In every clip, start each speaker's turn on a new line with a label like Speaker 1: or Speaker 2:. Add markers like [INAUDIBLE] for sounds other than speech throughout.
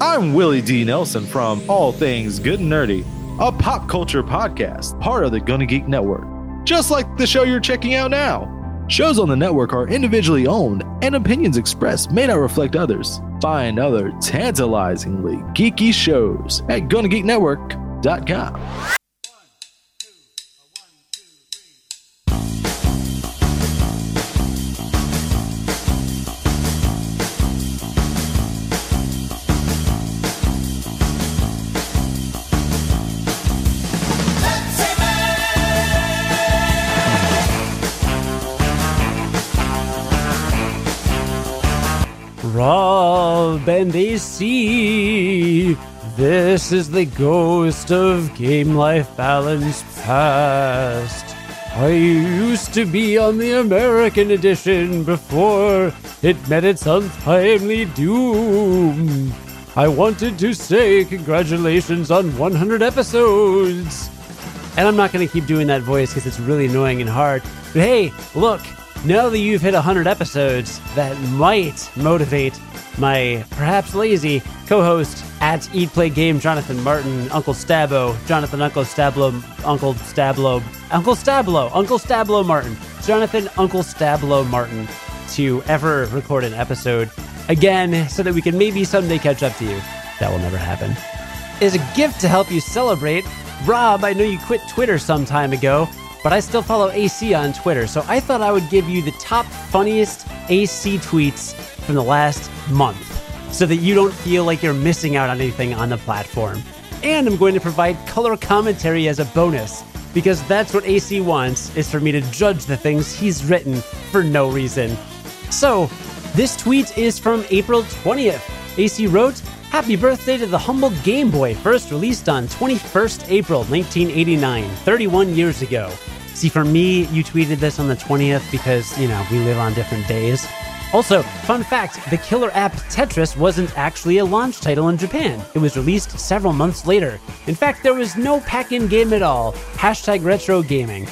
Speaker 1: I'm Willie D. Nelson from All Things Good and Nerdy, a pop culture podcast, part of the Gunna Geek Network. Just like the show you're checking out now. Shows on the network are individually owned, and opinions expressed may not reflect others. Find other tantalizingly geeky shows at GunnaGeekNetwork.com.
Speaker 2: Rob and AC, this is the ghost of game life balance past. I used to be on the American edition before it met its untimely doom. I wanted to say congratulations on 100 episodes. And I'm not going to keep doing that voice because it's really annoying and hard. But hey, look, now that you've hit 100 episodes, that might motivate my perhaps lazy co host at Eat Play Game, Jonathan Martin, Uncle Stabbo, Jonathan Uncle Stablo, Uncle Stablo, Uncle Stablo, Uncle Stablo Martin, Jonathan Uncle Stablo Martin to ever record an episode again so that we can maybe someday catch up to you. That will never happen is a gift to help you celebrate. Rob, I know you quit Twitter some time ago, but I still follow AC on Twitter, so I thought I would give you the top funniest AC tweets from the last month so that you don't feel like you're missing out on anything on the platform. And I'm going to provide color commentary as a bonus because that's what AC wants is for me to judge the things he's written for no reason. So, this tweet is from April 20th. AC wrote, Happy birthday to the humble Game Boy, first released on 21st April 1989, 31 years ago. See, for me, you tweeted this on the 20th because, you know, we live on different days. Also, fun fact the killer app Tetris wasn't actually a launch title in Japan. It was released several months later. In fact, there was no pack in game at all. Hashtag retro gaming.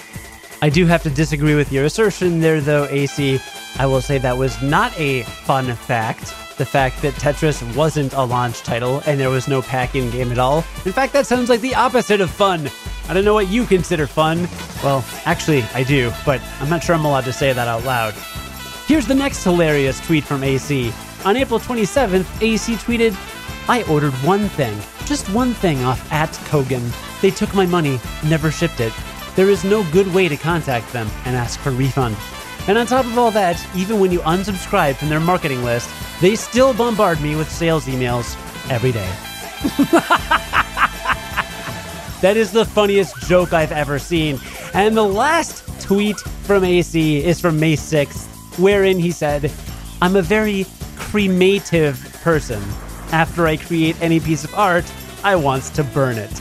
Speaker 2: I do have to disagree with your assertion there, though, AC. I will say that was not a fun fact. The fact that Tetris wasn't a launch title and there was no pack in game at all. In fact, that sounds like the opposite of fun. I don't know what you consider fun. Well, actually, I do, but I'm not sure I'm allowed to say that out loud. Here's the next hilarious tweet from AC. On April 27th, AC tweeted, I ordered one thing, just one thing off at Kogan. They took my money, never shipped it. There is no good way to contact them and ask for refund. And on top of all that, even when you unsubscribe from their marketing list, they still bombard me with sales emails every day. That is the funniest joke I've ever seen. And the last tweet from AC is from May 6th, wherein he said, I'm a very cremative person. After I create any piece of art, I wants to burn it.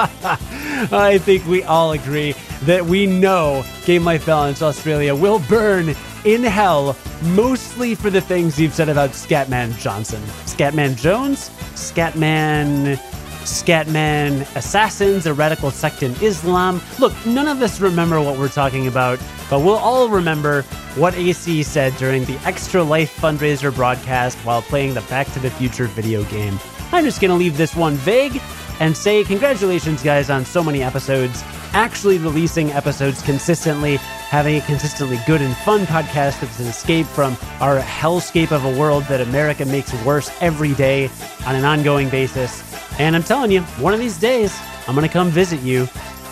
Speaker 2: I think we all agree that we know Game Life Balance Australia will burn in hell, mostly for the things you've said about Scatman Johnson. Scatman Jones? Scatman. Scatman assassins, a radical sect in Islam. Look, none of us remember what we're talking about, but we'll all remember what AC said during the Extra Life fundraiser broadcast while playing the Back to the Future video game. I'm just going to leave this one vague and say congratulations, guys, on so many episodes. Actually, releasing episodes consistently, having a consistently good and fun podcast that's an escape from our hellscape of a world that America makes worse every day on an ongoing basis. And I'm telling you, one of these days, I'm going to come visit you.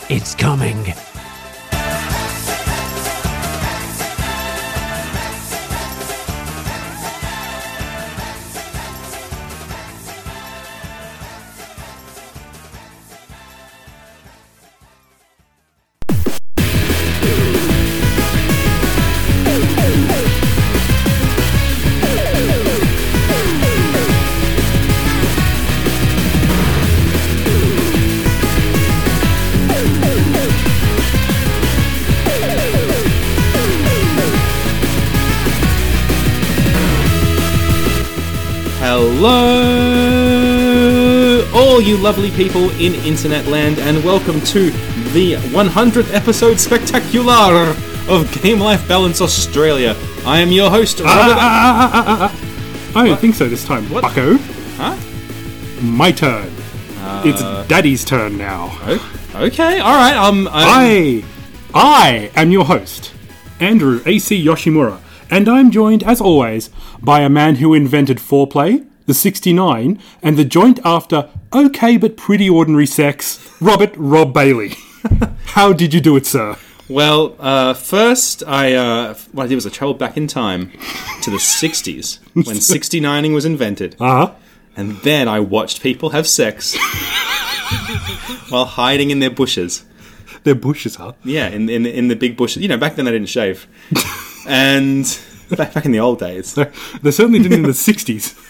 Speaker 2: It's coming.
Speaker 3: Hello, all you lovely people in internet land, and welcome to the 100th episode spectacular of Game Life Balance Australia. I am your host, Robert.
Speaker 4: Ah, ah, ah, ah, ah, ah, ah. I don't think so this time,
Speaker 3: What?
Speaker 4: bucko.
Speaker 3: Huh?
Speaker 4: My turn. it's daddy's turn now.
Speaker 3: O- okay, all right. Um, I,
Speaker 4: I, I am your host, Andrew A.C. Yoshimura, and I'm joined, as always, by a man who invented foreplay, the 69, and the joint after okay but pretty ordinary sex, Robert Rob Bailey.
Speaker 3: [LAUGHS]
Speaker 4: How did you do it, sir?
Speaker 3: well, uh, first I uh, what I did was I travelled back in time to the '60s when 69ing was invented,
Speaker 4: Uh huh.
Speaker 3: and then I watched people have sex while hiding in their bushes.
Speaker 4: Their bushes up.
Speaker 3: Yeah, in in in the big bushes. You know, back then they didn't
Speaker 4: [LAUGHS]
Speaker 3: shave, and back, back in the old days.
Speaker 4: They certainly didn't in the 60s.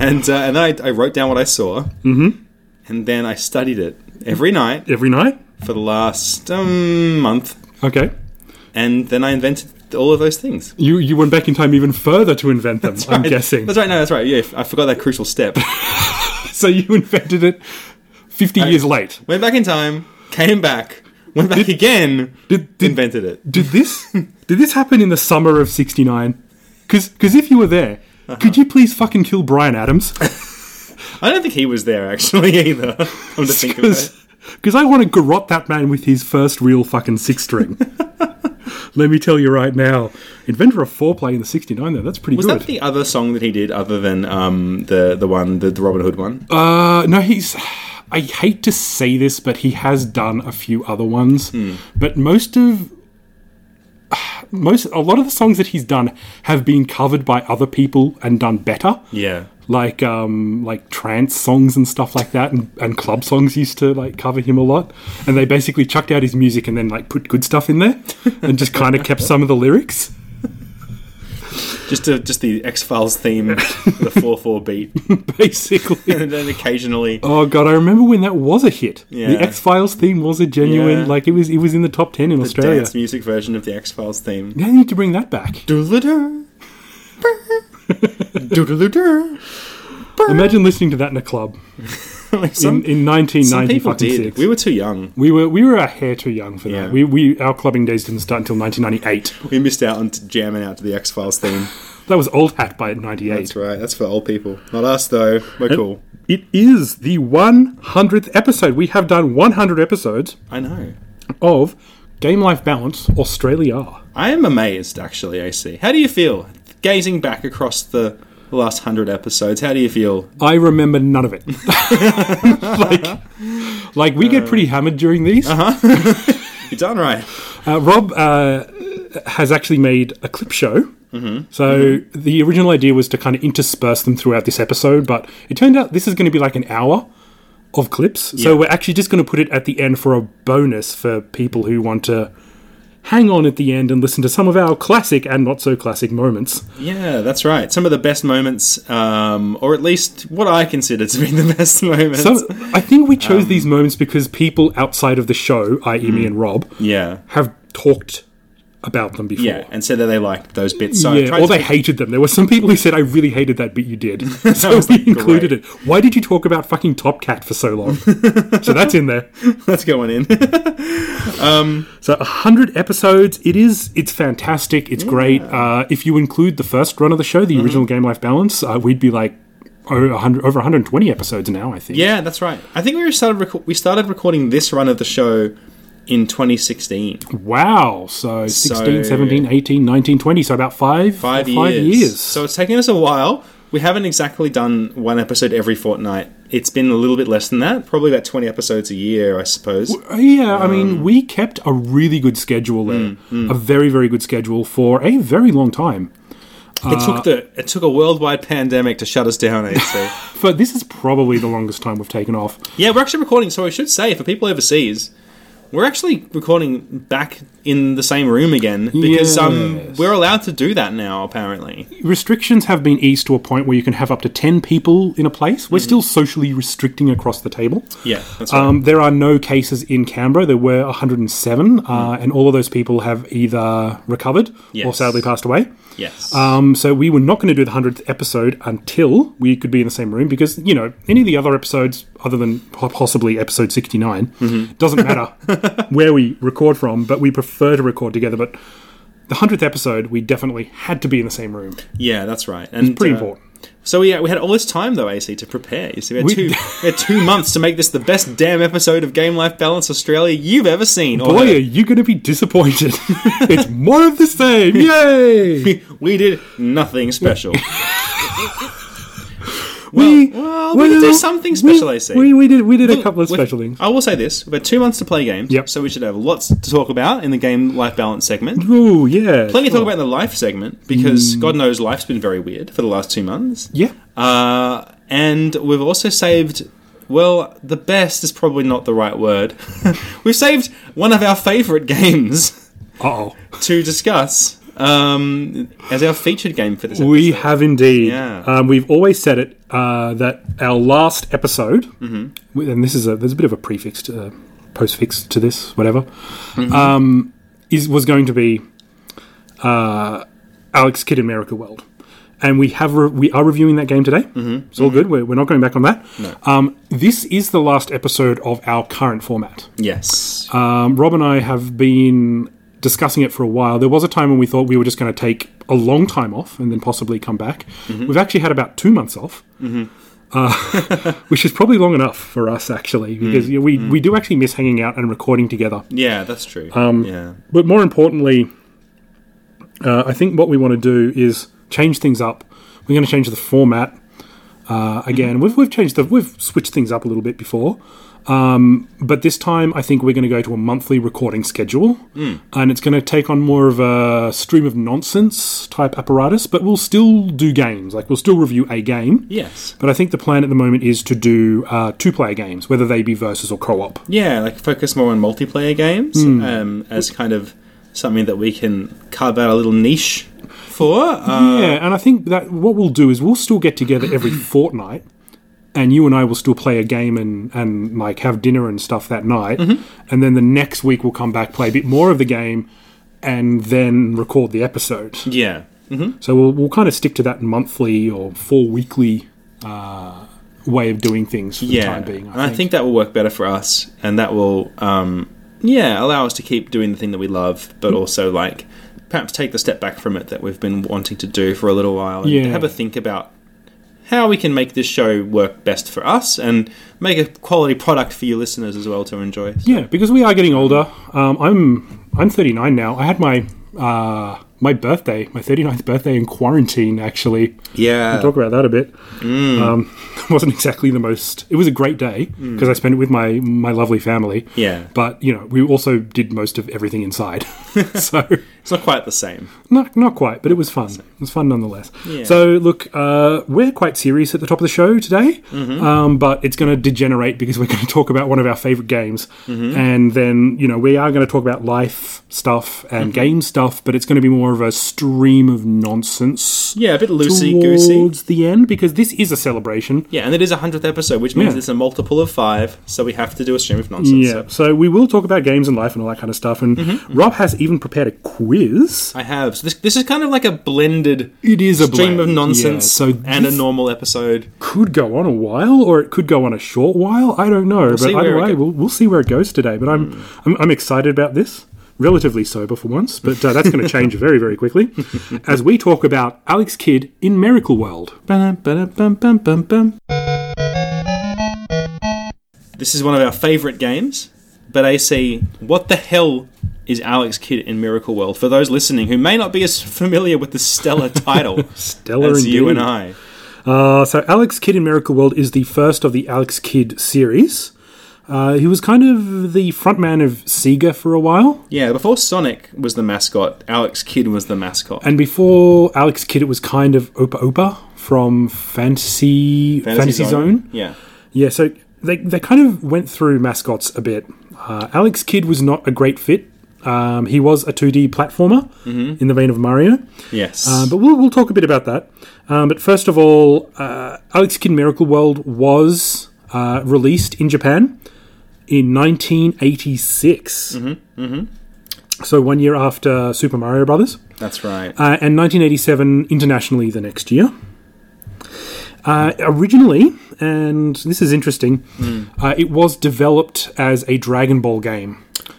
Speaker 3: and uh, and then I, I wrote down what I saw, mm-hmm. and then I studied it every night
Speaker 4: Every night?
Speaker 3: for the last um, month,
Speaker 4: Okay.
Speaker 3: and then I invented all of those things.
Speaker 4: You, you went back in time even further to invent them, I'm guessing.
Speaker 3: That's right. No, that's right. Yeah, I forgot that crucial step.
Speaker 4: [LAUGHS] So you invented it 50 years late.
Speaker 3: went back in time, came back, went back again,
Speaker 4: Did, did,
Speaker 3: invented it.
Speaker 4: did this did this happen in the summer of 69 because if you were there
Speaker 3: Uh-huh.
Speaker 4: could you please fucking kill brian
Speaker 3: [LAUGHS]
Speaker 4: adams
Speaker 3: I don't think he was there actually [LAUGHS] either. I'm just thinking about it.
Speaker 4: because i want to garrot that man with his first real fucking six
Speaker 3: [LAUGHS]
Speaker 4: string let me tell you right now inventor of foreplay in the 69 though that's pretty
Speaker 3: Was
Speaker 4: good
Speaker 3: that the other song that he did other than um, the the one the, the Robin Hood one?
Speaker 4: uh, no he's i hate to say this but he has done a few other ones but most of most a lot of the songs that he's done have been covered by other people and done better
Speaker 3: yeah.
Speaker 4: like um like trance songs and stuff like that and, and club songs used to like cover him a lot and they basically chucked out his music and then like put good stuff in there and just kind of kept some of the lyrics [LAUGHS]
Speaker 3: Just to, just the X Files theme, the four four beat, [LAUGHS]
Speaker 4: basically
Speaker 3: and then occasionally
Speaker 4: oh god i remember when that was a hit
Speaker 3: Yeah.
Speaker 4: the x-files theme was a genuine
Speaker 3: Yeah.
Speaker 4: like it was it was in the top 10 in australia
Speaker 3: dance music version of the X Files theme.
Speaker 4: they need to bring that
Speaker 3: [LAUGHS]
Speaker 4: back imagine listening to that in a club in,
Speaker 3: some, some
Speaker 4: in 1990
Speaker 3: people
Speaker 4: fucking
Speaker 3: did.
Speaker 4: six
Speaker 3: We were too young.
Speaker 4: we were we were a hair too young for
Speaker 3: Yeah.
Speaker 4: that. We, we our clubbing days didn't start until 1998.
Speaker 3: We missed out on t- jamming out to the X Files
Speaker 4: [LAUGHS]
Speaker 3: theme.
Speaker 4: That was old hat by 98.
Speaker 3: That's right. That's for old people, not us though. We're cool.
Speaker 4: It is the 100th episode. We have done 100 episodes
Speaker 3: I know.
Speaker 4: of Game Life Balance Australia.
Speaker 3: I am amazed, actually. AC, how do you feel gazing back across the the last hundred episodes? How do you feel?
Speaker 4: I remember none of it. [LAUGHS] like, like we get pretty hammered during these. uh
Speaker 3: You're done right.
Speaker 4: Rob uh, has actually made a clip show.
Speaker 3: Mm-hmm.
Speaker 4: So the original idea was to kind of intersperse them throughout this episode, but it turned out this is going to be like an hour of clips. So we're actually just going to put it at the end for a bonus for people who want to hang on at the end and listen to some of our classic and not so classic moments.
Speaker 3: Yeah, that's right. Some of the best moments, um, or at least what I consider to be the [LAUGHS] best moments.
Speaker 4: So I think we
Speaker 3: um,
Speaker 4: chose these moments because people outside of the show, i.e., me and Rob,
Speaker 3: mm-hmm. yeah,
Speaker 4: have talked about them before.
Speaker 3: yeah, and said that they liked those bits. So I
Speaker 4: Yeah,
Speaker 3: tried
Speaker 4: or
Speaker 3: to
Speaker 4: they hated them. There were some people who said, "I really hated that bit
Speaker 3: [LAUGHS]
Speaker 4: you did," so we included it. Why did you talk about fucking Top Cat for so
Speaker 3: [LAUGHS]
Speaker 4: long? so that's in there.
Speaker 3: That's going
Speaker 4: [LAUGHS]
Speaker 3: in.
Speaker 4: So hundred episodes. It is. It's fantastic. It's great. Uh, if you include the first run of the show,
Speaker 3: Mm-hmm.
Speaker 4: the original Game Life Balance, uh, we'd be like over 100, over 120 episodes now. I think.
Speaker 3: yeah, that's right. I think we started reco- we started recording this run of the show in 2016.
Speaker 4: Wow. So 16,
Speaker 3: So-
Speaker 4: 17, 18, 19, 20. So about five
Speaker 3: Five,
Speaker 4: five
Speaker 3: years.
Speaker 4: years.
Speaker 3: So it's taken us a while. We haven't exactly done one episode every fortnight. It's been a little bit less than that. Probably about 20 episodes a year, I suppose.
Speaker 4: Uh, Yeah, I
Speaker 3: Um,
Speaker 4: mean, we kept a really good schedule there,
Speaker 3: Mm,
Speaker 4: a very, very good schedule for a very long time.
Speaker 3: it
Speaker 4: uh,
Speaker 3: took the it took a worldwide pandemic to shut us down. AC.
Speaker 4: But this is probably the longest time we've taken off.
Speaker 3: yeah, we're actually recording. So I should say for people overseas. We're actually recording back in the same room again because um,
Speaker 4: Yes.
Speaker 3: we're allowed to do that now, apparently.
Speaker 4: Restrictions have been eased to a point where you can have up to 10 people in a place. We're still socially restricting across the table.
Speaker 3: Mm. Yeah, that's right.
Speaker 4: Um, there are no cases in Canberra. There were 107, uh, and all of those people have either recovered or
Speaker 3: Mm. Yes.
Speaker 4: sadly passed away.
Speaker 3: yes.
Speaker 4: Um, so we were not going to do the hundredth episode until we could be in the same room because you know any of the other episodes other than po- possibly episode 69.
Speaker 3: Mm-hmm.
Speaker 4: Doesn't
Speaker 3: [LAUGHS]
Speaker 4: matter where we record from, but we prefer to record together. But the 100th episode, we definitely had to be in the same room.
Speaker 3: Yeah, that's right. And
Speaker 4: Pretty
Speaker 3: uh,
Speaker 4: important.
Speaker 3: So yeah, we had all this time though, AC, to prepare. You see, we had
Speaker 4: We-
Speaker 3: two we had two months to make this the best damn episode of Game Life Balance Australia you've ever seen. or
Speaker 4: Boy, are
Speaker 3: heard.
Speaker 4: you going to be disappointed.
Speaker 3: [LAUGHS]
Speaker 4: it's more of the same. Yay!
Speaker 3: we did nothing special.
Speaker 4: we,
Speaker 3: well, we could do something special, I see.
Speaker 4: We, we did, we did a
Speaker 3: Look,
Speaker 4: couple of
Speaker 3: we-
Speaker 4: [LAUGHS] special things.
Speaker 3: I will say this: we've had two months to play games,
Speaker 4: Yep. Mm-hmm.
Speaker 3: so we should have lots to talk about in the game life balance segment.
Speaker 4: Ooh, yeah.
Speaker 3: Plenty to talk about in the life segment because God knows life's been very weird for the last two months.
Speaker 4: Mm. Yeah.
Speaker 3: Uh, and we've also saved. Well, the best is probably not the right word. [LAUGHS] we've saved one of our favourite games [LAUGHS]
Speaker 4: Uh oh.
Speaker 3: to discuss um, as our featured game for this episode.
Speaker 4: We have indeed.
Speaker 3: Yeah.
Speaker 4: Um, we've always said it uh, that our last episode, mm and this is a there's a bit of a prefix to uh, postfix to this, whatever, um, is was going to be uh, Alex Kidd in Miracle World, and we have re- we are reviewing that game today. Mm-hmm. It's all good. We're, we're not going back on that. No. Um, this is the last episode of our current format.
Speaker 3: yes.
Speaker 4: Um, Rob and I have been discussing it for a while. There was a time when we thought we were just going to take a long time off and then possibly come back. We've actually had about two months off, uh, [LAUGHS] which is probably long enough for us, actually, because you know, we, we do actually miss hanging out and recording together.
Speaker 3: yeah, that's true. Um, yeah.
Speaker 4: But more importantly, uh, I think what we want to do is change things up. We're going to change the format uh, again. We've, we've changed the we've switched things up a little bit before, um, but this time I think we're going to go to a monthly recording schedule, and it's going to take on more of a stream of nonsense type apparatus. But we'll still do games. Like we'll still review a game.
Speaker 3: Yes.
Speaker 4: But I think the plan at the moment is to do uh, two player games, whether they be versus or co op.
Speaker 3: Yeah, like focus more on multiplayer games
Speaker 4: Hmm.
Speaker 3: um, as kind of something that we can carve out a little niche for. Uh,
Speaker 4: Yeah, and I think that what we'll do is we'll still get together
Speaker 3: [CLEARS THROAT]
Speaker 4: every fortnight, and you and I will still play a game and, and like have dinner and stuff that night,
Speaker 3: Mm-hmm.
Speaker 4: and then the next week we'll come back play a bit more of the game, and then record the episode.
Speaker 3: yeah. Mm-hmm.
Speaker 4: So we'll we'll kind of stick to that monthly or four weekly uh, way of doing things for
Speaker 3: yeah.
Speaker 4: the time being.
Speaker 3: and I think that will work better for us, and that will, um, yeah, allow us to keep doing the thing that we love, but
Speaker 4: Mm.
Speaker 3: also like perhaps take the step back from it that we've been wanting to do for a little while, and
Speaker 4: Yeah.
Speaker 3: have a think about how we can make this show work best for us, and make a quality product for your listeners as well to enjoy.
Speaker 4: Yeah, because we are getting older. Um, I'm I'm 39 now. I had my uh, my birthday, my 39th birthday in quarantine actually.
Speaker 3: Yeah,
Speaker 4: talk about that a bit. Um, [LAUGHS] wasn't exactly the most. It was a great day because I spent it with my my lovely family.
Speaker 3: Yeah.
Speaker 4: but you know, we also did most of everything inside, [LAUGHS] so
Speaker 3: it's not quite the same.
Speaker 4: not not quite, but it was fun. It was fun nonetheless. So look, uh, we're quite serious at the top of the show today, um, but it's going to degenerate because [LAUGHS] we're going to talk about one of our favorite games, and then you know we are going to talk about life stuff and game stuff, but it's going to be more of a stream of nonsense
Speaker 3: Yeah, a bit loosey goosey.
Speaker 4: towards the end because this is a celebration.
Speaker 3: Yeah, and it is a hundredth episode, which means
Speaker 4: Yeah.
Speaker 3: it's a multiple of five, so we have to do a stream of nonsense.
Speaker 4: Yeah, so we will talk about games and life and all that kind of stuff. And
Speaker 3: Mm-hmm.
Speaker 4: Rob has even prepared a quiz.
Speaker 3: I have. So this, this is kind of like a blended
Speaker 4: It is a
Speaker 3: stream of
Speaker 4: blend,
Speaker 3: nonsense
Speaker 4: yeah. So
Speaker 3: and a
Speaker 4: this-
Speaker 3: normal episode.
Speaker 4: Could go on a while, or it could go on a short while. I don't know, but
Speaker 3: see
Speaker 4: either
Speaker 3: where it
Speaker 4: way,
Speaker 3: go- Hmm.
Speaker 4: we'll, we'll see where it goes today. But I'm I'm, I'm excited about this. Relatively sober for once, but uh, that's going
Speaker 3: [LAUGHS]
Speaker 4: to change very, very quickly as we talk about Alex Kidd in Miracle World.
Speaker 3: This is one of our favourite games. But AC, what the hell is Alex Kidd in Miracle World? For those listening who may not be as familiar with the
Speaker 4: [LAUGHS]
Speaker 3: stellar title
Speaker 4: Stellar
Speaker 3: as you and
Speaker 4: indeed.
Speaker 3: I.
Speaker 4: Uh, so Alex Kidd in Miracle World is the first of the Alex Kidd series. Uh, he was kind of the frontman of Sega for a while,
Speaker 3: Yeah, before Sonic was the mascot, Alex Kidd was the mascot.
Speaker 4: and before Alex Kidd, it was kind of Opa Opa from Fantasy Fantasy, Zone.
Speaker 3: Yeah.
Speaker 4: Yeah, so they they kind of went through mascots a bit. Uh, Alex Kidd was not a great fit. Um, he was a 2D platformer in the vein of Mario.
Speaker 3: Yes.
Speaker 4: Um, but we'll, we'll talk a bit about that. Um, but first of all, uh, Alex Kidd Miracle World was uh, released in Japan in 1986. Mm-hmm. So one year after Super Mario Brothers,
Speaker 3: That's right.
Speaker 4: uh, and 1987 internationally the next year. Uh, originally, and this is interesting, uh, it was developed as a Dragon Ball game.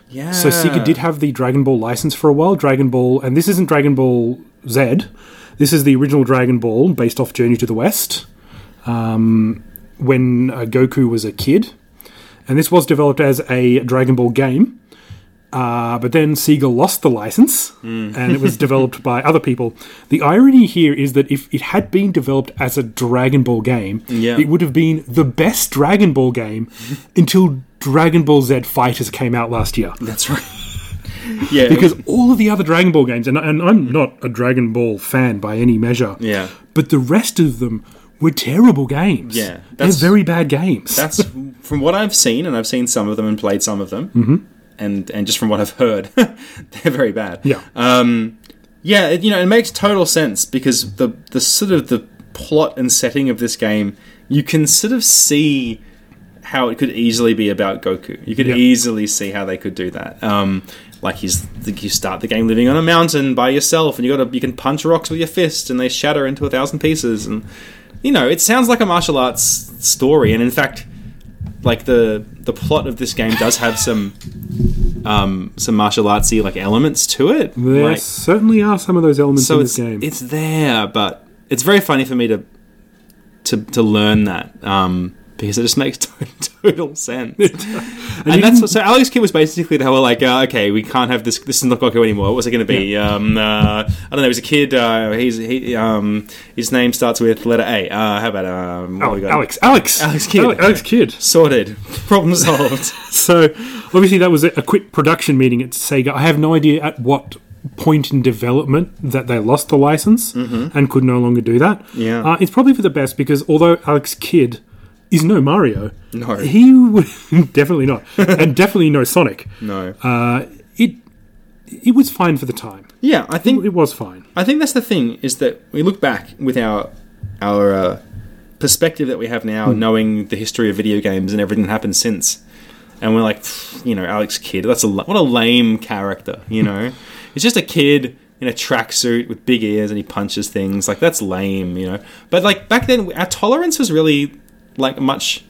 Speaker 3: Yeah.
Speaker 4: So Sega did have the Dragon Ball license for a while. Dragon Ball, and this isn't Dragon Ball Z. This is the original Dragon Ball based off Journey to the West, um, when uh, Goku was a kid, and this was developed as a Dragon Ball game. Uh, but then Sega lost the license,
Speaker 3: Hmm.
Speaker 4: and it was
Speaker 3: [LAUGHS]
Speaker 4: developed by other people. The irony here is that if it had been developed as a Dragon Ball game,
Speaker 3: Yeah.
Speaker 4: it would have been the best Dragon Ball
Speaker 3: [LAUGHS]
Speaker 4: game until Dragon Ball Z Fighters came out last year
Speaker 3: That's right. [LAUGHS] yeah. it
Speaker 4: because
Speaker 3: was-
Speaker 4: all of the other Dragon Ball games, and, and I'm not a Dragon Ball fan by any measure,
Speaker 3: Yeah.
Speaker 4: but the rest of them were terrible games.
Speaker 3: Yeah,
Speaker 4: they're
Speaker 3: that's-
Speaker 4: very bad games.
Speaker 3: that's from what I've seen, and I've seen some of them and played some of them,
Speaker 4: Mm-hmm.
Speaker 3: and and just from what I've heard, [LAUGHS] they're very bad.
Speaker 4: yeah,
Speaker 3: yeah, it, you know, it makes total sense because the the sort of the plot and setting of this game, you can sort of see how it could easily be about Goku. You could
Speaker 4: Yeah.
Speaker 3: easily see how they could do that. Um, like he's like you start the game living on a mountain by yourself, and you got to you can punch rocks with your fist, and they shatter into a thousand pieces. And you know, it sounds like a martial arts story, and in fact, like the the plot of this game does have some um, some martial artsy like elements to it.
Speaker 4: there
Speaker 3: Like-
Speaker 4: certainly are some of those elements
Speaker 3: so
Speaker 4: in
Speaker 3: it's
Speaker 4: this game.
Speaker 3: it's there, but it's very funny for me to to to learn that um, because it just makes [LAUGHS] to- total sense. and
Speaker 4: you
Speaker 3: that's what, so Alex Kidd was basically they were like, uh, okay, we can't have this. This is not Goku anymore. What's it going to be? Um, uh, I don't know. He's a kid. Uh, he's he, um, his name starts with letter A. Uh, how about um, what we
Speaker 4: Alex,
Speaker 3: got?
Speaker 4: Oh, Alex, Alex,
Speaker 3: Alex Kidd.
Speaker 4: Alex, Alex Kidd.
Speaker 3: Sorted. [LAUGHS] Problem
Speaker 4: [LAUGHS]
Speaker 3: solved.
Speaker 4: So obviously that was a, a quick production meeting at Sega. I have no idea at what point in development that they lost the license and could no longer do that.
Speaker 3: Mm-hmm. Yeah.
Speaker 4: uh, it's probably for the best because although Alex Kidd is no Mario,
Speaker 3: No.
Speaker 4: he [LAUGHS] would definitely not, and definitely no Sonic.
Speaker 3: no.
Speaker 4: Uh, it it was fine for the time.
Speaker 3: yeah, I think
Speaker 4: It was fine.
Speaker 3: I think that's the thing is that we look back with our our uh, perspective that we have now, knowing the history of video games and everything that happened since, and we're like, "Pfft, you know, Alex Kidd, that's a la- what a lame character, you know. it's just a kid in a tracksuit with big ears and he punches things like that's lame, you know. But like back then, our tolerance was really like much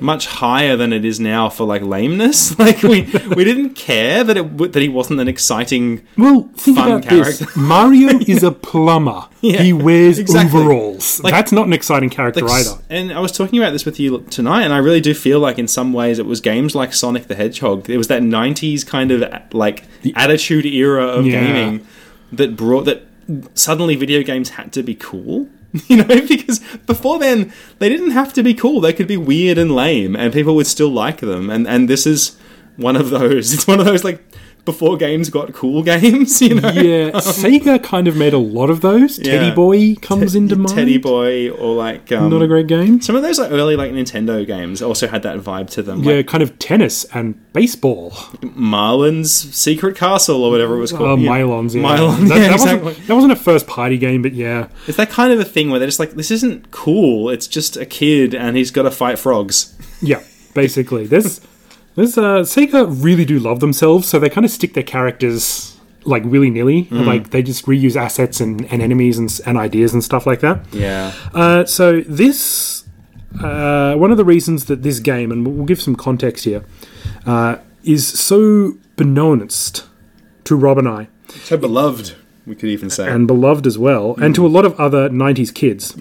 Speaker 3: much higher than it is now for like lameness. [LAUGHS] Like we we didn't care that it w- that he wasn't an exciting
Speaker 4: Well, think
Speaker 3: Fun
Speaker 4: about this.
Speaker 3: character. [LAUGHS]
Speaker 4: Mario is a plumber.
Speaker 3: Yeah,
Speaker 4: he wears
Speaker 3: exactly.
Speaker 4: overalls.
Speaker 3: Like-
Speaker 4: That's not an exciting character
Speaker 3: Like,
Speaker 4: either.
Speaker 3: s- And I was talking about this with you tonight, and I really do feel like in some ways it was games like Sonic the Hedgehog. It was that '90s kind of a- like attitude era of
Speaker 4: Yeah.
Speaker 3: gaming that brought that suddenly video games had to be cool. [LAUGHS] You know, because before then they didn't have to be cool. They could be weird and lame, and people would still like them. And and this is one of those. [LAUGHS] It's one of those like before games got cool [LAUGHS] games. You know,
Speaker 4: yeah,
Speaker 3: [LAUGHS]
Speaker 4: Sega kind of made a lot of those.
Speaker 3: Yeah.
Speaker 4: Teddy Boy comes into mind.
Speaker 3: Teddy Boy or like um,
Speaker 4: not a great game.
Speaker 3: Some of those like early like Nintendo games also had that vibe to them.
Speaker 4: Yeah,
Speaker 3: Like
Speaker 4: kind of tennis and baseball.
Speaker 3: Marlin's Secret Castle or whatever it was
Speaker 4: Uh,
Speaker 3: called. Yeah.
Speaker 4: Mylons, yeah.
Speaker 3: Mylon,
Speaker 4: That,
Speaker 3: yeah,
Speaker 4: that
Speaker 3: exactly.
Speaker 4: wasn't, that wasn't a first party game, but yeah.
Speaker 3: It's that kind of a thing where they're just like, this isn't cool. It's just a kid and he's got to fight frogs.
Speaker 4: Yeah, basically. There's, there's, uh, Sega really do love themselves, so they kind of stick their characters like willy nilly.
Speaker 3: Mm.
Speaker 4: Like, they just reuse assets and, and enemies and, s- and ideas and stuff like that.
Speaker 3: Yeah.
Speaker 4: Uh, so this uh, one of the reasons that this game, and we'll give some context here, uh, is so beknownst to Rob and I,
Speaker 3: So beloved, we could even say.
Speaker 4: and beloved as well, and to a lot of other '90s kids,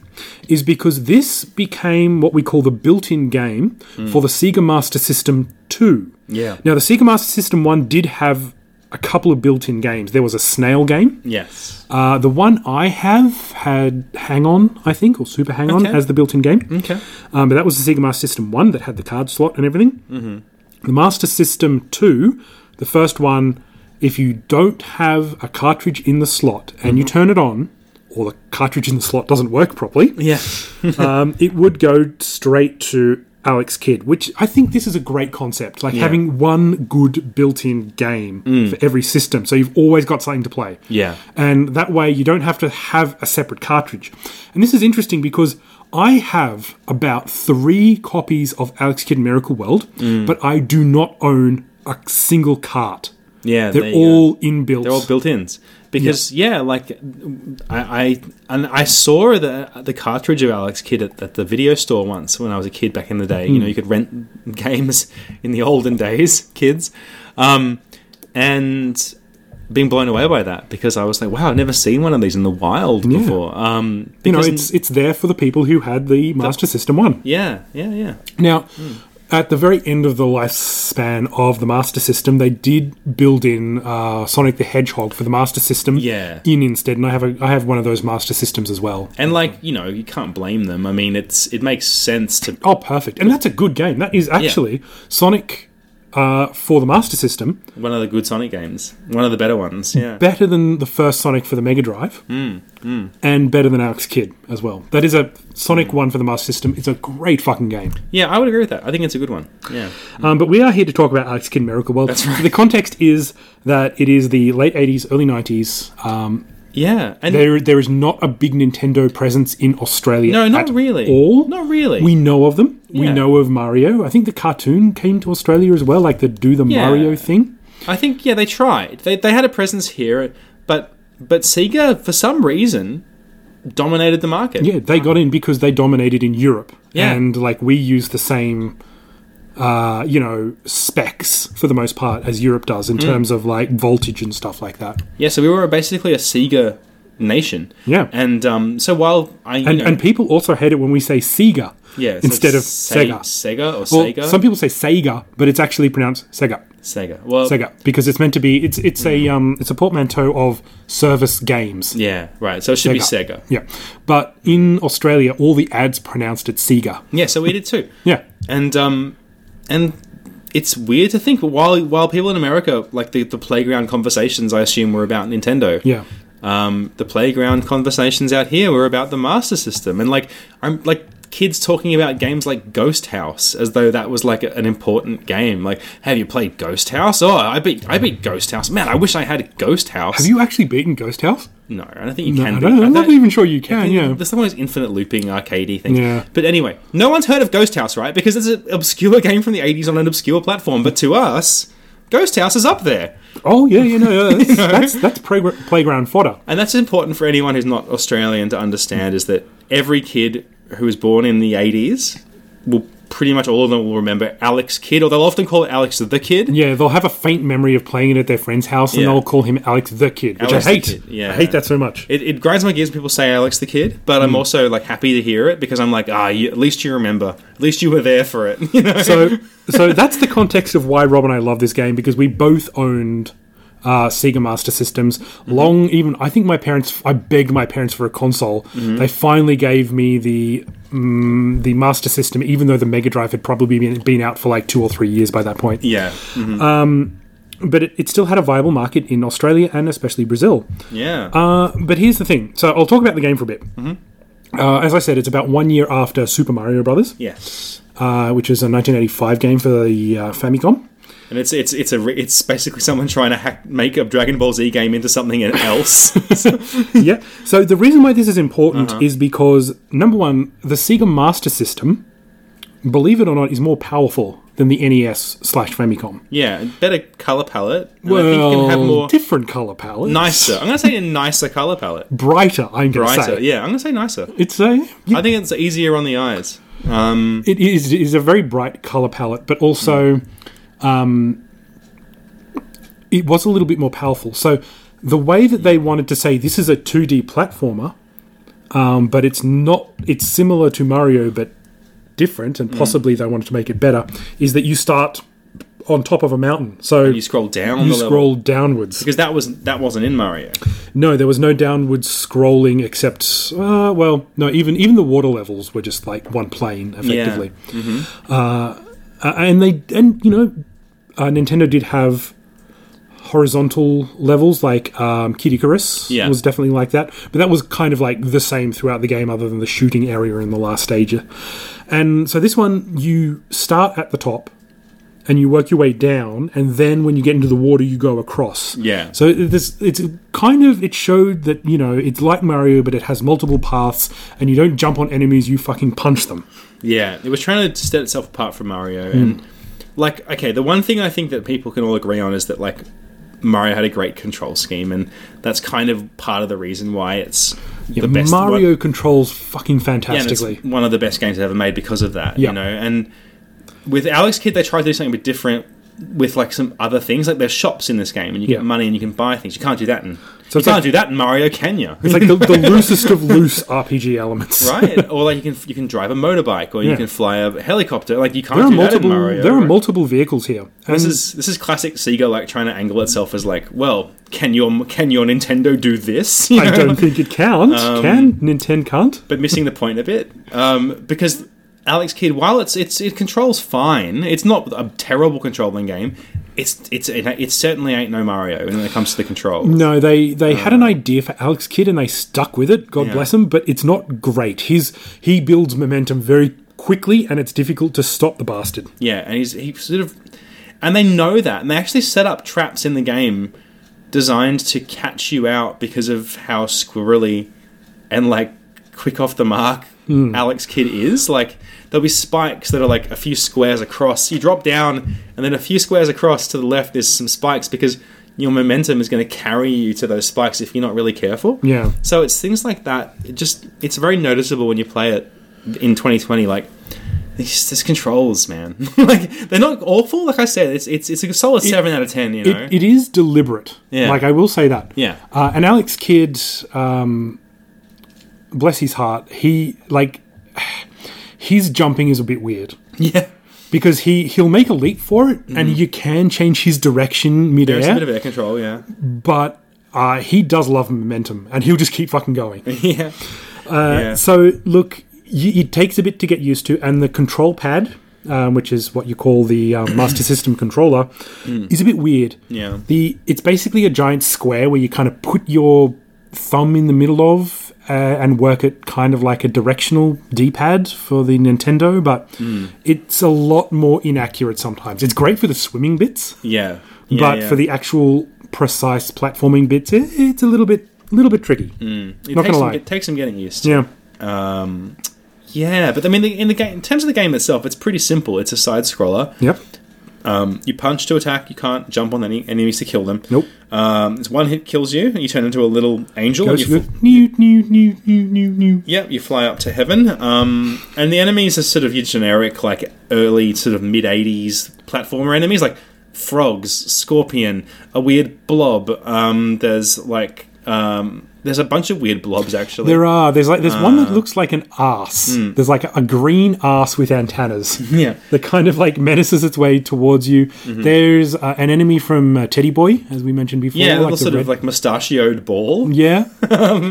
Speaker 4: is because this became what we call the built-in game for the Sega Master System Two.
Speaker 3: Yeah.
Speaker 4: Now, the Sega Master System One did have a couple of built-in games. There was a snail game.
Speaker 3: yes.
Speaker 4: Uh, the one I have had Hang On, I think, or Super Hang On
Speaker 3: Okay.
Speaker 4: as the built in game.
Speaker 3: Okay.
Speaker 4: Um, but that was the Sega Master System 1 that had the card slot and everything. Mm-hmm. The Master System 2, the first one, if you don't have a cartridge in the slot and you
Speaker 3: Mm-hmm.
Speaker 4: turn it on, or the cartridge in the slot doesn't work properly,
Speaker 3: Yeah. [LAUGHS]
Speaker 4: [LAUGHS] um, it would go straight to Alex Kidd, which I think this is a great concept. Like having one good built in game for every system. So you've always got something to play.
Speaker 3: Mm. Yeah.
Speaker 4: And that way you don't have to have a separate cartridge. And this is interesting because I have about three copies of Alex Kidd Miracle World,
Speaker 3: Mm.
Speaker 4: but I do not own a single cart.
Speaker 3: Yeah.
Speaker 4: They're
Speaker 3: there you go.
Speaker 4: all inbuilt.
Speaker 3: They're all built ins. because yeah, like I, I and I saw the the cartridge of Alex Kidd at, at the video store once when I was a kid back in the
Speaker 4: Hmm.
Speaker 3: day. You know, you could rent games in the olden days, kids, um, and being blown away by that because I was like, wow, I've never seen one of these in the wild
Speaker 4: Yeah.
Speaker 3: before. Um,
Speaker 4: You know,
Speaker 3: because-
Speaker 4: it's it's there for the people who had the Master System One.
Speaker 3: yeah, yeah, yeah.
Speaker 4: Now,
Speaker 3: Hmm.
Speaker 4: at the very end of the lifespan of the Master System, they did build in uh, Sonic the Hedgehog for the Master System.
Speaker 3: Yeah.
Speaker 4: In instead, and I have a I have one of those Master Systems as well.
Speaker 3: And like you know, you can't blame them. I mean, it's it makes sense to
Speaker 4: Oh, perfect! And that's a good game. That is actually Sonic uh, for the Master System
Speaker 3: one of the good Sonic games, one of the better ones. Yeah, Hmm,
Speaker 4: better than the first Sonic for the Mega Drive, and better than Alex Kidd as well. That is a Sonic one for the Master System. It's a great fucking game.
Speaker 3: Hmm. yeah, I would agree with that. I think it's a good one. Yeah,
Speaker 4: Um, but we are here to talk about Alex Kidd in Miracle World.
Speaker 3: That's right.
Speaker 4: The context is that it is the late 80s, early 90s. Um,
Speaker 3: yeah, and
Speaker 4: there, there is not a big Nintendo presence in Australia.
Speaker 3: no, not
Speaker 4: at
Speaker 3: really.
Speaker 4: All
Speaker 3: not really.
Speaker 4: we know of them. We
Speaker 3: Yeah.
Speaker 4: know of Mario. I think the cartoon came to Australia as well, like the do the
Speaker 3: Yeah.
Speaker 4: Mario thing.
Speaker 3: I think yeah, they tried. They they had a presence here, but but Sega for some reason dominated the market.
Speaker 4: Yeah, they got in because they dominated in Europe.
Speaker 3: Yeah.
Speaker 4: and like we use the same. Uh, you know, specs for the most part, as Europe does
Speaker 3: Mm.
Speaker 4: in terms of like voltage and stuff like that.
Speaker 3: yeah. So we were basically a Sega nation.
Speaker 4: Yeah.
Speaker 3: and um, so while I you
Speaker 4: And,
Speaker 3: know,
Speaker 4: and people also hate it when we say Sega
Speaker 3: yeah, so
Speaker 4: instead of
Speaker 3: Se-
Speaker 4: Sega.
Speaker 3: Sega or
Speaker 4: Well,
Speaker 3: Sega,
Speaker 4: some people say Sega, but it's actually pronounced Sega.
Speaker 3: Sega. Well,
Speaker 4: Sega because it's meant to be. It's it's a um it's a portmanteau of service games.
Speaker 3: Mm. Yeah, right. So it should be Sega.
Speaker 4: Yeah, but in Australia, all the ads pronounced it Sega.
Speaker 3: Yeah, so we did too.
Speaker 4: Yeah,
Speaker 3: and um, and it's weird to think, but while while people in America like the, the playground conversations, I assume were about Nintendo.
Speaker 4: yeah.
Speaker 3: Um, the playground conversations out here were about the Master System, and like I'm like kids talking about games like Ghost House as though that was like a- an important game. Like, have you played Ghost House? Oh, I beat I beat Ghost House. Man, I wish I had Ghost House.
Speaker 4: Have you actually beaten Ghost House?
Speaker 3: No, I don't think you
Speaker 4: No,
Speaker 3: can.
Speaker 4: I
Speaker 3: beat-
Speaker 4: don't,
Speaker 3: I
Speaker 4: I'm
Speaker 3: don't-
Speaker 4: not even sure you can.
Speaker 3: yeah,
Speaker 4: Yeah,
Speaker 3: There's some of those infinite looping arcadey things.
Speaker 4: Yeah.
Speaker 3: But anyway, no one's heard of Ghost House, right? Because it's an obscure [LAUGHS] game from the 80s on an obscure platform. But to us, Ghost House is up there.
Speaker 4: Oh yeah, you know yeah,
Speaker 3: [LAUGHS]
Speaker 4: that's that's, that's playgra- playground fodder.
Speaker 3: And that's important for anyone who's not Australian to understand is that every kid who was born in the 80s will pretty much all of them will remember Alex Kid, or they'll often call it Alex the Kid.
Speaker 4: Yeah, they'll have a faint memory of playing it at their friend's house, and
Speaker 3: Yeah.
Speaker 4: they'll call him Alex the Kid, which
Speaker 3: Alex
Speaker 4: I
Speaker 3: the
Speaker 4: hate.
Speaker 3: Kid, yeah.
Speaker 4: I hate that so
Speaker 3: [LAUGHS]
Speaker 4: much.
Speaker 3: It, it grinds my gears when people say Alex the Kid, but
Speaker 4: Hmm.
Speaker 3: I'm also like happy to hear it because I'm like, ah, you, at least you remember. At least you were there for it. [LAUGHS] You know?
Speaker 4: so so that's the context of why Rob and I love this game because we both owned uh, Sega Master Systems.
Speaker 3: Mm-hmm.
Speaker 4: Long even I think my parents I begged my parents for a console.
Speaker 3: Mm-hmm.
Speaker 4: They finally gave me the mm, the Master System, even though the Mega Drive had probably been, been out for like two or three years by that point
Speaker 3: Yeah.
Speaker 4: but it, it still had a viable market in Australia and especially Brazil.
Speaker 3: Yeah.
Speaker 4: Uh, but here's the thing. So I'll talk about the game for a bit.
Speaker 3: Mm-hmm.
Speaker 4: Uh, as I said, it's about one year after Super Mario Brothers,
Speaker 3: yes.
Speaker 4: uh, which is a 1985 game for the
Speaker 3: [LAUGHS]
Speaker 4: uh, Famicom.
Speaker 3: And it's it's it's a re- it's basically someone trying to hack, make a Dragon Ball Z game into something else.
Speaker 4: [LAUGHS] yeah. So the reason why this is important
Speaker 3: Uh-huh.
Speaker 4: is because number one, the Sega Master System, believe it or not, is more powerful than the NES slash Famicom.
Speaker 3: yeah, better color palette. And
Speaker 4: Well,
Speaker 3: I think you can have more
Speaker 4: different color palette,
Speaker 3: nicer. I'm gonna say a nicer color palette.
Speaker 4: brighter. I'm going to
Speaker 3: Brighter.
Speaker 4: say
Speaker 3: Yeah, I'm gonna say nicer.
Speaker 4: it's a
Speaker 3: I think it's easier on the eyes.
Speaker 4: it is it is a very bright color palette, but also, um, it was a little bit more powerful. So the way that they wanted to say this is a 2D platformer, um, but it's not. It's similar to Mario, but different,
Speaker 3: Mm.
Speaker 4: and possibly they wanted to make it better. Is that you start on top of a mountain, so
Speaker 3: You
Speaker 4: you,
Speaker 3: scroll down the
Speaker 4: scroll
Speaker 3: level
Speaker 4: downwards.
Speaker 3: because that was that wasn't in Mario.
Speaker 4: No, there was no downward scrolling except uh, well, no, even even the water levels were just like one plane effectively. Uh, and they and you know, uh, Nintendo did have horizontal levels like um, Kid Icarus
Speaker 3: Yeah.
Speaker 4: was definitely like that, but that was kind of like the same throughout the game, other than the shooting area in the last stage. And so this one, you start at the top. And you work your way down, and then when you get into the water, you go across.
Speaker 3: Yeah.
Speaker 4: So this it's kind of it showed that you know it's like Mario, but it has multiple paths, and you don't jump on enemies; you fucking punch them.
Speaker 3: Yeah, it was trying to set itself
Speaker 4: Hmm.
Speaker 3: apart from Mario, and like, okay, the one thing I think that people can all agree on is that like Mario had a great control scheme, and that's kind of part of the reason why it's the best
Speaker 4: Mario
Speaker 3: one-
Speaker 4: controls fucking
Speaker 3: yeah, and it's
Speaker 4: fantastically.
Speaker 3: one of the best games ever made because of that.
Speaker 4: Yeah.
Speaker 3: You know, and with Alex Kidd, they tried to do something a bit different with like some other things. Like there's shops in this game, and you
Speaker 4: Yeah.
Speaker 3: get money and you can buy things. You can't do that in
Speaker 4: So
Speaker 3: so you
Speaker 4: it's
Speaker 3: can't
Speaker 4: like-
Speaker 3: do that in Mario, can you?
Speaker 4: it's like the, the loosest of loose RPG
Speaker 3: [LAUGHS]
Speaker 4: elements.
Speaker 3: right? Or like you can you can drive a motorbike, or you
Speaker 4: Yeah.
Speaker 3: can fly a helicopter. Like you can't
Speaker 4: There are
Speaker 3: do that in
Speaker 4: multiple.
Speaker 3: Mario.
Speaker 4: There are
Speaker 3: right?
Speaker 4: multiple vehicles here. And
Speaker 3: This is this is classic Sega like trying to angle itself as like, well, can your can your Nintendo do this? [LAUGHS] You
Speaker 4: I
Speaker 3: know?
Speaker 4: don't think it counts.
Speaker 3: Um,
Speaker 4: Can Nintendo can't?
Speaker 3: but missing the point a bit um, because Alex Kidd, while it's it's it controls fine, it's not a terrible controlling game. It's it's it, it certainly ain't no Mario when it comes to the control.
Speaker 4: No, they they had an idea for Alex Kidd and they stuck with it. God
Speaker 3: Uh. Yeah.
Speaker 4: bless him, but it's not great. His he builds momentum very quickly, and it's difficult to stop the bastard.
Speaker 3: Yeah, and he's he sort of, and they know that, and they actually set up traps in the game designed to catch you out because of how squirrely and like quick off the mark Alex Kidd is. Like there'll be spikes that are like a few squares across. You drop down, and then a few squares across to the left is some spikes because your momentum is going to carry you to those spikes if you're not really careful.
Speaker 4: Yeah.
Speaker 3: So it's things like that. It just it's very noticeable when you play it in 2020. Like this, this controls, man. [LAUGHS] like they're not awful. Like I said, it's it's it's a solid seven out of ten. You know.
Speaker 4: It, it is deliberate.
Speaker 3: Yeah.
Speaker 4: Like I will say that.
Speaker 3: Yeah.
Speaker 4: Uh, and Alex Kidd, um, bless his heart, he like his jumping is a bit weird.
Speaker 3: yeah.
Speaker 4: Because he, he'll make a leap for it, and you can change his direction midair.
Speaker 3: There's Mm-hmm. a bit of air control.
Speaker 4: [LAUGHS]
Speaker 3: Yeah.
Speaker 4: but uh, he does love momentum, and he'll just keep fucking going.
Speaker 3: yeah.
Speaker 4: Uh,
Speaker 3: yeah.
Speaker 4: So look, y- it takes a bit to get used to, and the control pad, um, which is what you call the
Speaker 3: [COUGHS]
Speaker 4: um, master system controller, is a bit weird.
Speaker 3: Hmm. Yeah.
Speaker 4: the it's basically a giant square where you kind of put your thumb in the middle of uh, and work it kind of like a directional D-pad for the Nintendo, but
Speaker 3: Hmm.
Speaker 4: it's a lot more inaccurate sometimes. It's great for the swimming bits,
Speaker 3: Yeah. Yeah,
Speaker 4: but
Speaker 3: yeah.
Speaker 4: for the actual precise platforming bits, it, it's a little bit little bit tricky.
Speaker 3: it
Speaker 4: not
Speaker 3: takes
Speaker 4: gonna
Speaker 3: some-
Speaker 4: lie.
Speaker 3: it takes some getting used. to.
Speaker 4: Yeah.
Speaker 3: Um, yeah, but I mean, the- in the game, in terms of the game itself, it's pretty simple. It's a side scroller.
Speaker 4: Yep.
Speaker 3: Um, you punch to attack. You can't jump on any enemies to kill them.
Speaker 4: Nope.
Speaker 3: Um, it's one hit kills you, and you turn into a little angel. and
Speaker 4: Goes
Speaker 3: you
Speaker 4: for the new new new new new new.
Speaker 3: Yep, you fly up to heaven. Um, and the enemies are sort of your generic, like early, sort of mid 80s platformer enemies, like frogs, scorpion, a weird blob. Um, there's like. Um, there's a bunch of weird blobs, actually.
Speaker 4: There are. There's like there's one that
Speaker 3: Ah.
Speaker 4: looks like an ass. There's like a, a green ass with antennas.
Speaker 3: Hmm. [LAUGHS] Yeah.
Speaker 4: [LAUGHS]
Speaker 3: Mm-hmm.
Speaker 4: That kind of like menaces its way towards you. There's uh, an enemy from uh, Teddy Boy, as we mentioned before.
Speaker 3: yeah, a little
Speaker 4: the
Speaker 3: sort
Speaker 4: red-
Speaker 3: of like mustachioed ball [LAUGHS]
Speaker 4: yeah.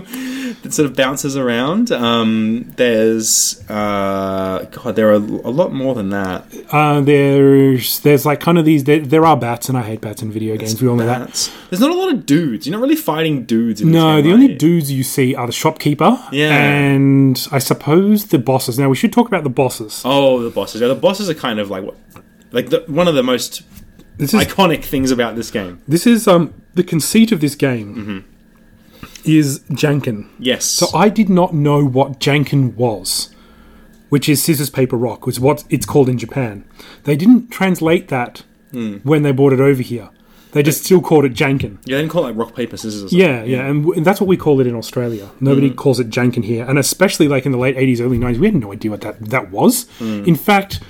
Speaker 3: that sort of bounces around. Um, there's uh, God, there are a lot more than that.
Speaker 4: Uh, there's there's like kind of these. There, there are bats, and I hate bats in video games. We all know that.
Speaker 3: That's- There's not a lot of dudes. You're not really fighting dudes. In
Speaker 4: No,
Speaker 3: this game,
Speaker 4: the
Speaker 3: are
Speaker 4: only
Speaker 3: you?
Speaker 4: dudes you see are the shopkeeper.
Speaker 3: Yeah.
Speaker 4: And I suppose the bosses. Now we should talk about the bosses.
Speaker 3: Oh, the bosses. Yeah, the bosses are kind of like what, like the, one of the most
Speaker 4: This is
Speaker 3: iconic things about this game.
Speaker 4: this is um the conceit of this game is Jankin.
Speaker 3: Yes.
Speaker 4: So I did not know what Janken was, which is scissors, paper, rock, which is what it's called in Japan. They didn't translate that when they brought it over here. They just still called it Janken.
Speaker 3: yeah, they didn't call it like rock paper scissors. Or something.
Speaker 4: Yeah, yeah, and, w- and that's what we call it in Australia. Nobody
Speaker 3: Mm.
Speaker 4: calls it Janken here, and especially like in the late '80s, early '90s, we had no idea what that that was.
Speaker 3: Mm.
Speaker 4: In fact,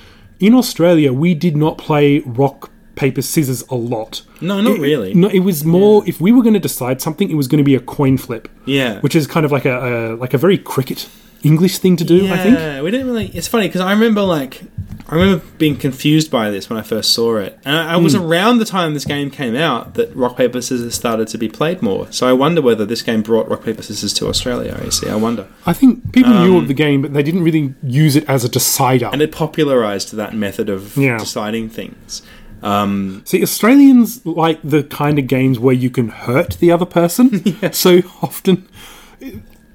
Speaker 4: in Australia, we did not play rock, paper, scissors a lot.
Speaker 3: No, not really.
Speaker 4: No, it was more if we were going to decide something, it was going to be a coin flip.
Speaker 3: Yeah.
Speaker 4: which is kind of like a, a like a very cricket English thing to do.
Speaker 3: yeah,
Speaker 4: I think.
Speaker 3: we didn't really. It's funny because I remember like I remember being confused by this when I first saw it, and I, I was
Speaker 4: Hmm.
Speaker 3: around the time this game came out that rock paper scissors started to be played more. So I wonder whether this game brought rock paper scissors to Australia. You see, I wonder,
Speaker 4: I think people knew
Speaker 3: Um,
Speaker 4: of the game, but they didn't really use it as a decider.
Speaker 3: and it popularized that method of
Speaker 4: Yeah.
Speaker 3: deciding things. Um,
Speaker 4: See, Australians like the kind of games where you can hurt the other
Speaker 3: [LAUGHS]
Speaker 4: person. So often, uh,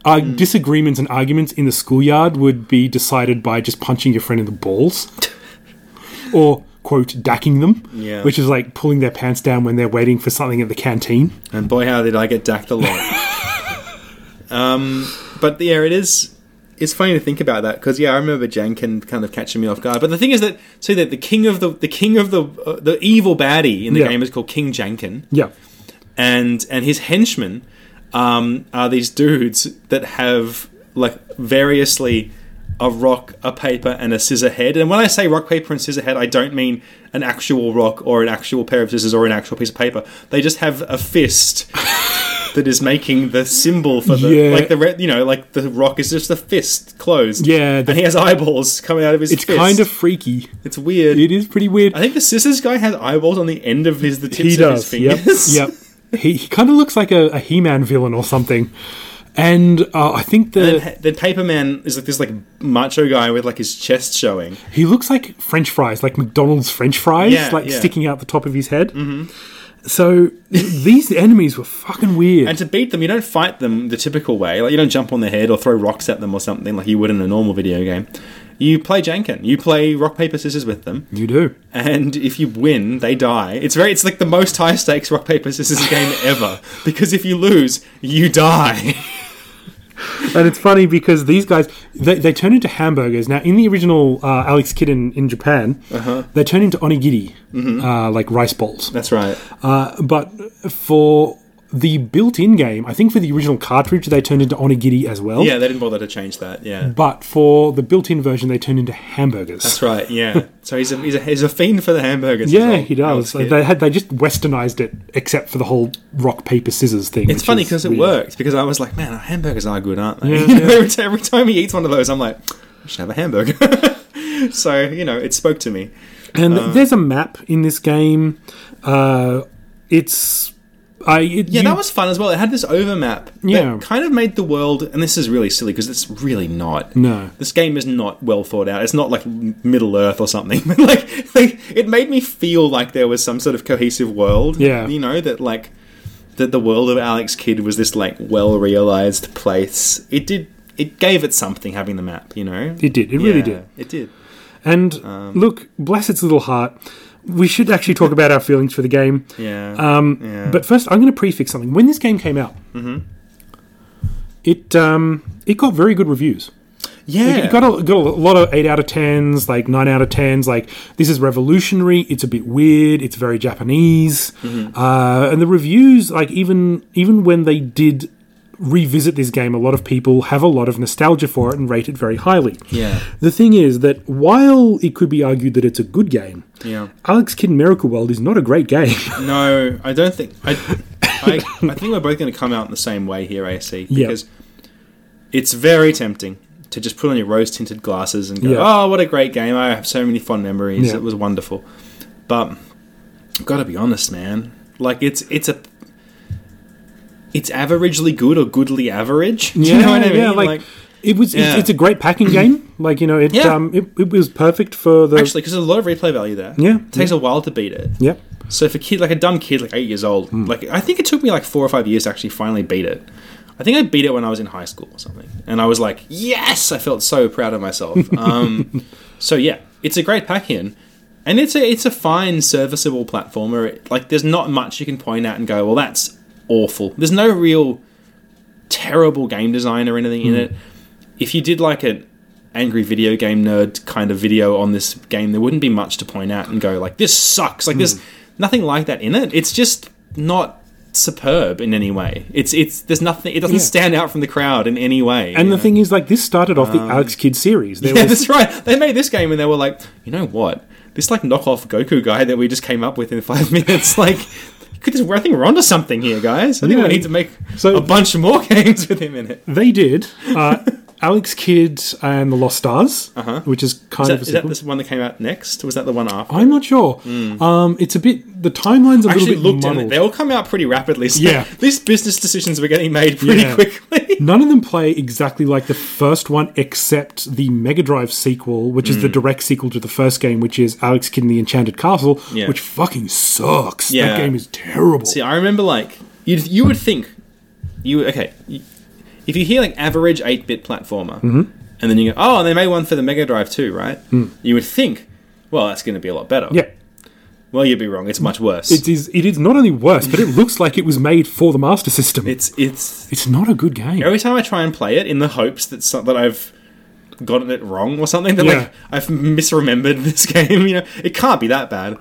Speaker 4: our
Speaker 3: Hmm.
Speaker 4: disagreements and arguments in the schoolyard would be decided by just punching your friend in the
Speaker 3: [LAUGHS]
Speaker 4: balls, or quote dacking them,
Speaker 3: Yeah.
Speaker 4: which is like pulling their pants down when they're waiting for something at the canteen.
Speaker 3: And boy, how did I get dacked a lot. um, but yeah, it is. It's funny to think about that because yeah, I remember Jankin kind of catching me off guard. But the thing is that so that the king of the the king of the uh, the evil baddie in the
Speaker 4: Yeah.
Speaker 3: game is called King Jankin,
Speaker 4: Yeah.
Speaker 3: and and his henchmen um, are these dudes that have like variously a rock, a paper, and a scissor head. And when I say rock, paper, and scissor head, I don't mean an actual rock or an actual pair of scissors or an actual piece of paper. They just have a
Speaker 4: [LAUGHS]
Speaker 3: fist that is making the symbol for the
Speaker 4: Yeah.
Speaker 3: like the red, you know, like the rock is just the fist closed.
Speaker 4: Yeah, the-
Speaker 3: and he has eyeballs coming out of his.
Speaker 4: It's
Speaker 3: fist.
Speaker 4: kind of freaky.
Speaker 3: it's weird.
Speaker 4: It is pretty weird.
Speaker 3: I think the scissors guy has eyeballs on the end of his the tips
Speaker 4: he
Speaker 3: of his
Speaker 4: does. Yep.
Speaker 3: fingers. [LAUGHS]
Speaker 4: Yep. He, he kind of looks like a, a He-Man villain or something. And uh, I think the
Speaker 3: And then, then Paper Man is like this like macho guy with like his chest showing.
Speaker 4: He looks like French fries, like McDonald's French fries,
Speaker 3: Yeah,
Speaker 4: like
Speaker 3: yeah.
Speaker 4: sticking out the top of his head. Mm-hmm. So these enemies were fucking weird.
Speaker 3: And to beat them, you don't fight them the typical way. Like you don't jump on their head or throw rocks at them or something like you would in a normal video game. You play Jenkin. You play rock paper scissors with them,
Speaker 4: you do.
Speaker 3: and if you win, they die. It's very. It's like the most high stakes rock paper scissors
Speaker 4: [LAUGHS]
Speaker 3: game ever. Because if you lose, you die. [LAUGHS]
Speaker 4: And it's funny because these guys they, they turn into hamburgers. Now in the original uh, Alex Kidd in, in Japan,
Speaker 3: Uh-huh.
Speaker 4: they turn into onigiri,
Speaker 3: Mm-hmm.
Speaker 4: uh, like rice balls.
Speaker 3: That's right.
Speaker 4: Uh, but for the built-in game, I think for the original cartridge, they turned into onigiri as well.
Speaker 3: Yeah, they didn't bother to change that. Yeah.
Speaker 4: But for the built-in version, they turned into hamburgers.
Speaker 3: That's right, yeah. So he's a, he's a, he's a fiend for the hamburgers.
Speaker 4: Yeah,
Speaker 3: as well,
Speaker 4: he
Speaker 3: Alex
Speaker 4: does.
Speaker 3: Kidd.
Speaker 4: They had they just westernized it, except for the whole rock paper scissors thing.
Speaker 3: It's
Speaker 4: which
Speaker 3: funny
Speaker 4: is
Speaker 3: because it
Speaker 4: weird.
Speaker 3: worked. Because I was like, man, hamburgers are good, aren't they? [LAUGHS] You know, every, ti- every time he eats one of those, I'm like, I should have a hamburger. [LAUGHS] so you know, it spoke to me.
Speaker 4: And
Speaker 3: Uh,
Speaker 4: th- there's a map in this game. Uh, it's I it,
Speaker 3: Yeah,
Speaker 4: you-
Speaker 3: that was fun as well. It had this overmap.
Speaker 4: Yeah.
Speaker 3: that kind of made the world. And this is really silly because it's really not.
Speaker 4: No.
Speaker 3: this game is not well thought out. It's not like Middle Earth or something. [LAUGHS] But like, like, it made me feel like there was some sort of cohesive world.
Speaker 4: Yeah.
Speaker 3: you know that like that the world of Alex Kidd was this like well realized place. It did. It gave it something having the map. You know.
Speaker 4: it did. It really
Speaker 3: Yeah, Um,
Speaker 4: did.
Speaker 3: It did.
Speaker 4: And look, bless its little heart. We should actually talk about our feelings for the game.
Speaker 3: Yeah.
Speaker 4: Um,
Speaker 3: Yeah. Mm-hmm.
Speaker 4: But first, I'm going to prefix something. When this game came out, it um, it got very good reviews.
Speaker 3: yeah.
Speaker 4: It got a, got a lot of 8 out of 10s, like 9 out of 10s. Like, this is revolutionary. It's a bit weird. It's very Japanese.
Speaker 3: Mm-hmm.
Speaker 4: Uh, and the reviews, like, even, even when they did revisit this game, a lot of people have a lot of nostalgia for it and rate it very highly.
Speaker 3: yeah.
Speaker 4: The thing is that while it could be argued that it's a good game,
Speaker 3: Yeah.
Speaker 4: Alex Kidd in Miracle World is not a great game. [LAUGHS]
Speaker 3: No, I don't think. I, I, I think we're both going to come out in the same way here, AC,
Speaker 4: Yeah.
Speaker 3: because it's very tempting to just put on your rose tinted glasses and go,
Speaker 4: Yeah.
Speaker 3: oh, what a great game. I have so many fond memories.
Speaker 4: Yeah.
Speaker 3: It was wonderful. But, got to be honest, man. Like, it's it's a. It's averagely good or goodly average. [LAUGHS] Do you know what I mean?
Speaker 4: Yeah, like, it was. It's,
Speaker 3: Yeah.
Speaker 4: it's a great packing
Speaker 3: [CLEARS THROAT]
Speaker 4: game. Like you know, it
Speaker 3: Yeah.
Speaker 4: um, it, it was perfect for the.
Speaker 3: actually, because there's a lot of replay value there.
Speaker 4: Yeah,
Speaker 3: It takes a while to beat it.
Speaker 4: yep.
Speaker 3: So if a kid, like a dumb kid, like eight years old, like I think it took me like four or five years to actually finally beat it. I think I beat it when I was in high school or something, and I was like, yes, I felt so proud of myself. Um, so yeah, it's a great pack in, and it's a it's a fine serviceable platformer. It- like there's not much you can point out and go, well, that's awful. There's no real terrible game design or anything in
Speaker 4: Hmm.
Speaker 3: it. If you did like an angry video game nerd kind of video on this game, there wouldn't be much to point out and go like this sucks. Like
Speaker 4: Hmm.
Speaker 3: there's nothing like that in it. It's just not superb in any way. It's it's there's nothing. It doesn't
Speaker 4: Yeah.
Speaker 3: stand out from the crowd in any way.
Speaker 4: And
Speaker 3: you
Speaker 4: the
Speaker 3: know?
Speaker 4: thing is, like, this started off the
Speaker 3: Um,
Speaker 4: Alex Kidd series. There
Speaker 3: yeah,
Speaker 4: was
Speaker 3: [LAUGHS] that's right. They made this game and they were like, you know what? This like knockoff Goku guy that we just came up with in five [LAUGHS] minutes, like. Could just, I think we're onto something here, guys. I think
Speaker 4: Yeah.
Speaker 3: we need to make
Speaker 4: So-
Speaker 3: a bunch more [LAUGHS] games with him in it.
Speaker 4: they did uh, [LAUGHS] Alex Kidd and the Lost Stars, which is kind
Speaker 3: Uh-huh. Is that,
Speaker 4: of a
Speaker 3: is that
Speaker 4: sequel.
Speaker 3: this one that came out next? Was that the one after?
Speaker 4: I'm not sure. Um, it's a bit the timeline's a
Speaker 3: Hmm. actually
Speaker 4: little
Speaker 3: looked
Speaker 4: bit
Speaker 3: and
Speaker 4: muddled.
Speaker 3: they all come out pretty rapidly. So
Speaker 4: Yeah.
Speaker 3: [LAUGHS] these business decisions were getting made pretty
Speaker 4: Yeah.
Speaker 3: quickly.
Speaker 4: None of them play exactly like the first one, except the Mega Drive sequel, which
Speaker 3: Hmm.
Speaker 4: is the direct sequel to the first game, which is Alex Kidd in the Enchanted Castle,
Speaker 3: Yeah.
Speaker 4: which fucking sucks.
Speaker 3: Yeah.
Speaker 4: That game is terrible.
Speaker 3: See, I remember like you you would think you okay you- if you hear like average eight bit platformer,
Speaker 4: Mm-hmm.
Speaker 3: and then you go oh and they made one for the Mega Drive too, right? You would think well that's going to be a lot better.
Speaker 4: Mm. yeah,
Speaker 3: Well, you'd be wrong. It's much worse.
Speaker 4: it
Speaker 3: It's
Speaker 4: is. It is not only worse, but it looks like it was made for the Master System.
Speaker 3: it's, it's
Speaker 4: it's not a good game.
Speaker 3: every time I try and play it in the hopes that so, that I've gotten it wrong or something that
Speaker 4: Yeah.
Speaker 3: [LAUGHS] like I've misremembered this game. You know, it can't be that bad.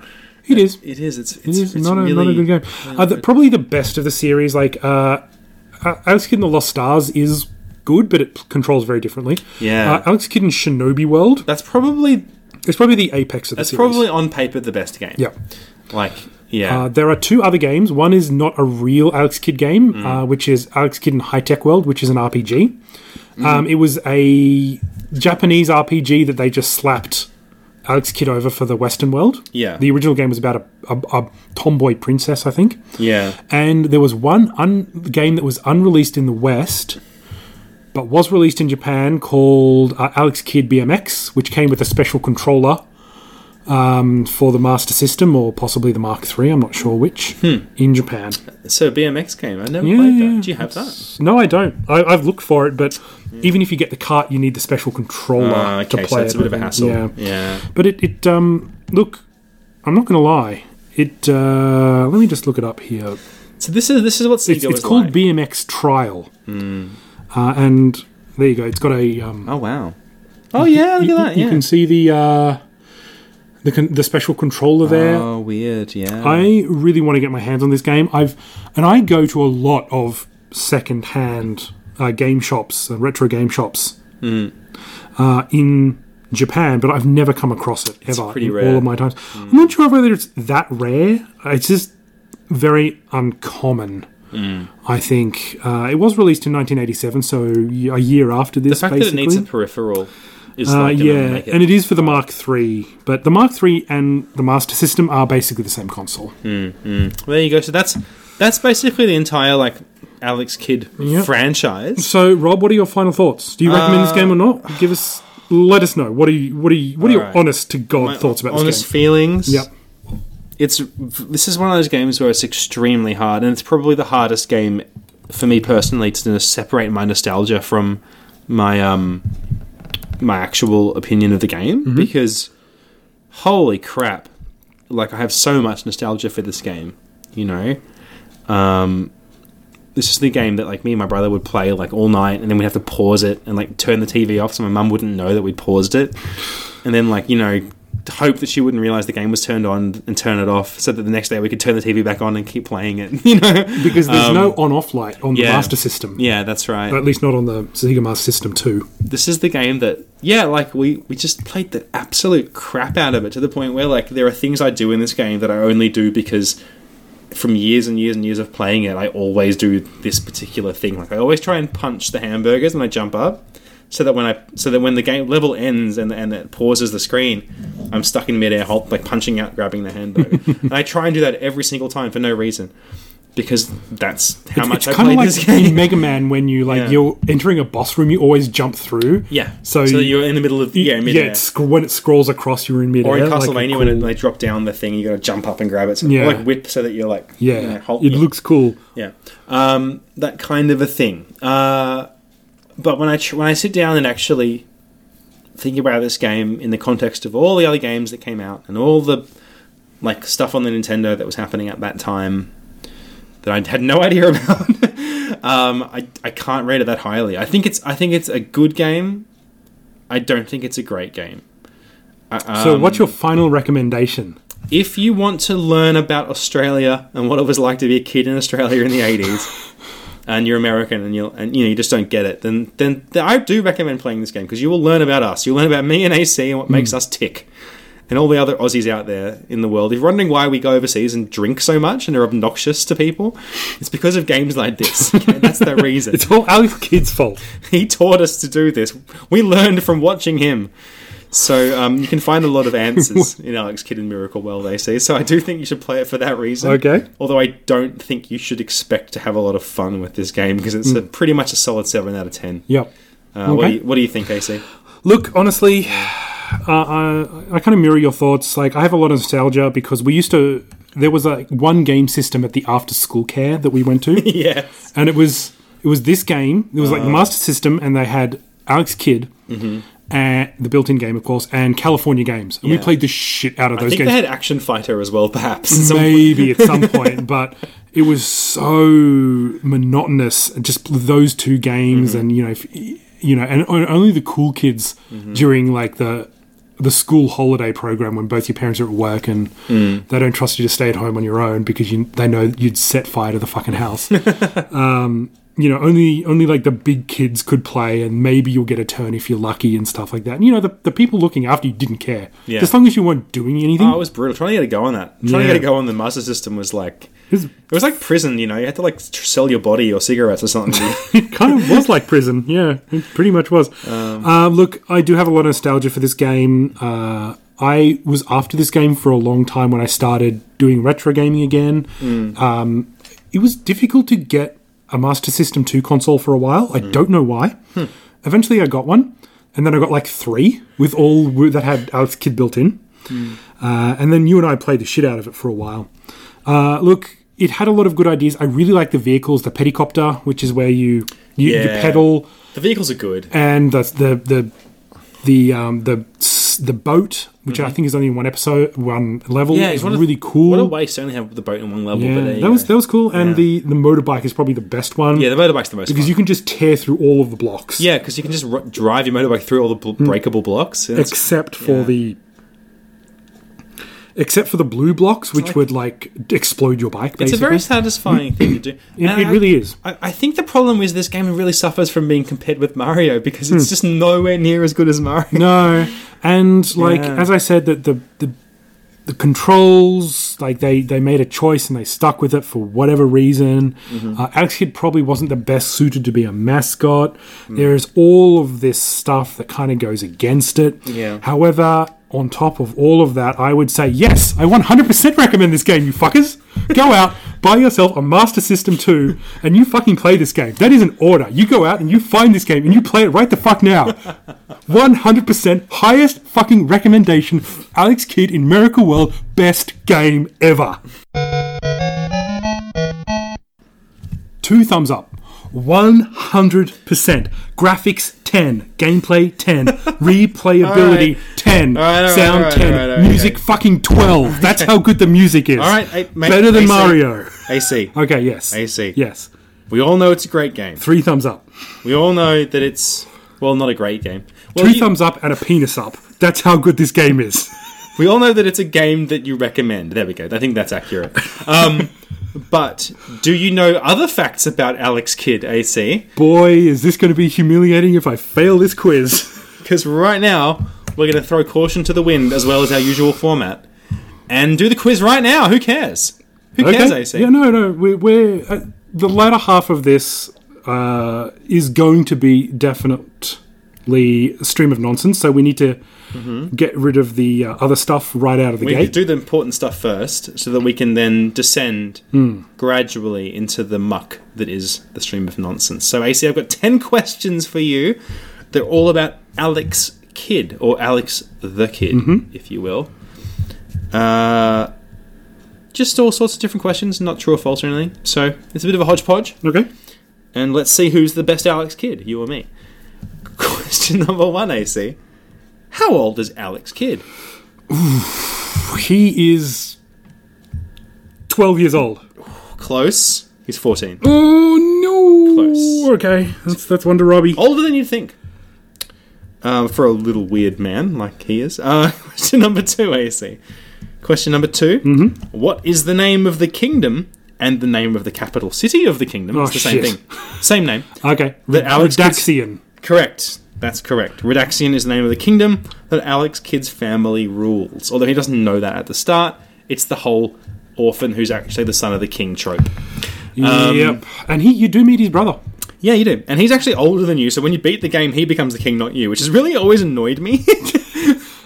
Speaker 4: It is.
Speaker 3: It is. It's
Speaker 4: It
Speaker 3: it's,
Speaker 4: is
Speaker 3: it's
Speaker 4: not, a,
Speaker 3: really
Speaker 4: not a good game. Uh, the, probably the best of the series. Like, uh, A- Alex Kidd in the Lost Stars is good, but it p- controls very differently.
Speaker 3: Yeah.
Speaker 4: Uh, Alex Kidd in Shinobi World
Speaker 3: That's probably
Speaker 4: is probably the apex of the
Speaker 3: that's
Speaker 4: series.
Speaker 3: probably on paper the best game.
Speaker 4: yeah.
Speaker 3: Like yeah.
Speaker 4: Uh, there are two other games. One is not a real Alex Kidd game,
Speaker 3: Mm.
Speaker 4: uh, which is Alex Kidd in High Tech World, which is an RPG.
Speaker 3: Mm.
Speaker 4: Um, it was a Japanese RPG that they just slapped Alex Kidd over for the Western world.
Speaker 3: Yeah.
Speaker 4: The original game was about a, a, a tomboy princess, I think.
Speaker 3: yeah.
Speaker 4: And there was one un- game that was unreleased in the West, but was released in Japan called uh, Alex Kidd BMX, which came with a special controller um, for the Master System or possibly the Mark III, I'm not sure which,
Speaker 3: Hmm.
Speaker 4: in Japan.
Speaker 3: So BMX game. I never
Speaker 4: Yeah,
Speaker 3: played that.
Speaker 4: yeah,
Speaker 3: Do you have that?
Speaker 4: No, I don't. I, I've looked for it, but even if you get the cart, you need the special controller
Speaker 3: Uh, okay,
Speaker 4: to
Speaker 3: so
Speaker 4: play
Speaker 3: it's
Speaker 4: it,
Speaker 3: a bit of
Speaker 4: I
Speaker 3: a hassle.
Speaker 4: think. Yeah.
Speaker 3: yeah.
Speaker 4: But it, it um, look, I'm not going to lie. It, uh, let me just look it up here.
Speaker 3: So this is this is what Sega
Speaker 4: it's, it's
Speaker 3: was
Speaker 4: called
Speaker 3: like. Hmm.
Speaker 4: BMX Trial, uh, and there you go. It's got a. Um,
Speaker 3: oh wow. Oh yeah, look at
Speaker 4: you,
Speaker 3: that.
Speaker 4: you
Speaker 3: yeah.
Speaker 4: can see the uh, the con- the special controller there.
Speaker 3: Oh weird. Yeah.
Speaker 4: I really want to get my hands on this game. I've and I go to a lot of second-hand uh, game shops, uh, retro game shops
Speaker 3: Mm.
Speaker 4: uh, in Japan, but I've never come across it ever.
Speaker 3: pretty
Speaker 4: in
Speaker 3: rare. Mm.
Speaker 4: All of my times, I'm not sure whether it's that rare. It's just very uncommon.
Speaker 3: Mm.
Speaker 4: I think uh, it was released in 1987, so a year after
Speaker 3: the
Speaker 4: this.
Speaker 3: fact that it
Speaker 4: basically.
Speaker 3: needs a peripheral is
Speaker 4: Uh,
Speaker 3: like gonna
Speaker 4: yeah,
Speaker 3: make it.
Speaker 4: and it is for the Mark III, but the Mark III and the Master System are basically the same console.
Speaker 3: there you go. So that's that's basically the entire like Alex Kidd
Speaker 4: Yep.
Speaker 3: franchise.
Speaker 4: So, Rob, what are your final thoughts? Do you recommend this game or
Speaker 3: Uh,
Speaker 4: not? Give us, let us know. What are you, what are you, what are your
Speaker 3: Alright.
Speaker 4: honest to god
Speaker 3: My
Speaker 4: thoughts about
Speaker 3: honest
Speaker 4: this game?
Speaker 3: feelings.
Speaker 4: Yep.
Speaker 3: It's this is one of those games where it's extremely hard, and it's probably the hardest game for me personally to separate my nostalgia from my um my actual opinion of the game
Speaker 4: Mm-hmm.
Speaker 3: because holy crap, like I have so much nostalgia for this game, you know. Um, this is the game that like me and my brother would play like all night, and then we'd have to pause it and like turn the TV off so my mum wouldn't know that we'd paused it, and then like you know hope that she wouldn't realize the game was turned on and turn it off so that the next day we could turn the TV back on and keep playing it. [LAUGHS] You know?
Speaker 4: Because there's no on-off light on the
Speaker 3: Um, yeah.
Speaker 4: Master System,
Speaker 3: yeah, that's right.
Speaker 4: or at least not on the Sega Master System Two.
Speaker 3: this is the game that yeah like we we just played the absolute crap out of it to the point where like there are things i do in this game that i only do because from years and years and years of playing it i always do this particular thing like i always try and punch the hamburgers and i jump up so that when i so that when the game level ends and and it pauses the screen i'm stuck in midair halt like punching out grabbing the
Speaker 4: [LAUGHS]
Speaker 3: hamburger and i try and do that every single time for no reason because that's how much
Speaker 4: It's
Speaker 3: i
Speaker 4: kind of
Speaker 3: played
Speaker 4: like
Speaker 3: this [LAUGHS] game
Speaker 4: in Mega Man when you like
Speaker 3: Yeah.
Speaker 4: you're entering a boss room, you always jump through.
Speaker 3: yeah
Speaker 4: So,
Speaker 3: so, you're in the middle of yeah, midair.
Speaker 4: yeah. It's, sc- when it scrolls across, you're in midair.
Speaker 3: Or in
Speaker 4: like a
Speaker 3: Castlevania,
Speaker 4: cool-
Speaker 3: when it, they drop down the thing, you got to jump up and grab it. So
Speaker 4: Yeah.
Speaker 3: yeah. like whip, so that you're like
Speaker 4: yeah,
Speaker 3: you know, halt-
Speaker 4: it
Speaker 3: yeah.
Speaker 4: looks cool.
Speaker 3: yeah, um, that kind of a thing. Uh, but when I tr- when I sit down and actually think about this game in the context of all the other games that came out and all the like stuff on the Nintendo that was happening at that time that I had no [LAUGHS] idea about, um, I I can't rate it that highly. I think it's I think it's a good game. I don't think it's a great game. I-
Speaker 4: So,
Speaker 3: um,
Speaker 4: what's your final recommendation?
Speaker 3: if you want to learn about Australia and what it was like to be a kid in Australia in the 80s, and you're American and you and you know you just don't get it, then then, then I do recommend playing this game because you will learn about us. You'll learn about me and AC and what makes us tick. And all the other Aussies out there in the world, if you're wondering why we go overseas and drink so much and are obnoxious to people, it's because of games like this. [LAUGHS] Okay? That's the reason.
Speaker 4: [LAUGHS] It's all Alex Kidd's fault.
Speaker 3: [LAUGHS] he taught us to do this. We learned from watching him. So um, you can find a lot of
Speaker 4: [LAUGHS]
Speaker 3: answers in Alex Kidd and Miracle World AC. So I do think you should play it for that reason.
Speaker 4: Okay.
Speaker 3: Although I don't think you should expect to have a lot of fun with this game because it's a, pretty much a solid seven out of ten.
Speaker 4: Yep.
Speaker 3: Uh, what,
Speaker 4: Hmm. Okay.
Speaker 3: do you, what do you think, AC?
Speaker 4: Look, honestly, uh, I, I kind of mirror your thoughts. Like, I have a lot of nostalgia because we used to. There was like one game system at the after school care that we went
Speaker 3: [LAUGHS]
Speaker 4: to,
Speaker 3: Yes.
Speaker 4: and it was it was this game. It was
Speaker 3: Uh.
Speaker 4: like the Master System, and they had Alex Kidd,
Speaker 3: Mm-hmm.
Speaker 4: and the built-in game, of course, and California Games. And we
Speaker 3: Yeah.
Speaker 4: played the shit out of
Speaker 3: I
Speaker 4: those
Speaker 3: think
Speaker 4: games.
Speaker 3: they had Action Fighter as well, perhaps. at some point.
Speaker 4: maybe at some
Speaker 3: [LAUGHS]
Speaker 4: point, but it was so monotonous. Just those
Speaker 3: Mm-hmm.
Speaker 4: two
Speaker 3: Mm-hmm.
Speaker 4: games, and you know, if, you know, and o- only the cool kids during like the the school holiday program when both your parents are at work and
Speaker 3: Mm.
Speaker 4: they don't trust you to stay at home on your own because you, they know you'd set fire to the fucking
Speaker 3: [LAUGHS]
Speaker 4: house. um, you know, only only like the big kids could play, and maybe you'll get a turn if you're lucky and stuff like that. And you know, the, the people looking after you didn't care.
Speaker 3: Yeah.
Speaker 4: As long as you weren't doing anything,
Speaker 3: Oh, it was brutal. Trying to get a go on that. Trying to
Speaker 4: Yeah.
Speaker 3: get a go on the master system was like it
Speaker 4: It's-
Speaker 3: was like prison. You know, you had to like tr- sell your body or cigarettes or something.
Speaker 4: [LAUGHS] it kind of was like prison. Yeah, it pretty much was. Uh, look, I do have a lot of nostalgia for this game. Uh, I was after this game for a long time when I started doing retro gaming again. Um, it was difficult to get a Master System 2 console for a while. I don't know why. Eventually, I got one, and then I got like three with all w- that had Alex Kidd built in. Uh, and then you and I played the shit out of it for a while. Uh, look, it had a lot of good ideas. I really like the vehicles, the pedicopter, which is where you you,
Speaker 3: Yeah.
Speaker 4: you pedal,
Speaker 3: the vehicles are good.
Speaker 4: and the the the the um, the, s- the boat, which I think is only in one episode, one level,
Speaker 3: Mm-hmm. Yeah,
Speaker 4: is
Speaker 3: it's one of-
Speaker 4: really cool.
Speaker 3: What a waste to only have the boat in one level. but there
Speaker 4: yeah,
Speaker 3: you
Speaker 4: that was
Speaker 3: go.
Speaker 4: that was cool, and
Speaker 3: Yeah.
Speaker 4: the the motorbike is probably the best one.
Speaker 3: yeah. The motorbike's the most
Speaker 4: because
Speaker 3: fun.
Speaker 4: you can just tear through all of the blocks.
Speaker 3: yeah, because you can just r- drive your motorbike through all the
Speaker 4: Hmm.
Speaker 3: bl- breakable blocks. And it's-
Speaker 4: except for
Speaker 3: yeah.
Speaker 4: the except for the blue blocks, which would like explode your bike. Basically.
Speaker 3: it's a very satisfying thing to do.
Speaker 4: It,
Speaker 3: And
Speaker 4: it
Speaker 3: I-
Speaker 4: really is.
Speaker 3: I, I think the problem is this game really suffers from being compared with Mario because
Speaker 4: Hmm.
Speaker 3: it's just nowhere near as good as Mario.
Speaker 4: [LAUGHS] No, and like
Speaker 3: Yeah.
Speaker 4: as I said, that the the the controls like they they made a choice and they stuck with it for whatever reason.
Speaker 3: Mm-hmm.
Speaker 4: Uh, Alex Kidd probably wasn't the best suited to be a mascot.
Speaker 3: Mm.
Speaker 4: There is all of this stuff that kind of goes against it.
Speaker 3: Yeah.
Speaker 4: However, on top of all of that, I would say yes, I 100% recommend this game. You fuckers, go out. Buy yourself a Master System 2 and you fucking play this game. That is an order. You go out and you find this game and you play it right the fuck now. 100% highest fucking recommendation. Alex Kidd in Miracle World, best game ever. Two thumbs up. 100%. Graphics 10. Gameplay
Speaker 3: [LAUGHS]
Speaker 4: 10. Replayability
Speaker 3: Alright.
Speaker 4: 10.
Speaker 3: Alright, alright,
Speaker 4: Sound
Speaker 3: alright,
Speaker 4: 10.
Speaker 3: alright, alright,
Speaker 4: music fucking 12. That's how good the
Speaker 3: [LAUGHS]
Speaker 4: music is.
Speaker 3: Alright, I- mate,
Speaker 4: Better than
Speaker 3: I see.
Speaker 4: Mario.
Speaker 3: AC.
Speaker 4: Okay, yes.
Speaker 3: I see.
Speaker 4: Yes.
Speaker 3: We all know it's a great game.
Speaker 4: Three thumbs up.
Speaker 3: We all know that it's well, not a great game. Well,
Speaker 4: Two
Speaker 3: you-
Speaker 4: thumbs up and a penis up. That's how good this game is.
Speaker 3: We all know that it's a game that you recommend. There we go. I think that's accurate. Um, [LAUGHS] but do you know other facts about Alex Kidd AC?
Speaker 4: Boy, is this going to be humiliating if I fail this quiz. [LAUGHS]
Speaker 3: Because right now we're going to throw caution to the wind as well as our usual format, and do the quiz right now. Who cares? Who cares, AC?
Speaker 4: Yeah, no, no. We're, we're uh, the latter half of this uh, is going to be definitely a stream of nonsense. So we need to get rid of the uh, other stuff right out of the
Speaker 3: We
Speaker 4: gate.
Speaker 3: do the important stuff first, so that we can then descend
Speaker 4: Hmm.
Speaker 3: gradually into the muck that is the stream of nonsense. So, AC, I've got 10 questions for you. They're all about Alex Kidd, or Alex the Kid,
Speaker 4: Mm-hmm.
Speaker 3: if you will. Uh, just all sorts of different questions, not true or false or anything. So, it's a bit of a hodgepodge,
Speaker 4: Okay.
Speaker 3: and let's see who's the best Alex Kidd, you or me. Question [LAUGHS] number one, AC. How old is Alex Kidd?
Speaker 4: He is twelve years old.
Speaker 3: Close. He's 14.
Speaker 4: Oh no!
Speaker 3: Close.
Speaker 4: Okay, that's that's one to Robbie.
Speaker 3: older than you'd think. Um, for a little weird man like he is. Uh, [LAUGHS] question number two, AC. Question number 2
Speaker 4: Mm-hmm.
Speaker 3: What is the name of the kingdom and the name of the capital city of the kingdom?
Speaker 4: Oh,
Speaker 3: it's the same
Speaker 4: shit.
Speaker 3: thing. Same name.
Speaker 4: Okay,
Speaker 3: That Alex gets-
Speaker 4: Redaxian.
Speaker 3: Correct. That's correct. Redaxion is the name of the kingdom that Alex Kidd's family rules. Although he doesn't know that at the start. It's the whole orphan who's actually the son of the king trope.
Speaker 4: yep, and he you do meet his brother.
Speaker 3: Yeah, you do. And he's actually older than you, so when you beat the game, he becomes the king, not you, which has really always annoyed me. [LAUGHS]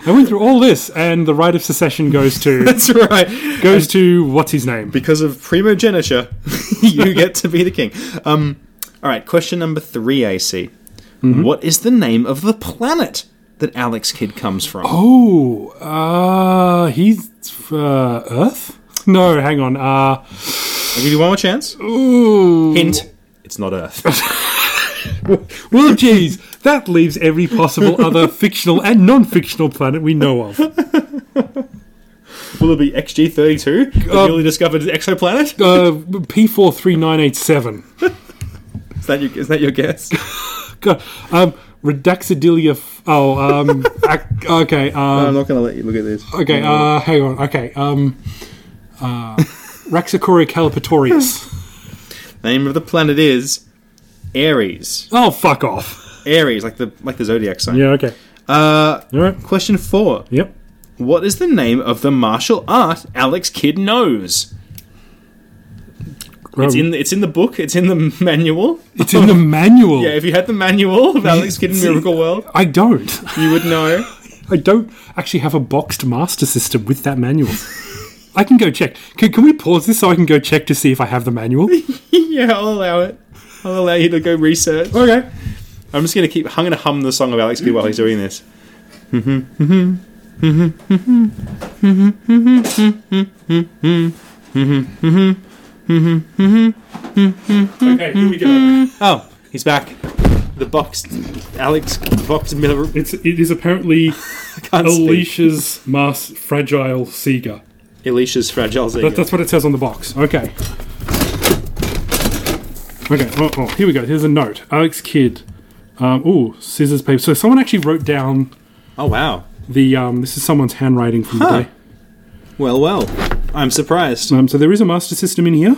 Speaker 4: I went through all this, and the right of secession goes
Speaker 3: [LAUGHS]
Speaker 4: to
Speaker 3: That's right.
Speaker 4: goes to what's his name?
Speaker 3: because of primogeniture, [LAUGHS]
Speaker 4: [LAUGHS]
Speaker 3: you get to be the king. Um, all right, question number three, AC.
Speaker 4: Mm-hmm.
Speaker 3: What is the name of the planet that Alex Kidd comes from?
Speaker 4: Oh, uh, he's uh, Earth. No, hang on. Uh,
Speaker 3: I'll give you one more chance.
Speaker 4: ooh.
Speaker 3: Hint. It's not Earth. [LAUGHS]
Speaker 4: Well, geez, that leaves every possible
Speaker 3: [LAUGHS]
Speaker 4: other fictional and non-fictional planet we know of.
Speaker 3: Will it be XG32, the
Speaker 4: Um,
Speaker 3: newly discovered exoplanet?
Speaker 4: Uh, P four three nine eight seven.
Speaker 3: Is that your, is that your guess?
Speaker 4: God, um, Redaxadilia. F- oh, um, ac- okay,
Speaker 3: I'm
Speaker 4: um,
Speaker 3: not going to let you look at this.
Speaker 4: okay, uh, hang on, okay, um, uh, Raxacoria calipatorius.
Speaker 3: Name of the planet is Aries.
Speaker 4: Oh, fuck off.
Speaker 3: Aries, like the like the zodiac sign.
Speaker 4: Yeah, okay.
Speaker 3: Uh,
Speaker 4: All right.
Speaker 3: question four.
Speaker 4: Yep.
Speaker 3: What is the name of the martial art Alex Kidd knows? It's in it's in the book. It's in the manual.
Speaker 4: It's in the
Speaker 3: [LAUGHS]
Speaker 4: manual.
Speaker 3: Yeah, if you had the manual of Alex Kidd in
Speaker 4: [LAUGHS]
Speaker 3: Miracle World,
Speaker 4: I don't.
Speaker 3: you would know. [LAUGHS]
Speaker 4: I don't actually have a boxed master system with that manual. I can go check. Can, can we pause this so I can go check to see if I have the manual?
Speaker 3: yeah, I'll allow it. I'll allow you to go research.
Speaker 4: Okay.
Speaker 3: I'm just gonna keep. I'm gonna hum the song of Alex Kidd while he's doing this.
Speaker 4: Okay, here we go.
Speaker 3: Oh, he's back. The boxed Alex boxed Miller.
Speaker 4: It's it is [LAUGHS] apparently
Speaker 3: can't speak.
Speaker 4: Alicia's Mars Fragile Seeger.
Speaker 3: Alicia's fragile
Speaker 4: That,
Speaker 3: Zega.
Speaker 4: that's what it says on the box. Okay. Okay. Oh, oh, here we go. Here's a note. Alex Kidd. Um, ooh, scissors, paper. So someone actually wrote down
Speaker 3: Oh wow.
Speaker 4: the. Um, this is someone's handwriting from
Speaker 3: Huh.
Speaker 4: the day.
Speaker 3: Well, well. I'm surprised.
Speaker 4: Um, so there is a Master System in here.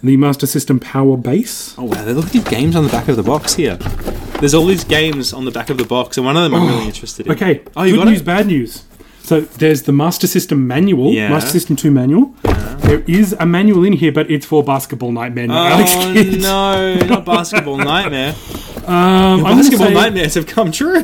Speaker 4: The Master System Power Base.
Speaker 3: Oh wow, look at the games on the back of the box here. There's all these games on the back of the box, and one of them I'm really interested in.
Speaker 4: Okay.
Speaker 3: Oh, you
Speaker 4: Good
Speaker 3: got
Speaker 4: news,
Speaker 3: it.
Speaker 4: bad news. So there's the Master System manual,
Speaker 3: Yeah.
Speaker 4: Master System 2 manual. There is a manual in here, but it's for Basketball Nightmare. now, Alex
Speaker 3: Oh
Speaker 4: Kidd.
Speaker 3: no, not
Speaker 4: [LAUGHS]
Speaker 3: basketball nightmare.
Speaker 4: Um, I'm gonna
Speaker 3: basketball
Speaker 4: say-
Speaker 3: nightmares have come true.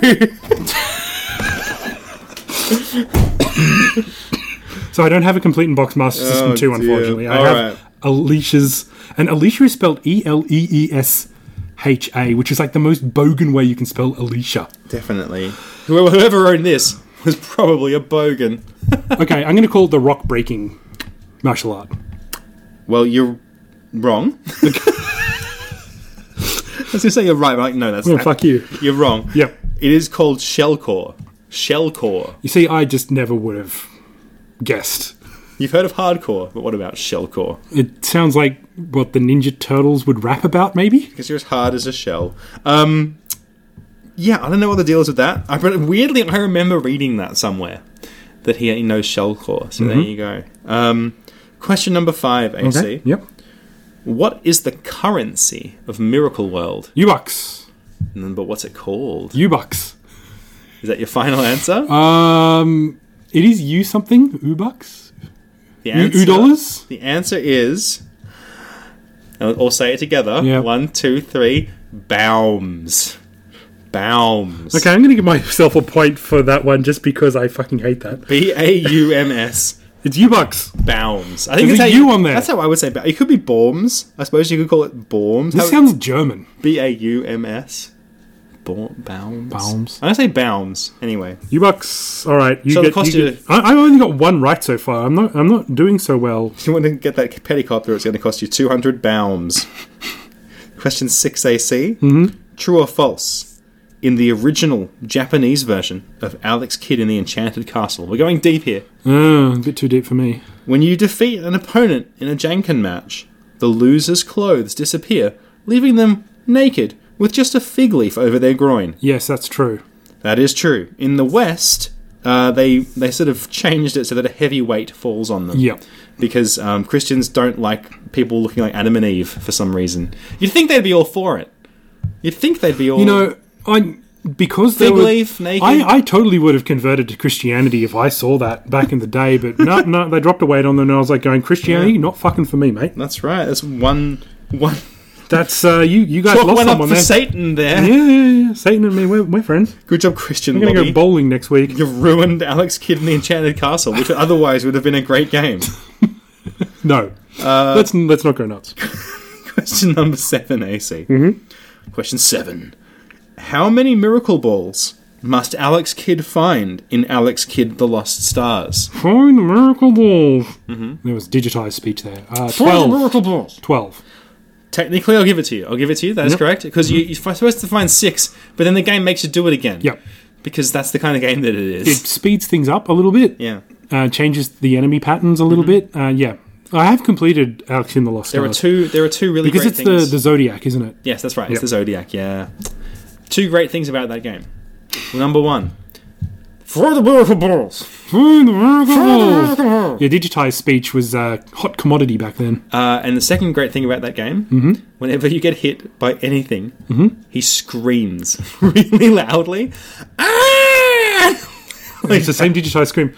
Speaker 4: So I don't have a complete in box Master System
Speaker 3: Oh,
Speaker 4: 2,
Speaker 3: dear.
Speaker 4: unfortunately. I
Speaker 3: All
Speaker 4: have
Speaker 3: right.
Speaker 4: Alicia's. And Alicia is spelled E L E E S H A, which is like the most bogan way you can spell
Speaker 3: [LAUGHS]
Speaker 4: Alicia.
Speaker 3: Definitely. Whoever, whoever owned this was probably a bogan.
Speaker 4: Okay, I'm going to call it the rock breaking martial art.
Speaker 3: Well, you're
Speaker 4: [LAUGHS]
Speaker 3: wrong. I was gonna say you're right, but like, no, that's
Speaker 4: Oh,
Speaker 3: not-
Speaker 4: fuck you.
Speaker 3: You're wrong.
Speaker 4: Yep.
Speaker 3: It is called shellcore. Shellcore.
Speaker 4: You see, I just never would have guessed.
Speaker 3: You've heard of hardcore, but what about shellcore?
Speaker 4: It sounds like what the Ninja Turtles would rap about, maybe?
Speaker 3: because you're as hard as a shell. Um, yeah, I don't know what the deal is with that. I but weirdly I remember reading that somewhere that he knows shell core. So
Speaker 4: Mm-hmm.
Speaker 3: there you go. Um, question number five, AC.
Speaker 4: Yep.
Speaker 3: What is the currency of Miracle World?
Speaker 4: U-Bucks.
Speaker 3: And then, but what's it called?
Speaker 4: U-Bucks.
Speaker 3: Is that your final
Speaker 4: [LAUGHS]
Speaker 3: answer?
Speaker 4: Um, it is U something? U-Bucks?
Speaker 3: the
Speaker 4: U-
Speaker 3: answer.
Speaker 4: U-Dollars?
Speaker 3: The answer is. I'll I'll say it together.
Speaker 4: Yep.
Speaker 3: One, two, three. Baums. Baums.
Speaker 4: Okay, I'm going to give myself a point for that one just because I fucking hate that.
Speaker 3: B A U M S.
Speaker 4: It's U-Bucks.
Speaker 3: Baums. I think
Speaker 4: There's
Speaker 3: it's
Speaker 4: a
Speaker 3: how
Speaker 4: U on there.
Speaker 3: That's how I would say. Ba- it could be Bombs. I suppose you could call it Bombs.
Speaker 4: This sounds German.
Speaker 3: B a u m s. Baums.
Speaker 4: Baums.
Speaker 3: I'm gonna say Baums anyway.
Speaker 4: U-Bucks. All right. You
Speaker 3: So the
Speaker 4: get,
Speaker 3: cost
Speaker 4: you
Speaker 3: of-
Speaker 4: get- I, I've only got one right so far. I'm not. I'm not doing so well.
Speaker 3: If you want to get that pedicopter, it's going to cost you 200 Baums. Question six AC. True or false? In the original Japanese version of Alex Kidd in the Enchanted Castle, we're going deep here.
Speaker 4: Uh, a bit too deep for me.
Speaker 3: When you defeat an opponent in a Janken match, the loser's clothes disappear, leaving them naked with just a fig leaf over their groin.
Speaker 4: Yes, that's true.
Speaker 3: That is true. In the West, uh, they they sort of changed it so that a heavy weight falls on them.
Speaker 4: Yep.
Speaker 3: Because um, Christians don't like people looking like Adam and Eve for some reason. You'd think they'd be all for it. You'd think they'd be all.
Speaker 4: You know, I because
Speaker 3: Fig
Speaker 4: there were-
Speaker 3: leaf, naked.
Speaker 4: I, I totally would have converted to Christianity if I saw that back in the day,
Speaker 3: [LAUGHS]
Speaker 4: but no, no, they dropped a weight on them, and I was like, going Christianity, not fucking for me, mate.
Speaker 3: That's right. That's one one.
Speaker 4: [LAUGHS] That's uh, you. You guys
Speaker 3: Clock
Speaker 4: lost
Speaker 3: went up for
Speaker 4: someone there.
Speaker 3: Satan there.
Speaker 4: yeah, yeah, yeah, Satan and me, we're, we're friends.
Speaker 3: Good job, Christian.
Speaker 4: We're gonna
Speaker 3: Lobby.
Speaker 4: go bowling next week.
Speaker 3: You've ruined Alex Kidd in the Enchanted Castle,
Speaker 4: [LAUGHS]
Speaker 3: which otherwise would have been a great game.
Speaker 4: No,
Speaker 3: Uh,
Speaker 4: let's let's not go nuts.
Speaker 3: Question [LAUGHS] number seven, AC. Mm-hmm. Question seven. How many miracle balls must Alex Kidd find in Alex Kidd the Lost Stars?
Speaker 4: Find the miracle ball.
Speaker 3: Mm-hmm.
Speaker 4: There was digitized speech there. Uh, Twelve.
Speaker 3: balls.
Speaker 4: Twelve.
Speaker 3: Technically, I'll give it to you. I'll give it to you. That is correct. Because you, you're supposed to find six, but then the game makes you do it again.
Speaker 4: Yep.
Speaker 3: Because that's the kind of game that it
Speaker 4: It
Speaker 3: is.
Speaker 4: speeds things up a little bit.
Speaker 3: yeah. Mm-hmm.
Speaker 4: Uh, changes the enemy patterns a little bit. Uh, yeah, I have completed Alex in the Lost
Speaker 3: There are
Speaker 4: Stars.
Speaker 3: two. There are two really
Speaker 4: because
Speaker 3: great
Speaker 4: it's
Speaker 3: things.
Speaker 4: the the zodiac, isn't it?
Speaker 3: yes, that's right. It's
Speaker 4: Yep.
Speaker 3: the zodiac. Yeah. Two great things about that game. Number one, for the beautiful balls.
Speaker 4: yeah, digitized speech was a hot commodity
Speaker 3: [LAUGHS]
Speaker 4: back then.
Speaker 3: Uh, and the second great thing about that game,
Speaker 4: Mm-hmm.
Speaker 3: whenever you get hit by anything, he screams [LAUGHS] really loudly. "Ah!"
Speaker 4: It's the same digitized scream.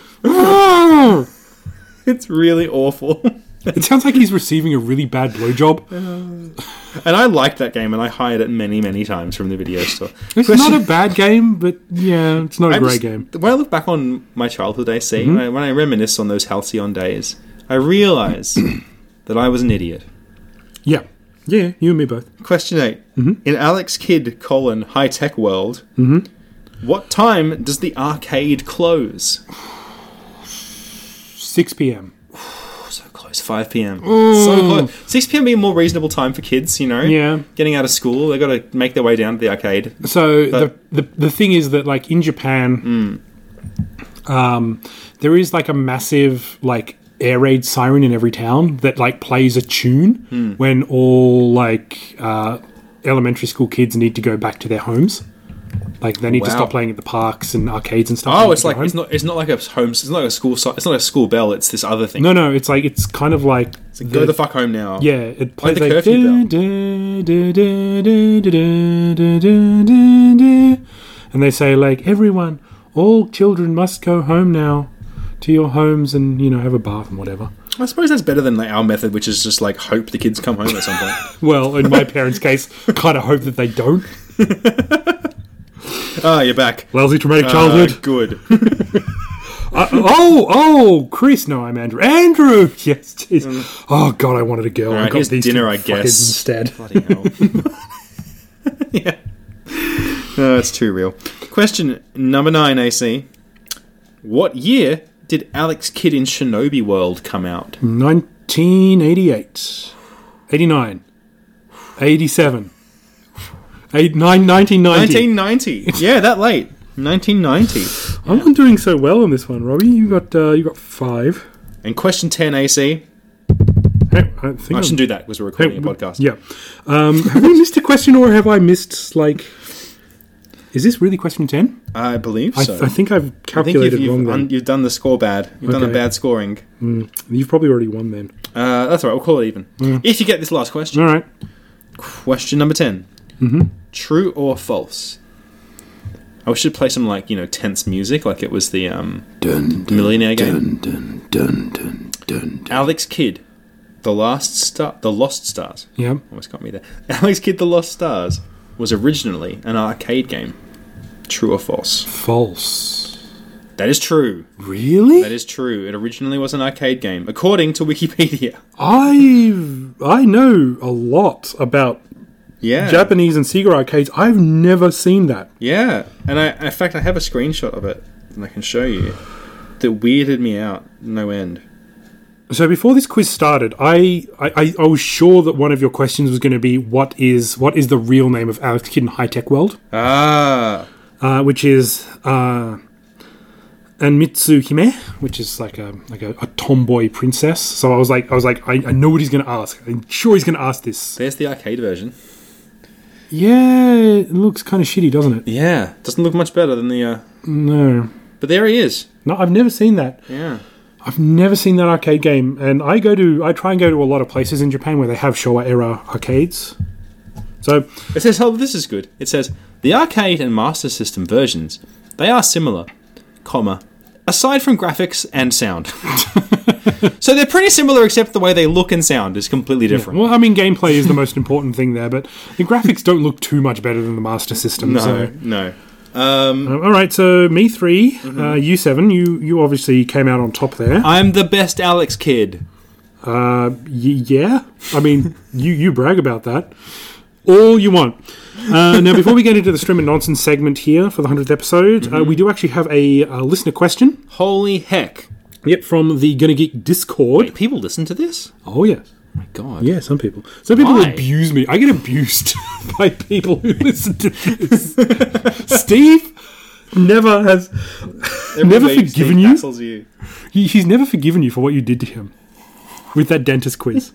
Speaker 3: It's really awful. [LAUGHS]
Speaker 4: It sounds like he's receiving a really bad blowjob.
Speaker 3: And I liked that game, and I hired it many, many times from the video store.
Speaker 4: It's not a bad game, but yeah, it's not a
Speaker 3: I
Speaker 4: great
Speaker 3: just-
Speaker 4: game. Mm-hmm.
Speaker 3: When I look back on my childhood days, see, when, I, when I reminisce on those halcyon days, I
Speaker 4: [COUGHS]
Speaker 3: realize that I was an idiot.
Speaker 4: Yeah. Yeah, you and me both.
Speaker 3: Question 8
Speaker 4: Mm-hmm.
Speaker 3: In Alex Kidd colon high tech world, what time does the arcade close?
Speaker 4: 6 p.m.
Speaker 3: So close, 5 p.m. So close. 6 p.m. being a more reasonable time for kids, you know?
Speaker 4: Mm. Yeah.
Speaker 3: Getting out of school, they got to make their way down to the arcade.
Speaker 4: So
Speaker 3: But-
Speaker 4: the, the the thing is that like in Japan,
Speaker 3: Hmm.
Speaker 4: um, there is like a massive like air raid siren in every town that like plays a tune
Speaker 3: Hmm.
Speaker 4: when all like uh, elementary school kids need to go back to their homes. Like they need to
Speaker 3: Wow.
Speaker 4: stop playing at the parks and arcades and stuff. They
Speaker 3: Oh,
Speaker 4: need
Speaker 3: it's
Speaker 4: to go
Speaker 3: like
Speaker 4: home.
Speaker 3: it's not it's not like a home it's not like a school si- it's not a school bell it's this other thing.
Speaker 4: no, no. It's like it's kind of like
Speaker 3: Go the fuck home now.
Speaker 4: Yeah, it plays
Speaker 3: the
Speaker 4: like
Speaker 3: curfew bell.
Speaker 4: and they say like everyone, all children must go home now to your homes and you know have a bath and whatever.
Speaker 3: I suppose that's better than like our method, which is just like hope the kids come home at some point.
Speaker 4: [LAUGHS] Well, in my parents' case, kind of hope that they don't.
Speaker 3: Ah, you're back.
Speaker 4: Lousy traumatic
Speaker 3: Ah,
Speaker 4: childhood.
Speaker 3: good.
Speaker 4: Uh, oh, oh, Chris. No, I'm Andrew. Andrew. Yes, jeez. Oh God, I wanted a girl. I
Speaker 3: Alright,
Speaker 4: got
Speaker 3: here's
Speaker 4: these
Speaker 3: dinner,
Speaker 4: two
Speaker 3: I
Speaker 4: fuckers
Speaker 3: guess.
Speaker 4: Instead.
Speaker 3: Bloody hell. [LAUGHS] yeah. No, it's too real. Question number nine, AC. What year did Alex Kidd in Shinobi World come out?
Speaker 4: 1988, 89, 87, eight- nine- 1990. [LAUGHS]
Speaker 3: 1990. Yeah, that late. 1990.
Speaker 4: I'm not doing so well on this one, Robbie. You got uh, you got five.
Speaker 3: And question 10, AC.
Speaker 4: Hey, I think
Speaker 3: I
Speaker 4: I'm-
Speaker 3: shouldn't do that because we're
Speaker 4: hey,
Speaker 3: recording a
Speaker 4: w-
Speaker 3: podcast.
Speaker 4: Yeah. Um, have we missed a question, or have I missed like? Is this really question ten?
Speaker 3: I believe
Speaker 4: I,
Speaker 3: so.
Speaker 4: I think I've
Speaker 3: I think you've,
Speaker 4: calculated
Speaker 3: you've,
Speaker 4: wrong.
Speaker 3: un-
Speaker 4: then.
Speaker 3: you've done the score bad. You've done a
Speaker 4: Okay.
Speaker 3: bad scoring.
Speaker 4: You've probably already won then.
Speaker 3: Uh, that's all right. We'll call it even. If you get this last question.
Speaker 4: All right.
Speaker 3: Question number 10. Mm-hmm. True or false? I should play some, like, you know, tense music, like it was the um, Millionaire Game. Alex Kidd, The Last Star, The Lost Stars.
Speaker 4: Yeah.
Speaker 3: Almost got me there. [LAUGHS] Alex Kidd, The Lost Stars was originally an arcade game. True or false?
Speaker 4: False.
Speaker 3: That is true.
Speaker 4: Really?
Speaker 3: That is true. It originally was an arcade game, according to Wikipedia. [LAUGHS]
Speaker 4: I I know a lot about
Speaker 3: Yeah.
Speaker 4: Japanese and Sega arcades. I've never seen that.
Speaker 3: Yeah, and I, in fact, I have a screenshot of it, and I can show you. That weirded me out no end.
Speaker 4: So before this quiz started, I I, I, I was sure that one of your questions was going to be what is what is the real name of Alex Kidd in High Tech World,
Speaker 3: Ah,
Speaker 4: uh, which is uh, Anmitsu Hime, which is like a like a, a tomboy princess. So I was like I was like I, I know what he's going to ask. I'm sure he's going to ask this.
Speaker 3: there's the arcade version.
Speaker 4: Yeah, it looks kind of shitty, doesn't it?
Speaker 3: Yeah, doesn't look much better than the. Uh,
Speaker 4: No,
Speaker 3: but there he is.
Speaker 4: no, I've never seen that.
Speaker 3: Yeah.
Speaker 4: I've never seen that arcade game, and I go to I try and go to a lot of places in Japan where they have Showa era arcades. So
Speaker 3: It says, "Oh, this is good." It says the arcade and Master System versions. They are similar, comma, aside from graphics and sound. [LAUGHS] so they're pretty similar, except the way they look and sound is completely different.
Speaker 4: well, I mean, gameplay is the most important thing there, but the graphics don't look too much better than the Master System. So.
Speaker 3: no.
Speaker 4: Um, all right, so me 3 uh, you seven. You you obviously came out on top there.
Speaker 3: I'm the best Alex kid.
Speaker 4: Y- yeah, I mean, you you brag about that all you want. Uh, now, before we get into the stream and nonsense segment here for the hundredth episode, uh, we do actually have a, uh listener question.
Speaker 3: Holy heck!
Speaker 4: Yep, from the Gonna Geek Discord.
Speaker 3: People listen to this.
Speaker 4: Oh yes.
Speaker 3: my god.
Speaker 4: Yeah, some people. Some people
Speaker 3: Why?
Speaker 4: abuse me. I get abused [LAUGHS] by people who listen to this. Steve never has. never forgiven you? he- He's never forgiven you for what you did to him with that dentist quiz.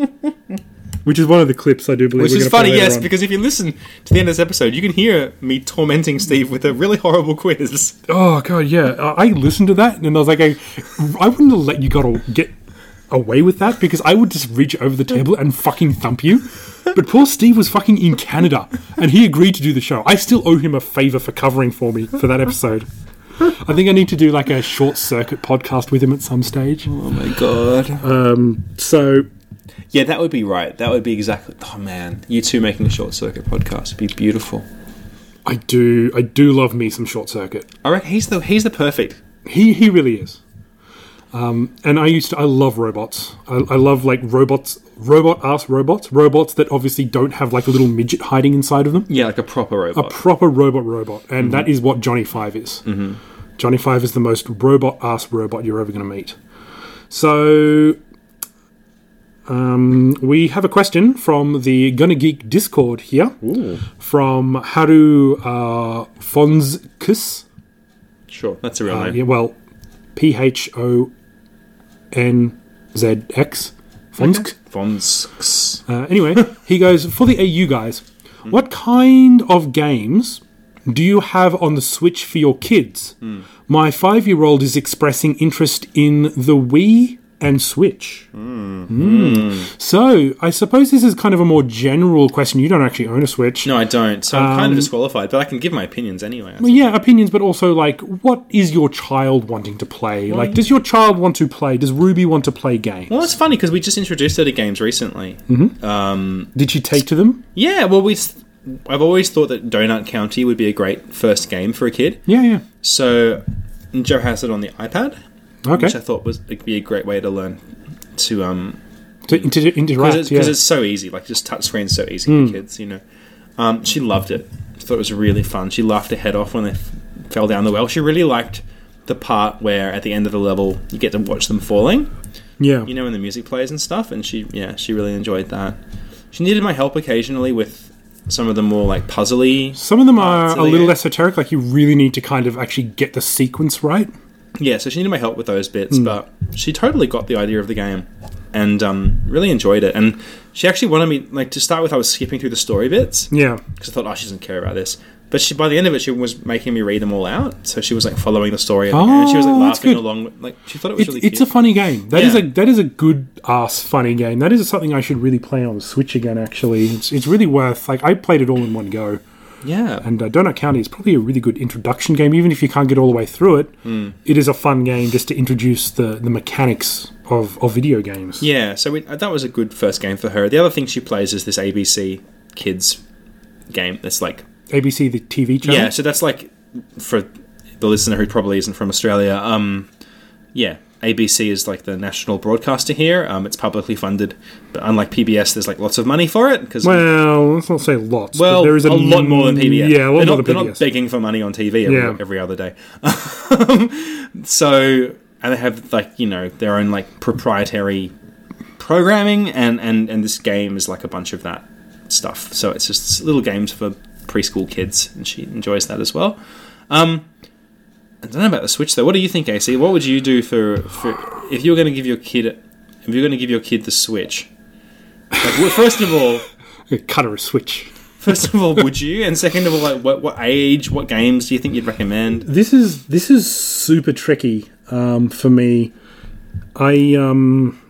Speaker 4: which is one of the clips I do believe.
Speaker 3: Which
Speaker 4: we're
Speaker 3: is
Speaker 4: gonna play
Speaker 3: funny,
Speaker 4: later
Speaker 3: yes,
Speaker 4: on.
Speaker 3: because if you listen to the end of this episode, you can hear me tormenting Steve with a really horrible quiz.
Speaker 4: oh god, yeah, I I listened to that and I was like, I, I wouldn't have let you got to get away with that because I would just reach over the table and fucking thump you. But poor Steve was fucking in Canada and he agreed to do the show. I still owe him a favor for covering for me for that episode. I think I need to do like a short circuit podcast with him at some stage.
Speaker 3: Oh my god.
Speaker 4: Um, so
Speaker 3: Yeah, that would be right. That would be exactly. Oh man, you two making a short circuit podcast would be beautiful.
Speaker 4: I do, I do love me some short circuit.
Speaker 3: I reckon he's the he's the perfect.
Speaker 4: He he really is. Um, and I used to I love robots. I, I love like robots, robot ass robots, robots that obviously don't have like a little midget hiding inside of them.
Speaker 3: Yeah, like a proper
Speaker 4: A
Speaker 3: robot.
Speaker 4: proper robot robot, and that is what Johnny Five is. Mm-hmm. Johnny Five is the most robot ass robot you're ever going to meet. So. Um, we have a question from the Gunna Geek Discord here from Haru uh, Fonskus.
Speaker 3: sure, that's a real
Speaker 4: Uh,
Speaker 3: name.
Speaker 4: yeah, well, P H O N Z X. Fonsk.
Speaker 3: Fonsks.
Speaker 4: Uh, anyway, he goes for the AU guys. What kind of games do you have on the Switch for your kids? My five-year-old is expressing interest in the Wii and Switch. Mm. So I suppose this is kind of a more general question. You don't actually own a Switch.
Speaker 3: No, I don't. So I'm kind of disqualified, but I can give my opinions anyway. I
Speaker 4: Um, Well, yeah, opinions, but also like, what is your child wanting to play? Like, does your child want to play? Does Ruby want to play games?
Speaker 3: Well, it's funny because we just introduced her to games recently.
Speaker 4: Mm-hmm. Did she take to them?
Speaker 3: Yeah, well, we. s- I've always thought that Donut County would be a great first game for a kid.
Speaker 4: Yeah, yeah.
Speaker 3: So Joe has it on the iPad,
Speaker 4: Okay.
Speaker 3: which I thought was it'd be a great way to learn to um
Speaker 4: To inter- interact.
Speaker 3: because it's,
Speaker 4: yeah.
Speaker 3: 'cause it's so easy. Like just touch screen's so easy for kids, you know. Um, she loved it. She thought it was really fun. She laughed her head off when they f- fell down the well. She really liked the part where at the end of the level you get to watch them falling.
Speaker 4: yeah.
Speaker 3: you know, when the music plays and stuff. And she, yeah, she really enjoyed that. She needed my help occasionally with some of the more like puzzly.
Speaker 4: Some of them
Speaker 3: parts of
Speaker 4: are a
Speaker 3: the
Speaker 4: little
Speaker 3: game.
Speaker 4: esoteric. Like, you really need to kind of actually get the sequence right.
Speaker 3: Yeah, so she needed my help with those bits, but she totally got the idea of the game and um, really enjoyed it. And she actually wanted me like to start with. I was skipping through the story bits
Speaker 4: Yeah.
Speaker 3: because I thought, oh, she doesn't care about this. But she, by the end of it, she was making me read them all out. So she was like following the story, at the end, and she was like
Speaker 4: Oh, that's
Speaker 3: laughing
Speaker 4: good.
Speaker 3: along. with- Like she thought it was
Speaker 4: It's,
Speaker 3: really.
Speaker 4: it's a
Speaker 3: cute.
Speaker 4: funny game. That is
Speaker 3: Yeah.
Speaker 4: a that is a good ass funny game. That is something I should really play on the Switch again. Actually, it's, it's really worth. Like I played it all in one go.
Speaker 3: yeah.
Speaker 4: And uh, Donut County is probably a really good introduction game, even if you can't get all the way through it.
Speaker 3: Hmm.
Speaker 4: It is a fun game just to introduce the, the mechanics of, of video games.
Speaker 3: Yeah, so we, that was a good first game for her. The other thing she plays is this ABC Kids game. That's like
Speaker 4: ABC, the TV channel.
Speaker 3: yeah, so that's like for the listener who probably isn't from Australia. Um, yeah, ABC is like the national broadcaster here. Um, it's publicly funded, but unlike PBS, there's like lots of money for it because
Speaker 4: Well, let's not say lots. but
Speaker 3: well,
Speaker 4: there is a, mm,
Speaker 3: a, lot more than PBS. they're
Speaker 4: Yeah, a lot
Speaker 3: not,
Speaker 4: more
Speaker 3: they're
Speaker 4: than
Speaker 3: not
Speaker 4: PBS.
Speaker 3: begging for money on TV every,
Speaker 4: Yeah.
Speaker 3: every other day. [LAUGHS] so, and they have like you know their own like proprietary programming, and and and this game is like a bunch of that stuff. So it's just little games for preschool kids, and she enjoys that as well. Um, I don't know about the Switch though. What do you think, AC? What would you do for, for if you were going to give your kid if you're going to give your kid the Switch? Like, well, first of all.
Speaker 4: Cutter a switch.
Speaker 3: First of all, would you? And second of all, like, what, what age, what games do you think you'd recommend?
Speaker 4: This is this is super tricky um, for me. I um,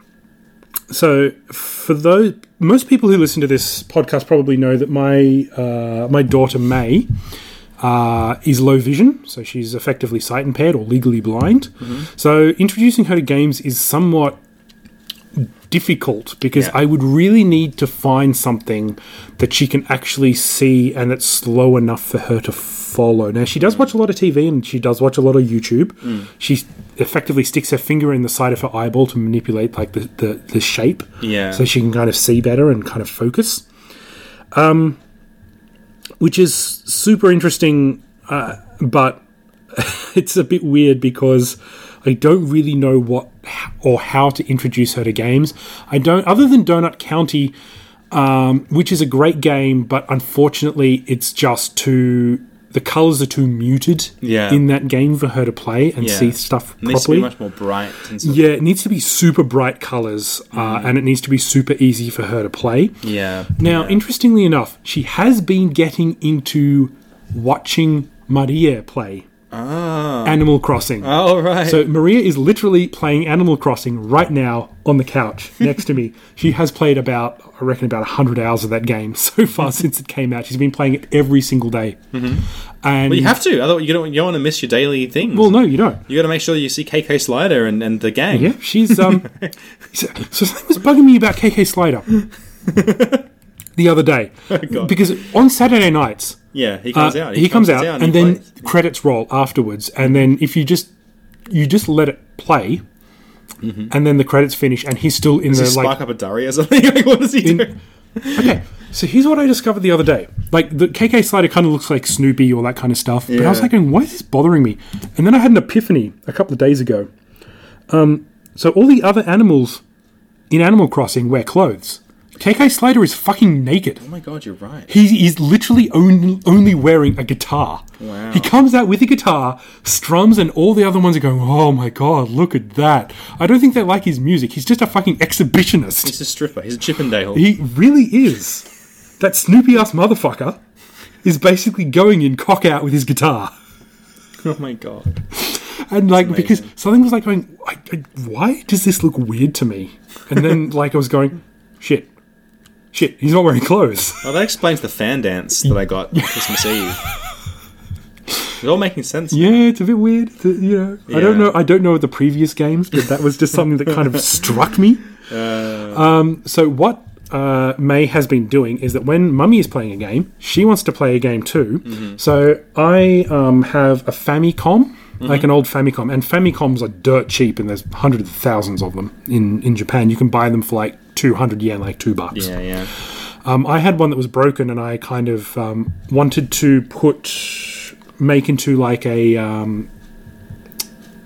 Speaker 4: so for those most people who listen to this podcast probably know that my uh, my daughter May uh, is low vision, so she's effectively sight impaired or legally blind. So introducing her to games is somewhat difficult because
Speaker 3: Yeah.
Speaker 4: I would really need to find something that she can actually see and that's slow enough for her to follow. Now she does watch a lot of TV and she does watch a lot of YouTube.
Speaker 3: Mm.
Speaker 4: She effectively sticks her finger in the side of her eyeball to manipulate like the, the, the shape.
Speaker 3: Yeah.
Speaker 4: So she can kind of see better and kind of focus. Um which is super interesting uh, but [LAUGHS] it's a bit weird because I don't really know what or how to introduce her to games. I don't, other than Donut County, um, which is a great game, but unfortunately, it's just too the colors are too muted
Speaker 3: Yeah.
Speaker 4: in that game for her to play and
Speaker 3: Yeah.
Speaker 4: see stuff
Speaker 3: It
Speaker 4: properly.
Speaker 3: needs to be much more bright. And stuff.
Speaker 4: yeah, it needs to be super bright colors,
Speaker 3: Mm-hmm.
Speaker 4: uh, and it needs to be super easy for her to play.
Speaker 3: Yeah.
Speaker 4: Now,
Speaker 3: yeah.
Speaker 4: interestingly enough, she has been getting into watching Maria play Animal Crossing.
Speaker 3: Ah. oh right.
Speaker 4: So Maria is literally playing Animal Crossing right now on
Speaker 3: [LAUGHS]
Speaker 4: the couch next to me. She has played about, I reckon, about 100 hours of that game [LAUGHS] so far since it came out. She's been playing it every single day. And
Speaker 3: Mm-hmm. you have to. Otherwise, you don't, you don't want to miss your daily things.
Speaker 4: well, no, you don't.
Speaker 3: you got to make sure you see KK Slider and, and the gang.
Speaker 4: Yeah, she's
Speaker 3: [LAUGHS]
Speaker 4: um. so so something was bugging me about KK Slater the other day
Speaker 3: Oh, God.
Speaker 4: because on Saturday nights
Speaker 3: Yeah, He comes
Speaker 4: uh,
Speaker 3: out.
Speaker 4: he, comes, out,
Speaker 3: down,
Speaker 4: and
Speaker 3: he
Speaker 4: then
Speaker 3: plays.
Speaker 4: credits roll afterwards, and then if you just you just let it play, and then the credits finish, and he's still in
Speaker 3: Mm-hmm. Does
Speaker 4: the
Speaker 3: he
Speaker 4: like [LAUGHS]
Speaker 3: spark up a Dari or something? [LAUGHS] like, what does he do?
Speaker 4: Okay, so here's what I discovered the other day. Like the KK Slider kind of looks like Snoopy, all that kind of stuff. But I was
Speaker 3: Yeah.
Speaker 4: like, going, why is this bothering me? And then I had an epiphany a couple of days ago. Um, so all the other animals in Animal Crossing wear clothes. KK Slider is fucking naked.
Speaker 3: Oh my god, you're right.
Speaker 4: He is literally only, only wearing a guitar.
Speaker 3: Wow.
Speaker 4: He comes out with a guitar, strums, and all the other ones are going, oh my god, look at that. I don't think they like his music. He's just a fucking exhibitionist.
Speaker 3: He's a stripper. He's a Chippendale.
Speaker 4: He really is. That Snoopy ass motherfucker is basically going in cock out with his guitar.
Speaker 3: [LAUGHS] oh my god.
Speaker 4: And like, because something was like going, I, I, why does this look weird to me? And then [LAUGHS] like I was going, shit, shit, he's not wearing clothes.
Speaker 3: Well, that explains the fan dance that I got on Christmas Eve. It's all making sense.
Speaker 4: yeah, it's a bit weird. It's a- you know, I don't
Speaker 3: Yeah.
Speaker 4: know. I don't know the previous games, but that was just something that
Speaker 3: [LAUGHS]
Speaker 4: kind of struck me.
Speaker 3: Uh.
Speaker 4: Um, so what uh, May has been doing is that when Mummy is playing a game, she wants to play a game too.
Speaker 3: Mm-hmm.
Speaker 4: So I um, have a Famicom,
Speaker 3: Mm-hmm.
Speaker 4: like an old Famicom, and Famicoms are dirt cheap, and there's hundreds of thousands of them in in Japan. You can buy them for like two hundred yen, like two bucks.
Speaker 3: Yeah, yeah.
Speaker 4: Um, I had one that was broken, and I kind of um, wanted to put make into like a. Um,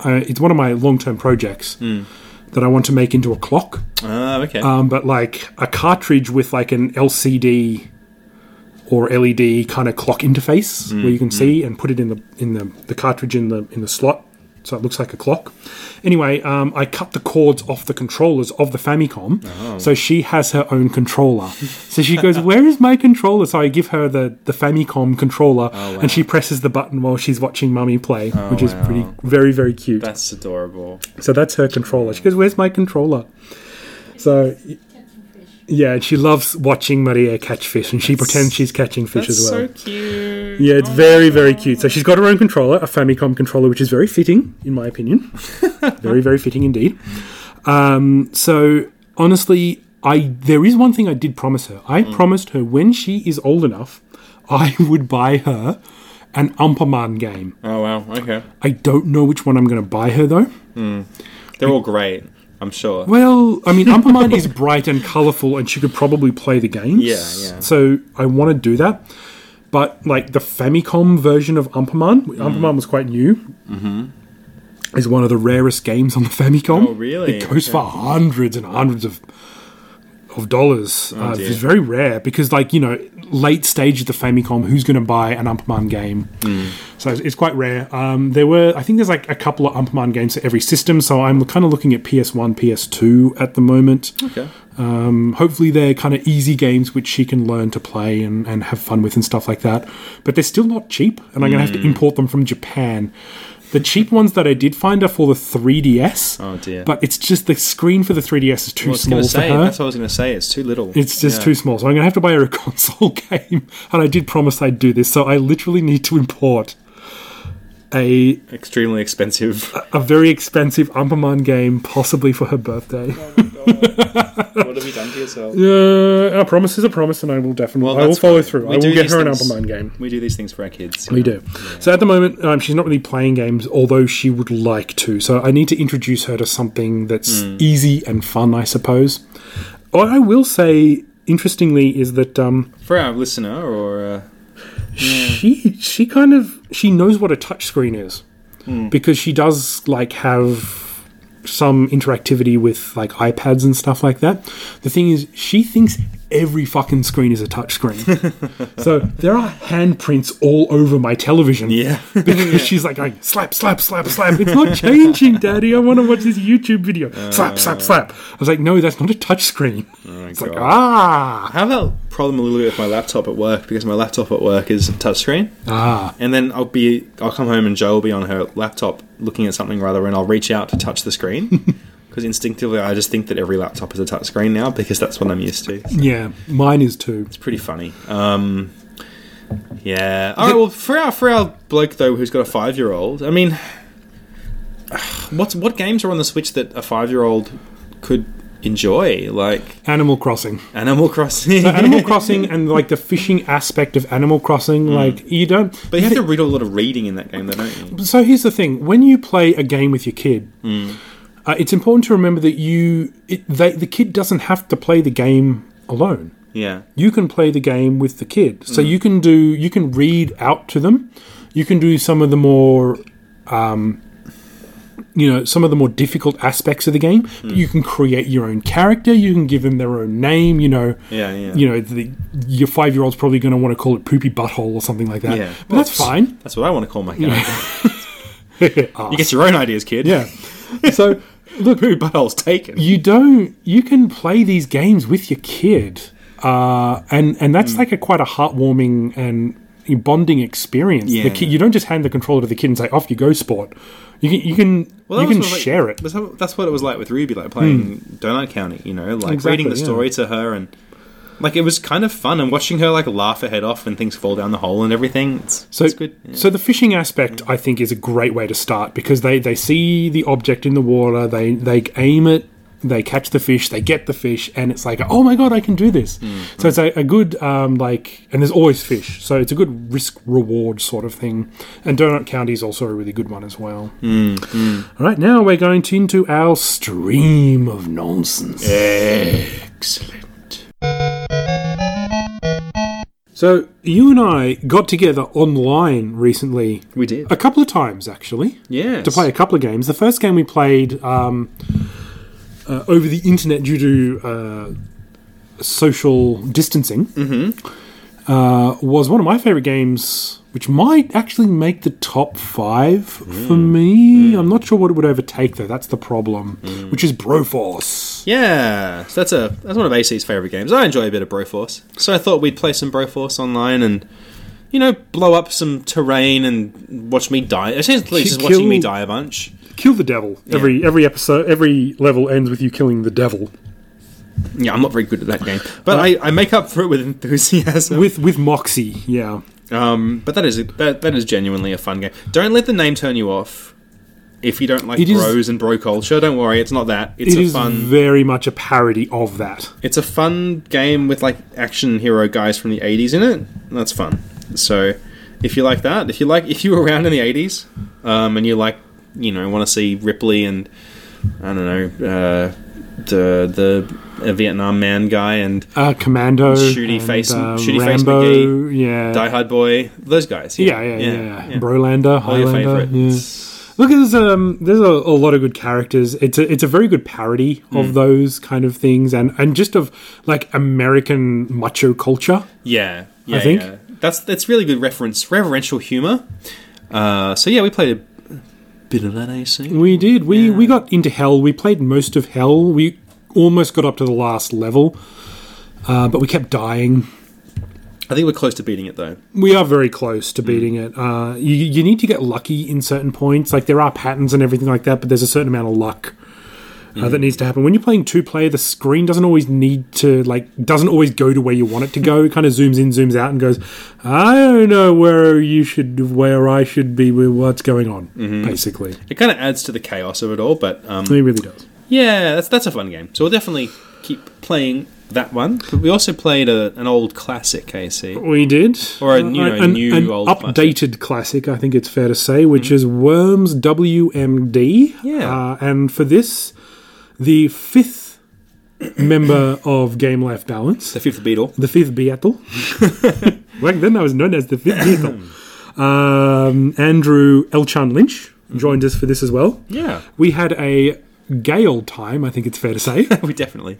Speaker 4: uh, it's one of my long-term projects that I want to make into a clock,
Speaker 3: Ah, okay.
Speaker 4: um, but like a cartridge with like an LCD or LED kind of clock interface where you can see and put it in the in the, the cartridge in the in the slot, so it looks like a clock. Anyway, um, I cut the cords off the controllers of the Famicom, so she has her own controller. so she goes, "Where is my controller?" So I give her the the Famicom controller, and she presses the button while she's watching Mummy play, which is pretty very very cute.
Speaker 3: That's adorable.
Speaker 4: So that's her controller. She goes, "Where's my controller?" So yeah, and she loves watching Maria catch fish, and she pretends she's catching fish
Speaker 3: That's
Speaker 4: as well.
Speaker 3: so cute.
Speaker 4: yeah, it's very very cute. So she's got her own controller, a Famicom controller, which is very fitting, in my
Speaker 3: [LAUGHS]
Speaker 4: opinion. very very fitting indeed. Um, so honestly, I there is one thing I did promise her.
Speaker 3: Mm.
Speaker 4: I promised her when she is old enough, I [LAUGHS] would buy her an Umperman game.
Speaker 3: Oh wow. Okay.
Speaker 4: I don't know which one I'm going to buy her though.
Speaker 3: They're all great. I'm sure.
Speaker 4: Well, I
Speaker 3: [LAUGHS]
Speaker 4: mean, Umperman is bright and colourful, and she could probably play the games.
Speaker 3: Yeah, yeah.
Speaker 4: So I want to do that, but like the Famicom version of Umperman,
Speaker 3: Mm.
Speaker 4: Umperman was quite new. Mm-hmm. Is one of the rarest games on the Famicom.
Speaker 3: Mm-hmm. Oh, really?
Speaker 4: It goes for hundreds and hundreds of of dollars. uh,
Speaker 3: Oh, dear.
Speaker 4: it's very rare because, like you know, late stage of the Famicom, who's going to buy an Umperman game? So it's, it's quite rare. Um, there were, I think, there's like a couple of Umperman games for every system. So I'm kind of looking at PS1, PS2 at the moment.
Speaker 3: Okay.
Speaker 4: Um, hopefully, they're kind of easy games which she can learn to play and, and have fun with and stuff like that. But they're still not cheap, and I'm going to have to
Speaker 3: Hmm.
Speaker 4: import them from Japan. The cheap ones that I did find are for the 3DS.
Speaker 3: Oh, dear.
Speaker 4: But it's just the screen for the 3DS is too
Speaker 3: I was
Speaker 4: small
Speaker 3: gonna
Speaker 4: for
Speaker 3: say.
Speaker 4: her.
Speaker 3: That's what I was gonna say. It's too little.
Speaker 4: It's just
Speaker 3: Yeah.
Speaker 4: too small, so I'm gonna have to buy her a [LAUGHS] console game. And I did promise I'd do this, so I literally need to import a
Speaker 3: extremely
Speaker 4: [LAUGHS]
Speaker 3: expensive.
Speaker 4: a very expensive Umperman game, possibly for her birthday. [LAUGHS]
Speaker 3: what have you done to yourself?
Speaker 4: Uh, a promise is a promise, and I will definitely I will
Speaker 3: that's
Speaker 4: follow
Speaker 3: fine.
Speaker 4: through.
Speaker 3: We
Speaker 4: I
Speaker 3: do
Speaker 4: will get
Speaker 3: these
Speaker 4: her an
Speaker 3: things-
Speaker 4: Umperman game.
Speaker 3: We do these things for our kids.
Speaker 4: We do. So at the moment, um, she's not really playing games, although she would like to. So I need to introduce her to something that's
Speaker 3: Hmm.
Speaker 4: easy and fun, I suppose. What I will say, interestingly, is that um,
Speaker 3: For our listener, or uh,
Speaker 4: she she kind of she knows what a touchscreen is
Speaker 3: Hmm.
Speaker 4: because she does like have some interactivity with like iPads and stuff like that. The thing is, she thinks every fucking screen is
Speaker 3: [LAUGHS]
Speaker 4: a touchscreen. so there are handprints all over my television.
Speaker 3: Yeah.
Speaker 4: [LAUGHS] Because she's like going slap, slap, slap, slap. It's not changing, Daddy. I want to watch this YouTube video.
Speaker 3: Uh.
Speaker 4: slap, slap, slap. I was like, no, that's not a touchscreen. it's like,
Speaker 3: Oh, God.
Speaker 4: ah.
Speaker 3: I have that problem a little bit with my laptop at work because my laptop at work is a touchscreen.
Speaker 4: Ah.
Speaker 3: And then I'll be I'll come home and Jo will be on her laptop looking at something or other and I'll reach out to touch the
Speaker 4: [LAUGHS]
Speaker 3: screen. Because instinctively I just think that every laptop is a touchscreen now because that's what I'm used to. It's
Speaker 4: Yeah, mine is too.
Speaker 3: pretty funny. Um yeah. All right. Well, for our for our bloke though, who's got a five year old, I mean, [SIGHS] what's what games are on the Switch that a five year old could enjoy? Like
Speaker 4: Animal Crossing.
Speaker 3: Animal Crossing. [LAUGHS]
Speaker 4: [LAUGHS] Animal Crossing and like the fishing aspect of Animal Crossing, like you don't.
Speaker 3: But you
Speaker 4: [LAUGHS]
Speaker 3: have to read a lot of reading in that game, though, don't you?
Speaker 4: So here's the thing: when you play a game with your kid, uh, it's important to remember that you it, they, the kid doesn't have to play the game alone.
Speaker 3: Yeah.
Speaker 4: You can play the game with the kid,
Speaker 3: Mm.
Speaker 4: so you can do you can read out to them. You can do some of the more, um, you know, some of the more difficult aspects of the game.
Speaker 3: Mm.
Speaker 4: But you can create your own character. You can give them their own name. You know,
Speaker 3: Yeah, yeah.
Speaker 4: You know, the, your five year old's probably going to want to call it poopy butthole or something like that.
Speaker 3: Yeah.
Speaker 4: but that's fine.
Speaker 3: That's what I want to call my character.
Speaker 4: [LAUGHS]
Speaker 3: You get your own ideas, kid. [LAUGHS]
Speaker 4: Yeah. So look,
Speaker 3: Poo butthole's taken.
Speaker 4: you don't. You can play these games with your kid, uh, and and that's like a quite a heartwarming and bonding experience. The
Speaker 3: Yeah.
Speaker 4: kid, you don't just hand the controller to the kid and say, "Off you go, sport." You can you can you can share it. Hmm.
Speaker 3: That's how- that's what it was like with Ruby, like playing Donut County. You know, like
Speaker 4: Exactly,
Speaker 3: reading the
Speaker 4: yeah.
Speaker 3: story to her, and like it was kind of fun. And watching her like laugh her head off and things fall down the hole and everything. It's,
Speaker 4: So,
Speaker 3: it's good. Yeah.
Speaker 4: so the fishing aspect, I think, is a great way to start because they, they see the object in the water, they they aim it, they catch the fish, they get the fish, and it's like, oh my god, I can do this. So it's a, a good um, like, and there's always fish, so it's a good risk reward sort of thing. And Donut County is also a really good one as well. All right, now we're going to, into our stream of nonsense.
Speaker 3: Excellent.
Speaker 4: So you and I got together online recently,
Speaker 3: We did.
Speaker 4: a couple of times actually.
Speaker 3: Yes.
Speaker 4: to play a couple of games. The first game we played um, uh, over the internet due to uh, social distancing
Speaker 3: Mm-hmm.
Speaker 4: uh, was one of my favorite games, which might actually make the top five for
Speaker 3: Mm.
Speaker 4: me. I'm not sure what it would overtake though. That's the problem,
Speaker 3: Mm.
Speaker 4: which is Broforce.
Speaker 3: Yeah, so that's a that's one of AC's favorite games. I enjoy a bit of Broforce, so I thought we'd play some Broforce online and you know blow up some terrain and watch me die. Essentially,
Speaker 4: Ki-
Speaker 3: just watching me
Speaker 4: kill-
Speaker 3: die a bunch.
Speaker 4: Kill the devil. Every every episode, every level ends with you killing the devil
Speaker 3: Yeah, I'm not very good at that game, but I, I make up for it with enthusiasm.
Speaker 4: with with Moxie. Yeah.
Speaker 3: um, but that is that, that is genuinely a fun game. Don't let the name turn you off. If you don't like
Speaker 4: It is-
Speaker 3: bros and bro culture, don't worry. It's not that. It's
Speaker 4: It
Speaker 3: a
Speaker 4: is
Speaker 3: fun.
Speaker 4: very much a parody of that.
Speaker 3: It's a fun game with like action hero guys from the 80s in it. That's fun. So if you like that, if you like if you were [LAUGHS] around in the 80s um, and you like, you know, want to see Ripley and I don't know, uh, the the uh, Vietnam man guy and
Speaker 4: Uh, Commando, uh,
Speaker 3: Shooty Face- Shooty Face
Speaker 4: Rambo, yeah.
Speaker 3: Die Hard Boy, those guys.
Speaker 4: Uh, yeah, yeah, yeah, yeah,
Speaker 3: yeah.
Speaker 4: Brolander,
Speaker 3: All your
Speaker 4: Highlander. Yeah.
Speaker 3: favorites.
Speaker 4: Look, there's um, there's a, a lot of good characters. It's a, it's a very good parody
Speaker 3: Mm.
Speaker 4: of those kind of things, and and just of like American macho culture.
Speaker 3: Yeah, yeah,
Speaker 4: think.
Speaker 3: yeah. that's that's really good reference, reverential humor. Uh, so yeah, we played a bit of that AC.
Speaker 4: We did. We we got into hell. We played most of hell. We almost got up to the last level, uh, but we kept dying.
Speaker 3: I think we're close to beating it though.
Speaker 4: We are very close to beating it. Uh, you, you need to get lucky in certain points. Like there are patterns and everything like that, but there's a certain amount of luck uh, that needs to happen. When you're playing two player, the screen doesn't always need to like doesn't always go to where you want it to go. It kind of zooms in, zooms out, and goes. I don't know where you should, where I should be, with what's going on. Basically,
Speaker 3: It kind of adds to the chaos of it all, but um,
Speaker 4: it really does.
Speaker 3: yeah, that's that's a fun game. So we'll definitely keep playing that one. But we also played a, an old classic, KC.
Speaker 4: We did,
Speaker 3: Or a, you know, new
Speaker 4: an
Speaker 3: old Mm-hmm.
Speaker 4: updated classic. I think it's fair to say, which is Worms WMD.
Speaker 3: Yeah.
Speaker 4: uh, and for this, the fifth member of Game Life Balance,
Speaker 3: The Fifth Beetle.
Speaker 4: the fifth
Speaker 3: [LAUGHS]
Speaker 4: Beatle. Back then, I was known as the fifth Beatle.
Speaker 3: Mm.
Speaker 4: Um, Andrew Elchan Lynch joined us for this as well.
Speaker 3: Mm-hmm. [LAUGHS] Yeah,
Speaker 4: We had a gay old time. I think it's fair to say.
Speaker 3: we definitely,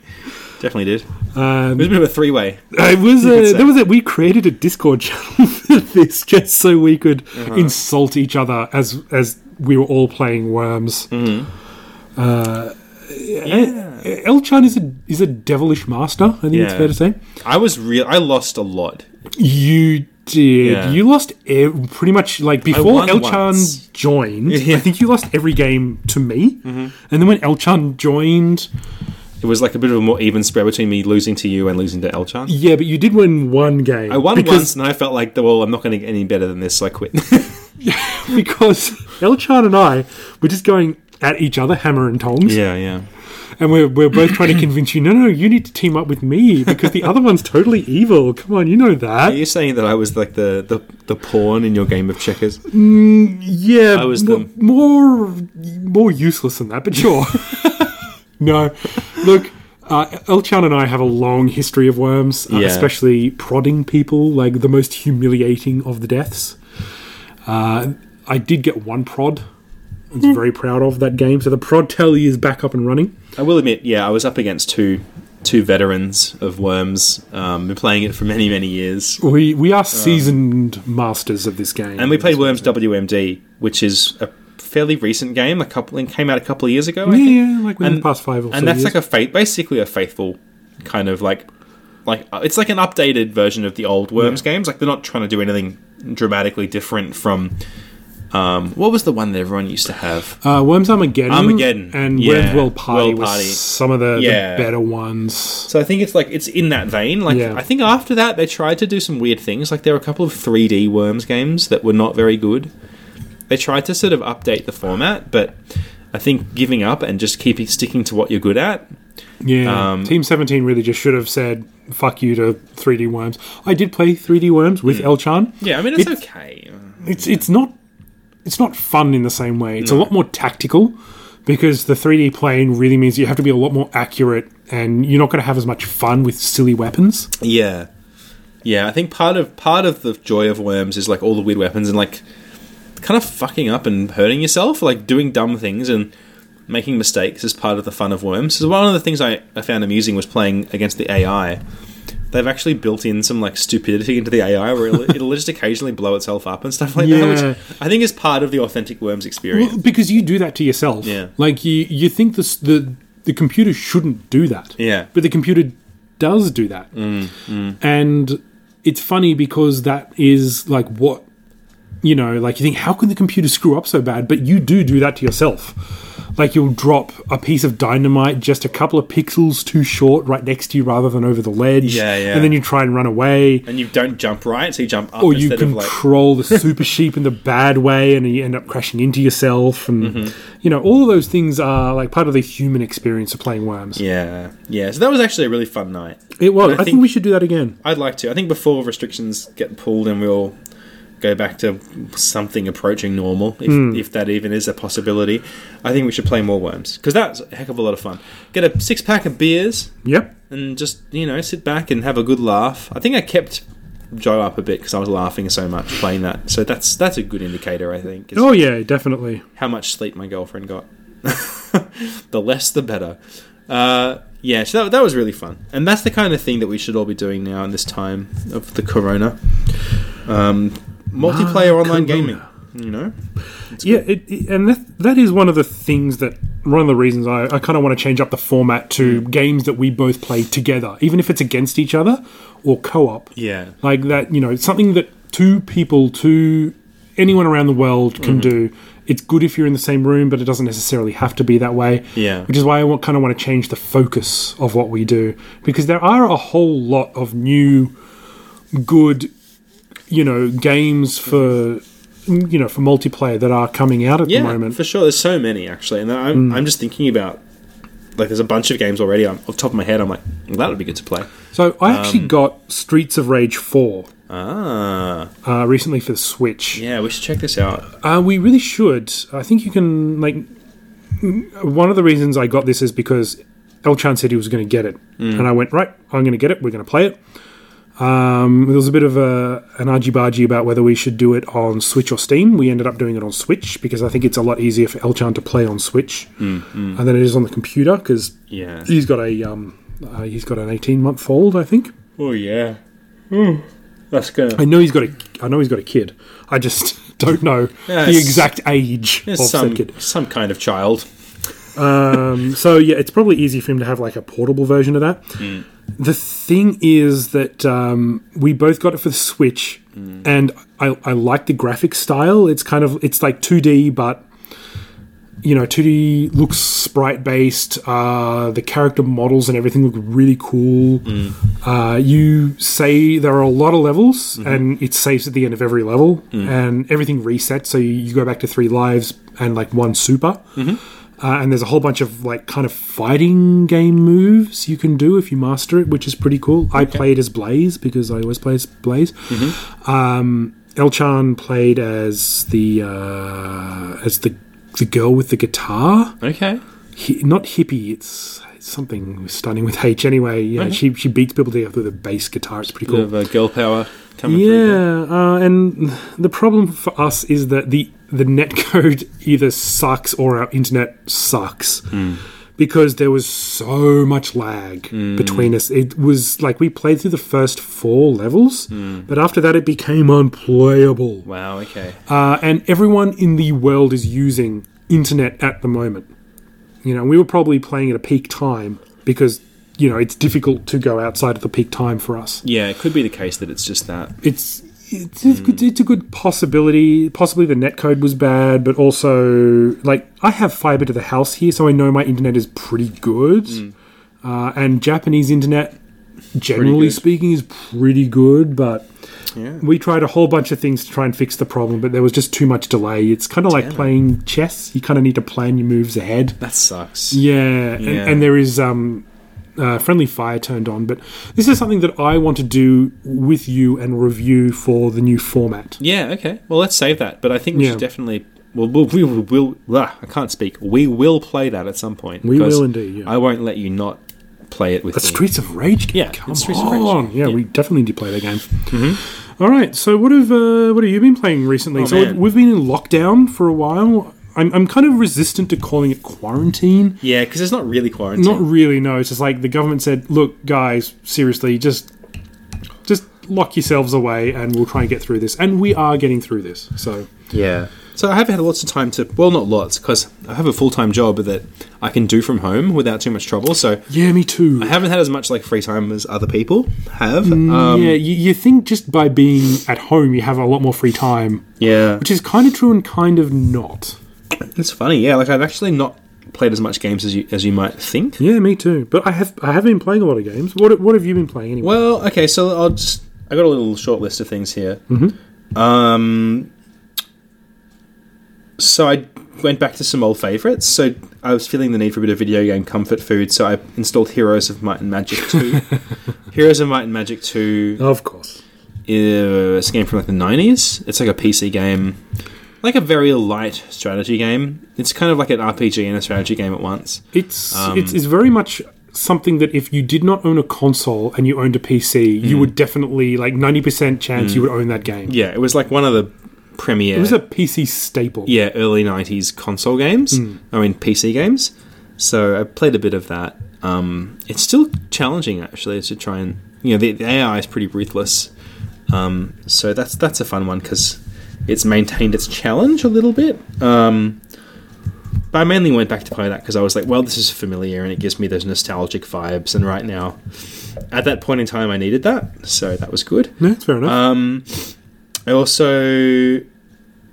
Speaker 3: Definitely did.
Speaker 4: Um,
Speaker 3: It was a bit of a three way.
Speaker 4: It was
Speaker 3: could
Speaker 4: a,
Speaker 3: say.
Speaker 4: there was a, we created a Discord [LAUGHS] channel for this just so we could
Speaker 3: Uh-huh.
Speaker 4: insult each other as as we were all playing Worms.
Speaker 3: Mm-hmm.
Speaker 4: Uh, Elchan is a is a devilish master. I think it's
Speaker 3: Yeah.
Speaker 4: fair to say.
Speaker 3: I was real. I lost a lot.
Speaker 4: You did.
Speaker 3: Yeah.
Speaker 4: You lost ev- pretty much like before
Speaker 3: won
Speaker 4: Elchan
Speaker 3: once. [LAUGHS]
Speaker 4: joined.
Speaker 3: Yeah. Mm-hmm.
Speaker 4: I think you lost every game to me, and then when Elchan joined,
Speaker 3: It was like a bit of a more even spread between me losing to you and losing to Elchan.
Speaker 4: yeah, but you did win one game.
Speaker 3: I won
Speaker 4: because
Speaker 3: once, and I felt like, well, I'm not going to get any better than this, so I quit. [LAUGHS]
Speaker 4: [LAUGHS] because Elchan and I were just going at each other, hammer and tongs,
Speaker 3: yeah, yeah.
Speaker 4: and we're, we're both trying to convince you, no, no, you need to team up with me because the other one's totally evil. Come on, you know
Speaker 3: Are
Speaker 4: that.
Speaker 3: you saying that I was like the the, the pawn in your game of checkers?
Speaker 4: Yeah,
Speaker 3: I was
Speaker 4: mo-
Speaker 3: them.
Speaker 4: more more useless than that, but sure. [LAUGHS] no, look. Uh, Elchan and I have a long history of worms, uh,
Speaker 3: Yeah.
Speaker 4: especially prodding people, like the most humiliating of the deaths. Uh, I did get one prod. I was very proud of that game. So the prod tally is back up and running.
Speaker 3: I will admit, yeah, I was up against two two veterans of Worms. Um, been playing it for many many years,
Speaker 4: We we are seasoned masters of this game,
Speaker 3: Oh. and we played Worms WMD, which is a fairly recent game. A couple it came out a couple of years ago. I
Speaker 4: Yeah,
Speaker 3: think.
Speaker 4: yeah, like within the past five or so
Speaker 3: and that's
Speaker 4: years.
Speaker 3: like a faith, basically a faithful kind of like like uh, it's like an updated version of the old Worms games. Like they're not trying to do anything dramatically different from. Um, what was the one that everyone used to have?
Speaker 4: uh, Worms Armageddon,
Speaker 3: Armageddon,
Speaker 4: and
Speaker 3: yeah,
Speaker 4: Worms World Party,
Speaker 3: World
Speaker 4: was
Speaker 3: Party.
Speaker 4: some of the, the
Speaker 3: Yeah.
Speaker 4: better ones.
Speaker 3: So I think it's like it's in that vein. Like
Speaker 4: Yeah.
Speaker 3: I think after that they tried to do some weird things. Like there were a couple of 3D Worms games that were not very good. They tried to sort of update the format, but I think giving up and just keeping sticking to what you're good at.
Speaker 4: Yeah,
Speaker 3: Um,
Speaker 4: Team Seventeen really just should have said "fuck you" to 3D Worms. I did play 3D Worms with Elchan.
Speaker 3: Hmm. Yeah, I mean it's,
Speaker 4: It's-
Speaker 3: okay.
Speaker 4: It's it's not it's not fun in the same way. It's a lot more tactical because the 3D plane really means you have to be a lot more accurate, and you're not going to have as much fun with silly weapons.
Speaker 3: Yeah, yeah. I think part of part of the joy of Worms is like all the weird weapons and like kind of fucking up and hurting yourself, like doing dumb things and making mistakes is part of the fun of Worms. So one of the things I, I found amusing was playing against the AI. They've actually built in some like stupidity into the AI where it'll, it'll just occasionally blow itself up and stuff like
Speaker 4: Yeah.
Speaker 3: that, which I think is part of the authentic Worms experience.
Speaker 4: Well, because you do that to yourself.
Speaker 3: Yeah.
Speaker 4: Like you, you think this, the the computer shouldn't do that.
Speaker 3: Yeah. Mm,
Speaker 4: But the computer does do that. And it's funny because that is like what you know. Like you think, how can the computer screw up so bad? But you do do that to yourself. Like you'll drop a piece of dynamite just a couple of pixels too short right next to you rather than over the ledge.
Speaker 3: Yeah, yeah.
Speaker 4: And then you try and run away
Speaker 3: And you don't jump right, so you jump up
Speaker 4: or you
Speaker 3: instead of like
Speaker 4: control the super sheep in the bad way and you end up crashing into yourself and
Speaker 3: Mm-hmm.
Speaker 4: you know all of those things are like part of the human experience of playing worms
Speaker 3: yeah, yeah. So that was actually a really fun night.
Speaker 4: it was
Speaker 3: And
Speaker 4: i,
Speaker 3: I
Speaker 4: think,
Speaker 3: think-
Speaker 4: we should do that again
Speaker 3: I'd like to. I think before restrictions get pulled and we'll go back to something approaching normal, if, if that even is a possibility, I think we should play more Worms. Because that's a heck of a lot of fun. Get a six pack of beers
Speaker 4: yep
Speaker 3: and just, you know, sit back and have a good laugh. I think I kept Joe up a bit because I was laughing so much playing that. So that's that's a good indicator, I think, is
Speaker 4: oh yeah definitely
Speaker 3: how much sleep my girlfriend got. [LAUGHS] the less, the better. Uh, yeah, so that, that was really fun. And that's the kind of thing that we should all be doing now in this time of the corona. Um, multiplayer
Speaker 4: Ah,
Speaker 3: online
Speaker 4: corona.
Speaker 3: gaming, you know?
Speaker 4: yeah it, it- and that, that is one of the things that one of the reasons i, I kind of want to change up the format to
Speaker 3: Mm.
Speaker 4: games that we both play together even if it's against each other or co-op
Speaker 3: Yeah.
Speaker 4: like that you know something that two people two anyone around the world can
Speaker 3: Mm-hmm.
Speaker 4: do it's good if you're in the same room but it doesn't necessarily have to be that way
Speaker 3: Yeah.
Speaker 4: which is why i kind of want to change the focus of what we do because there are a whole lot of new good you know games for you know for multiplayer that are coming out at
Speaker 3: Yeah,
Speaker 4: the moment
Speaker 3: for sure. There's so many, actually. And I'm, I'm just thinking about, like, there's a bunch of games already on, off the top of my head. I'm like, well, that would be good to play.
Speaker 4: so i actually
Speaker 3: Um,
Speaker 4: got streets of rage 4
Speaker 3: Ah.
Speaker 4: uh, recently for the switch
Speaker 3: Yeah, we should check this out.
Speaker 4: Uh, we really should. I think you can like. m- One of the reasons I got this is because Elchan said he was going to get it,
Speaker 3: Mm.
Speaker 4: and I went right. I'm going to get it. We're going to play it. Um, there was a bit of a, an argy-bargy about whether we should do it on Switch or Steam. We ended up doing it on Switch because I think it's a lot easier for Elchan to play on Switch and than it is on the computer because
Speaker 3: Mm-hmm. Yeah.
Speaker 4: he's got a um, Uh, he's got an 18 month old, I think.
Speaker 3: Oh yeah. That's gonna.
Speaker 4: I know he's got a. I know he's got a kid. I just [LAUGHS] don't know
Speaker 3: Yeah,
Speaker 4: the
Speaker 3: it's-
Speaker 4: exact age of
Speaker 3: There's
Speaker 4: said
Speaker 3: some
Speaker 4: kid.
Speaker 3: some kind of child.
Speaker 4: Um, so yeah, it's probably easy for him to have like a portable version of that. The thing is that um, we both got it for the Switch, and I, I like the graphic style. It's kind of it's like 2D, but you know, 2D looks sprite based. Uh, the character models and everything look really cool. Uh, you say there are a lot of levels, and it saves at the end of every level, and everything resets. So you, you go back to three lives and like one super. Uh, and there's a whole bunch of like kind of fighting game moves you can do if you master it, which is pretty cool. I played as Blaze because I always play as Blaze. Um, Elchan played as the uh, as the the girl with the guitar.
Speaker 3: Okay.
Speaker 4: Hi- not hippie. It's, it's something starting with H. Anyway, yeah, she she beats people to death with a bass guitar. It's pretty
Speaker 3: Bit
Speaker 4: cool.
Speaker 3: of uh, girl power coming through. there.
Speaker 4: Yeah, uh, and the problem for us is that the the [LAUGHS] netcode either sucks or our internet sucks because there was so much lag between us. It was like we played through the first four levels, but after that it became unplayable.
Speaker 3: Wow. Okay.
Speaker 4: Uh, and everyone in the world is using internet at the moment. You know, we were probably playing at a peak time because you know it's difficult to go outside of the peak time for us
Speaker 3: Yeah, it could be the case that it's just that.
Speaker 4: it's it's, it's, good, it's a good possibility. Possibly the netcode was bad, but also like I have fiber to the house here, so I know my internet is pretty good.
Speaker 3: Hmm.
Speaker 4: Uh, and Japanese internet, generally
Speaker 3: good.
Speaker 4: speaking, is pretty good. But
Speaker 3: Yeah.
Speaker 4: we tried a whole bunch of things to try and fix the problem, but there was just too much delay. It's kind of like playing chess; you kind of need to plan your moves ahead.
Speaker 3: That sucks.
Speaker 4: Yeah,
Speaker 3: Yeah.
Speaker 4: And, and there is um, uh, friendly fire turned on, but this is something that I want to do with you and review for the new format.
Speaker 3: Yeah, okay. Well, let's save that. But I think we
Speaker 4: Yeah.
Speaker 3: should definitely. Well, we'll, we will. We'll, blah, I can't speak. We will play that at some point.
Speaker 4: We
Speaker 3: because
Speaker 4: will indeed, yeah.
Speaker 3: I won't let you not play it with
Speaker 4: But
Speaker 3: me.
Speaker 4: Streets of Rage, game,
Speaker 3: Yeah,
Speaker 4: come
Speaker 3: it's Streets of Rage.
Speaker 4: on, yeah,
Speaker 3: Yeah. Mm-hmm.
Speaker 4: we definitely need to play that game. All right, so what have uh, what have you been playing recently?
Speaker 3: Oh,
Speaker 4: so
Speaker 3: man.
Speaker 4: we've been in lockdown for a while. I'm, I'm kind of resistant to calling it quarantine.
Speaker 3: Yeah, because it's not really quarantine.
Speaker 4: Not really. No, it's just like the government said, look, guys, seriously, just just lock yourselves away, and we'll try and get through this. And we are getting through this. So
Speaker 3: yeah. So I have had lots of time to. Well, not lots, because I have a full time job that I can do from home without too much trouble. So
Speaker 4: yeah, me too.
Speaker 3: I haven't had as much like free time as other people have. um,
Speaker 4: yeah, you, you think just by being at home, you have a lot more free time,
Speaker 3: yeah.
Speaker 4: which is kind of true and kind of not.
Speaker 3: It's funny. Yeah, like I've actually not played as much games as you as you might think.
Speaker 4: Yeah, me too. But I have I have been playing a lot of games. What what have you been playing anyway?
Speaker 3: Well, okay, so I'll just I got a little short list of things here. Um, so I went back to some old favorites. So I was feeling the need for a bit of video game comfort food, so I installed Heroes of Might and Magic Two. Heroes of Might and Magic Two
Speaker 4: Of course.
Speaker 3: uh, it's a game from like the nineties. It's like a PC game, like a very light strategy game. It's kind of like an RPG and a strategy game at once.
Speaker 4: It's,
Speaker 3: Um,
Speaker 4: it's it's very much something that if you did not own a console and you owned a PC, you would definitely like ninety percent chance you would own that game.
Speaker 3: Hmm. Yeah, it was like one of the premiere.
Speaker 4: It was a PC staple.
Speaker 3: yeah early 90s console games
Speaker 4: Hmm.
Speaker 3: i mean pc games so i played a bit of that um, it's still challenging actually to try and you know the, the ai is pretty ruthless um, so that's that's a fun one because it's maintained its challenge a little bit um, but i mainly went back to play that because i was like well this is familiar and it gives me those nostalgic vibes and right now at that point in time i needed that so that was good
Speaker 4: no, that's fair enough.
Speaker 3: um, I also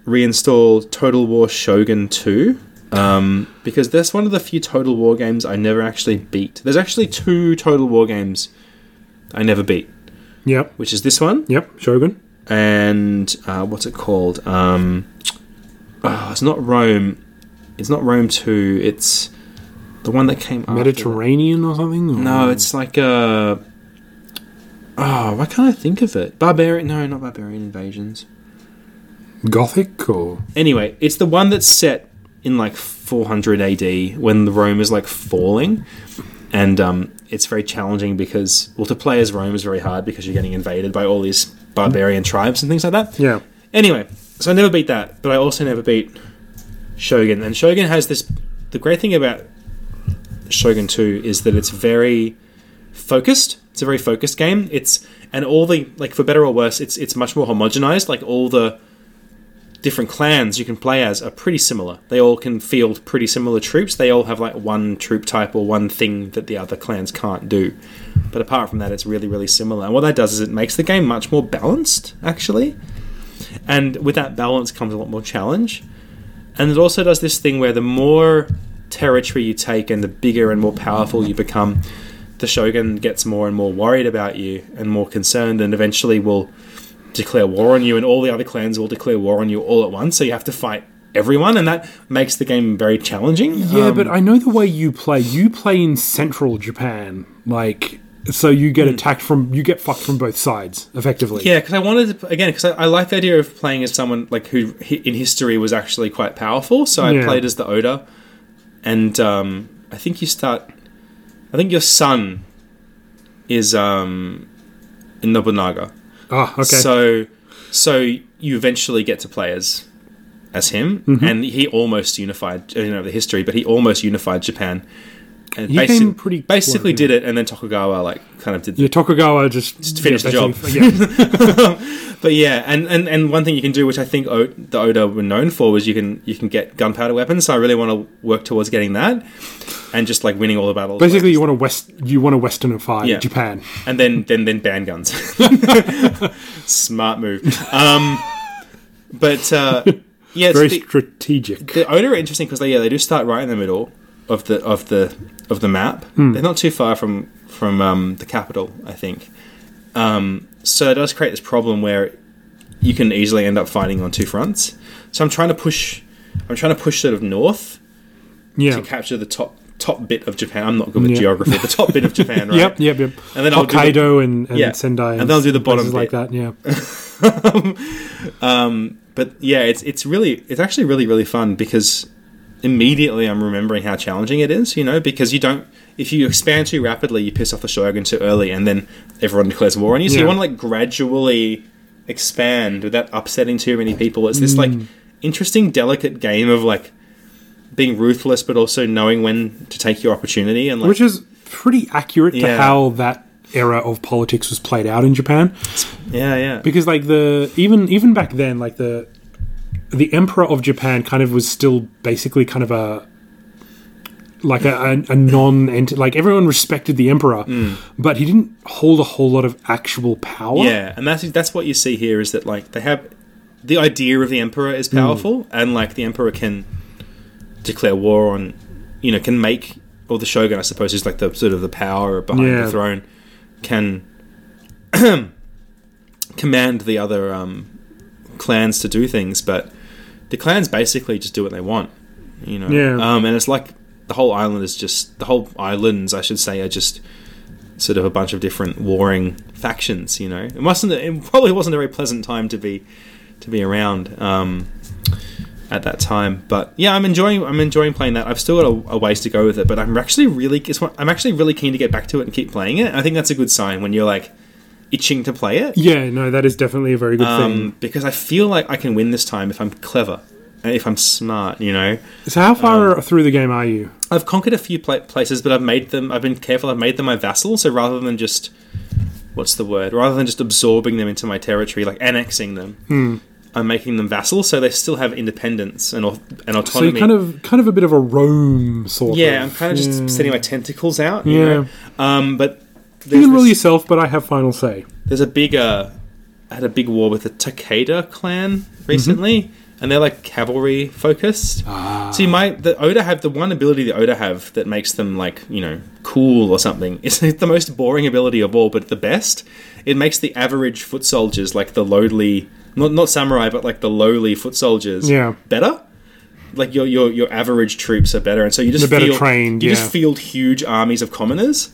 Speaker 3: reinstalled Total War Shogun 2 um, because that's one of the few Total War games I never actually beat. There's actually two Total War games I never beat,
Speaker 4: yep,
Speaker 3: which is this one
Speaker 4: yep.
Speaker 3: Ah,
Speaker 4: Shogun.
Speaker 3: and uh, what's it called? Um, oh, it's not Rome. It's not Rome 2. It's the one that came after that.
Speaker 4: Mediterranean or something? Or-
Speaker 3: No, it's like uh Oh, why can't I think of it? Barbarian? No, not barbarian invasions.
Speaker 4: Gothic or
Speaker 3: Anyway, it's the one that's set in like 400 AD when the Rome is like falling, and um, it's very challenging because well, to play as Rome is very hard because you're getting invaded by all these barbarian tribes and things like that.
Speaker 4: yeah.
Speaker 3: Anyway, so I never beat that, but I also never beat Shogun. And Shogun has this. The great thing about Shogun 2 is that it's very focused. It's a very focused game. It's and all the like for better or worse, it's it's much more homogenized. Like all the different clans you can play as are pretty similar. They all can field pretty similar troops. They all have like one troop type or one thing that the other clans can't do. But apart from that, it's really really similar. And what that does is it makes the game much more balanced actually. And with that balance comes a lot more challenge. And it also does this thing where the more territory you take and the bigger and more powerful you become, the shogun gets more and more worried about you and more concerned, and eventually will declare war on you, and all the other clans will declare war on you all at once. So you have to fight everyone, and that makes the game very challenging.
Speaker 4: Yeah,
Speaker 3: Um,
Speaker 4: but I know the way you play. You play in central Japan, like so you get attacked from you get fucked from both sides, effectively.
Speaker 3: Hmm. Yeah, because I wanted to again because I, I like the idea of playing as someone like who hi- in history was actually quite powerful. So I
Speaker 4: Yeah.
Speaker 3: played as the Oda, and um, I think you start. I think your son is um, Nobunaga.
Speaker 4: Ah, okay.
Speaker 3: So, so you eventually get to play as as him,
Speaker 4: Mm-hmm.
Speaker 3: and he almost unified. uh, You know the history, but he almost unified Japan. And
Speaker 4: He
Speaker 3: basi-
Speaker 4: came pretty close,
Speaker 3: basically
Speaker 4: didn't
Speaker 3: did it, and then Tokugawa like kind of did the
Speaker 4: yeah, Tokugawa just,
Speaker 3: finish
Speaker 4: yeah,
Speaker 3: the job.
Speaker 4: basically-
Speaker 3: [LAUGHS]
Speaker 4: Yeah,
Speaker 3: But yeah, and, and, and one thing you can do, which I think o- the Oda were known for, was you can you can get gunpowder weapons. So I really want to work towards getting that, and just like winning all the battles.
Speaker 4: basically you want to west you want to westernify
Speaker 3: Yeah.
Speaker 4: Japan.
Speaker 3: and then then then ban guns.
Speaker 4: [LAUGHS]
Speaker 3: Smart move. Um, but uh, yeah, it's
Speaker 4: Very
Speaker 3: the,
Speaker 4: strategic.
Speaker 3: the Oda are interesting because they yeah they do start right in the middle of the of the of the map.
Speaker 4: Hmm.
Speaker 3: They're not too far from from um, the capital, I think. Um, so it does create this problem where you can easily end up fighting on two fronts. So I'm trying to push, I'm trying to push sort of north
Speaker 4: Yeah.
Speaker 3: to capture the top top bit of Japan. I'm not good with
Speaker 4: Yeah.
Speaker 3: geography. The top
Speaker 4: [LAUGHS]
Speaker 3: bit of Japan, right?
Speaker 4: Yep, yep, yep.
Speaker 3: And then I'll do the-
Speaker 4: Hokkaido and, and
Speaker 3: Yeah.
Speaker 4: Sendai,
Speaker 3: And then I'll do the bottom
Speaker 4: places like
Speaker 3: bit.
Speaker 4: that. Yeah,
Speaker 3: but yeah, it's it's really it's actually really really fun because immediately I'm remembering how challenging it is. You know, because you don't if you expand too rapidly, you piss off the shogun too early, and then everyone declares war on you. So you
Speaker 4: Yeah.
Speaker 3: want to like gradually expand without upsetting too many people. It's this
Speaker 4: Mm.
Speaker 3: like interesting, delicate game of like being ruthless, but also knowing when to take your opportunity and like
Speaker 4: which is pretty accurate
Speaker 3: Yeah.
Speaker 4: to how that era of politics was played out in Japan.
Speaker 3: yeah, yeah,
Speaker 4: because like the even even back then like the the emperor of japan kind of was still basically kind of a like a, a, a non entity like everyone respected the emperor
Speaker 3: Mm.
Speaker 4: but he didn't hold a whole lot of actual power
Speaker 3: Yeah, and that's that's what you see here is that like they have the idea of the emperor
Speaker 4: Hmm.
Speaker 3: is powerful, and like the emperor can declare war on, you know, can make or the shogun, I suppose, is like the sort of the power behind
Speaker 4: Yeah.
Speaker 3: the throne, can [CLEARS THROAT] command the other um, clans to do things, but the clans basically just do what they want, you know.
Speaker 4: Yeah.
Speaker 3: Um, and it's like the whole island is just the whole islands, I should say, are just sort of a bunch of different warring factions. You know, it mustn't. It probably wasn't a very pleasant time to be to be around um, at that time. But yeah, I'm enjoying. I'm enjoying playing that. I've still got a, a ways to go with it, but I'm actually really. It's one, I'm actually really keen to get back to it and keep playing it. I think that's a good sign when you're like itching to play it,
Speaker 4: yeah no that is definitely a very good thing
Speaker 3: um, because I feel like I can win this time if I'm clever, and if I'm smart. You know.
Speaker 4: so how
Speaker 3: um,
Speaker 4: far through the game are you
Speaker 3: I've conquered a few pla- places, but I've made them. I've been careful. I've made them my vassal. So rather than just what's the word? Rather than just absorbing them into my territory, like annexing them,
Speaker 4: Hmm.
Speaker 3: I'm making them vassal. So they still have independence and au- and
Speaker 4: so
Speaker 3: autonomy.
Speaker 4: you're kind of kind of a bit of a rome sort of
Speaker 3: yeah, I'm kind of just sending my tentacles out. You
Speaker 4: Yeah.
Speaker 3: know? Um, but
Speaker 4: you
Speaker 3: there's,
Speaker 4: can rule
Speaker 3: this-
Speaker 4: yourself but i have final say
Speaker 3: there's a big. Uh, I had a big war with the Takeda clan recently, and they're like cavalry focused.
Speaker 4: Ah.
Speaker 3: See, my the Oda have the one ability the Oda have that makes them like you know cool or something. [LAUGHS] It's the most boring ability of all, but the best. It makes the average foot soldiers like the lowly, not not samurai, but like the lowly foot soldiers,
Speaker 4: Yeah.
Speaker 3: better. Like your your your average troops are better, and so you just
Speaker 4: They're better
Speaker 3: field-
Speaker 4: trained,
Speaker 3: You
Speaker 4: yeah.
Speaker 3: just field huge armies of commoners,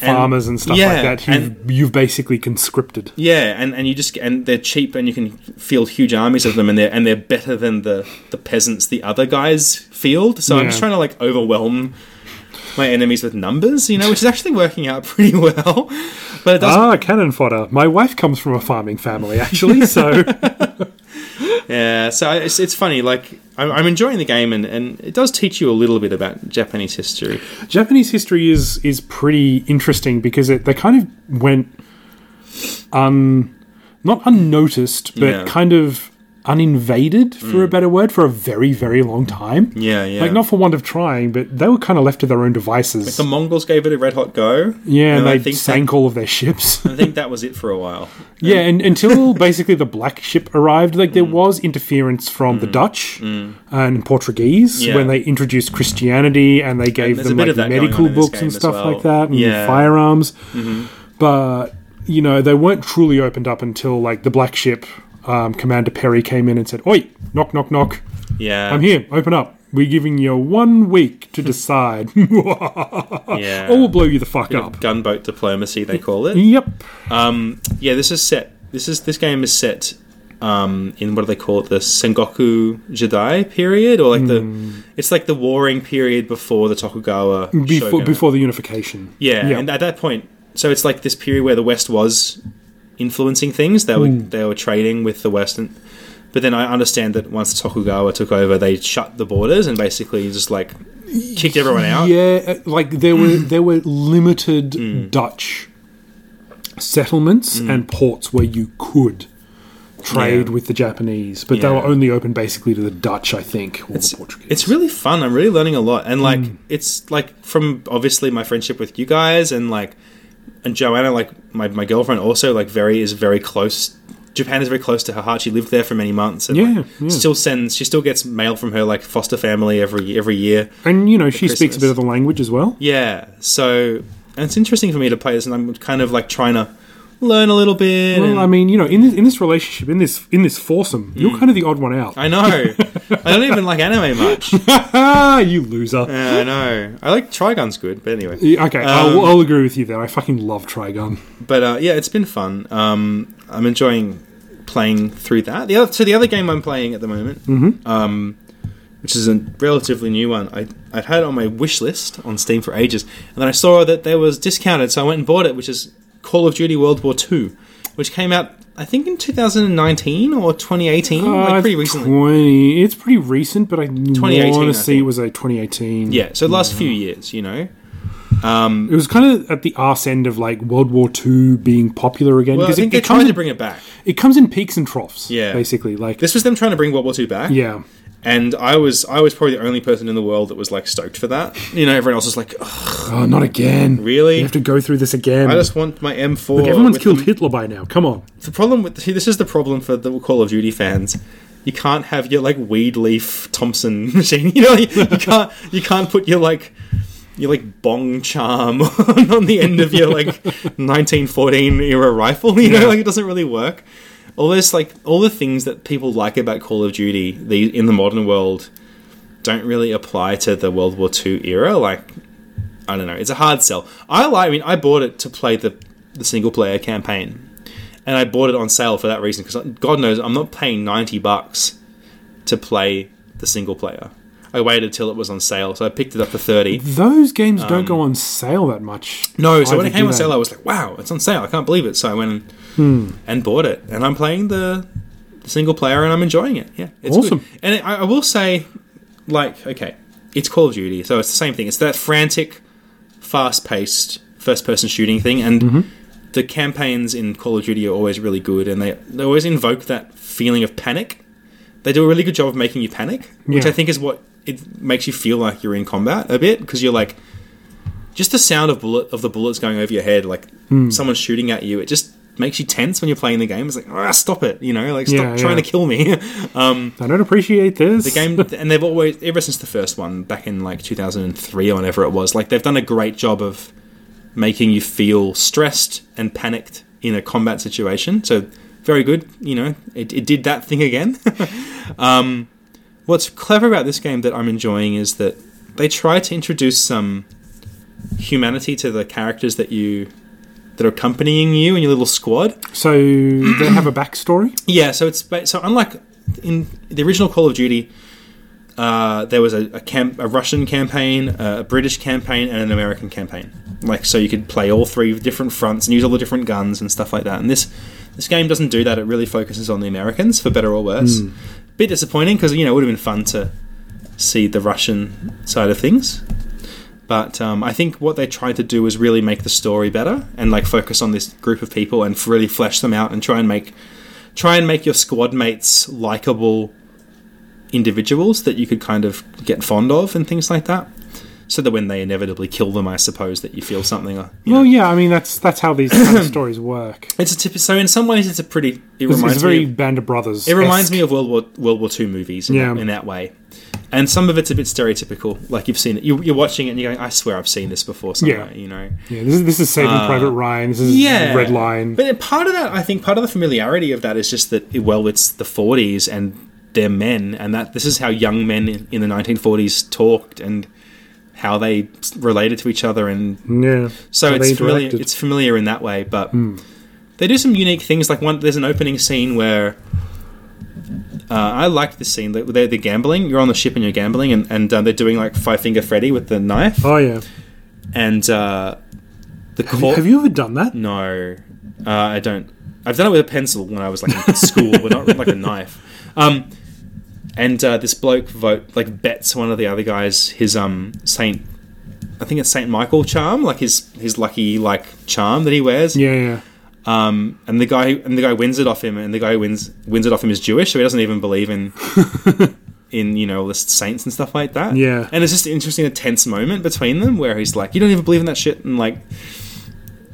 Speaker 3: And-
Speaker 4: farmers and stuff
Speaker 3: yeah,
Speaker 4: like that who
Speaker 3: and-
Speaker 4: you've basically conscripted
Speaker 3: yeah, and, and you just and they're cheap, and you can field huge armies of them, and they're and they're better than the the peasants the other guys field. So I'm
Speaker 4: Yeah.
Speaker 3: just trying to like overwhelm my enemies with numbers, you know, which is actually working out [LAUGHS] pretty well. But it does [LAUGHS]
Speaker 4: Ah, cannon fodder. My wife comes from a farming family, actually, so
Speaker 3: yeah, so it's, it's funny. Like I'm, I'm enjoying the game, and, and it does teach you a little bit about Japanese history.
Speaker 4: Japanese history is is pretty interesting because it, they kind of went un not unnoticed, but
Speaker 3: Yeah. Mm.
Speaker 4: kind of uninvaded for a better word for a very very long time.
Speaker 3: Yeah, yeah.
Speaker 4: Like not for want of trying, but they were kind of left to their own devices.
Speaker 3: the Mongols gave it a red hot go.
Speaker 4: yeah, and,
Speaker 3: I
Speaker 4: they
Speaker 3: think
Speaker 4: sank all of
Speaker 3: [LAUGHS]
Speaker 4: their ships.
Speaker 3: That, I think that was it for a while.
Speaker 4: yeah, and until [LAUGHS] basically the black ship arrived, like
Speaker 3: Mm.
Speaker 4: there was interference from the Dutch and Portuguese
Speaker 3: Yeah.
Speaker 4: when they introduced Christianity and they gave
Speaker 3: there's a
Speaker 4: them
Speaker 3: bit
Speaker 4: like
Speaker 3: of that going on
Speaker 4: medical
Speaker 3: in this
Speaker 4: books
Speaker 3: game
Speaker 4: and
Speaker 3: as
Speaker 4: stuff
Speaker 3: well.
Speaker 4: like that and
Speaker 3: Yeah. Mm-hmm.
Speaker 4: firearms. But you know, they weren't truly opened up until like the black ship um, commander Perry came in and said, "Oi, knock, knock, knock.
Speaker 3: Yeah,
Speaker 4: I'm here. Open up." We're giving you one week
Speaker 3: [LAUGHS]
Speaker 4: to decide, [LAUGHS]
Speaker 3: Yeah,
Speaker 4: or we'll blow you the fuck
Speaker 3: Bit of
Speaker 4: up.
Speaker 3: gunboat diplomacy they call it.
Speaker 4: Yep.
Speaker 3: Yeah, this is set. This is this game is set um, in what do they call it? The Sengoku Jedi period, or like the it's like the warring period before the Tokugawa
Speaker 4: before
Speaker 3: shogunate.
Speaker 4: before the unification.
Speaker 3: Yeah,
Speaker 4: yeah.
Speaker 3: and at that point, so it's like this period where the West was influencing things. They were they were trading with the West, and, but then I understand that once Tokugawa took over, they shut the borders and basically just like kicked everyone out.
Speaker 4: Yeah, uh, like there
Speaker 3: [CLEARS THROAT]
Speaker 4: were there were limited
Speaker 3: Hmm.
Speaker 4: Dutch settlements and ports where you could trade
Speaker 3: Yeah.
Speaker 4: with the Japanese, but they
Speaker 3: Yeah.
Speaker 4: were only open basically to the Dutch, I think, or the Portuguese.
Speaker 3: It's really fun. I'm really learning a lot, and like
Speaker 4: Mm.
Speaker 3: it's like from obviously my friendship with you guys, and like and Joanna, like my, my girlfriend, also like very is very close. Japan is very close to her heart. She lived there for many months, and like,
Speaker 4: Yeah, yeah.
Speaker 3: still sends. She still gets mail from her like foster family every every year.
Speaker 4: and you know she speaks a bit
Speaker 3: Christmas.
Speaker 4: of the language as well.
Speaker 3: Yeah, so and it's interesting for me to play this, and I'm kind of like trying to learn a little bit.
Speaker 4: Well,
Speaker 3: and-
Speaker 4: I mean, you know, in this in this relationship, in this in this foursome, you're kind of the odd one out.
Speaker 3: Hmm.
Speaker 4: [LAUGHS]
Speaker 3: I know. I don't even like anime much. Yeah,
Speaker 4: ah, you loser.
Speaker 3: I know. I like Trigun's good, but anyway.
Speaker 4: Yeah, okay,
Speaker 3: Um,
Speaker 4: I'll, I'll agree with you there. I fucking love Trigun.
Speaker 3: But uh, yeah, it's been fun. Um, I'm enjoying playing through that. The other, so the other game I'm playing at the moment, um, which is a relatively new one, I I've had it on my wish list on Steam for ages, and then I saw that there was discounted, so I went and bought it, which is Call of Duty World War Two, which came out I think in 2019 or 2018,
Speaker 4: Uh,
Speaker 3: like pretty recently.
Speaker 4: 20, it's pretty recent, but I want
Speaker 3: 2018, I
Speaker 4: to see it
Speaker 3: think.
Speaker 4: was a 2018.
Speaker 3: yeah, so the last few years, you know.
Speaker 4: It was kind of at the arse end of like World War II being popular again.
Speaker 3: Well, I
Speaker 4: because
Speaker 3: think
Speaker 4: it,
Speaker 3: they're
Speaker 4: it, comes
Speaker 3: trying to
Speaker 4: in,
Speaker 3: bring it back.
Speaker 4: it comes in peaks and troughs,
Speaker 3: Yeah.
Speaker 4: basically. Like,
Speaker 3: This was them trying to bring World War Two back.
Speaker 4: yeah.
Speaker 3: and I was I was probably the only person in the world that was like stoked for that. You know, everyone else was like, "Ugh,
Speaker 4: Oh, not again.
Speaker 3: Really?
Speaker 4: You have to go through this again.
Speaker 3: I just want my M4.
Speaker 4: Like, everyone's
Speaker 3: with
Speaker 4: killed
Speaker 3: the,
Speaker 4: Hitler by now. Come on.
Speaker 3: the problem with see, this is the problem for the Call of Duty fans. You can't have your like weed leaf Thompson [LAUGHS] machine. You know, you, you can't you can't put your like your like bong charm [LAUGHS] on, on the end of your like 1914 era rifle. You know, like it doesn't really work. All this like all the things that people like about Call of Duty the, in the modern world don't really apply to the World War II era. Like I don't know. It's a hard sell. I like. I mean, I bought it to play the the single player campaign, and I bought it on sale for that reason. Because God knows, I'm not paying ninety bucks to play the single player. I waited till it was on sale, so I picked it up for thirty.
Speaker 4: Those games don't go on sale that much.
Speaker 3: Um, No, so
Speaker 4: either,
Speaker 3: when it
Speaker 4: do
Speaker 3: came on
Speaker 4: they?
Speaker 3: sale, I was like, "Wow, it's on sale! I can't believe it!" So I went and,
Speaker 4: Hmm.
Speaker 3: and bought it, and I'm playing the, the single player, and I'm enjoying it. Yeah, it's
Speaker 4: Awesome.
Speaker 3: Good. And I, I will say, like, okay, it's Call of Duty, so it's the same thing. It's that frantic, fast-paced first-person shooting thing, and
Speaker 4: Mm-hmm.
Speaker 3: the campaigns in Call of Duty are always really good, and they they always invoke that feeling of panic. They do a really good job of making you panic, which
Speaker 4: Yeah.
Speaker 3: I think is what it makes you feel like you're in combat a bit because you're like just the sound of bullet of the bullets going over your head, like
Speaker 4: Hmm.
Speaker 3: someone shooting at you, it just makes you tense when you're playing the game. It's like, ah, stop it, you know, like stop
Speaker 4: Yeah,
Speaker 3: trying
Speaker 4: yeah.
Speaker 3: to kill me. [LAUGHS] um,
Speaker 4: I don't appreciate this.
Speaker 3: the game, and they've always ever since the first one back in like 2003 or whenever it was, like they've done a great job of making you feel stressed and panicked in a combat situation. So very good, you know, it, it did that thing again. [LAUGHS] um, what's clever about this game that I'm enjoying is that they try to introduce some humanity to the characters that you that are accompanying you and your little squad.
Speaker 4: So they have a
Speaker 3: [CLEARS THROAT]
Speaker 4: backstory?
Speaker 3: Yeah, so it's ba- so unlike in the original Call of Duty, uh, there was a, a camp, a Russian campaign, a British campaign, and an American campaign. Like so, you could play all three different fronts and use all the different guns and stuff like that. And this, This game doesn't do that. It really focuses on the Americans, for better or worse. Bit disappointing because you know it would have been fun to see the Russian side of things. But um, I think what they tried to do was really make the story better and like focus on this group of people and f- really flesh them out and try and make try and make your squad mates likable individuals that you could kind of get fond of and things like that. So that when they inevitably kill them, I suppose that you feel something. uh, You know.
Speaker 4: Well, yeah, I mean that's that's how these kind
Speaker 3: [COUGHS]
Speaker 4: of stories work.
Speaker 3: It's a tip. So in some ways, it's a pretty. It
Speaker 4: It's,
Speaker 3: reminds
Speaker 4: it's very
Speaker 3: me. Of,
Speaker 4: Band of Brothers.
Speaker 3: it reminds me of World War World War Two movies in,
Speaker 4: Yeah.
Speaker 3: that, in that way, and some of it's a bit stereotypical. Like you've seen it, you, you're watching it, and you're going, "I swear, I've seen this before somewhere."
Speaker 4: Yeah.
Speaker 3: You know.
Speaker 4: Yeah, this is this is Saving Private Ryan. This is
Speaker 3: Uh, Yeah.
Speaker 4: Red Line.
Speaker 3: But part of that, I think, part of the familiarity of that is just that. Well, it's the 40s, and they're men, and that this is how young men in, in the 1940s talked and how they s- related to each other and
Speaker 4: yeah,
Speaker 3: so
Speaker 4: how they Hmm.
Speaker 3: it's familiar,
Speaker 4: interacted.
Speaker 3: it's familiar in that way, but they do some unique things. Like one, there's an opening scene where uh, I liked this scene. They- They're, they're gambling. You're on the ship and you're gambling, and, and uh, they're doing like Five Finger Freddy with the knife.
Speaker 4: oh yeah.
Speaker 3: And uh, the
Speaker 4: Have you,
Speaker 3: court.
Speaker 4: have you ever done
Speaker 3: Mm.
Speaker 4: that?
Speaker 3: No, uh, I don't. I've done it with a pencil when I was like in [LAUGHS] school, but not like a knife. Um, and uh, this bloke vote like bets one of the other guys his um Saint, I think it's Saint Michael charm, like his his lucky like charm that he wears.
Speaker 4: Yeah, yeah.
Speaker 3: Um, and the guy and the guy wins it off him, and the guy who wins wins it off him is Jewish, so he doesn't even believe
Speaker 4: [LAUGHS]
Speaker 3: in. In you know all this saints and stuff like that,
Speaker 4: Yeah.
Speaker 3: And it's just an interesting, a tense moment between them where he's like, "You don't even believe in that shit," and like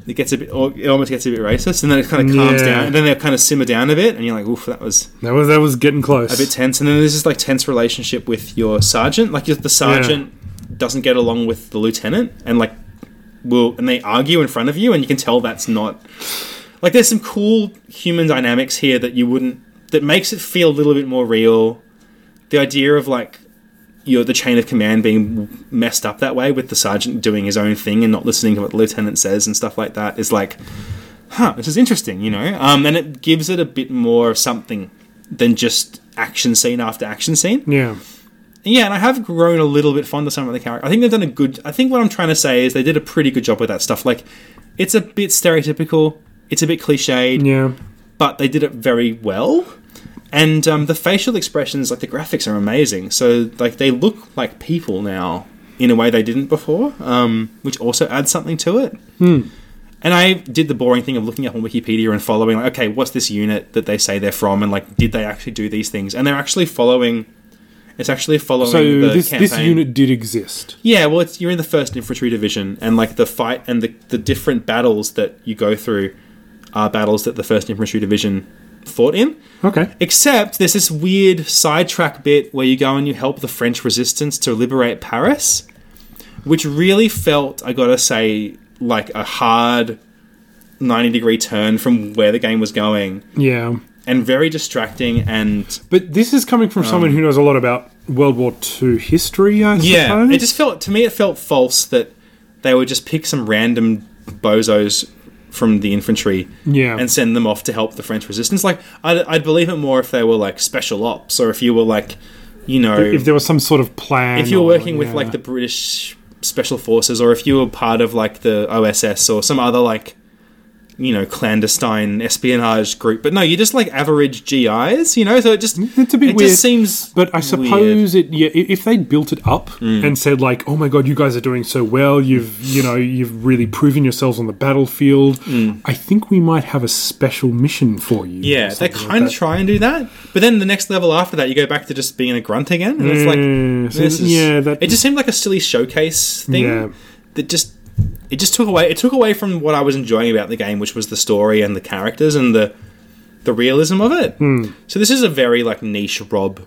Speaker 3: it gets a bit, or it almost gets a bit racist, and then it kind of calms
Speaker 4: Yeah.
Speaker 3: down, and then they kind of simmer down a bit, and you're like, "Oof, that was
Speaker 4: That was that was getting close.
Speaker 3: a bit tense." And then there's this like tense relationship with your sergeant, like your- the sergeant doesn't get along with the lieutenant, and like will and they argue in front of you, and you can tell that's not like there's some cool human dynamics here that you wouldn't that makes it feel a little bit more real. The idea of like your the chain of command being messed up that way with the sergeant doing his own thing and not listening to what the lieutenant says and stuff like that is like huh this is interesting you know um, and it gives it a bit more of something than just action scene after action scene
Speaker 4: yeah,
Speaker 3: yeah, and I have grown a little bit fond of some of the characters. I think they've done a good. I think what I'm trying to say is they did a pretty good job with that stuff. Like, it's a bit stereotypical, it's a bit cliched,
Speaker 4: yeah.
Speaker 3: but they did it very well. And um, the facial expressions, like the graphics, are amazing. So like they look like people now in a way they didn't before, um, which also adds something to it.
Speaker 4: Hmm.
Speaker 3: And I did the boring thing of looking up on Wikipedia and following, like, okay, what's this unit that they say they're from, and like, did they actually do these things? And they're actually following. It's actually following
Speaker 4: So
Speaker 3: the
Speaker 4: this
Speaker 3: campaign.
Speaker 4: this unit did exist.
Speaker 3: Yeah, well, it's, you're in the first infantry division, and like the fight and the, the different battles that you go through are battles that the first infantry division fought in.
Speaker 4: Okay.
Speaker 3: Except there's this weird sidetrack bit where you go and you help the French resistance to liberate Paris, which really felt, I gotta say, like a hard 90 degree turn from where the game was going,
Speaker 4: Yeah,
Speaker 3: and very distracting and
Speaker 4: but this is coming
Speaker 3: Um,
Speaker 4: from someone who knows a lot about World War II history. I
Speaker 3: Yeah,
Speaker 4: suppose.
Speaker 3: it just felt to me it felt false that they would just pick some random bozos from the infantry
Speaker 4: Yeah.
Speaker 3: and send them off to help the French resistance. Like I'd, I'd believe it more if they were like special ops or if you were like you know
Speaker 4: if
Speaker 3: if,
Speaker 4: there was some sort of plan.
Speaker 3: you were
Speaker 4: or-
Speaker 3: working with
Speaker 4: yeah.
Speaker 3: like the British special forces or if you were part of like the OSS or some other like you know clandestine espionage group. But no, you're just like average GIs, you know. So it just
Speaker 4: It's a bit
Speaker 3: it
Speaker 4: weird,
Speaker 3: just seems
Speaker 4: But I
Speaker 3: weird. Mm.
Speaker 4: suppose it. Yeah, i- if they'd built it up and said like, "Oh my god, you guys are doing so well. You've you know you've really proven yourselves on the battlefield. I think we might have a special mission for you." or
Speaker 3: Mm. Yeah, they
Speaker 4: something like
Speaker 3: kind of
Speaker 4: that.
Speaker 3: try and do that, but then the next level after that, you go back to just being a grunt again, and it's like
Speaker 4: Yeah, so
Speaker 3: this is,
Speaker 4: Mm. yeah, that-
Speaker 3: it just seemed like a silly showcase thing
Speaker 4: Yeah.
Speaker 3: that just it just took away it took away from what I was enjoying about the game, which was the story and the characters and the the realism of it.
Speaker 4: Hmm.
Speaker 3: So this is a very like niche Rob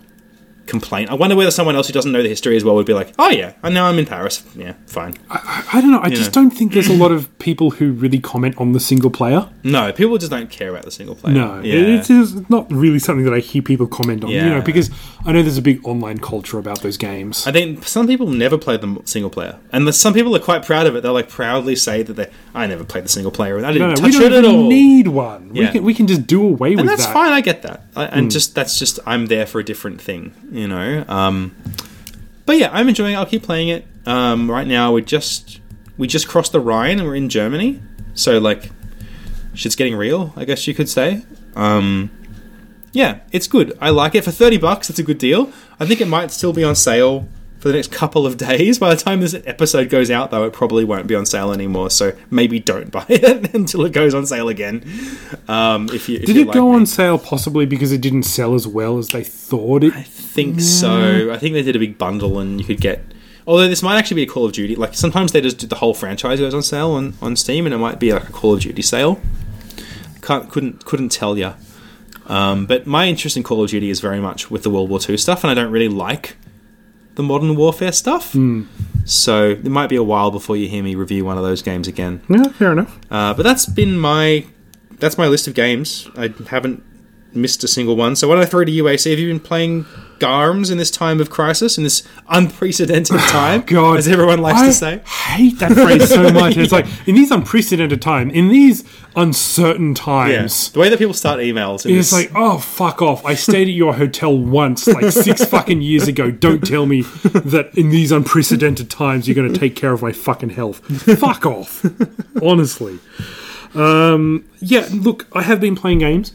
Speaker 3: complaint. I wonder whether someone else who doesn't know the history as well would be like, "Oh yeah, I know I'm in Paris. Yeah, fine."
Speaker 4: I don't know. I just don't think there's a lot of people who really comment on the single player.
Speaker 3: No, people just don't care about the single player.
Speaker 4: No,
Speaker 3: yeah.
Speaker 4: it is not really something that I hear people comment on. You
Speaker 3: Yeah.
Speaker 4: know, because I know there's a big online culture about those games.
Speaker 3: I think some people never play the single player, and the- some people are quite proud of it. They'll like proudly say that they, "I never played the single player, and I
Speaker 4: No,
Speaker 3: didn't
Speaker 4: no, we
Speaker 3: touch
Speaker 4: don't
Speaker 3: it at
Speaker 4: even
Speaker 3: all."
Speaker 4: need one. We,
Speaker 3: Yeah.
Speaker 4: can, we can just do away with
Speaker 3: and that's
Speaker 4: that. Hmm.
Speaker 3: fine. I get that, I, and just that's just I'm there for a different thing, you know. Um, but yeah, I'm enjoying. it. I'll keep playing it. Um, right now, we just we just crossed the Rhine and we're in Germany, so like shit's getting real. I guess you could say. Um, yeah, it's good. I like it for thirty bucks. It's a good deal. I think it might still be on sale for the next couple of [LAUGHS] days. By the time this episode goes out, though, it probably won't be on sale anymore. So maybe don't [LAUGHS] buy it until it goes on sale again. Um, if you if
Speaker 4: Did
Speaker 3: you're
Speaker 4: it
Speaker 3: like
Speaker 4: go
Speaker 3: me.
Speaker 4: on sale possibly because it didn't sell as well as they thought it?
Speaker 3: I think so. I think they did a big bundle and you could get. Although this might actually be a Call of Duty. Like sometimes they just do the whole franchise goes on sale on, on Steam, and it might be like a Call of Duty sale. Can't couldn't couldn't tell ya. Um, but my interest in Call of Duty is very much with the World War II stuff, and I don't really like the modern warfare stuff. So it might be a while before you hear me review one of those games again.
Speaker 4: Yeah, fair enough.
Speaker 3: Uh, but that's been my that's my list of games. I haven't missed a single one. So why don't I throw it to you, AC? Have you been playing Garms in this time of crisis, in this
Speaker 4: [LAUGHS]
Speaker 3: unprecedented time,
Speaker 4: Oh, God,
Speaker 3: as everyone likes
Speaker 4: I
Speaker 3: to say?
Speaker 4: hate that phrase
Speaker 3: [LAUGHS]
Speaker 4: so much. It's like in these unprecedented time, in these uncertain times.
Speaker 3: Yes. The way that people start emails, in
Speaker 4: It's
Speaker 3: this-
Speaker 4: like, oh fuck off! I stayed at your hotel once, like six fucking years ago. Don't tell me that in these unprecedented times you're going to take care of my fucking health. Fuck off, honestly. Um, yeah, look, I have been playing games.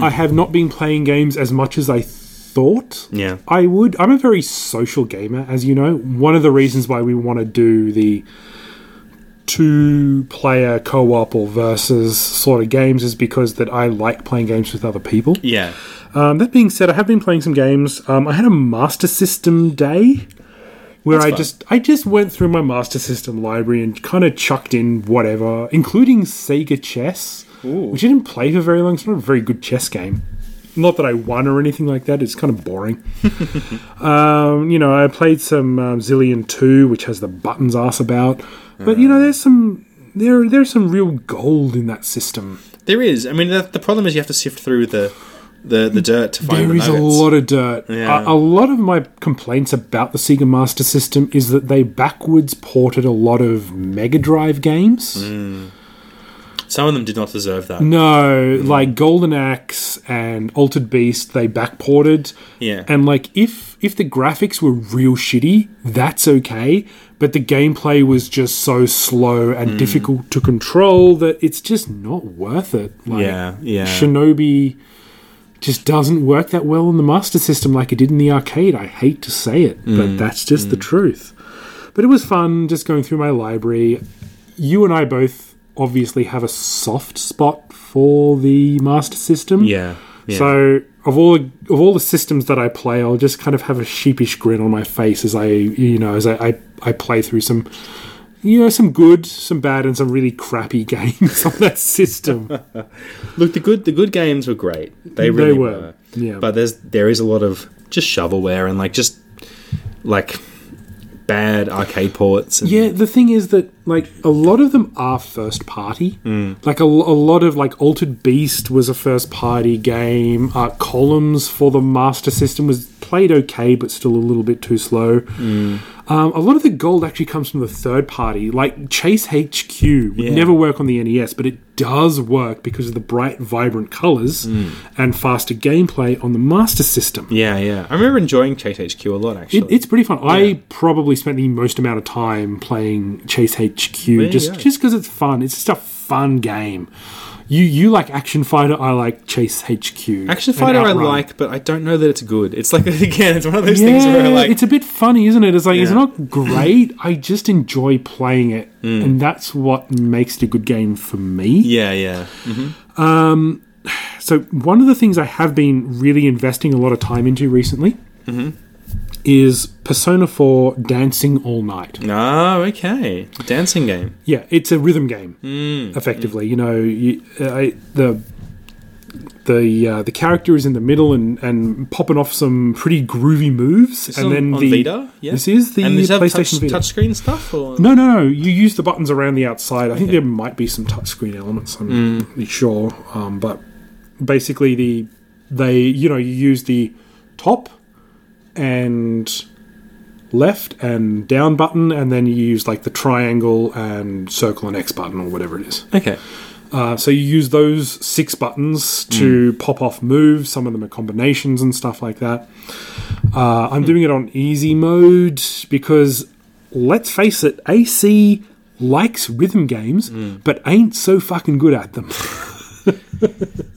Speaker 4: I have not been playing games as much as I thought.
Speaker 3: Yeah.
Speaker 4: I would. I'm a very social gamer, as you know. One of the reasons why we want to do the two player co op or versus sort of games is because that I like playing games with other people.
Speaker 3: yeah,
Speaker 4: Um, that being said, I have been playing some games. Um, I had a Master System day where I
Speaker 3: fun.
Speaker 4: just I just went through my Master System library and kind of chucked in whatever, including Sega Chess, which I didn't play for very long. It's not a very good chess game. Not that I won or anything like that. It's kind of boring. um, you know, I played some um, Zillion Two, which has the buttons ass about. But you know, there's some there there's some real gold in that system.
Speaker 3: there is. I mean, the, the problem is you have to sift through the the, the dirt to find
Speaker 4: There
Speaker 3: the
Speaker 4: is a
Speaker 3: nuggets.
Speaker 4: lot of dirt.
Speaker 3: Yeah.
Speaker 4: A, a lot of my complaints about the Sega Master System is that they backwards ported a lot of Mega Drive games.
Speaker 3: Mm. Some of them did not deserve that.
Speaker 4: No,
Speaker 3: Mm.
Speaker 4: like Golden Axe and Altered Beast, they backported.
Speaker 3: Yeah.
Speaker 4: And like if if the graphics were real shitty, that's okay. But the gameplay was just so slow and
Speaker 3: Mm.
Speaker 4: difficult to control that it's just not worth it. Like,
Speaker 3: Yeah, yeah.
Speaker 4: Shinobi just doesn't work that well in the Master System like it did in the arcade. I hate to say it, but
Speaker 3: Mm.
Speaker 4: that's just the truth. But it was fun just going through my library. You and I both obviously have a soft spot for the Master System.
Speaker 3: Yeah, yeah.
Speaker 4: So of all of all the systems that I play, I'll just kind of have a sheepish grin on my face as I you know as I I, I play through some you know some good, some bad, and some really crappy [LAUGHS] games on that system.
Speaker 3: Look, the good the good games were great. They really
Speaker 4: were,
Speaker 3: were.
Speaker 4: yeah.
Speaker 3: But there's there is a lot of just shovelware and like just like bad arcade ports. And,
Speaker 4: Yeah, the thing is that like a lot of them are first party. Like a, a lot of like Altered Beast was a first party game. Uh, Columns for the Master System was played okay, but still a little bit too slow. Um, a lot of the gold actually comes from the third party, like Chase HQ would never work on the NES, but it does work because of the bright, vibrant colors and faster gameplay on the Master System.
Speaker 3: yeah, yeah. I remember enjoying Chase HQ a lot actually.
Speaker 4: It, it's pretty fun. I probably spent the most amount of time playing Chase HQ
Speaker 3: you
Speaker 4: just
Speaker 3: go.
Speaker 4: just because it's fun. It's just a fun game. You you like Action Fighter. I like Chase HQ.
Speaker 3: Action
Speaker 4: and
Speaker 3: Fighter I
Speaker 4: Outrun.
Speaker 3: like, but I don't know that it's good. It's like [LAUGHS] again, it's one of those things where like
Speaker 4: it's a bit funny, isn't it? It's like it's
Speaker 3: Yeah.
Speaker 4: not great. I just enjoy playing it, and that's what makes it a good game for me.
Speaker 3: Mm. yeah, yeah,
Speaker 4: So one of the things I have been really investing a lot of time into recently
Speaker 3: Mm-hmm.
Speaker 4: is Persona Four Dancing All Night.
Speaker 3: oh, okay, dancing game.
Speaker 4: Yeah, it's a rhythm game,
Speaker 3: Hmm.
Speaker 4: effectively. You know, you, I, the the uh, the character is in the middle and, and popping off some pretty groovy moves,
Speaker 3: This
Speaker 4: and
Speaker 3: on,
Speaker 4: then
Speaker 3: on
Speaker 4: the
Speaker 3: Vita, yeah.
Speaker 4: this is the
Speaker 3: and does it have
Speaker 4: PlayStation
Speaker 3: touch,
Speaker 4: Vita.
Speaker 3: touchscreen stuff or
Speaker 4: No, no, no. You use the buttons around the outside. I think there might be some touchscreen elements. I'm not really sure, um, but basically the they you know you use the top and left and down button, and then you use like the triangle and circle and X button or whatever it is.
Speaker 3: Okay,
Speaker 4: Uh, so you use those six buttons to
Speaker 3: Hmm.
Speaker 4: pop off moves. Some of them are combinations and stuff like that. Uh,
Speaker 3: Hmm.
Speaker 4: I'm doing it on easy mode because, let's face it,
Speaker 3: Hmm.
Speaker 4: AC likes rhythm games, but ain't so fucking good at them.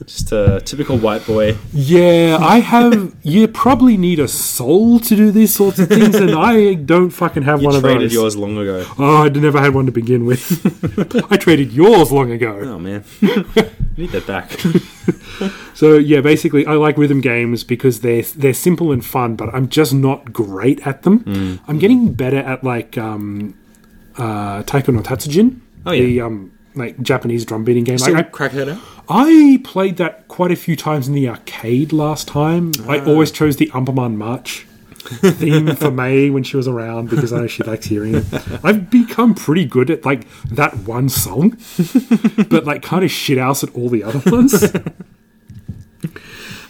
Speaker 3: Just a typical white boy.
Speaker 4: Yeah,
Speaker 3: [LAUGHS]
Speaker 4: I have. you probably need a soul to do these sorts of things, and I don't fucking have one
Speaker 3: You
Speaker 4: of
Speaker 3: traded
Speaker 4: those.
Speaker 3: yours long ago.
Speaker 4: Oh, I never had one to begin with. [LAUGHS] I traded yours
Speaker 3: [LAUGHS]
Speaker 4: long ago.
Speaker 3: Oh
Speaker 4: [LAUGHS]
Speaker 3: man, need that back.
Speaker 4: So yeah, basically, I like rhythm games because they're they're simple and fun, but I'm just not great at them.
Speaker 3: Mm.
Speaker 4: I'm getting better at like um, uh, Taiko no Tatsujin,
Speaker 3: Oh, yeah.
Speaker 4: the um, like Japanese drum beating game.
Speaker 3: Still
Speaker 4: Like, I,
Speaker 3: crack that out.
Speaker 4: I played that quite a few times in the arcade last time. I always chose the Umperman March theme for May when she was around because I know she likes hearing it. I've become pretty good at like that one song, but like kind of shit house at all the other ones.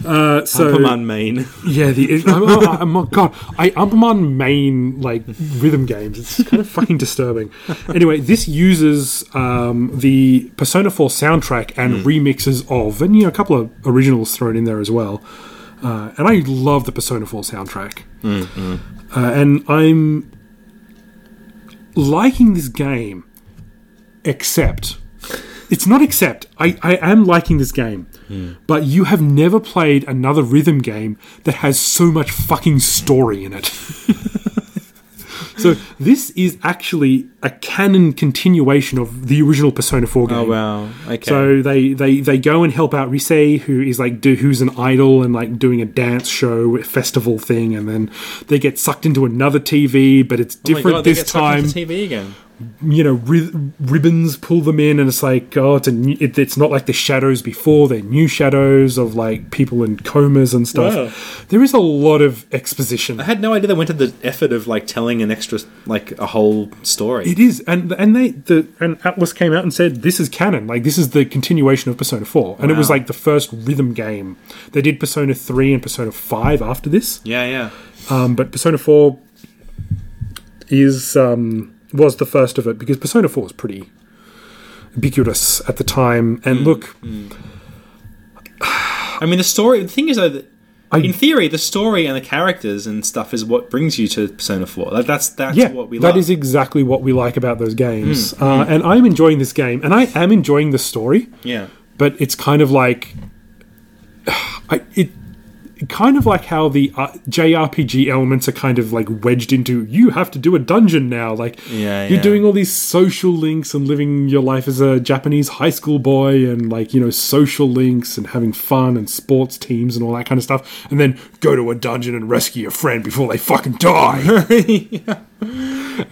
Speaker 4: Uh, so
Speaker 3: Pumperman main.
Speaker 4: yeah, the I'm, I'm, I'm, oh, God, I I'm on main like rhythm games. It's kind of fucking disturbing. Anyway, this uses um, the Persona 4 soundtrack and remixes of, and you know, a couple of originals thrown in there as well. Uh, and I love the Persona 4 soundtrack,
Speaker 3: Mm,
Speaker 4: Uh, and I'm liking this game, except. It's not except. I, I am liking this game
Speaker 3: Mm.
Speaker 4: but you have never played another rhythm game that has so much fucking story in it. [LAUGHS] so this is actually a canon continuation of the original Persona 4 game.
Speaker 3: Oh wow. Okay.
Speaker 4: So they, they, they go and help out Risei, who is like do, who's an idol and like doing a dance show festival thing, and then they get sucked into another TV, but it's
Speaker 3: Oh my
Speaker 4: different
Speaker 3: God, they
Speaker 4: this
Speaker 3: get sucked
Speaker 4: time
Speaker 3: into TV again.
Speaker 4: you know ri- ribbons pull them in and it's like oh it's a new, it, it's not like the shadows before they're new shadows of like people in comas and stuff
Speaker 3: Wow.
Speaker 4: there is a lot of exposition
Speaker 3: I had no idea they went to the effort of like telling an extra like a whole story.
Speaker 4: it is and and they the and atlas came out and said this is canon like this is the continuation of persona 4 and it was
Speaker 3: Wow.
Speaker 4: like the first rhythm game they did persona 3 and persona 5 after this
Speaker 3: yeah, yeah.
Speaker 4: Um, but Persona Four is um, was the first of it because Persona Four was pretty ubiquitous at the time. And
Speaker 3: Mm.
Speaker 4: look,
Speaker 3: I mean, the story. The thing is, though, that
Speaker 4: I-
Speaker 3: in theory, the story and the characters and stuff is what brings you to Persona Four. Like, that's that's
Speaker 4: yeah,
Speaker 3: what we
Speaker 4: that
Speaker 3: love. Mm.
Speaker 4: is exactly what we like about those games. Uh, and I'm enjoying this game, and I am enjoying the story,
Speaker 3: yeah.
Speaker 4: but it's kind of like [SIGHS] I, it. Kind of like how the uh, JRPG elements are kind of like wedged into you have to do a dungeon now. Like
Speaker 3: Yeah,
Speaker 4: you're
Speaker 3: yeah.
Speaker 4: doing all these social links and living your life as a Japanese high school boy and like you know social links and having fun and sports teams and all that kind of stuff and then go to a dungeon and rescue your friend before they fucking
Speaker 3: [LAUGHS]
Speaker 4: die and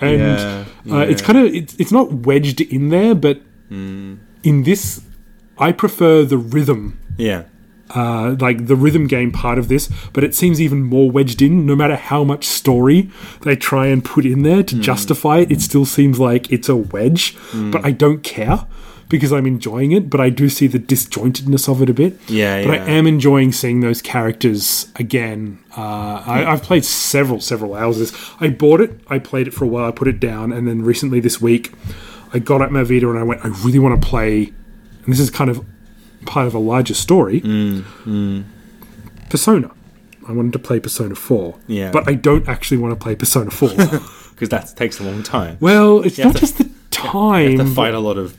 Speaker 3: Yeah,
Speaker 4: Uh, it's kind of it's, it's not wedged in there but
Speaker 3: Hmm.
Speaker 4: in this I prefer the rhythm
Speaker 3: Yeah.
Speaker 4: uh, like the rhythm game part of this, but it seems even more wedged in. No matter how much story they try and put in there
Speaker 3: Hmm.
Speaker 4: to justify it, it still seems like it's a wedge. But I don't care because I'm enjoying it. But I do see the disjointedness of it a bit.
Speaker 3: Yeah,
Speaker 4: But I
Speaker 3: yeah.
Speaker 4: am enjoying seeing those characters again. Uh, I, I've played several, several hours. of this. I bought it, I played it for a while, I put it down, and then recently this week, I got up my Vita and I went, I really want to play. And this is kind of part of a larger story.
Speaker 3: Mm,
Speaker 4: Persona. I wanted to play Persona 4.
Speaker 3: Yeah.
Speaker 4: But I don't actually want to play Persona
Speaker 3: [LAUGHS]
Speaker 4: 4.
Speaker 3: Because that takes a long time.
Speaker 4: well, it's not
Speaker 3: to-
Speaker 4: just the time.
Speaker 3: to fight a lot of.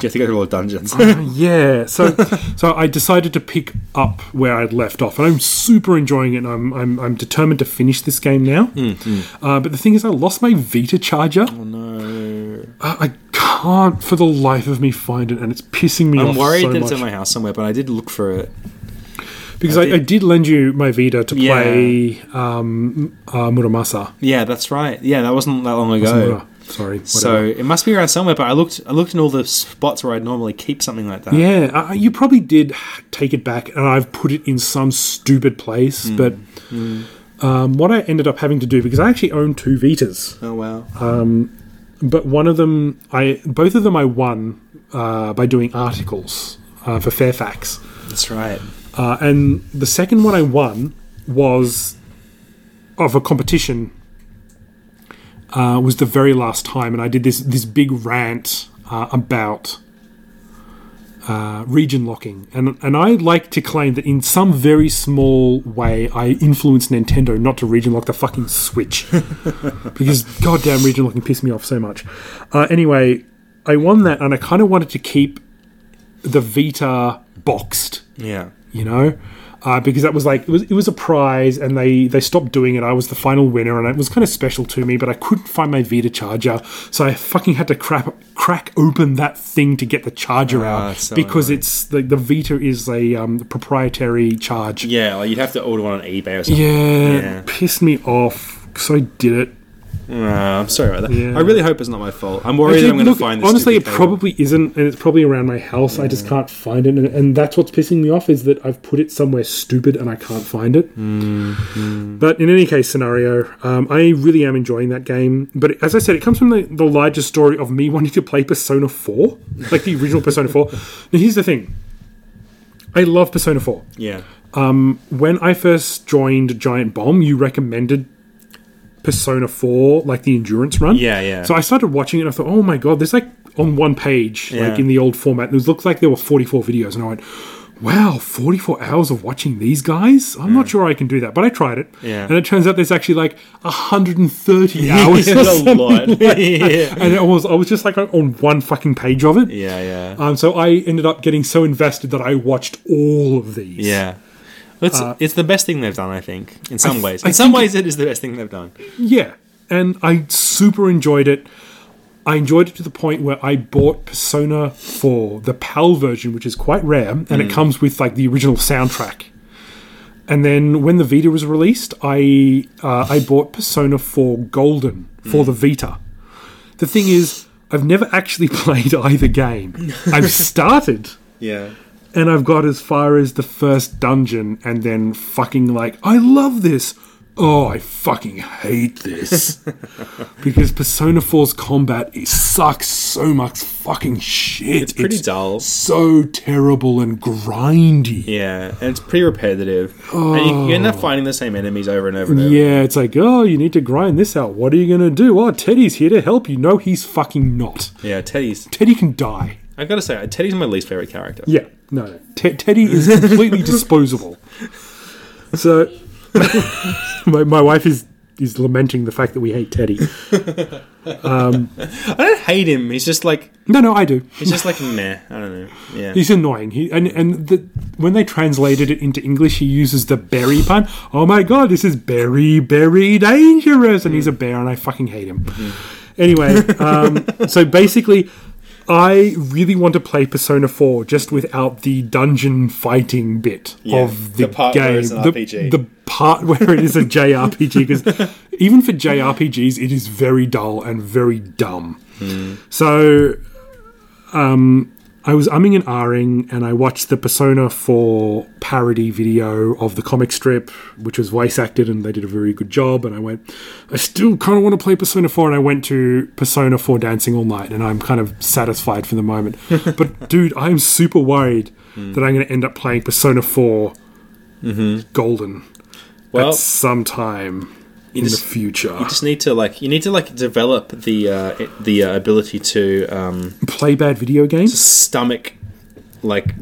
Speaker 3: You have to go through a lot of dungeons. [LAUGHS]
Speaker 4: yeah. So so I decided to pick up where I'd left off, and I'm super enjoying it. And I'm I'm, I'm determined to finish this game now.
Speaker 3: Mm,
Speaker 4: Uh, but the thing is, I lost my Vita charger. Oh no. I can't for the life of me find it, and it's pissing me off
Speaker 3: I'm worried
Speaker 4: so
Speaker 3: that
Speaker 4: much.
Speaker 3: it's in my house somewhere, but I did look for it.
Speaker 4: because I, I did lend you my Vita to
Speaker 3: Yeah.
Speaker 4: play um, uh, Muramasa.
Speaker 3: Yeah, that's right. Yeah, that wasn't that long ago.
Speaker 4: Mura. Sorry. whatever.
Speaker 3: Oh. So it must be around somewhere. But I looked, I looked in all the spots where I'd normally keep something like that.
Speaker 4: Yeah, uh, you probably did take it back, and I've put it in some stupid place. But um, what I ended up having to do because I actually own two Vitas,
Speaker 3: Oh wow.
Speaker 4: but one of them, I both of them, I won uh, by doing articles uh, for Fairfax,
Speaker 3: That's right.
Speaker 4: uh, and the second one I won was of a competition. Uh, was the very last time, and I did this this big rant uh, about uh, region locking, and and I like to claim that in some very small way I influenced Nintendo not to region lock the fucking Switch, because goddamn region locking pissed me off so much. Uh, anyway, I won that, and I kind of wanted to keep the Vita boxed
Speaker 3: Yeah.
Speaker 4: you know, uh, because that was like it was it was a prize, and they they stopped doing it. I was the final winner, and it was kind of special to me. But I couldn't find my Vita charger, so I fucking had to crap, crack open that thing to get the charger out
Speaker 3: that's Ah, so
Speaker 4: because it's the the Vita is a um, proprietary charge.
Speaker 3: Yeah, like you'd have to order one on eBay or something.
Speaker 4: Yeah,
Speaker 3: Yeah.
Speaker 4: pissed me off. So I did it.
Speaker 3: Uh, I'm sorry about that.
Speaker 4: Yeah.
Speaker 3: I really hope it's not my fault. I'm worried
Speaker 4: Actually,
Speaker 3: I'm going to
Speaker 4: look,
Speaker 3: find this.
Speaker 4: honestly, it
Speaker 3: stupid cable.
Speaker 4: probably isn't, and it's probably around my house. I just can't find it, and, and that's what's pissing me off is that I've put it somewhere stupid and I can't find it.
Speaker 3: Mm-hmm.
Speaker 4: But in any case scenario, um, I really am enjoying that game. But as I said, it comes from the, the larger story of me wanting to play Persona Four, like the original Persona Four. Now, here's the thing: I love Persona Four. [LAUGHS]
Speaker 3: Yeah.
Speaker 4: When I first joined Giant Bomb, you recommended Persona 4, like the endurance run.
Speaker 3: Yeah, yeah.
Speaker 4: So I started watching it and I thought, oh my god, there's like on one page,
Speaker 3: Yeah.
Speaker 4: like in the old format. It was- looked like there were 44 videos, and I went, wow, 44 hours of watching these guys? I'm not sure I can do that, but I tried it.
Speaker 3: Yeah.
Speaker 4: And it turns out there's actually like
Speaker 3: [LAUGHS]
Speaker 4: 130 hours. or
Speaker 3: It's a
Speaker 4: [LAUGHS] something.
Speaker 3: lot. yeah.
Speaker 4: And it was, I was just like on one fucking page of
Speaker 3: [LAUGHS]
Speaker 4: it.
Speaker 3: Yeah.
Speaker 4: Um, so I ended up getting so invested that I watched all of these.
Speaker 3: Yeah. It's, it's the best thing they've done, I think, in some ways.
Speaker 4: uh, I
Speaker 3: In some
Speaker 4: think-
Speaker 3: ways, it is the best thing they've done.
Speaker 4: Yeah, and I super enjoyed it. I enjoyed it to the point where I bought Persona 4, the PAL version, which is quite rare, and it comes with like the original soundtrack. And then when the Vita was released, I uh, I bought Persona 4 Golden for the Vita. The thing is, I've never actually [LAUGHS] played either game. I've started
Speaker 3: Yeah.
Speaker 4: and I've got as far as the first dungeon, and then fucking like, I love this. Oh, I fucking hate
Speaker 3: [LAUGHS]
Speaker 4: this because Persona 4's combat it sucks so much fucking shit.
Speaker 3: It's pretty dull.
Speaker 4: so terrible and grindy.
Speaker 3: Yeah. And it's pretty repetitive. And you, you end up finding the same enemies over and over and
Speaker 4: Oh. Yeah.
Speaker 3: over.
Speaker 4: it's like, oh, you need to grind this out. What are you gonna do? Oh, Teddy's here to help you. No, he's fucking not.
Speaker 3: Yeah, Teddy's.
Speaker 4: Teddy can die.
Speaker 3: I gotta say, Teddy's my least favorite character.
Speaker 4: Yeah, no, no. Te- Teddy is completely disposable. So, [LAUGHS] my, my wife is is lamenting the fact that we hate Teddy.
Speaker 3: I don't hate him. He's just like
Speaker 4: No, no, I do.
Speaker 3: he's just like [LAUGHS] meh. I don't know. Yeah.
Speaker 4: He's annoying. He and and the, when they translated it into English, he uses the berry pun. Oh my god, this is very very dangerous, and he's a bear, and I fucking hate him.
Speaker 3: Mm-hmm.
Speaker 4: Anyway, um, so basically, I really want to play Persona Four just without the dungeon fighting bit
Speaker 3: Yeah,
Speaker 4: of the,
Speaker 3: the part
Speaker 4: game.
Speaker 3: where it's an
Speaker 4: the,
Speaker 3: RPG.
Speaker 4: the part [LAUGHS] where it is a JRPG because even for JRPGs, it is very dull and very dumb.
Speaker 3: Mm.
Speaker 4: So I was umming and ahhing, and I watched the Persona 4 parody video of the comic strip, which was voice acted, and they did a very good job. And I went, I still kind of want to play Persona 4, and I went to Persona 4 Dancing All Night, and I'm kind of satisfied for
Speaker 3: [LAUGHS]
Speaker 4: the moment. but dude, I am super worried
Speaker 3: Hmm.
Speaker 4: that I'm going to end up playing Persona 4 Golden
Speaker 3: Mm-hmm. well,
Speaker 4: at some time in
Speaker 3: just-
Speaker 4: the future.
Speaker 3: you just need to like you need to like develop the uh, it- the uh, ability to um,
Speaker 4: Play bad video games,
Speaker 3: stomach like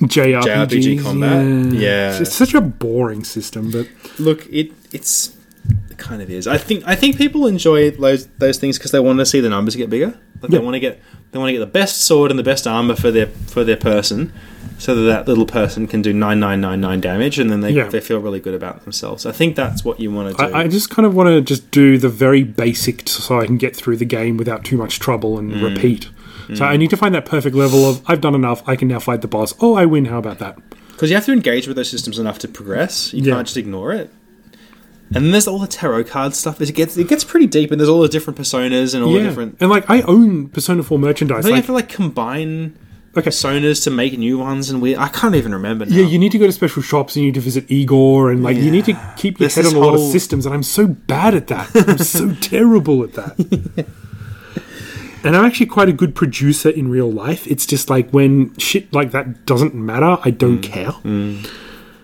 Speaker 4: JRPGs,
Speaker 3: JRPG combat. Yeah.
Speaker 4: It's- it's such a boring system, but
Speaker 3: look it it's it kind of is. I think I think people enjoy those those things because they want to see the numbers get bigger. Like
Speaker 4: Yeah.
Speaker 3: they want to get they want to get the best sword and the best armor for their for their person. So that that little person can do nine nine nine nine damage, and then they,
Speaker 4: Yeah.
Speaker 3: they feel really good about themselves. I think that's what you want to do.
Speaker 4: I, I just kind of want to just do the very basic t- so I can get through the game without too much trouble and
Speaker 3: Mm.
Speaker 4: repeat. So I need to find that perfect level of I've done enough. I can now fight the boss. Oh, I win. How about that?
Speaker 3: Because you have to engage with those systems enough to progress. You
Speaker 4: Yeah.
Speaker 3: can't just ignore it. And then there's all the tarot card stuff. It gets it gets pretty deep, and there's all the different personas and all the
Speaker 4: yeah.
Speaker 3: different.
Speaker 4: And like I own Persona Four merchandise.
Speaker 3: I think you
Speaker 4: like-
Speaker 3: have to like combine
Speaker 4: okay.
Speaker 3: personas to make new ones, and we I can't even remember now.
Speaker 4: yeah, you need to go to special shops. You need to visit Igor, and like you need to keep your
Speaker 3: There's
Speaker 4: head
Speaker 3: this
Speaker 4: on a lot
Speaker 3: whole-
Speaker 4: of systems. And I'm so bad at that.
Speaker 3: [LAUGHS]
Speaker 4: I'm so terrible at that. And I'm actually quite a good producer in real life. It's just like when shit like that doesn't matter, I don't
Speaker 3: Mm.
Speaker 4: care.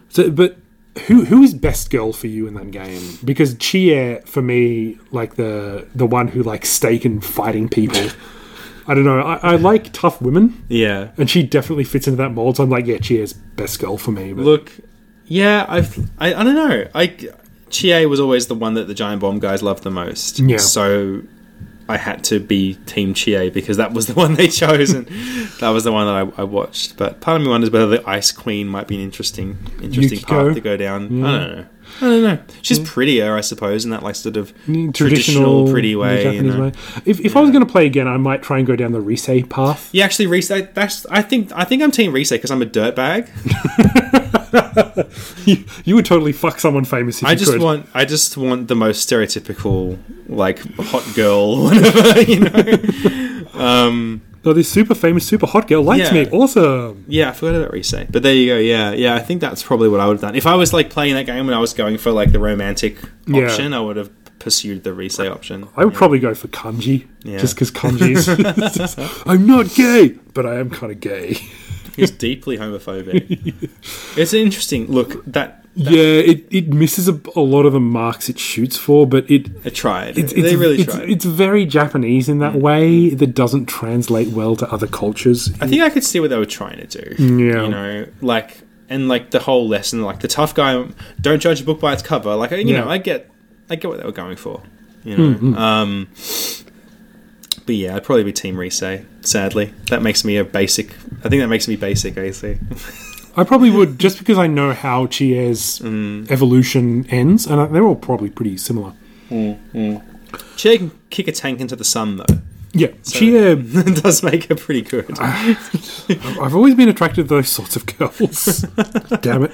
Speaker 4: So, but who who is best girl for you in that game? Because Chia for me, like the the one who likes steak and fighting people. I don't know. I, I like tough women,
Speaker 3: yeah.
Speaker 4: and she definitely fits into that mold. So I'm like, yeah, Chia's best girl for me. But
Speaker 3: Look, yeah, I've I, I don't know. I Chie was always the one that the giant bomb guys loved the most.
Speaker 4: Yeah.
Speaker 3: So. I had to be Team Chie because that was the [LAUGHS] one they chose, and that was the one that I, I watched. But part of me wonders whether the Ice Queen might be an interesting, interesting
Speaker 4: Yukiko.
Speaker 3: path to go down. I don't know. I don't know. She's prettier, I suppose, in that like sort of traditional,
Speaker 4: Mm, traditional,
Speaker 3: pretty way. you
Speaker 4: Japanese
Speaker 3: know.
Speaker 4: way. If, if I was going to play again, I might try and go down the Risei path. [LAUGHS]
Speaker 3: Yeah, actually, Reese. I, that's. I think. I think I'm Team Reese because I'm a dirtbag.
Speaker 4: you, you would totally fuck someone famous if
Speaker 3: I
Speaker 4: you
Speaker 3: just
Speaker 4: could.
Speaker 3: want. I just want the most stereotypical, like hot girl, [LAUGHS] whatever. You know.
Speaker 4: no, this super famous, super hot girl likes
Speaker 3: Yeah.
Speaker 4: me. Awesome.
Speaker 3: yeah, I forgot about Reese. But there you go. Yeah, yeah. I think that's probably what I would have done if I was like playing that game and I was going for like the romantic
Speaker 4: Yeah.
Speaker 3: option. I would have pursued the Reese option.
Speaker 4: I would probably go for kanji,
Speaker 3: Yeah.
Speaker 4: just because kanji's.
Speaker 3: [LAUGHS]
Speaker 4: it's just, I'm not gay, but I am kind of gay.
Speaker 3: He's deeply
Speaker 4: [LAUGHS]
Speaker 3: homophobic. it's interesting. Look, that
Speaker 4: yeah, it, it misses a, a lot of the marks it shoots for, but it
Speaker 3: I tried.
Speaker 4: it's, it's,
Speaker 3: they really Mm.
Speaker 4: it's,
Speaker 3: tried.
Speaker 4: it's very Japanese in that way that doesn't translate well to other cultures.
Speaker 3: I think I could see what they were trying to do.
Speaker 4: Yeah.
Speaker 3: You know, like, and like the whole lesson, like the tough guy, don't judge a book by its cover. Like, you
Speaker 4: Yeah.
Speaker 3: know, I get, I get what they were going for. You know, um, but yeah, I'd probably be Team Resay. Sadly, that makes me a basic. I think that makes me basic. I see.
Speaker 4: I probably would just because I know how Chie's evolution ends, and I- they're all probably pretty similar.
Speaker 3: She can kick a tank into the sun though. [LAUGHS]
Speaker 4: Yeah, Chie.
Speaker 3: it does make her pretty good.
Speaker 4: I've always been attracted to those [LAUGHS] sorts of girls. Damn it.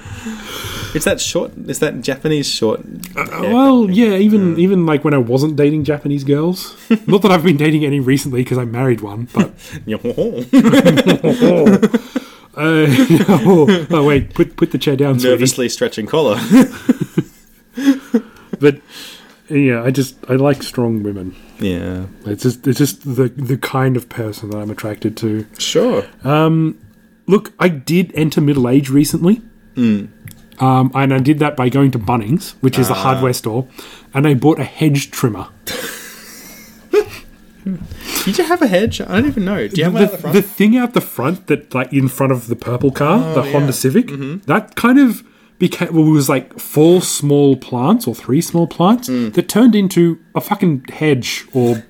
Speaker 3: It's that short. It's that Japanese short. [LAUGHS] haircut
Speaker 4: well,
Speaker 3: thing.
Speaker 4: yeah, even even like when I wasn't dating Japanese girls. Not that I've been dating any recently because I married one, but uh, oh, oh, wait, put put the chair down, sweetie.
Speaker 3: nervously stretching collar. [LAUGHS]
Speaker 4: But yeah, I just I like strong women.
Speaker 3: yeah.
Speaker 4: It's just it's just the the kind of person that I'm attracted to.
Speaker 3: Sure.
Speaker 4: Look, I did enter middle age recently.
Speaker 3: Hmm.
Speaker 4: Um, and I did that by going to Bunnings, which is a
Speaker 3: Ah.
Speaker 4: hardware store, and I bought a hedge trimmer.
Speaker 3: Did you have a hedge? I don't even know. Do you have one at the front? Oh,
Speaker 4: thing out the front that, like, in front of the purple car, the Honda Civic,
Speaker 3: Mm-hmm.
Speaker 4: that kind of became well, it was like four small plants or three small plants
Speaker 3: Hmm.
Speaker 4: that turned into a fucking hedge or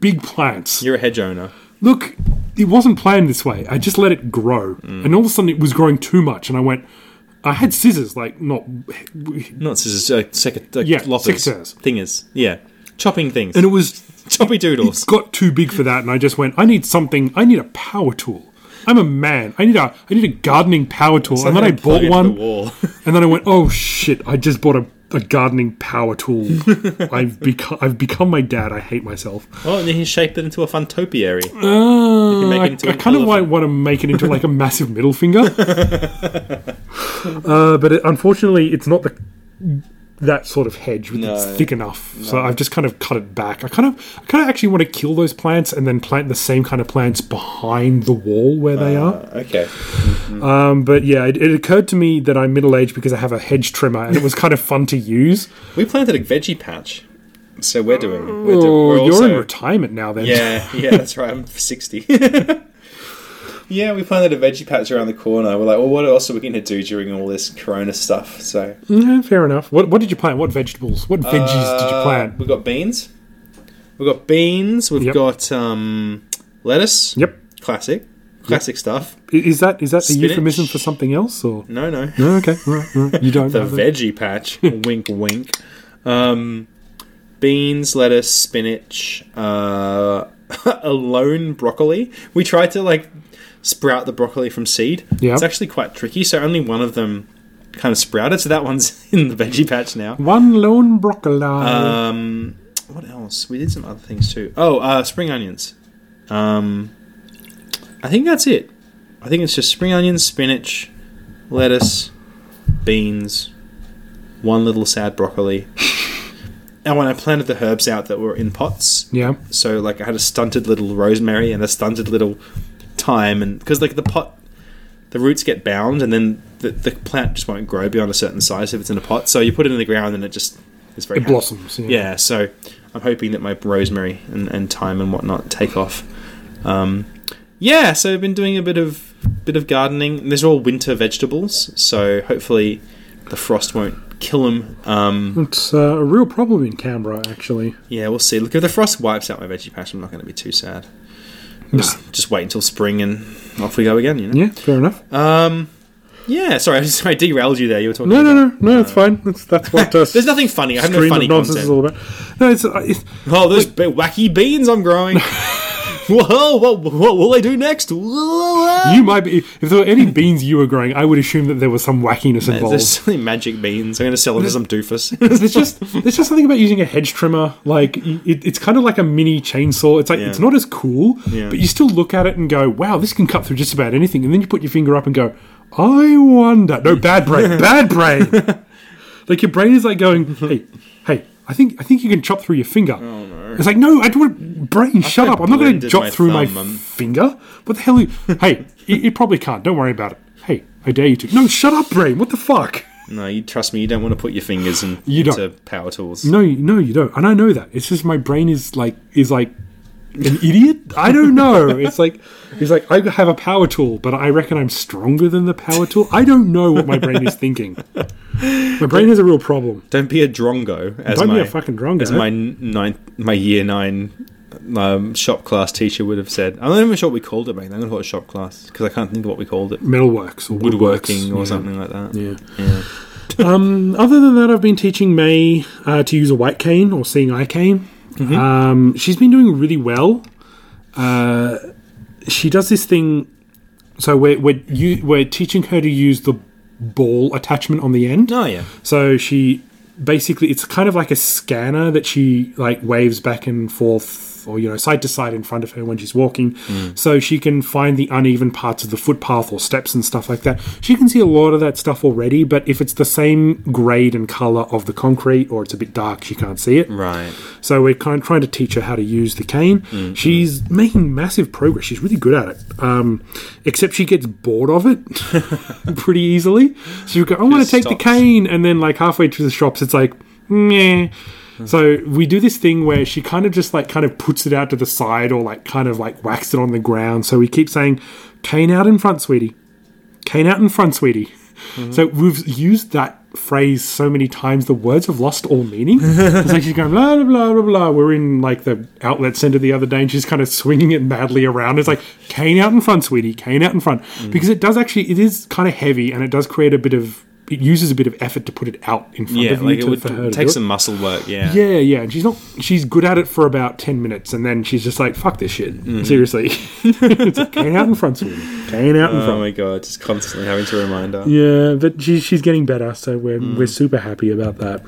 Speaker 4: big plants.
Speaker 3: You're a hedge owner.
Speaker 4: look, it wasn't planned this way. I just let it grow,
Speaker 3: Hmm.
Speaker 4: and all of a sudden it was growing too much, and I went. I had scissors, like not, and
Speaker 3: Not scissors, uh, sec- uh,
Speaker 4: Yeah,
Speaker 3: loppers.
Speaker 4: secateurs.
Speaker 3: Thingers. Yeah. Chopping things.
Speaker 4: it was
Speaker 3: Choppy doodles.
Speaker 4: got too big for that, and I just went. I need something. I need a power tool. I'm a man. I need a I need a gardening power tool, [LAUGHS] and then I
Speaker 3: Plug
Speaker 4: bought
Speaker 3: into The
Speaker 4: one,
Speaker 3: wall. [LAUGHS]
Speaker 4: and then I went, oh shit! I just bought a, a gardening power tool. I've become I've become my dad. I hate myself.
Speaker 3: oh, and then he shaped it into a fun topiary.
Speaker 4: Uh,
Speaker 3: make it
Speaker 4: I,
Speaker 3: into
Speaker 4: I
Speaker 3: an
Speaker 4: kind of like
Speaker 3: elephant.
Speaker 4: want to make it into like a massive middle
Speaker 3: [LAUGHS]
Speaker 4: finger. uh, but it, unfortunately, it's not the that sort of hedge with it's
Speaker 3: No.
Speaker 4: thick enough. So I've just kind of cut it back. I kind of I kind of actually want to kill those plants and then plant the same kind of plants behind the wall where they
Speaker 3: Uh.
Speaker 4: are.
Speaker 3: okay.
Speaker 4: Um, but yeah, it, it occurred to me that I'm middle aged because I have a hedge trimmer and it was kind of fun to use.
Speaker 3: We planted a veggie patch. So we're doing. [LAUGHS] We're, do-
Speaker 4: Oh,
Speaker 3: we're
Speaker 4: you're
Speaker 3: also,
Speaker 4: in retirement now then.
Speaker 3: Yeah, yeah, that's right. I'm 60. [LAUGHS] yeah, we planted a veggie patch around the corner. We're like, well, what else are we going to do during all this corona stuff? So,
Speaker 4: [LAUGHS] Yeah, fair enough. What, what did you plant? What vegetables? What veggies did you
Speaker 3: Uh,
Speaker 4: plant?
Speaker 3: We've got beans. We've got beans. We've
Speaker 4: Yep.
Speaker 3: got um, lettuce.
Speaker 4: Yep.
Speaker 3: Classic. Classic stuff.
Speaker 4: I- Is that is that a
Speaker 3: Spinach.
Speaker 4: euphemism for something else or?
Speaker 3: No, no.
Speaker 4: No, okay, all right, all right. you don't.
Speaker 3: [LAUGHS] The
Speaker 4: know that.
Speaker 3: veggie
Speaker 4: [LAUGHS]
Speaker 3: patch. wink, wink. Um, beans, lettuce, spinach, uh, [LAUGHS] alone broccoli. We tried to like sprout the broccoli from seed.
Speaker 4: Yeah.
Speaker 3: It's actually quite tricky. So only one of them kind of sprouted. So that one's [LAUGHS] in the veggie patch now.
Speaker 4: One lone broccoli.
Speaker 3: Um, what else? We did some other things too. Oh, uh, spring onions. Um, I think that's it. I think it's just spring onions, spinach, lettuce, beans, one little sad
Speaker 4: [LAUGHS]
Speaker 3: broccoli. and when I planted the herbs out that were in pots,
Speaker 4: yeah,
Speaker 3: so like I had a stunted little rosemary and a stunted little thyme, and because like the pot, the roots get bound, and then the, the plant just won't grow beyond a certain size if it's in a pot. So you put it in the ground, and it just is very
Speaker 4: it
Speaker 3: happy.
Speaker 4: blossoms. Yeah.
Speaker 3: Yeah, so I'm hoping that my rosemary and, and thyme and whatnot take off. Um, yeah, so I've been doing a bit of bit of gardening. These are all winter vegetables, so hopefully the frost won't kill him. Um,
Speaker 4: It's uh, a real problem in Canberra, actually.
Speaker 3: yeah, we'll see. Look, if the frost wipes out my veggie patch, I'm not going to be too sad. Just, just wait until spring and off we go again. You know.
Speaker 4: Yeah, fair enough.
Speaker 3: Oh. Yeah. Sorry, [LAUGHS] I, just, I derailed you there. You were talking.
Speaker 4: no,
Speaker 3: about
Speaker 4: no, no, no. It's fine. That's that's what. Uh,
Speaker 3: [LAUGHS] There's nothing funny. I have no
Speaker 4: stream of
Speaker 3: funny content.
Speaker 4: nonsense is all about. No, it's, uh, it's
Speaker 3: Oh, those be- wacky beans I'm
Speaker 4: [LAUGHS]
Speaker 3: growing. Whoa, what, what will I do next?
Speaker 4: you might be. If there were any beans you were growing, I would assume that there was some wackiness involved.
Speaker 3: There's so many magic beans. I'm going to sell them to some doofus.
Speaker 4: [LAUGHS] there's just there's just something about using a hedge trimmer. Like y- it, it's kind of like a mini chainsaw. It's like
Speaker 3: Yeah.
Speaker 4: it's not as cool,
Speaker 3: Yeah.
Speaker 4: but you still look at it and go, "Wow, this can cut through just about anything." And then you put your finger up and go, "I wonder." No, bad
Speaker 3: [LAUGHS]
Speaker 4: brain, bad brain. like your brain is like going, "Hey, hey." I think I think you can chop through your finger. Oh, no. It's like no, I don't. Brain, shut
Speaker 3: I
Speaker 4: up! I'm not going
Speaker 3: blended
Speaker 4: to chop
Speaker 3: my
Speaker 4: through my
Speaker 3: thumb, um.
Speaker 4: finger. What the hell? Are you, hey, it, it probably can't. Don't worry about it. Hey, I dare you to. No, shut up, brain. What the fuck?
Speaker 3: no, you trust me. You don't want to put your fingers in,
Speaker 4: You don't.
Speaker 3: into power tools.
Speaker 4: No, you- no, you don't. And I know that. It's just my brain is like is like an idiot. I don't know. It's like it's like I have a power tool, but I reckon I'm stronger than the power tool. I don't know what my brain is thinking. My brain has a real problem.
Speaker 3: Don't be a drongo. As
Speaker 4: Don't
Speaker 3: my,
Speaker 4: be a fucking drongo. eh?
Speaker 3: As my ninth, my year nine um, shop class teacher would have said. I'm not even sure what we called it, mate. I'm going to call it shop class because I can't think of what we called it.
Speaker 4: Metalworks or
Speaker 3: Woodworking
Speaker 4: woodworks.
Speaker 3: or
Speaker 4: Mm,
Speaker 3: something
Speaker 4: Yeah.
Speaker 3: like that.
Speaker 4: Yeah. um, other than that, I've been teaching May uh, to use a white cane or seeing eye cane. Um, she's been doing really well. Uh, she does this thing. So we're we're, u- we're teaching her to use the ball attachment on the end.
Speaker 3: Oh yeah.
Speaker 4: So she basically it's kind of like a scanner that she like waves back and forth or you know side to side in front of her when she's walking so she can find the uneven parts of the footpath or steps and stuff like that she can see a lot of that stuff already but if it's the same grade and color of the concrete or it's a bit dark she can't see it
Speaker 3: Right.
Speaker 4: so we're kind of trying to teach her how to use the cane.
Speaker 3: Mm-hmm.
Speaker 4: She's making massive progress. She's really good at it. Um, except she gets bored of it [LAUGHS] pretty easily. So you go, I want to
Speaker 3: Just
Speaker 4: take the
Speaker 3: stops.
Speaker 4: cane, and then like halfway through the shops, it's like, meh.
Speaker 3: Mm-hmm.
Speaker 4: So we do this thing where she kind of just like kind of puts it out to the side or like kind of like whacks it on the ground. So we keep saying, cane out in front, sweetie. Cane out in front, sweetie.
Speaker 3: Mm-hmm.
Speaker 4: So we've used that phrase so many times, the words have lost all meaning. it's like she's going blah blah blah blah blah. We're in like the outlet center the other day, and she's kind of swinging it madly around. It's like cane out in front, sweetie, cane out in front,
Speaker 3: Mm.
Speaker 4: because it does actually it is kind of heavy, and it does create a bit of it uses a bit of effort to put it out in front
Speaker 3: Yeah.
Speaker 4: of you
Speaker 3: Like it
Speaker 4: to,
Speaker 3: would
Speaker 4: for her to
Speaker 3: take
Speaker 4: do it.
Speaker 3: some muscle work. Yeah.
Speaker 4: Yeah, yeah. And she's not. She's good at it for about ten minutes, and then she's just like, "Fuck this shit."
Speaker 3: Mm.
Speaker 4: Seriously, [LAUGHS] it's like, cane out in front, sweetie, cane out in front.
Speaker 3: Oh my god! Just constantly having to remind her.
Speaker 4: Yeah, but she, she's getting better, so we're
Speaker 3: Mm.
Speaker 4: we're super happy about that.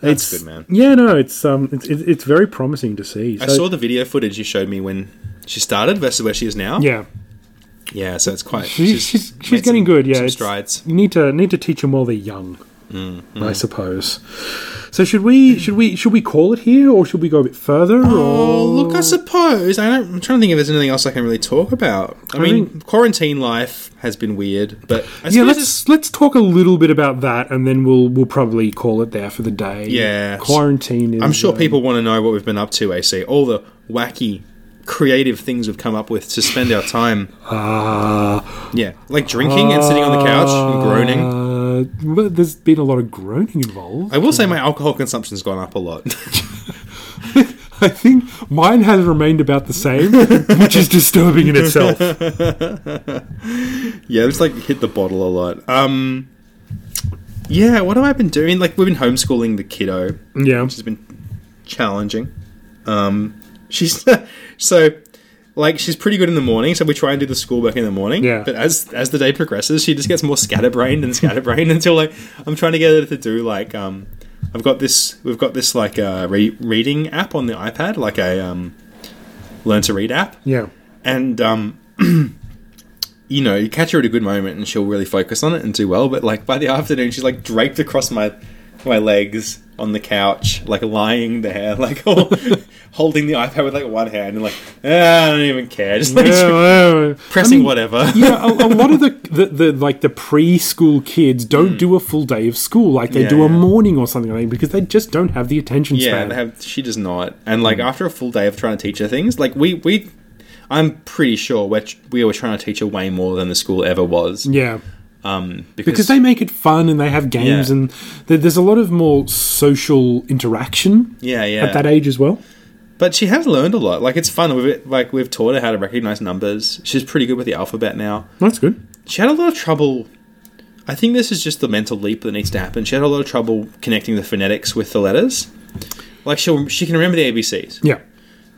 Speaker 3: That's
Speaker 4: it's
Speaker 3: good, man.
Speaker 4: Yeah, no, it's um, it's it's, it's very promising to see.
Speaker 3: I
Speaker 4: So-
Speaker 3: saw the video footage you showed me when she started versus where she is now.
Speaker 4: Yeah,
Speaker 3: yeah. So it's quite.
Speaker 4: she's she's, she's
Speaker 3: made
Speaker 4: getting
Speaker 3: some-
Speaker 4: good. Yeah,
Speaker 3: some
Speaker 4: it's-
Speaker 3: strides.
Speaker 4: You need to need to teach them while they're young,
Speaker 3: Mm-hmm.
Speaker 4: I suppose. So should we should we should we call it here, or should we go a bit further?
Speaker 3: Oh,
Speaker 4: or
Speaker 3: look, I suppose I don't, I'm trying to think if there's anything else I can really talk about. I, mean, quarantine life has been weird, but I
Speaker 4: yeah,
Speaker 3: suppose
Speaker 4: let's let's talk a little bit about that, and then we'll we'll probably call it there for the day.
Speaker 3: Yeah.
Speaker 4: quarantine. Is,
Speaker 3: I'm sure
Speaker 4: uh,
Speaker 3: people want to know what we've been up to. AC, all the wacky, creative things we've come up with to spend our time.
Speaker 4: Ah,
Speaker 3: Yeah, like drinking and sitting on the couch and groaning.
Speaker 4: Uh, well, there's been a lot of groaning involved.
Speaker 3: I will say my alcohol consumption's gone up a lot. [LAUGHS]
Speaker 4: I think mine has remained about the same, which is disturbing in itself.
Speaker 3: Yeah, just like hit the bottle a lot. Um, yeah, what have I been doing? Like we've been homeschooling the kiddo, which
Speaker 4: Yeah,
Speaker 3: has been challenging. Um, she's [LAUGHS] so like she's pretty good in the morning, so we try and do the schoolwork in the morning.
Speaker 4: Yeah.
Speaker 3: But as as the day progresses, she just gets more scatterbrained and scatterbrained [LAUGHS] until like I'm trying to get her to do like um, I've got this we've got this like uh, re- reading app on the iPad, like a um, learn to read app
Speaker 4: yeah,
Speaker 3: and um, [CLEARS THROAT] you know, you catch her at a good moment, and she'll really focus on it and do well. But like by the afternoon, she's like draped across my my legs on the couch, like lying there, [LAUGHS] like all, holding the iPad with like one hand and like ah, I don't even care, just like
Speaker 4: Yeah, well, uh,
Speaker 3: [LAUGHS] pressing whatever. [LAUGHS]
Speaker 4: yeah, a, a lot of the, the, the like the preschool kids don't do a full day of school like they
Speaker 3: Hmm. Yeah,
Speaker 4: do a
Speaker 3: yeah.
Speaker 4: morning or something like that because they just don't have the attention
Speaker 3: Yeah,
Speaker 4: span.
Speaker 3: they have, she does not. And
Speaker 4: Mm.
Speaker 3: like after a full day of trying to teach her things, like we we. I'm pretty sure we're, we were trying to teach her way more than the school ever was.
Speaker 4: yeah,
Speaker 3: Um, because,
Speaker 4: Mm. because they make it fun and they have games
Speaker 3: Yeah.
Speaker 4: and th- there's a lot of more social interaction
Speaker 3: yeah, yeah.
Speaker 4: at that age as well.
Speaker 3: But she has learned a lot. Like it's fun. We've like we've taught her how to recognize numbers. She's pretty good with the alphabet now.
Speaker 4: That's good.
Speaker 3: She had a lot of trouble. I think this is just the mental leap that needs to happen. She had a lot of trouble connecting the phonetics with the letters. Like she will she can remember the ABCs,
Speaker 4: Yeah.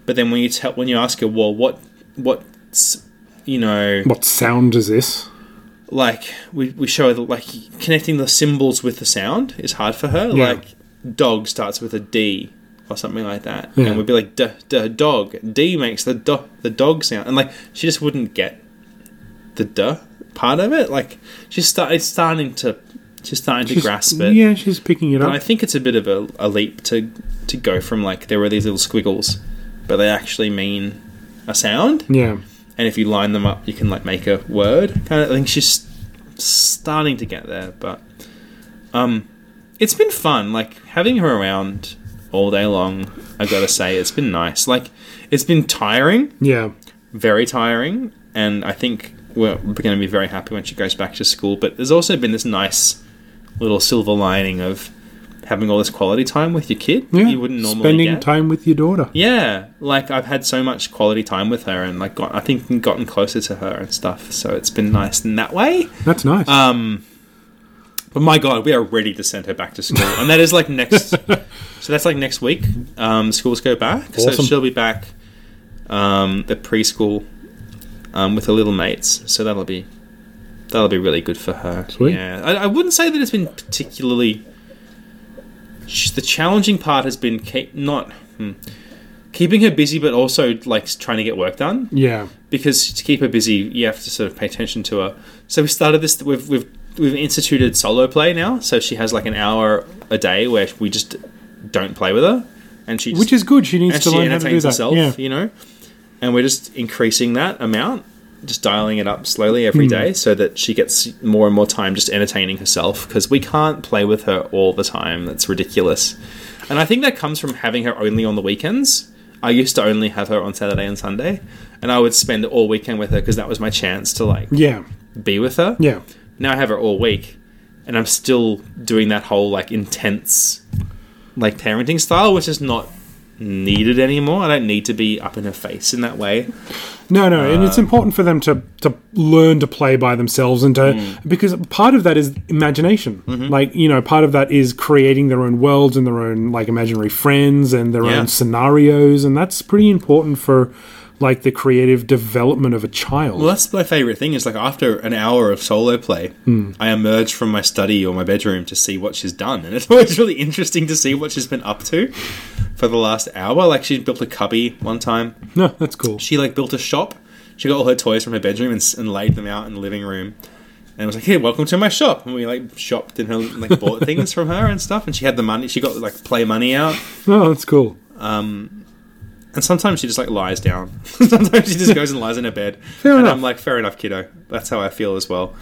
Speaker 3: but then when you tell when you ask her, well, what what s- you know,
Speaker 4: What sound is this?
Speaker 3: like we we show her that like connecting the symbols with the sound is hard for her.
Speaker 4: Yeah.
Speaker 3: Like dog starts with a D or something like that,
Speaker 4: Yeah.
Speaker 3: and we'd be like d, d dog. D makes the do, the dog sound, and like she just wouldn't get the d part of it. Like she's start it's starting to she's starting to
Speaker 4: She's-
Speaker 3: grasp it.
Speaker 4: Yeah, she's picking it
Speaker 3: And
Speaker 4: up.
Speaker 3: I think it's a bit of a, a leap to to go from like there were these little squiggles, but they actually mean a sound
Speaker 4: yeah.
Speaker 3: and if you line them up, you can like make a word. Kind of, I think she's starting to get there, but um, it's been fun. Like having her around all day long. I gotta say, it's been nice. Like it's been tiring,
Speaker 4: Yeah.
Speaker 3: very tiring, and I think we're, we're gonna be very happy when she goes back to school. But there's also been this nice little silver lining of having all this quality time with your kid that
Speaker 4: Yeah.
Speaker 3: you wouldn't normally
Speaker 4: Spending
Speaker 3: get.
Speaker 4: time with your daughter.
Speaker 3: Yeah, like I've had so much quality time with her, and like got, I think gotten closer to her and stuff. So it's been nice in that way.
Speaker 4: That's nice.
Speaker 3: Uh, But my God, we are ready to send her back to school, and that is like
Speaker 4: [LAUGHS]
Speaker 3: next. so that's like next week. Um, schools go back, so
Speaker 4: Awesome.
Speaker 3: she'll be back. Um, the preschool, um, with her little mates. So that'll be, that'll be really good for her.
Speaker 4: Sweet.
Speaker 3: Yeah, I, I wouldn't say that it's been particularly. sh- The challenging part has been ke- not. hmm, Keeping her busy, but also like trying to get work done
Speaker 4: yeah.
Speaker 3: because to keep her busy, you have to sort of pay attention to her. So we started this. We've we've we've instituted solo play now. So she has like an hour a day where we just don't play with her, and she just,
Speaker 4: Which is good. She needs
Speaker 3: and
Speaker 4: to
Speaker 3: she
Speaker 4: learn how to do
Speaker 3: entertains
Speaker 4: that.
Speaker 3: herself.
Speaker 4: yeah.
Speaker 3: You know, and we're just increasing that amount, just dialing it up slowly
Speaker 4: Hmm.
Speaker 3: every day, so that she gets more and more time just entertaining herself because we can't play with her all the time. That's ridiculous, and I think that comes from having her only on the weekends. I used to only have her on Saturday and Sunday, and I would spend all weekend with her because that was my chance to like
Speaker 4: Yeah.
Speaker 3: be with her.
Speaker 4: Yeah.
Speaker 3: Now I have her all week, and I'm still doing that whole like intense, like parenting style, which is not needed anymore. I don't need to be up in her face in that way.
Speaker 4: No, no, and
Speaker 3: Uh,
Speaker 4: it's important for them to to learn to play by themselves and to
Speaker 3: Mm.
Speaker 4: because part of that is imagination.
Speaker 3: Mm-hmm.
Speaker 4: Like you know, part of that is creating their own worlds and their own like imaginary friends and their
Speaker 3: Yeah.
Speaker 4: own scenarios, and that's pretty important for like the creative development of a child.
Speaker 3: Well, that's my favorite thing. Is like after an hour of solo play, I emerge from my study or my bedroom to see what she's done, and it's [LAUGHS] always really interesting to see what she's been up to for the last hour. Like she built a cubby one time.
Speaker 4: no, that's cool.
Speaker 3: she like built a shop. She got all her toys from her bedroom and, s- and laid them out in the living room. And was like, "Hey, welcome to my shop." And we like shopped and her like bought things from her and stuff. And she had the money. She got like play money out.
Speaker 4: No, that's cool.
Speaker 3: And sometimes she just like lies down. [LAUGHS] sometimes she just goes and lies in her bed. and
Speaker 4: enough.
Speaker 3: I'm like, "Fair enough, kiddo." That's how I feel as well.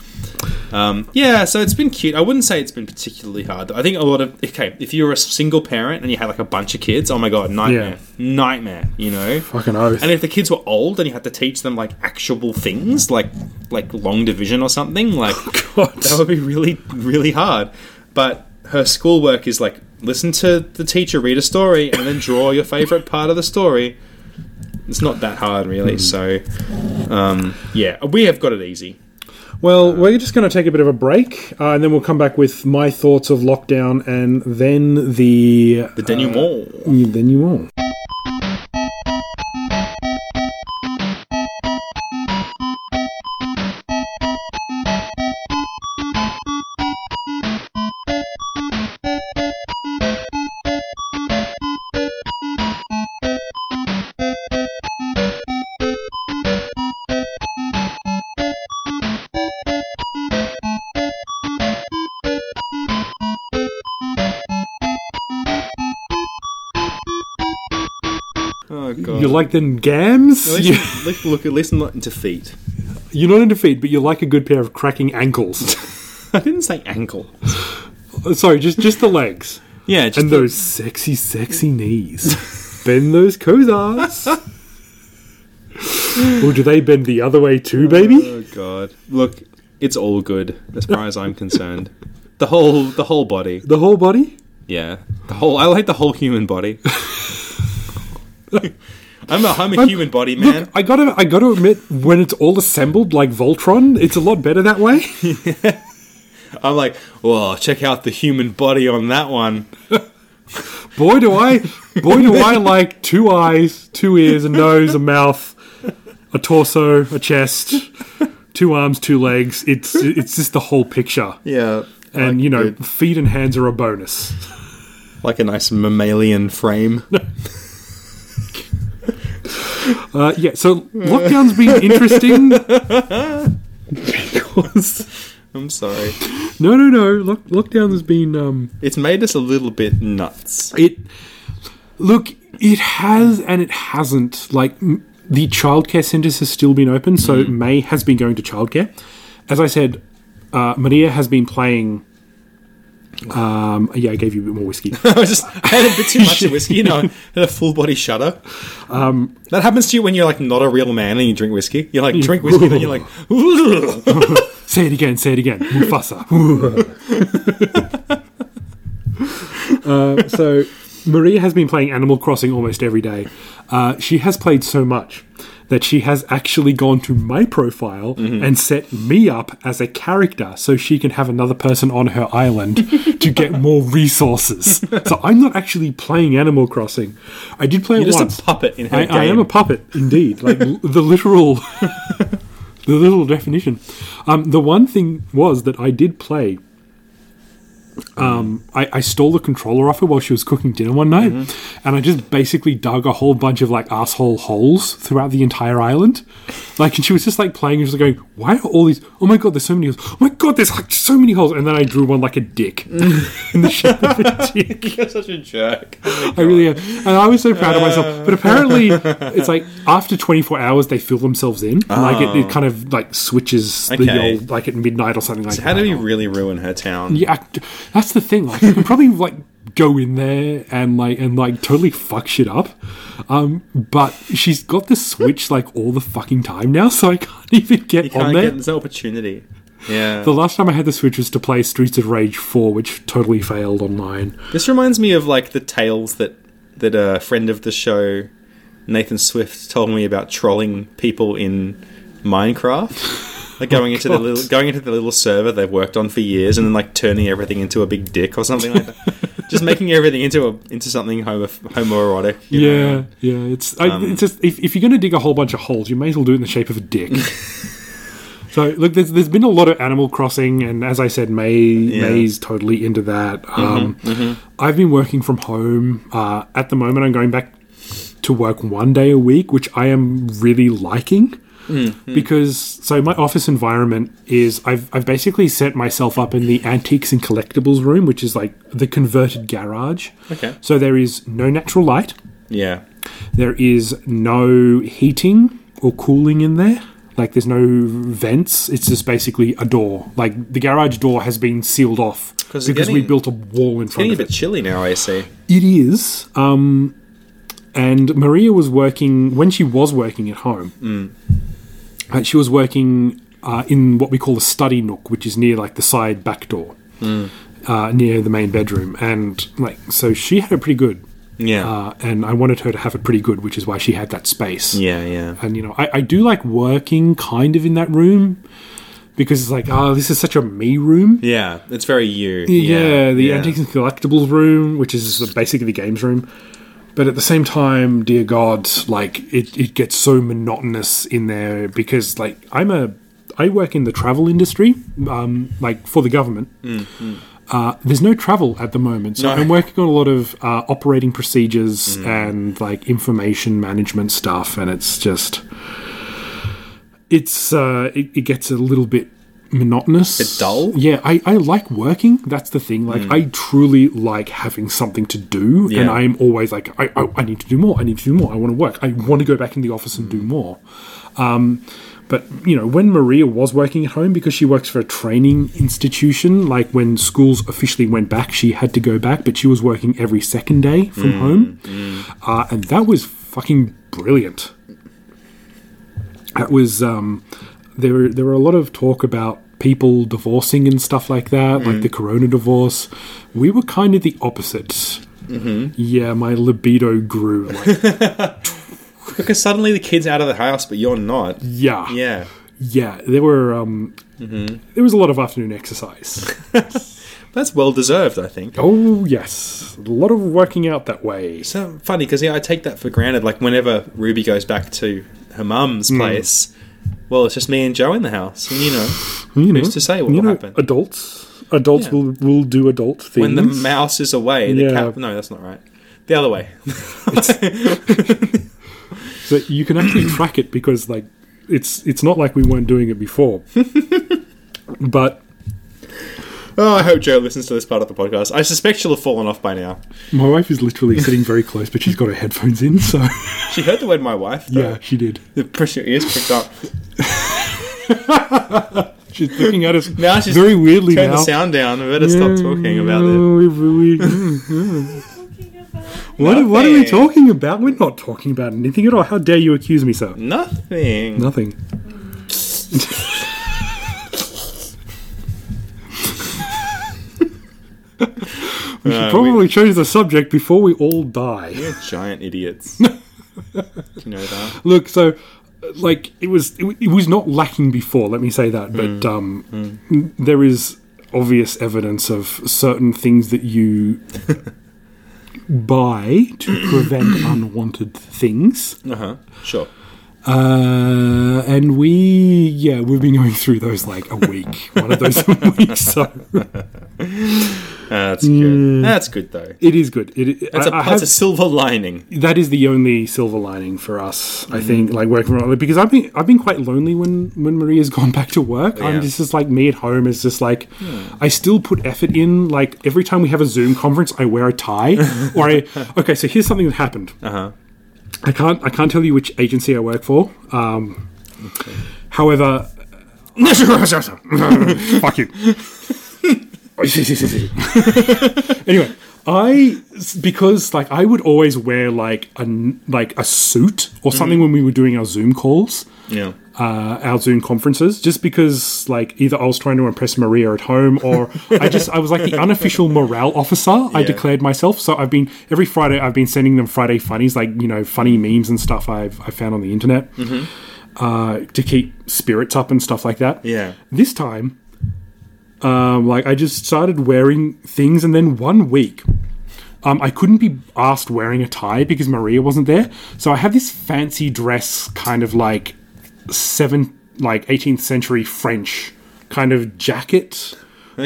Speaker 3: Um, yeah, so it's been cute. I wouldn't say it's been particularly hard. Though. I think a lot of okay, if you're a single parent and you had like a bunch of kids, oh my god, nightmare, nightmare. You know,
Speaker 4: Fucking oath.
Speaker 3: and if the kids were old and you had to teach them like actual things, like like long division or something, [LAUGHS] like
Speaker 4: God.
Speaker 3: that would be really really hard. But her schoolwork is like listen to the teacher read a story and then draw your favorite part of the story. It's not that hard really. So um, yeah, we have got it easy.
Speaker 4: Well, we're just going to take a bit of a break, uh, and then we'll come back with my thoughts of lockdown, and then the
Speaker 3: The denouement.
Speaker 4: then you won't.
Speaker 3: oh god.
Speaker 4: You like them gams?
Speaker 3: at
Speaker 4: You-
Speaker 3: least, look, look, at least I'm not in defeat.
Speaker 4: [LAUGHS] You're not in defeat, but you like a good pair of cracking ankles. [LAUGHS]
Speaker 3: I didn't say ankle.
Speaker 4: Sorry, just just the legs
Speaker 3: Yeah, just
Speaker 4: and those sexy, sexy knees. bend those [LAUGHS] cozars. or do they bend the other way too, baby?
Speaker 3: Oh god! Look, It's all good as far as I'm concerned. The whole the whole body.
Speaker 4: The whole body?
Speaker 3: Yeah. The whole I like the whole human body. [LAUGHS] I'm a I'm a
Speaker 4: I'm-
Speaker 3: human body man.
Speaker 4: I gotta, I gotta admit, when it's all assembled like Voltron, it's a lot better that way.
Speaker 3: I'm like, "Whoa, check out the human body on that one."
Speaker 4: Boy, do I, boy,
Speaker 3: [LAUGHS]
Speaker 4: do I like two eyes, two ears, a nose, a mouth, a torso, a chest, two arms, two legs. It's, it's just the whole picture.
Speaker 3: Yeah.
Speaker 4: And you know,
Speaker 3: good.
Speaker 4: feet and hands are a bonus.
Speaker 3: Like a nice mammalian frame.
Speaker 4: Uh, yeah, so lockdown's been
Speaker 3: [LAUGHS]
Speaker 4: interesting. because
Speaker 3: [LAUGHS] I'm sorry.
Speaker 4: no, no, no, lock, lockdown has been. Um,
Speaker 3: It's made us a little bit nuts.
Speaker 4: it look, it has and it hasn't. Like m- the childcare centres has still been open, so May has been going to childcare. As I said, uh, Maria has been playing. Um, yeah, I gave you a bit more whiskey.
Speaker 3: [LAUGHS] I was just I had a bit too much
Speaker 4: [LAUGHS]
Speaker 3: whiskey, you know, I had a full body shudder. Um, that happens to you when you're like not a real man and you drink whiskey. You're like drink whiskey, then you're
Speaker 4: [LAUGHS]
Speaker 3: like, [LAUGHS]
Speaker 4: Say it again, say it again. Mufasa. [LAUGHS] uh, so, Maria has been playing Animal Crossing almost every day. Uh, she has played so much that she has actually gone to my profile
Speaker 3: Mm-hmm.
Speaker 4: and set me up as a character so she can have another person on her island to get
Speaker 3: [LAUGHS]
Speaker 4: more resources. So, I'm not actually playing Animal Crossing. I did play
Speaker 3: you're
Speaker 4: it
Speaker 3: just
Speaker 4: once.
Speaker 3: a puppet in her
Speaker 4: I,
Speaker 3: game.
Speaker 4: I am a puppet
Speaker 3: [LAUGHS]
Speaker 4: indeed, like l- the literal, [LAUGHS] the literal definition. Um, the one thing was that I did play. Um, I, I stole the controller off her while she was cooking dinner one night,
Speaker 3: Mm-hmm.
Speaker 4: and I just basically dug a whole bunch of like asshole holes throughout the entire island. Like, and she was just like playing and she was like going, "Why are all these? Oh my god, there's so many holes! Oh my god, there's like so many holes!" And then I drew one like
Speaker 3: [LAUGHS]
Speaker 4: a dick [LAUGHS] in the shape of a dick.
Speaker 3: You're such a jerk.
Speaker 4: I really am. And I was so proud of myself.
Speaker 3: Uh. [LAUGHS]
Speaker 4: But apparently, it's like after 24 hours, they fill themselves in. Like it, it kind of like switches the
Speaker 3: Okay.
Speaker 4: old, like at midnight or something like
Speaker 3: How
Speaker 4: that.
Speaker 3: do we really ruin her town?
Speaker 4: yeah, I- that's the thing. Like you can probably like go in there and like and like totally fuck shit up. Um, but she's got the switch like all the fucking time now, so I can't even get
Speaker 3: You
Speaker 4: on
Speaker 3: can't
Speaker 4: there.
Speaker 3: get there's no opportunity. Yeah.
Speaker 4: the last time I had the Switch was to play Streets of Rage 4, which totally failed online.
Speaker 3: this reminds me of like the tales that that a friend of the show, Nathan Swift, told me about trolling people in
Speaker 4: [LAUGHS]
Speaker 3: Minecraft. Like going into the
Speaker 4: Oh, God.
Speaker 3: little going into the little server they've worked on for years and then like turning everything into a big dick or something like
Speaker 4: [LAUGHS]
Speaker 3: that. Just making everything into a into something homo, homoerotic. you
Speaker 4: Yeah,
Speaker 3: know? Um,
Speaker 4: yeah. It's I, it's just if, if you're going to dig a whole bunch of holes, you may as well do it in the shape of
Speaker 3: [LAUGHS]
Speaker 4: a dick. so look, there's, there's been a lot of Animal Crossing, and as I said, May May's totally into that.
Speaker 3: Mm-hmm,
Speaker 4: Um, I've been working from home. Uh, at the moment, I'm going back to work one day a week, which I am really liking.
Speaker 3: Mm-hmm.
Speaker 4: Because so my office environment is I've I've basically set myself up in the antiques and collectibles room, which is like the converted garage.
Speaker 3: Okay.
Speaker 4: So there is no natural light.
Speaker 3: Yeah.
Speaker 4: There is no heating or cooling in there. Like there's no vents. It's just basically a door. Like the garage door has been sealed off
Speaker 3: 'Cause
Speaker 4: because
Speaker 3: they're
Speaker 4: we
Speaker 3: getting-
Speaker 4: built a wall in front
Speaker 3: Getting a
Speaker 4: of it.
Speaker 3: bit chilly now, I see.
Speaker 4: It is. Um, and Maria was working when she was working at home. uh, she was working uh, in what we call a study nook, which is near like the side back door, uh, near the main bedroom, and like so she had it pretty good.
Speaker 3: Yeah.
Speaker 4: Uh, and I wanted her to have it pretty good, which is why she had that space
Speaker 3: yeah, yeah.
Speaker 4: and you know I, I do like working kind of in that room because it's like oh this is such a me room
Speaker 3: Yeah. It's very you.
Speaker 4: yeah, the
Speaker 3: yeah.
Speaker 4: antiques and collectibles room which is basically the games room but at the same time dear god like it, it gets so monotonous in there because like i'm a i work in the travel industry um, like for the government uh, there's no travel at the moment so
Speaker 3: No. Mm.
Speaker 4: i'm working on a lot of uh, operating procedures and like information management stuff and it's just it's uh, it, it gets a little bit monotonous.
Speaker 3: Bit dull? Mm.
Speaker 4: Yeah, I, I like working. That's the thing. Like I truly like having something to do, and
Speaker 3: Yeah.
Speaker 4: I'm always like, I, I I need to do more. I need to do more. I want to work. I want to go back in the office and
Speaker 3: Mm.
Speaker 4: do more. But you know, when Maria was working at home because she works for a training institution, like when schools officially went back, she had to go back, but she was working every second day from home, Uh, and that was fucking brilliant. That was um, there. Were, there were a lot of talk about people divorcing and stuff like that, like the corona divorce. We were kind of the opposite. Yeah, my libido grew. Like, [LAUGHS]
Speaker 3: Because suddenly the kid's out of the house, but you're not.
Speaker 4: yeah,
Speaker 3: Yeah.
Speaker 4: yeah. There were um,
Speaker 3: Mm-hmm.
Speaker 4: there was a lot of afternoon exercise.
Speaker 3: [LAUGHS] That's well deserved, I think.
Speaker 4: oh yes, a lot of working out that way.
Speaker 3: So funny because yeah, I take that for granted. Like whenever Ruby goes back to her mum's
Speaker 4: Hmm.
Speaker 3: place, well, it's just me and Joe in the house, and you know,
Speaker 4: You know,
Speaker 3: who's to say what
Speaker 4: you
Speaker 3: will
Speaker 4: know,
Speaker 3: happen
Speaker 4: Adults, adults
Speaker 3: Yeah.
Speaker 4: will will do adult things.
Speaker 3: when the mouse is away? The
Speaker 4: Yeah.
Speaker 3: cat. No, that's not right. The other way. [LAUGHS]
Speaker 4: So you can
Speaker 3: [CLEARS THROAT]
Speaker 4: actually track it because like it's it's not like we weren't doing it
Speaker 3: [LAUGHS]
Speaker 4: before. but
Speaker 3: Oh, I hope Joe listens to this part of the podcast. I suspect she'll have fallen off by now.
Speaker 4: my wife is literally sitting very close, but she's got her headphones in, so [LAUGHS]
Speaker 3: She heard the word "my wife."
Speaker 4: yeah, she did.
Speaker 3: the push your ears pricked
Speaker 4: [LAUGHS]
Speaker 3: up.
Speaker 4: She's looking at us
Speaker 3: Now she's
Speaker 4: very weirdly
Speaker 3: Turn
Speaker 4: now.
Speaker 3: the sound down. We better stop talking about it.
Speaker 4: Oh, we've really- mm. what, are- what are we
Speaker 3: Nothing.
Speaker 4: talking about? We're not talking about anything at all. How dare you accuse me, sir?
Speaker 3: Nothing. [LAUGHS]
Speaker 4: Nothing. we should
Speaker 3: Uh, we-
Speaker 4: probably change the subject before we all die.
Speaker 3: You're giant
Speaker 4: [LAUGHS]
Speaker 3: idiots. you know that.
Speaker 4: Look, so like it was, it, wa- it was not lacking before. Let me say that, but um, n- there is obvious evidence of certain things that you buy to prevent unwanted things.
Speaker 3: Uh huh. Sure.
Speaker 4: Uh, and we, yeah, we've been going through those like a week, one of those [LAUGHS] a week. So
Speaker 3: That's good. That's good though.
Speaker 4: it is good. It,
Speaker 3: That's a
Speaker 4: Hmm. I- I
Speaker 3: that's a
Speaker 4: have-
Speaker 3: silver lining.
Speaker 4: that is the only silver lining for us, I think. Like working remotely, because I've been I've been quite lonely when when Maria's [LAUGHS] gone back to work.
Speaker 3: Yeah.
Speaker 4: I'm just, just like me at home is just like I still put effort in. Like every time we have a Zoom conference, I wear a tie or I okay. So here's something that happened.
Speaker 3: Uh-huh.
Speaker 4: I can't I can't tell you which agency I work for. Um, However, fuck you. anyway, I because like I would always wear like a n- like a suit or something when we were doing our Zoom calls,
Speaker 3: Yeah.
Speaker 4: uh, our Zoom conferences, just because like either I was trying to impress Maria at home or I just I was like the unofficial morale officer. I
Speaker 3: Yeah.
Speaker 4: declared myself, so I've been every Friday I've been sending them Friday funnies like you know funny memes and stuff I've I found on the internet uh, to keep spirits up and stuff like that.
Speaker 3: Yeah.
Speaker 4: This time, um, like I just started wearing things, and then one week, um, I couldn't be asked wearing a tie because Maria wasn't there. So I have this fancy dress, kind of like seven, like eighteenth century French kind of jacket,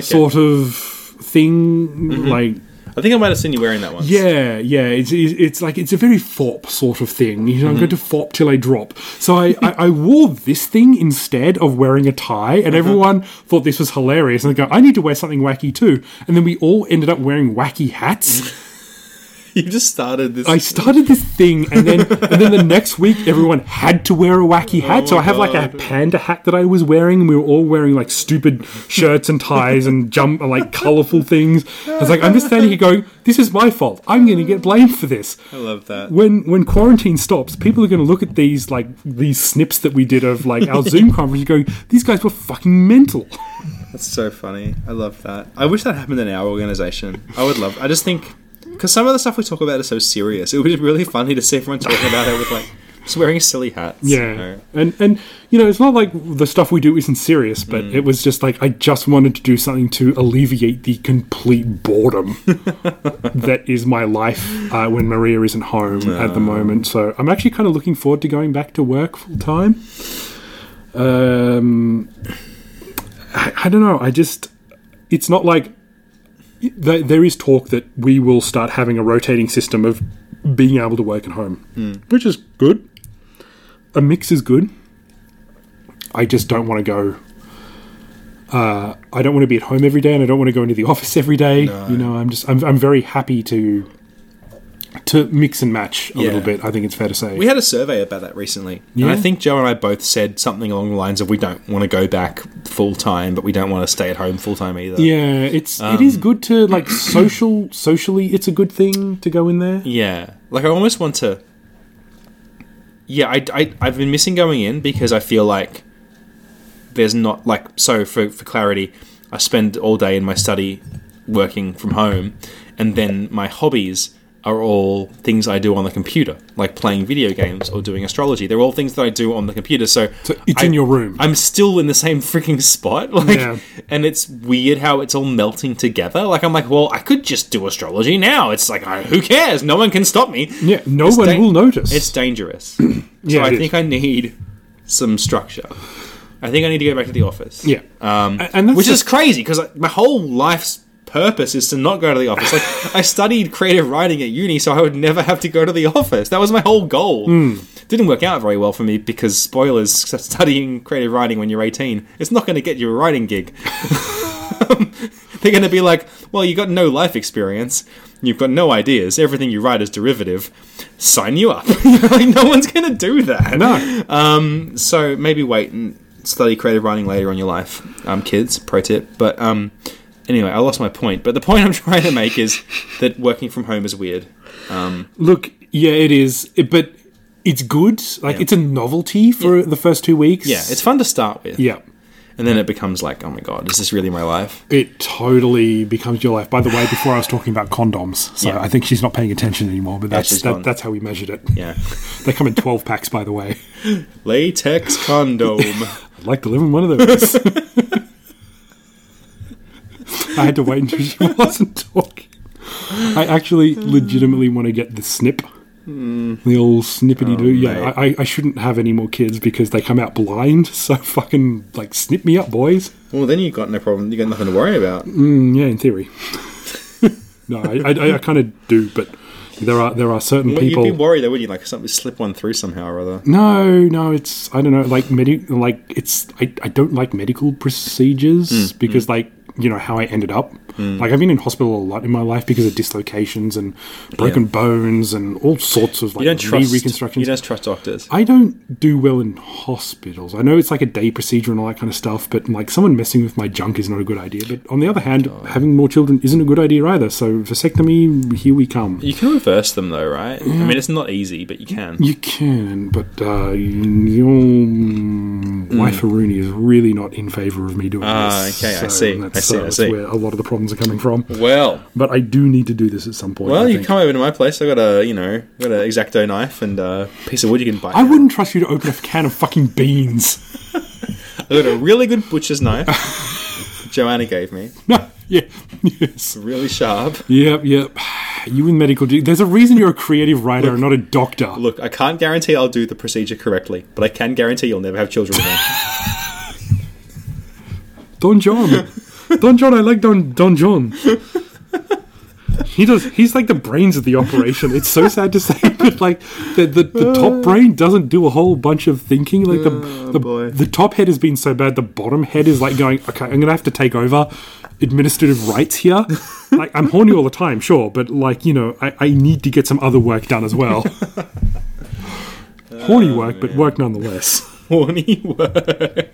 Speaker 4: sort of thing, like
Speaker 3: I think I might have seen you wearing that once.
Speaker 4: yeah, yeah. It's, it's it's like it's a very fop sort of thing. You know, I'm going to fop till I drop. So I, I, I wore this thing instead of wearing a tie, and everyone thought this was hilarious. And they go, I need to wear something wacky too. And then we all ended up wearing wacky hats.
Speaker 3: [LAUGHS] You just started this.
Speaker 4: I started this thing, and then and then the next week everyone had to wear a wacky hat. so I have like a panda hat that I was wearing, and we were all wearing like stupid shirts and ties and jump like colorful things. I was like, I'm just standing here going, this is my fault. I'm going to get blamed for this
Speaker 3: [LAUGHS] I love that.
Speaker 4: when when quarantine stops, people are going to look at these like these snips that we did of like our Zoom conference and go, "These guys were fucking mental." [LAUGHS]
Speaker 3: That's so funny. I love that. I wish that happened in our organization. I would love. I just think because some of the stuff we talk about is so serious. It would be really funny to see everyone talking about it with like just wearing silly hats. you know.
Speaker 4: and and you know, it's not like the stuff we do isn't serious, but it was just like I just wanted to do something to alleviate the complete boredom that is my life uh, when Maria isn't home at the moment. So I'm actually kind of looking forward to going back to work full time. Um, I, I don't know. I just it's not like there, there is talk that we will start having a rotating system of being able to work at home,
Speaker 3: Hmm.
Speaker 4: which is good. A mix is good. I just don't want to go. Uh, I don't want to be at home every day, and I don't want to go into the [LAUGHS] office every day. You know, I'm just I'm, I'm very happy to to mix and match a little
Speaker 3: Yeah.
Speaker 4: bit. I think it's fair to say.
Speaker 3: We had a survey about that recently,
Speaker 4: Yeah.
Speaker 3: and I think Joe and I both said something along the lines of we don't want to go back full time, but we don't want to stay at home full time either.
Speaker 4: Yeah, it's it
Speaker 3: Um,
Speaker 4: is good to
Speaker 3: [CLEARS THROAT]
Speaker 4: like social socially. It's a good thing to go in there.
Speaker 3: Yeah. Like, I almost want to. Yeah, I, I, I've been missing going in because I feel like there's not like so for for clarity, I spend all day in my study working from home, and then my hobbies are all things I do on the computer, like playing video games or doing astrology. They're all things that I do on the computer. So,
Speaker 4: it's
Speaker 3: I-
Speaker 4: in your room.
Speaker 3: I'm still in the same freaking spot. [LAUGHS] Like,
Speaker 4: Yeah.
Speaker 3: and it's weird how it's all melting together. Like, I'm like, well, I could just do astrology now. It's like, I, who cares? No one can stop me.
Speaker 4: Yeah, no
Speaker 3: It's
Speaker 4: one
Speaker 3: dan-
Speaker 4: will notice.
Speaker 3: It's
Speaker 4: [CLEARS THROAT]
Speaker 3: dangerous. so
Speaker 4: Yeah,
Speaker 3: I
Speaker 4: it is.
Speaker 3: think I need some structure. I think I need to go back to the office.
Speaker 4: Yeah.
Speaker 3: Um,
Speaker 4: A- and that's
Speaker 3: which
Speaker 4: the-
Speaker 3: is crazy because my whole life's purpose is to not go to the office. Like
Speaker 4: [LAUGHS]
Speaker 3: I studied creative writing at uni, so I would never have to go to the office. That was my whole goal.
Speaker 4: Hmm.
Speaker 3: Didn't work out very well for me because spoilers: [LAUGHS] studying creative writing when you're 18, it's not going to get you a writing gig. [LAUGHS] They're going to be like, "Well, you got no life experience. You've got no ideas. Everything you write is derivative. Sign you up." [LAUGHS] like no one's going to do that.
Speaker 4: no.
Speaker 3: So maybe wait and study creative writing later on your life, um, kids. Pro tip. But um, anyway, I lost my point. But the point [LAUGHS] I'm trying to make is that working from home is weird.
Speaker 4: [LAUGHS] Look, yeah, it is, it, but it's good. Like, it's a novelty for the first two weeks.
Speaker 3: Yeah, it's fun to start with.
Speaker 4: yeah.
Speaker 3: and then it becomes like, oh my god, is this really my life?
Speaker 4: It totally becomes your life. By the way, before I was talking about condoms, so
Speaker 3: Yeah.
Speaker 4: I think she's not paying attention anymore. But that's
Speaker 3: she's gone.
Speaker 4: that, that's how we measured it.
Speaker 3: Yeah,
Speaker 4: They come in twelve packs, by the way.
Speaker 3: latex
Speaker 4: [LAUGHS]
Speaker 3: condom.
Speaker 4: I'd like to live in one of those.
Speaker 3: [LAUGHS]
Speaker 4: I had to wait until
Speaker 3: [LAUGHS]
Speaker 4: she wasn't talking. I actually
Speaker 3: Hmm.
Speaker 4: legitimately want to get the snip. The old snippity do. Yeah,
Speaker 3: Oh, mate.
Speaker 4: I, I- I shouldn't have any more kids because they come out blind. [LAUGHS] So fucking like snip me up, boys.
Speaker 3: well, then you got no problem. You got nothing to worry about.
Speaker 4: Mm, yeah, in theory. [LAUGHS] no, I, I, I kind of do, but there are there are certain
Speaker 3: Well,
Speaker 4: people.
Speaker 3: You'd be worried though, wouldn't you? Like something slip one through somehow or other.
Speaker 4: No, no, it's I don't know, like medi- like it's I, I don't like medical procedures
Speaker 3: Mm,
Speaker 4: because like you know how I ended up. Like I've been in hospital a lot in my life because of dislocations and broken bones and all sorts of like
Speaker 3: You don't trust.
Speaker 4: knee reconstructions.
Speaker 3: You don't trust doctors.
Speaker 4: I don't do well in hospitals. I know it's like a day procedure and all that kind of stuff, but like someone messing with my junk is not a good idea. But on the other hand,
Speaker 3: Oh.
Speaker 4: having more children isn't a good idea either. So vasectomy, here we come.
Speaker 3: You can reverse them though, right? I mean, it's not easy, but you can.
Speaker 4: You can, but uh, your wife Rooney is really not in favour of me doing
Speaker 3: Mm. Ah,
Speaker 4: this.
Speaker 3: okay, I see,
Speaker 4: that's,
Speaker 3: I see,
Speaker 4: uh,
Speaker 3: I
Speaker 4: that's
Speaker 3: see.
Speaker 4: where a lot of the problems are coming from.
Speaker 3: Well,
Speaker 4: But I do need to do this at some point.
Speaker 3: Well,
Speaker 4: I,
Speaker 3: you
Speaker 4: think.
Speaker 3: come over to my place. I got a, you know, got an exacto knife and a piece of wood you can bite.
Speaker 4: I wouldn't trust you to open a can of fucking beans. [LAUGHS]
Speaker 3: I got a really good butcher's knife. [LAUGHS] Joanna gave me
Speaker 4: no, yeah, yes,
Speaker 3: really sharp.
Speaker 4: yep, yep. [SIGHS] You in medical? Do- There's a reason you're a creative writer and not a doctor.
Speaker 3: Look, I can't guarantee I'll do the procedure correctly, but I can guarantee you'll never have children [LAUGHS] again.
Speaker 4: Don John, Don John. I like Don Don John. He does. He's like the brains of the operation. It's so sad to say, [LAUGHS] but like the the, the
Speaker 3: Uh.
Speaker 4: top brain doesn't do a whole bunch of thinking. Like the the,
Speaker 3: Oh, boy.
Speaker 4: the top head has been so bad. The bottom head is like going, okay, I'm gonna have to take over administrative
Speaker 3: [LAUGHS]
Speaker 4: rights here. like I'm horny all the time, sure, but like you know, I, I need to get some other work done
Speaker 3: [LAUGHS]
Speaker 4: as well. horny
Speaker 3: Oh,
Speaker 4: work, but work nonetheless.
Speaker 3: Horny work.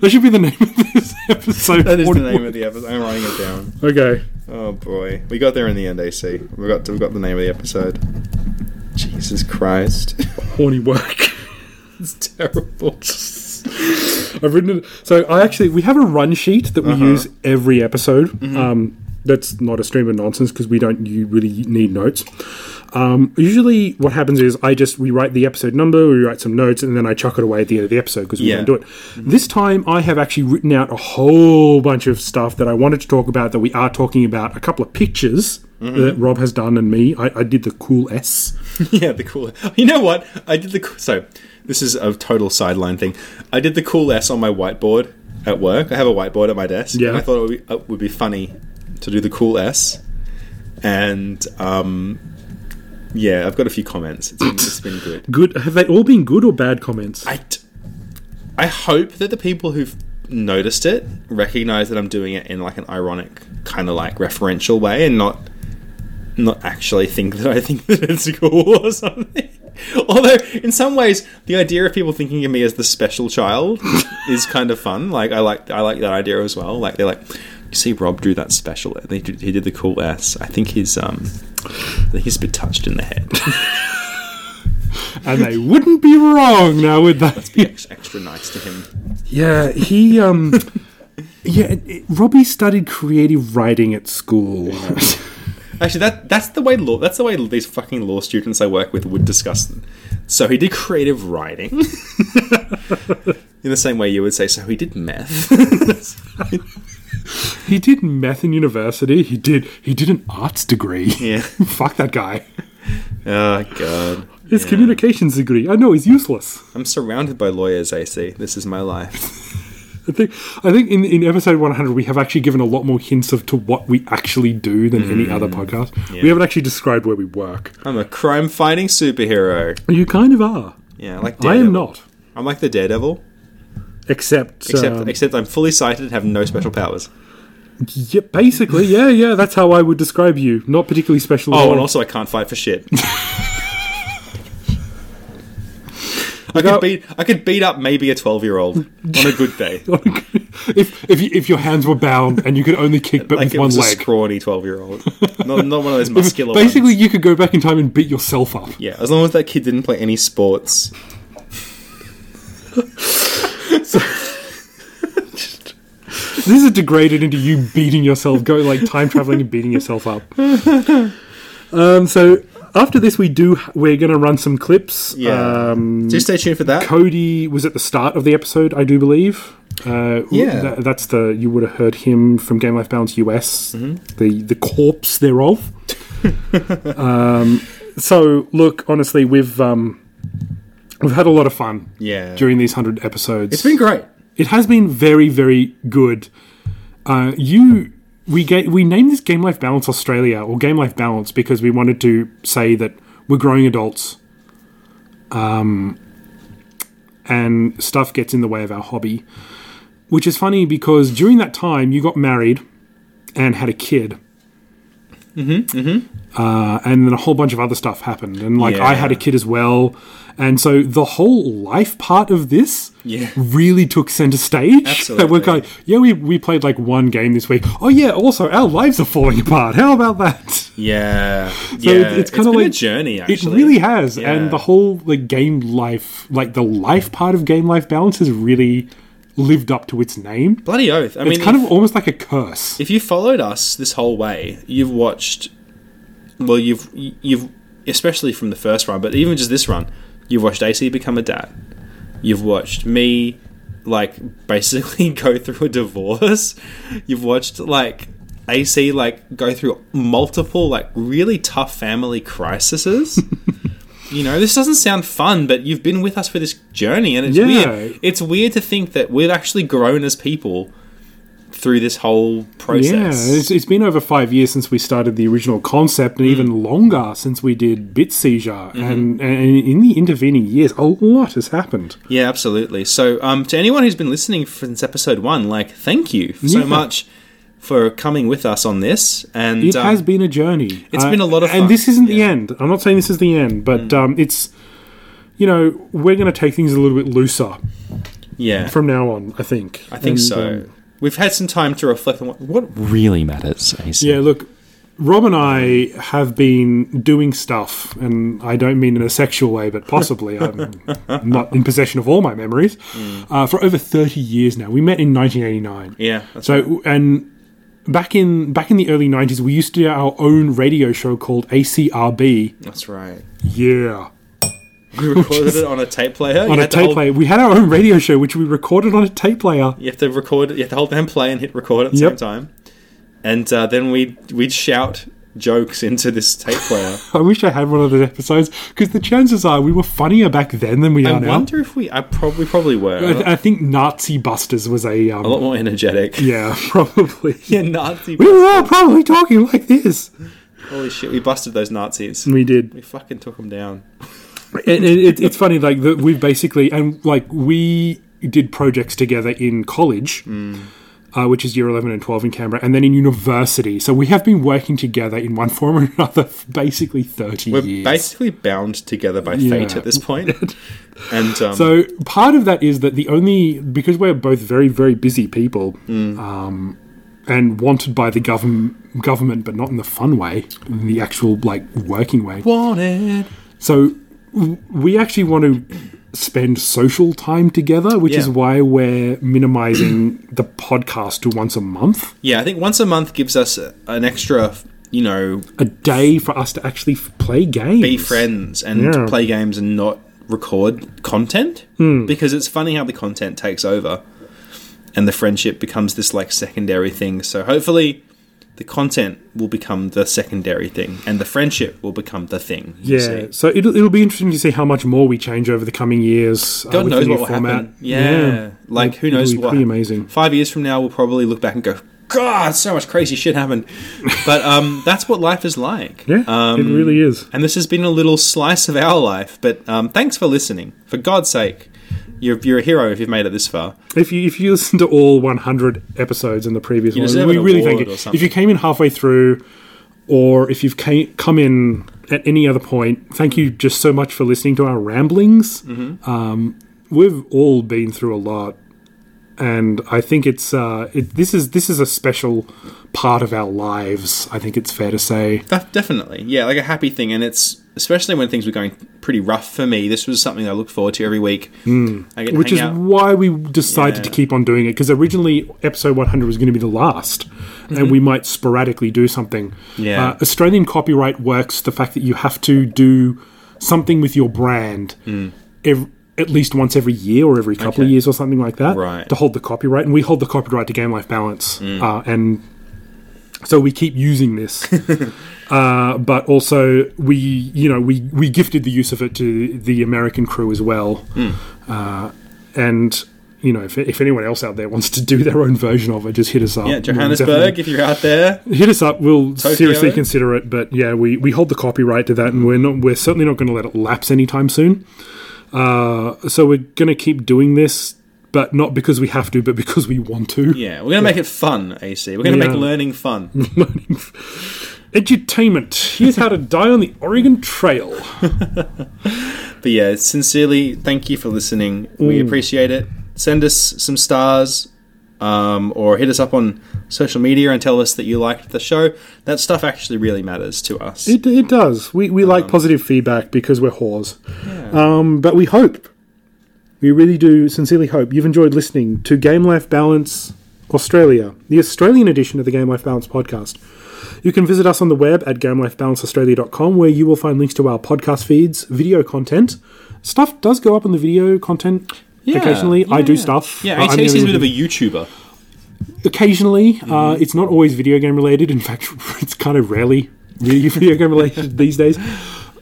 Speaker 4: That should be the name of this episode.
Speaker 3: That is the
Speaker 4: horny
Speaker 3: name of the episode. I'm writing it down.
Speaker 4: work. Okay.
Speaker 3: Oh boy, we got there in the end. AC, we got we got the name of the episode. Jesus Christ, [LAUGHS]
Speaker 4: horny work. [LAUGHS]
Speaker 3: it's terrible.
Speaker 4: I've written it. So I actually we have a run sheet that we use every episode. Um, that's not a stream of nonsense because we don't you really need notes. Um, usually, what happens is I just we write the episode number, we write some notes, and then I chuck it away at the end of the episode because we
Speaker 3: Yeah.
Speaker 4: don't do it. This time, I have actually written out a whole bunch of stuff that I wanted to talk about that we are talking about. A couple of pictures that Rob has done and me. I, I did the cool S.
Speaker 3: [LAUGHS] Yeah, the cool. You know what? I did the cool- so. This is a total sideline thing. I did the cool S on my whiteboard at work. I have a whiteboard at my desk.
Speaker 4: Yeah.
Speaker 3: And I thought it would be, it would be funny to do the cool S, and um, yeah, I've got a few comments. It's been, it's been good.
Speaker 4: Good. Have they all been good or bad comments?
Speaker 3: I, t- I hope that the people who've noticed it recognize that I'm doing it in like an ironic kind of like referential way and not not actually think that I think [LAUGHS] that it's cool or something. [LAUGHS] Although in some ways the idea of people thinking of me as the special child is kind of fun. Like I like I like that idea as well. Like they're like you see Rob drew that special and he did, he did the cool [LAUGHS] S. I think he's um I think he's a bit touched in the head.
Speaker 4: and they wouldn't be wrong now, would they?
Speaker 3: Ex- extra nice to him.
Speaker 4: Yeah, he um [LAUGHS] yeah, it- it- Robbie studied creative writing at school.
Speaker 3: Actually, that that's the way law. That's the way these fucking law students I work with would discuss them. So he did creative writing. [LAUGHS] In the same way you would say, so he did meth.
Speaker 4: [LAUGHS] he did meth in university. He did he did an arts degree.
Speaker 3: [LAUGHS] yeah.
Speaker 4: [LAUGHS] Fuck that guy.
Speaker 3: Oh god.
Speaker 4: His communications degree. I know he's useless.
Speaker 3: I'm surrounded by lawyers. AC. This is my life.
Speaker 4: I think I think in, in episode 100 we have actually given a lot more hints of to what we actually do than any other podcast. We haven't actually described where we work.
Speaker 3: I'm a crime-fighting superhero.
Speaker 4: You kind of are.
Speaker 3: Yeah, like
Speaker 4: I
Speaker 3: Daredevil.
Speaker 4: am not.
Speaker 3: I'm like the Daredevil,
Speaker 4: Except,
Speaker 3: except
Speaker 4: um,
Speaker 3: except I'm fully sighted and have no special powers.
Speaker 4: yeah, basically, yeah, yeah. That's how I would describe you. Not particularly special. at
Speaker 3: Oh,
Speaker 4: all.
Speaker 3: and also I can't fight for
Speaker 4: [LAUGHS]
Speaker 3: shit. I could
Speaker 4: Without-
Speaker 3: beat I could beat up maybe a twelve year old on a good
Speaker 4: [LAUGHS]
Speaker 3: day.
Speaker 4: if if, you, if your hands were bound and you could only kick but
Speaker 3: Like
Speaker 4: with
Speaker 3: it
Speaker 4: one
Speaker 3: was
Speaker 4: leg,
Speaker 3: a scrawny twelve year
Speaker 4: [LAUGHS]
Speaker 3: old. Not, not one of those muscular
Speaker 4: basically
Speaker 3: ones.
Speaker 4: you could go back in time and beat yourself up.
Speaker 3: Yeah, as long as that kid didn't play any sports.
Speaker 4: [LAUGHS] This is degraded into you beating yourself, go like time traveling and beating
Speaker 3: [LAUGHS]
Speaker 4: yourself up. Um, so after this, we do we're going to run some clips.
Speaker 3: Yeah.
Speaker 4: Um,
Speaker 3: Do stay tuned for that.
Speaker 4: Cody was at the start of the episode, I do believe. Uh,
Speaker 3: Yeah.
Speaker 4: tha- that's the you would have heard him from Game Life Balance US,
Speaker 3: Mm-hmm.
Speaker 4: the the
Speaker 3: [LAUGHS]
Speaker 4: corpse thereof. um, so look, honestly, we've um, we've had a lot of fun
Speaker 3: yeah.
Speaker 4: during these hundred episodes.
Speaker 3: it's been great.
Speaker 4: It has been very, very good. Uh, you, we ga- we named this Game Life Balance Australia or Game Life Balance because we wanted to say that we're growing adults, um, and stuff gets in the way of our hobby, which is funny because during that time you got married and had a kid. Mm-hmm. Mm-hmm. Uh, and then a whole bunch of other stuff happened, and like I had a
Speaker 3: Yeah.
Speaker 4: kid as well, and so the whole life part of this
Speaker 3: Yeah.
Speaker 4: really took center stage. [LAUGHS]
Speaker 3: Absolutely.
Speaker 4: That we're going, yeah, we, we played like one game this week. Oh, yeah, also, our lives are falling apart. How about that? [LAUGHS]
Speaker 3: Yeah.
Speaker 4: So
Speaker 3: yeah.
Speaker 4: it-
Speaker 3: it's
Speaker 4: it's kind of
Speaker 3: been
Speaker 4: like
Speaker 3: a journey actually.
Speaker 4: It really has,
Speaker 3: Yeah.
Speaker 4: and the whole like game life, like the life part of game life balance, has really lived up to its name.
Speaker 3: Bloody oath. I mean
Speaker 4: it's kind
Speaker 3: if-
Speaker 4: of almost like a curse.
Speaker 3: if you followed us this whole way, you've watched. Well, you've you've especially from the first run, but even just this run, you've watched AC become a dad. You've watched me, like [LAUGHS] basically go through a divorce. You've watched like AC like go through multiple like really tough family crises. you know, this doesn't sound fun, but you've been with us for this journey, and it's
Speaker 4: Yeah.
Speaker 3: weird. It's weird to think that we've actually grown as people through this whole
Speaker 4: yeah,
Speaker 3: process.
Speaker 4: it's, it's been over five years since we started the original concept,
Speaker 3: Mm.
Speaker 4: and even longer since we did Bit Seizure.
Speaker 3: Mm-hmm.
Speaker 4: And, and in the intervening years, a lot has happened.
Speaker 3: Yeah, absolutely. So, um, to anyone who's been listening since episode one, like, thank you so
Speaker 4: Yeah.
Speaker 3: much for coming with us on this. And
Speaker 4: It
Speaker 3: um,
Speaker 4: has been a journey. Uh,
Speaker 3: it's been a lot of
Speaker 4: and
Speaker 3: fun.
Speaker 4: this isn't the
Speaker 3: Yeah. Mm.
Speaker 4: end. I'm not saying this is the end, but um, it's you know we're going to take things a little bit looser
Speaker 3: yeah,
Speaker 4: from now on. I think.
Speaker 3: I think
Speaker 4: And,
Speaker 3: so.
Speaker 4: um,
Speaker 3: We've had some time to reflect on what, what really matters. AC.
Speaker 4: yeah. Look, Rob and I have been doing stuff, and I don't mean in a sexual way, but
Speaker 3: [LAUGHS]
Speaker 4: possibly I'm not in possession of all my memories uh, for over 30 years now. We met in 1989.
Speaker 3: Mm. yeah. That's right.
Speaker 4: So and back in back in the early 90s, we used to do our own radio show called ACRB.
Speaker 3: That's right.
Speaker 4: Yeah.
Speaker 3: We recorded it on a tape player. You
Speaker 4: on a
Speaker 3: had to
Speaker 4: tape
Speaker 3: hold-
Speaker 4: player. We had our own radio show, which we recorded on a tape player.
Speaker 3: You have to record. You have to hold down play and hit record at the
Speaker 4: Yep.
Speaker 3: same time. And uh, then we we'd shout jokes into this tape
Speaker 4: [LAUGHS]
Speaker 3: player.
Speaker 4: I wish I had one of those episodes because the chances are we were funnier back then than we
Speaker 3: I
Speaker 4: are now.
Speaker 3: wonder if we. I probably probably
Speaker 4: I,
Speaker 3: were
Speaker 4: th- I think Nazi Busters was a um,
Speaker 3: a lot more energetic.
Speaker 4: uh, yeah, [LAUGHS] probably.
Speaker 3: [LAUGHS] Yeah, Nazi.
Speaker 4: We were all probably talking like this.
Speaker 3: Holy shit, we busted those Nazis.
Speaker 4: We did.
Speaker 3: We fucking took them down.
Speaker 4: and it, it, it's funny like that we've basically and like we did projects together in college
Speaker 3: Hmm.
Speaker 4: uh, which is year 11 and 12 in canberra and then in university so we have been working together in one form or another for basically 30
Speaker 3: We're
Speaker 4: years
Speaker 3: basically bound together by fate
Speaker 4: Yeah.
Speaker 3: at this point.
Speaker 4: [LAUGHS]
Speaker 3: and um,
Speaker 4: so part of that is that the only because we're both very very busy people
Speaker 3: Mm.
Speaker 4: um, and wanted by the government government but not in the fun way in the actual like working way
Speaker 3: wanted.
Speaker 4: So we actually want to spend social time together, which is
Speaker 3: Yeah.
Speaker 4: why we're minimizing the podcast to once a month,
Speaker 3: Yeah, I think once a month gives us a- an extra, you know,
Speaker 4: a day for us to actually f- play games.
Speaker 3: be friends and
Speaker 4: Yeah.
Speaker 3: play games and not record content
Speaker 4: Hmm.
Speaker 3: because it's funny how the content takes over and the friendship becomes this like secondary thing. So hopefully the content will become the secondary thing and the friendship will become the thing. you
Speaker 4: Yeah,
Speaker 3: see.
Speaker 4: so it'll, it'll be interesting to see how much more we change over the coming years. uh,
Speaker 3: God
Speaker 4: with the
Speaker 3: knows
Speaker 4: new
Speaker 3: what will happen. Yeah. Like, who
Speaker 4: It'll
Speaker 3: knows
Speaker 4: be
Speaker 3: what.
Speaker 4: pretty amazing.
Speaker 3: Five years from now, we'll probably look back and go, God, so much crazy shit
Speaker 4: [LAUGHS]
Speaker 3: happened. But um, that's what life is like.
Speaker 4: Yeah,
Speaker 3: Um,
Speaker 4: it really is.
Speaker 3: And this has been a little slice of our life, but um, thanks for listening. For God's sake, you're, you're a hero if you've made it this far.
Speaker 4: If you if you listen to all 100 episodes in the previous
Speaker 3: You
Speaker 4: one,
Speaker 3: deserve
Speaker 4: we
Speaker 3: an
Speaker 4: really
Speaker 3: award
Speaker 4: thank
Speaker 3: or
Speaker 4: you.
Speaker 3: something.
Speaker 4: If you came in halfway through, or if you've came, come in at any other point, thank you just so much for listening to our ramblings. Um,
Speaker 3: Mm-hmm.
Speaker 4: we've all been through a lot, and I think it's uh, it, this is this is a special part of our lives. I think it's fair to say.
Speaker 3: Def- definitely, yeah, like a happy thing, and it's especially when things were going pretty rough for me. This was something I look forward to every week. I get to
Speaker 4: Hmm. which
Speaker 3: hang
Speaker 4: is
Speaker 3: out.
Speaker 4: why we decided to
Speaker 3: Yeah.
Speaker 4: keep on doing it because originally episode 100 was going to be the last and we might sporadically do something
Speaker 3: Mm-hmm. Yeah.
Speaker 4: uh, australian copyright works the fact that you have to do something with your brand ev- at least once every year or every couple of
Speaker 3: Mm. Okay.
Speaker 4: years or something like that
Speaker 3: Right. Mm.
Speaker 4: to hold the copyright and we hold the copyright to game life balance uh, and so we keep using
Speaker 3: [LAUGHS]
Speaker 4: this uh, but also we you know we we gifted the use of it to the american crew as well
Speaker 3: Hmm.
Speaker 4: uh, and you know if, if anyone else out there wants to do their own version of it just hit us up
Speaker 3: yeah,
Speaker 4: We'll
Speaker 3: Johannesburg,
Speaker 4: definitely-
Speaker 3: if you're out there,
Speaker 4: hit us up we'll
Speaker 3: Tokyo.
Speaker 4: seriously consider it but yeah we, we hold the copyright to that and we're not we're certainly not going to let it lapse anytime soon uh, so we're going to keep doing this but not because we have to but because we want to [LAUGHS]
Speaker 3: yeah, we're gonna make it fun. AC, we're gonna
Speaker 4: Yeah.
Speaker 3: make learning fun.
Speaker 4: edutainment here's how to die on the oregon trail
Speaker 3: But yeah, sincerely, thank you for listening. We
Speaker 4: Mm.
Speaker 3: appreciate it. Send us some stars um, or hit us up on social media and tell us that you liked the show. That stuff actually really matters to us.
Speaker 4: It, it does. We, we
Speaker 3: Um,
Speaker 4: like positive feedback because we're whores. Um, but we hope, we really do sincerely hope you've enjoyed listening to Game Life Balance Australia, the Australian edition of the Game Life Balance podcast. You can visit us on the web at gamelifebalanceaustralia.com where you will find links to our podcast feeds, video content. Stuff does go up on the video content occasionally. I do
Speaker 3: yeah.
Speaker 4: stuff.
Speaker 3: Yeah,
Speaker 4: Uh, I'm the
Speaker 3: ATC is a
Speaker 4: only
Speaker 3: bit
Speaker 4: one
Speaker 3: of a YouTuber.
Speaker 4: occasionally. Uh,
Speaker 3: Mm-hmm.
Speaker 4: it's not always video game related. In fact, [LAUGHS] it's kind of rarely really [LAUGHS] video game related these days.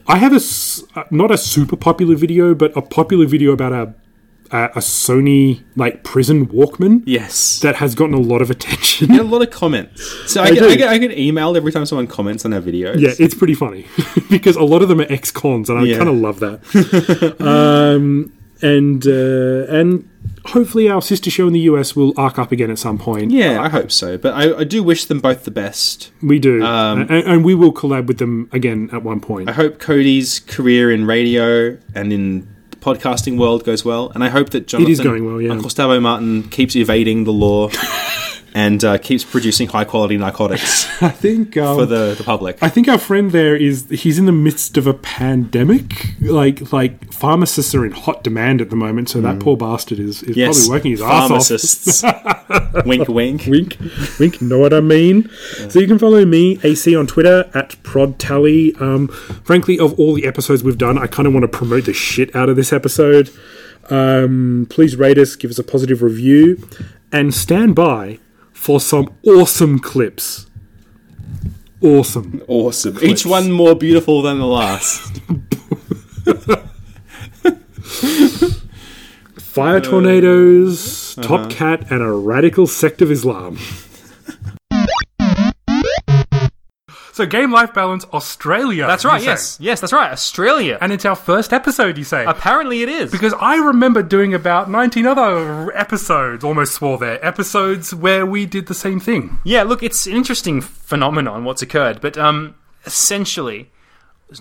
Speaker 4: I have a s- uh, not a super popular video, but a popular video about a a, a Sony like prison Walkman
Speaker 3: Yes.
Speaker 4: that has gotten a lot of attention.
Speaker 3: Get a lot of comments. So I, get,
Speaker 4: do.
Speaker 3: I, get, I get emailed every time someone comments on our videos.
Speaker 4: [LAUGHS] Yeah, it's pretty funny because a lot of them are ex-cons, and I
Speaker 3: Yeah.
Speaker 4: kind of love that.
Speaker 3: [LAUGHS]
Speaker 4: um, and uh, and hopefully our sister show in the US will arc up again at some point.
Speaker 3: Yeah, I hope so. But I, I do wish them both the best.
Speaker 4: we do, and, and we will collab with them again at one point.
Speaker 3: Um, I hope Cody's career in radio and in the podcasting world goes well, and I hope that Jonathan
Speaker 4: going well, yeah.
Speaker 3: and Gustavo Martin keeps evading the
Speaker 4: [LAUGHS]
Speaker 3: law and uh, keeps producing high quality
Speaker 4: [LAUGHS]
Speaker 3: narcotics
Speaker 4: I think um,
Speaker 3: for the, the public.
Speaker 4: I think our friend there is he's in the midst of a pandemic. Like like pharmacists are in hot demand at the moment, so that poor bastard is, is
Speaker 3: Mm. yes,
Speaker 4: probably working his ass off.
Speaker 3: pharmacists.
Speaker 4: [LAUGHS]
Speaker 3: wink, wink.
Speaker 4: Wink, wink. Know what I mean? So you can follow me AC on Twitter at ProdTally. Um, frankly, of all the episodes we've done, I kind of want to promote the shit out of this episode. Um, please rate us, give us a positive review, and stand by for some awesome clips. Awesome.
Speaker 3: Awesome. Each one more beautiful than the last.
Speaker 5: Uh,
Speaker 4: fire tornadoes,
Speaker 5: uh-huh.
Speaker 4: Top Cat, and a radical sect of Islam. [LAUGHS] so, Game Life Balance Australia.
Speaker 6: That's right, yes. Yes, that's right. Australia.
Speaker 4: And it's our first episode, you say?
Speaker 6: Apparently it is.
Speaker 4: because I remember doing about 19 other episodes, almost swore there, episodes where we did the same thing.
Speaker 6: Yeah, look, it's an interesting phenomenon what's occurred, but um, essentially,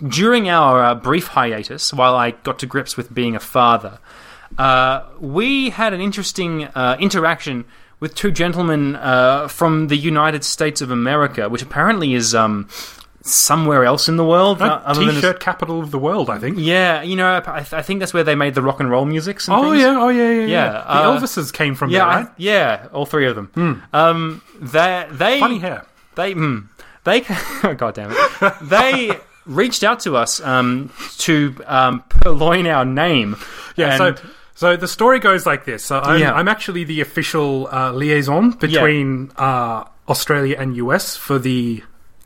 Speaker 6: during our uh, brief hiatus, while I got to grips with being a father, uh, we had an interesting uh, interaction with two gentlemen uh, from the United States of America, which apparently is um,
Speaker 5: somewhere else in the world. uh,
Speaker 4: That
Speaker 5: other than-
Speaker 4: t-shirt capital of the world, I think.
Speaker 5: yeah, you know, I, I think that's where they made the rock and roll musics. And
Speaker 4: Oh
Speaker 5: things.
Speaker 4: yeah, oh yeah, yeah.
Speaker 5: Yeah,
Speaker 4: yeah.
Speaker 5: uh,
Speaker 4: the Elvises came from
Speaker 5: yeah,
Speaker 4: there,
Speaker 5: I-
Speaker 4: right? Hmm.
Speaker 5: yeah, all three of them. Um, they, they
Speaker 4: Funny hair.
Speaker 5: they mm, they [LAUGHS] god damn it
Speaker 4: [LAUGHS]
Speaker 5: they reached out to us um, to um, purloin our name
Speaker 4: Yeah.
Speaker 5: and
Speaker 4: so, so the story goes like this. So I'm,
Speaker 5: Yeah.
Speaker 4: I'm actually the official uh, liaison between uh, Australia and US for the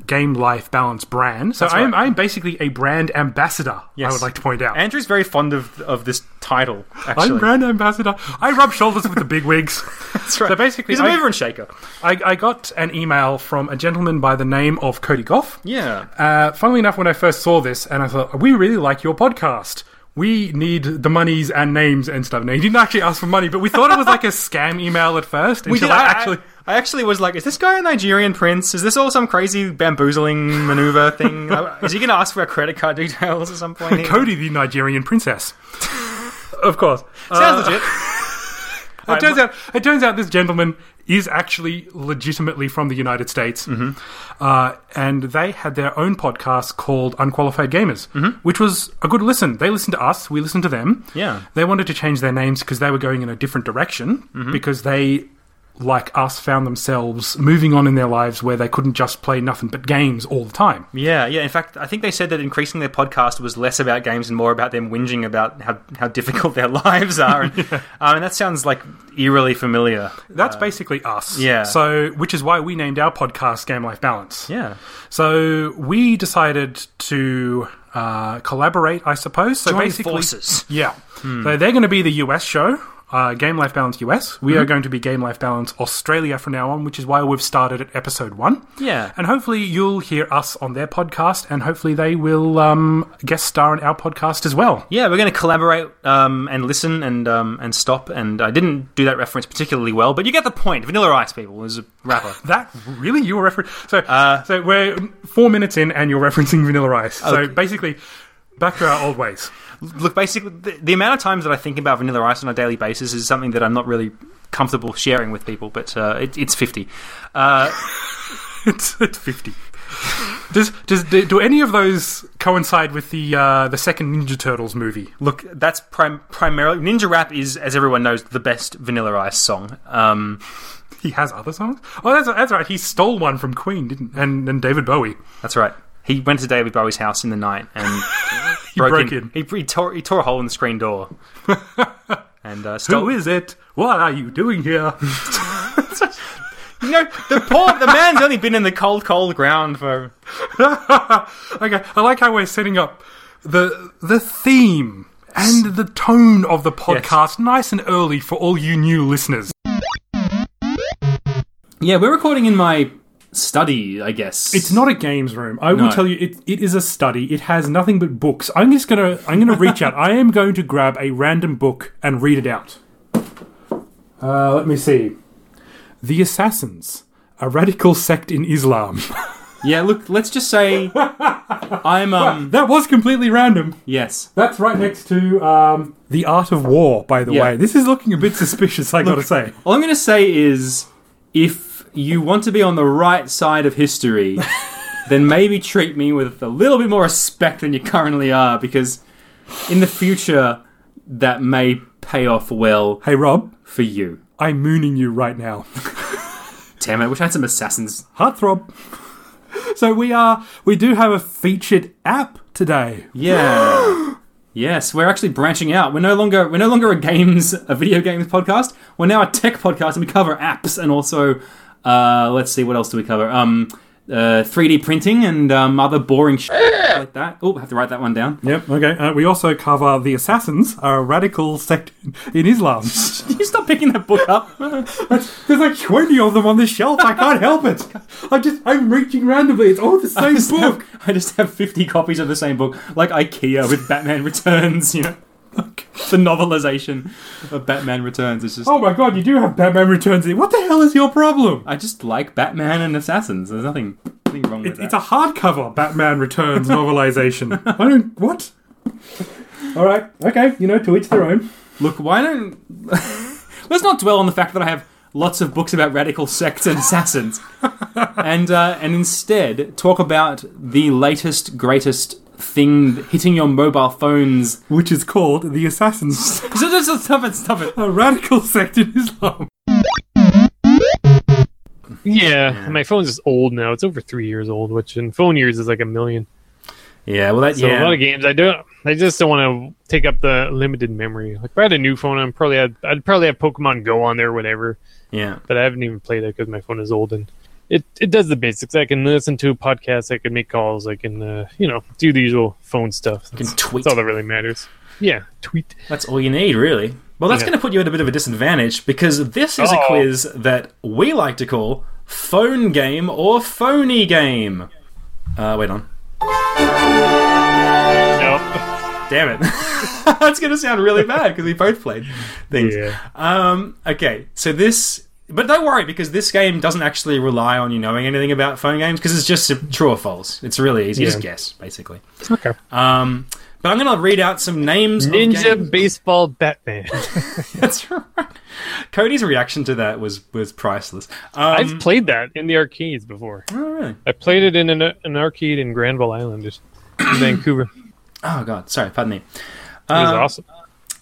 Speaker 4: Game Life Balance brand. So
Speaker 5: That's
Speaker 4: I'm,
Speaker 5: right.
Speaker 4: I'm basically a brand ambassador. I
Speaker 5: Yes.
Speaker 4: would like to point out.
Speaker 5: Andrew's very fond of of this title actually
Speaker 4: I'm brand ambassador. I rub shoulders with the big wigs.
Speaker 5: [LAUGHS] That's right.
Speaker 4: So basically,
Speaker 5: he's a
Speaker 4: I-
Speaker 5: mover and shaker
Speaker 4: I, I got an email from a gentleman by the name of Cody Goff.
Speaker 5: yeah
Speaker 4: Uh, funnily enough, when I first saw this, and I thought, we really like your podcast. We need the monies and names and stuff. Now, he didn't actually ask for money, but we thought it was
Speaker 5: [LAUGHS]
Speaker 4: like a scam email at first.
Speaker 5: we
Speaker 4: until
Speaker 5: did
Speaker 4: I
Speaker 5: I,
Speaker 4: actually.
Speaker 5: I, I actually was like is this guy a Nigerian prince is this all some crazy bamboozling maneuver
Speaker 4: [LAUGHS]
Speaker 5: thing is he going to ask for our credit card details at some point here?
Speaker 4: Cody, the Nigerian princess. of course.
Speaker 5: sounds
Speaker 4: [LAUGHS]
Speaker 5: legit
Speaker 4: It turns out it turns out this gentleman is actually legitimately from the United States,
Speaker 5: Mm-hmm.
Speaker 4: uh, and they had their own podcast called Unqualified Gamers,
Speaker 5: Mm-hmm.
Speaker 4: which was a good listen. They listened to us, we listened to them.
Speaker 5: Yeah.
Speaker 4: they wanted to change their names because they were going in a different direction
Speaker 5: Mm-hmm.
Speaker 4: because they. Like us, found themselves moving on in their lives where they couldn't just play nothing but games all the time.
Speaker 5: Yeah, yeah. In fact, I think they said that increasing their podcast was less about games and more about them whinging about how, how difficult [LAUGHS] their lives are. And, um, and that sounds like eerily familiar.
Speaker 4: That's basically us.
Speaker 5: yeah.
Speaker 4: So, which is why we named our podcast Game Life Balance.
Speaker 5: Yeah.
Speaker 4: So we decided to uh, collaborate, I suppose. So
Speaker 5: Join
Speaker 4: basically,
Speaker 5: forces. Hmm.
Speaker 4: Yeah. So they're going to be the US show, uh, Game Life Balance US.
Speaker 5: Hmm.
Speaker 4: We are going to be Game Life Balance Australia from now on, which is why we've started at episode one.
Speaker 5: Yeah.
Speaker 4: And hopefully you'll hear us on their podcast, and hopefully they will um, guest star on our podcast as well.
Speaker 5: Yeah, we're going to collaborate um, and listen and um, and stop. And I didn't do that reference particularly well, but you get the point. Vanilla Ice, people, is a rapper.
Speaker 4: That really you were referring. So,
Speaker 5: Uh,
Speaker 4: so we're four minutes in, and you're referencing Vanilla Ice. So basically, back to our old ways.
Speaker 5: Look, basically, the, the amount of times that I think about Vanilla Ice on a daily basis is something that I'm not really comfortable sharing with people, but uh, it, it's 50. Uh,
Speaker 4: it's, it's 50. Does, does do, do any of those coincide with the uh, the second Ninja Turtles movie?
Speaker 5: Look, that's prim- primarily Ninja Rap is, as everyone knows, the best Vanilla Ice song. Um,
Speaker 4: He has other songs. Oh, that's that's right. He stole one from Queen, didn't? And and David Bowie.
Speaker 5: that's right. He went to David Bowie's house in the night and
Speaker 4: [LAUGHS] He broke,
Speaker 5: broke
Speaker 4: in.
Speaker 5: in. He, he, tore, he tore a hole in the
Speaker 4: [LAUGHS]
Speaker 5: screen door and uh, stole.
Speaker 4: Who is it? What are you doing here? [LAUGHS]
Speaker 5: You know, [LAUGHS] the poor the man's only been in the cold, cold ground for.
Speaker 4: okay, I like how we're setting up the the theme and the tone of the podcast nice and early for all you new listeners.
Speaker 5: Yeah, we're recording in my study, I guess.
Speaker 4: It's not a games room. I
Speaker 5: No.
Speaker 4: will tell you, it, it is a study. It has nothing but books. I'm just gonna I'm gonna reach out. I am going to grab a random book and read it out. Uh, let me see. The Assassins, a radical sect in Islam. [LAUGHS]
Speaker 5: Yeah, look, let's just say I'm. um
Speaker 4: that was completely random.
Speaker 5: Yes.
Speaker 4: That's right next to um, The Art of War, by the
Speaker 5: Yeah.
Speaker 4: way. This is looking a bit suspicious, I gotta say.
Speaker 5: All I'm going to say is if you want to be on the right side of history, then maybe treat me with a little bit more respect than you currently are, because in the future, that may pay off well
Speaker 4: Hey Rob,
Speaker 5: for you.
Speaker 4: I'm mooning you right now.
Speaker 5: Damn it, I wish I had some assassins.
Speaker 4: Heartthrob. [LAUGHS] So we are we do have a featured app today.
Speaker 5: Yeah. [GASPS] yes, we're actually branching out. We're no longer we're no longer a games a video games podcast. We're now a tech podcast, and we cover apps and also uh, let's see what else do we cover? Um, uh, 3D printing and um, other boring shit like that. Oh, I have to write that one down. [LAUGHS]
Speaker 4: Yep. Okay. Uh, we also cover the assassins are a radical sect in Islam.
Speaker 5: Can you stop picking that book
Speaker 4: [LAUGHS]
Speaker 5: up?
Speaker 4: There's like twenty of them on the shelf. I can't help it. I just I'm reaching randomly. It's all the same
Speaker 5: just have-
Speaker 4: book.
Speaker 5: I just have 50 copies of the same book, like IKEA with Batman [LAUGHS] Returns, you know? the novelization of Batman Returns is just.
Speaker 4: Oh my god! You do have Batman Returns. in- What the hell is your problem?
Speaker 5: I just like Batman and assassins. There's nothing, nothing wrong with that.
Speaker 4: It's a hardcover Batman Returns novelization.
Speaker 5: [LAUGHS]
Speaker 4: I don't what. All right. Okay. You know, to each their own.
Speaker 5: [LAUGHS] Look, why don't. Let's not dwell on the fact that I have lots of books about radical sects
Speaker 4: [LAUGHS]
Speaker 5: and assassins, and uh, and instead talk about the latest, greatest thing hitting your mobile phones.
Speaker 4: which is called the Assassins,
Speaker 5: Stop it! Stop it!
Speaker 4: a radical sect in Islam.
Speaker 7: Yeah, my phone's just old now. It's over three years old, which in phone years is like a million.
Speaker 5: Yeah, well, that
Speaker 7: So a
Speaker 5: yeah.
Speaker 7: lot of games I don't. I just don't want to take up the limited memory. Like if I had a new phone, I'm probably I'd, I'd probably have Pokemon Go on there, whatever.
Speaker 5: Yeah.
Speaker 7: But I haven't even played it because my phone is old and it it does the basics. I can listen to podcasts. I can make calls. I can uh, you know do the usual phone stuff.
Speaker 5: You can
Speaker 7: That's,
Speaker 5: tweet.
Speaker 7: that's all that really matters. Yeah, tweet.
Speaker 5: That's all you need, really. Well, that's
Speaker 7: Yeah. Oh.
Speaker 5: going to put you at a bit of a disadvantage because this is a
Speaker 7: Uh-oh.
Speaker 5: quiz that we like to call phone game or phony game. Uh, wait on.
Speaker 7: No.
Speaker 5: Damn it. [LAUGHS] that's going to sound really bad because we both played things.
Speaker 7: Yeah.
Speaker 5: Um, okay, so this. But don't worry because this game doesn't actually rely on you knowing anything about phone games because it's just true or false. It's really easy. You just guess, basically.
Speaker 7: Okay.
Speaker 5: Um, but I'm going to read out some names. of games.
Speaker 7: Ninja Baseball Batman.
Speaker 5: That's right. Cody's reaction to that was was priceless. Um,
Speaker 7: [LAUGHS] I've played that in the arcades before.
Speaker 5: oh, really?
Speaker 7: I played it in an, an arcade in Granville Island, just in Vancouver. It
Speaker 5: Oh god, sorry, pardon me.
Speaker 7: was
Speaker 5: Um,
Speaker 7: awesome.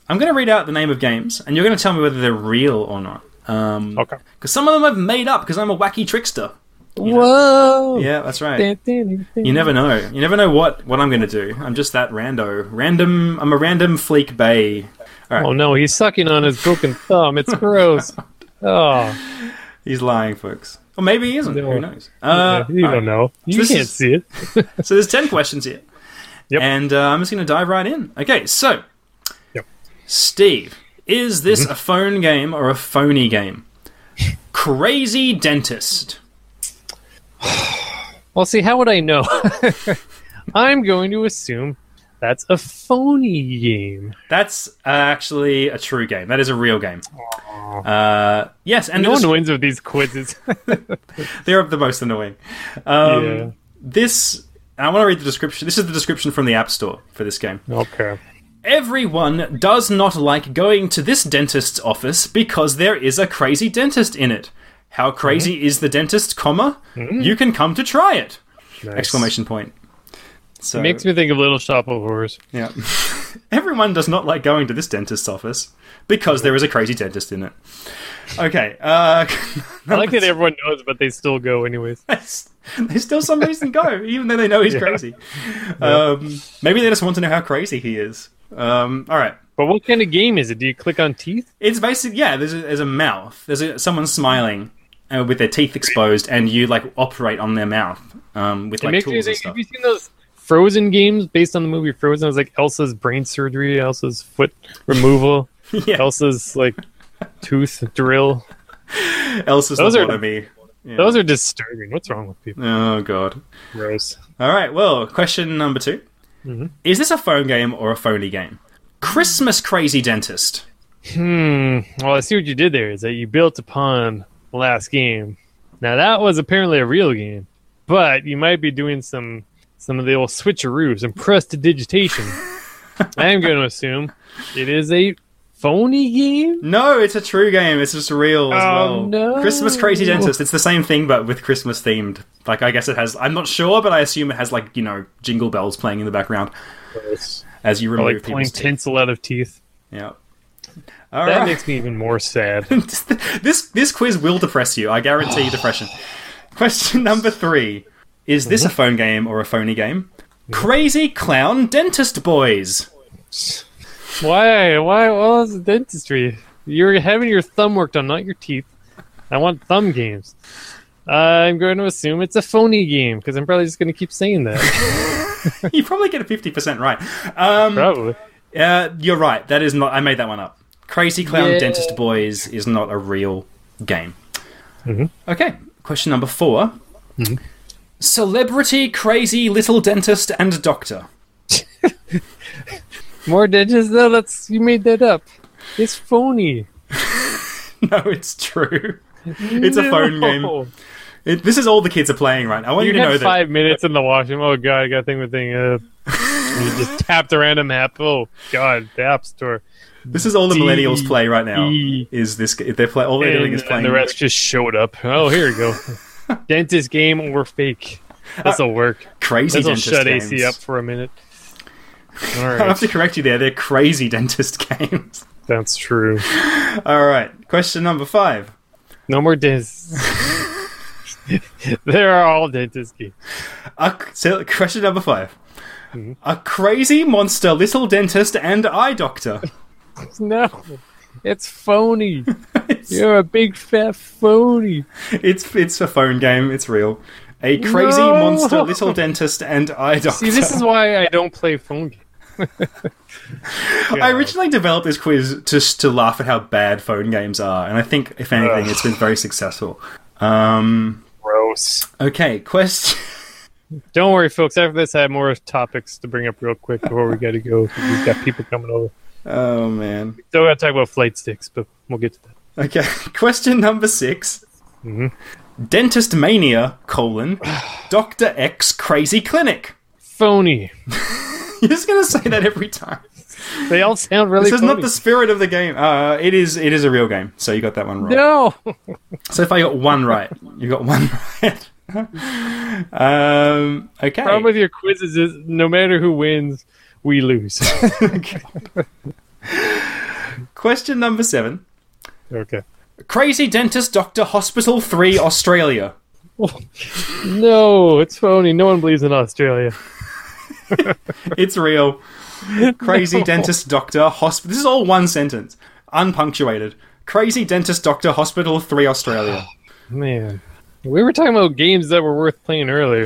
Speaker 5: I'm going to read out the name of games, and you're going to tell me whether they're real or not. Because
Speaker 7: Okay.
Speaker 5: some of them I've made up because I'm a wacky trickster.
Speaker 7: Whoa.
Speaker 5: Yeah, that's right. You
Speaker 7: You
Speaker 5: never know. You never know what what I'm going to do. I'm just that rando, random. I'm a random fleek bay.
Speaker 7: Oh no, he's sucking on his broken thumb.
Speaker 5: [LAUGHS]
Speaker 7: It's gross.
Speaker 5: Uh,
Speaker 7: Oh,
Speaker 5: He's lying, folks. Or maybe he isn't.
Speaker 7: No.
Speaker 5: Who knows? Uh,
Speaker 7: Oh, you
Speaker 5: all right.
Speaker 7: don't know. You
Speaker 5: this
Speaker 7: can't
Speaker 5: is-
Speaker 7: see it.
Speaker 5: So there's ten questions here.
Speaker 7: Yep.
Speaker 5: And uh, I'm just going to dive right in. Okay, so.
Speaker 7: Yep. Mm-hmm.
Speaker 5: Steve, is this a phone game or a phony game? Crazy Dentist.
Speaker 7: Well, see, how would I know? [LAUGHS] I'm going to assume that's a phony game.
Speaker 5: That's uh, actually a true game. That is a real game. Uh, yes, and
Speaker 7: No
Speaker 5: this-
Speaker 7: one wins with these quizzes. [LAUGHS]
Speaker 5: they're the most annoying. Um, This. and I want to read the description. This is the description from the App Store for this game.
Speaker 7: yeah. Okay.
Speaker 5: Everyone does not like going to this dentist's office because there is a crazy dentist in it. How crazy
Speaker 7: Mm-hmm.
Speaker 5: is the dentist, comma? You can come to try it!
Speaker 7: Nice.
Speaker 5: Exclamation point. So,
Speaker 7: Makes me think of Little Shop of Horrors.
Speaker 5: yeah. [LAUGHS] Everyone does not like going to this dentist's office because there is a crazy dentist in it. Okay, uh, [LAUGHS]
Speaker 7: I like that everyone knows, but they still go anyways.
Speaker 5: they still some reason go, even though they know he's crazy. Um, maybe they just want to know how crazy he is. Um, all right.
Speaker 7: But what kind of game is it? Do you click on teeth?
Speaker 5: It's basically yeah. There's a, there's a mouth. There's a, someone smiling uh, with their teeth exposed, and you like operate on their mouth um, with
Speaker 7: It
Speaker 5: like
Speaker 7: makes me
Speaker 5: tools and
Speaker 7: think. Have
Speaker 5: stuff.
Speaker 7: you seen those Frozen games based on the movie Frozen? It was like Elsa's brain surgery, Elsa's foot removal,
Speaker 5: [LAUGHS] Yeah,
Speaker 7: Elsa's like tooth drill.
Speaker 5: Elsa's
Speaker 7: those are-
Speaker 5: lobotomy. Yeah.
Speaker 7: Those are disturbing. What's wrong with people?
Speaker 5: Oh god.
Speaker 7: Gross.
Speaker 5: All right. Well, question number 2
Speaker 7: Mm-hmm.
Speaker 5: Is this a phone game or a phony game? Christmas crazy dentist.
Speaker 7: Hmm. Well, I see what you did there. Is that you built upon the last game? Now that was apparently a real game, but you might be doing some some of the old switcheroos and prestidigitation. I am going to assume it is a phony game.
Speaker 5: No, it's a true game. It's just real as
Speaker 7: Oh,
Speaker 5: well.
Speaker 7: no.
Speaker 5: Christmas crazy dentist. It's the same thing, but with Christmas themed. Like I guess it has. I'm not sure, but I assume it has like you know jingle bells playing in the background as you
Speaker 7: Or
Speaker 5: remove
Speaker 7: like pulling
Speaker 5: people's teeth.
Speaker 7: tinsel out of teeth.
Speaker 5: Yeah. All
Speaker 7: That
Speaker 5: right. [LAUGHS]
Speaker 7: makes me even more sad.
Speaker 5: this this quiz will depress you. I guarantee depression. Question number three: Is this a phone game or a phony game? Crazy clown dentist boys. [LAUGHS]
Speaker 7: Why? Why? Well, it's dentistry. You're having your thumb worked on, not your teeth. I want thumb games. I'm going to assume it's a phony game because I'm probably just going to keep saying that.
Speaker 5: You probably get a fifty percent right. Um,
Speaker 7: probably.
Speaker 5: uh, you're right. That is not. I made that one up. Crazy clown
Speaker 7: Yay.
Speaker 5: dentist boys is not a real game. Okay. Question number 4 Celebrity crazy little dentist and doctor. [LAUGHS]
Speaker 7: More dentists? No, that's you made that up. It's phony.
Speaker 5: No, it's true. It's a phone game.
Speaker 7: No.
Speaker 5: It, this is all the kids are playing right now. I want you, to
Speaker 7: You
Speaker 5: know
Speaker 7: Oh. had
Speaker 5: that.
Speaker 7: five minutes in the washroom. Oh god, I got a thing with thing. Uh, you just tapped a random app. Oh God, the App Store.
Speaker 5: This is all the millennials play right now.
Speaker 7: D-
Speaker 5: Is this? They're play, all they're doing
Speaker 7: E And,
Speaker 5: is playing.
Speaker 7: and the rest just showed up. Oh, here you
Speaker 5: [LAUGHS]
Speaker 7: go. dentist game or fake. This'll work.
Speaker 5: crazy
Speaker 7: This'll
Speaker 5: Uh, dentist
Speaker 7: shut
Speaker 5: games.
Speaker 7: AC up for
Speaker 5: [LAUGHS]
Speaker 7: a minute. All
Speaker 5: I have
Speaker 7: right,
Speaker 5: to correct you there. They're crazy [LAUGHS] dentist games. [LAUGHS]
Speaker 7: that's true.
Speaker 5: All right. Question number five.
Speaker 7: No
Speaker 5: [LAUGHS]
Speaker 7: more dentists. [LAUGHS] there are all dentist games.
Speaker 5: A, so question number 5 A crazy monster, little dentist, and eye
Speaker 7: [LAUGHS]
Speaker 5: doctor. [LAUGHS]
Speaker 7: No, it's phony. You're a big fat phony.
Speaker 5: It's it's a phone game. It's real. A crazy
Speaker 7: No.
Speaker 5: monster,
Speaker 7: [LAUGHS]
Speaker 5: little dentist, and eye doctor.
Speaker 7: See, this is why I don't play phone games.
Speaker 5: I originally developed this quiz just to laugh at how bad phone games are, and I think if anything, it's been very successful. Um,
Speaker 7: Gross.
Speaker 5: okay, question.
Speaker 7: Don't worry, folks. After this, I have more topics to bring up real quick before we got to go. 'cause We've got people coming over.
Speaker 5: [LAUGHS] Oh man.
Speaker 7: Still got to talk about flight sticks, but we'll get to that.
Speaker 5: Okay, [LAUGHS] question number 6
Speaker 7: Mhm.
Speaker 5: Dentist mania colon Doctor X crazy clinic. [LAUGHS]
Speaker 7: Phony.
Speaker 5: You're just gonna say that every time.
Speaker 7: They all sound really.
Speaker 5: This is not
Speaker 7: phony.
Speaker 5: the spirit of the game. Uh, it is. It is a real game. So you got that one right. [LAUGHS]
Speaker 7: No.
Speaker 5: So if I got one right, you got one [LAUGHS] right. [LAUGHS] um, okay.
Speaker 7: problem with your quizzes is no matter who wins, we
Speaker 5: [LAUGHS]
Speaker 7: lose.
Speaker 5: Question number seven.
Speaker 7: okay.
Speaker 5: Crazy dentist doctor hospital three Australia.
Speaker 7: No, it's phony. No one believes in Australia.
Speaker 5: It's real. Crazy dentist doctor hospital. This is all one sentence, unpunctuated. Crazy dentist doctor hospital three
Speaker 7: [GASPS]
Speaker 5: Australia.
Speaker 7: Man. We were talking about games that were worth
Speaker 5: [LAUGHS]
Speaker 7: playing earlier.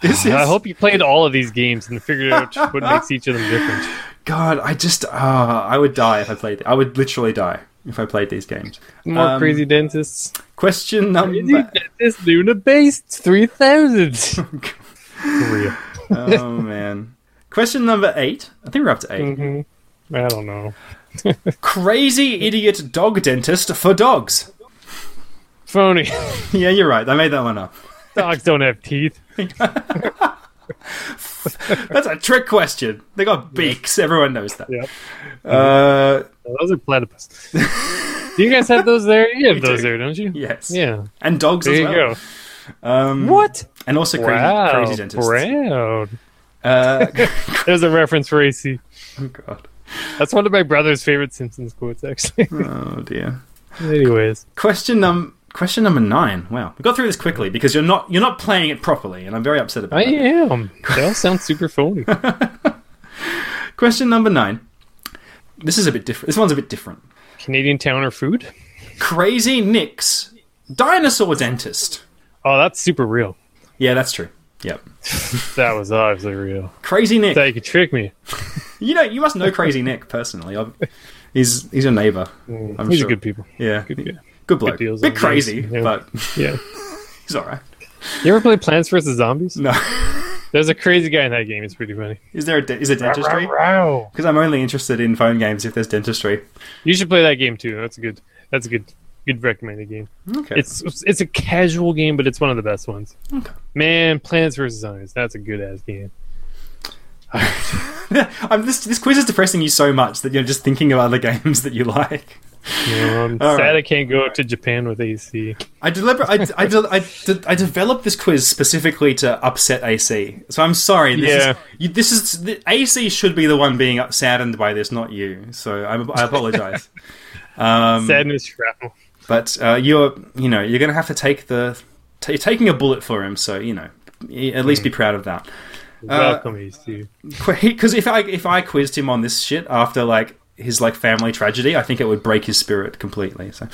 Speaker 5: This is.
Speaker 7: I hope you played all of these games and figured out what makes each of them different.
Speaker 5: God, I just. Uh, I would die if I played. I would literally die if I played these games.
Speaker 7: More
Speaker 5: Um,
Speaker 7: crazy dentists.
Speaker 5: Question
Speaker 7: Crazy
Speaker 5: number.
Speaker 7: dentist Luna base three thousand. real.
Speaker 5: oh man. Question number eight. I think we're up to eight.
Speaker 7: hmm [LAUGHS] I don't know.
Speaker 5: Crazy idiot dog dentist for dogs. [LAUGHS]
Speaker 7: Phony. [LAUGHS]
Speaker 5: Yeah, you're right. I made that one up.
Speaker 7: Dogs don't have teeth.
Speaker 5: That's a trick question. They got beaks. Everyone knows that.
Speaker 7: Yep.
Speaker 5: Uh,
Speaker 7: Those are platypus. do you guys have those there?
Speaker 5: [LAUGHS]
Speaker 7: You have those
Speaker 5: do.
Speaker 7: there, don't you?
Speaker 5: yes.
Speaker 7: Yeah.
Speaker 5: And dogs
Speaker 7: There
Speaker 5: as
Speaker 7: you
Speaker 5: well.
Speaker 7: go.
Speaker 5: Um,
Speaker 7: What?
Speaker 5: And also crazy,
Speaker 7: wow.
Speaker 5: crazy dentists.
Speaker 7: Brown.
Speaker 5: Uh, [LAUGHS]
Speaker 7: There's a reference for AC.
Speaker 5: oh god.
Speaker 7: That's one of my brother's favorite Simpsons quotes, actually.
Speaker 5: Oh dear.
Speaker 7: [LAUGHS] Anyways,
Speaker 5: Question num question number nine. Wow, we got through this quickly because you're not you're not playing it properly, and I'm very upset about
Speaker 7: I
Speaker 5: it.
Speaker 7: am. They all sound
Speaker 5: [LAUGHS]
Speaker 7: super phony.
Speaker 5: Question number nine. This is a bit different. This one's a bit different.
Speaker 7: Canadian town or food?
Speaker 5: Crazy Nick's dinosaur dentist.
Speaker 7: Oh, that's super real.
Speaker 5: Yeah, that's true. Yep.
Speaker 7: That was obviously real.
Speaker 5: Crazy Nick.
Speaker 7: Thought you could trick me.
Speaker 5: You know, you must know Crazy Nick personally. i he's he's your neighbor. I'm
Speaker 7: These
Speaker 5: sure.
Speaker 7: are good people.
Speaker 5: Yeah,
Speaker 7: Good, yeah.
Speaker 5: good bloke.
Speaker 7: deals
Speaker 5: Bit
Speaker 7: on
Speaker 5: crazy,
Speaker 7: those, yeah.
Speaker 5: but
Speaker 7: yeah.
Speaker 5: he's all right.
Speaker 7: You ever play Plants vs Zombies?
Speaker 5: No, [LAUGHS]
Speaker 7: There's a crazy guy in that game. It's pretty funny.
Speaker 5: is there a de- is there dentistry?
Speaker 7: Wow.
Speaker 5: Because I'm only interested in phone games if there's dentistry.
Speaker 7: You should play that game too. That's a good. That's a good. Good recommended game.
Speaker 5: Okay,
Speaker 7: It's it's a casual game, but it's one of the best ones. Man, Plants vs Zombies. That's a good ass game.
Speaker 5: [LAUGHS] I'm, this this quiz is depressing you so much that you're just thinking of other [LAUGHS] games that you like.
Speaker 7: You know, I'm
Speaker 5: All
Speaker 7: Um, sad
Speaker 5: right.
Speaker 7: I can't go to Japan with AC.
Speaker 5: I deliber- I, I, de- I, de- I developed this quiz specifically to upset AC. So I'm sorry. This
Speaker 7: Yeah.
Speaker 5: Is, you, this is the, AC should be the one being up- saddened by this, not you. So I, I
Speaker 7: [LAUGHS]
Speaker 5: apologize. um,
Speaker 7: Sadness shrapnel.
Speaker 5: But uh, you're, you know, you're going to have to take the, t- you're taking a bullet for him. So you know, y- at least be proud of that.
Speaker 7: Welcome, AC.
Speaker 5: Because if I if I quizzed him on this shit after like his like family tragedy, I think it would break his spirit completely. So,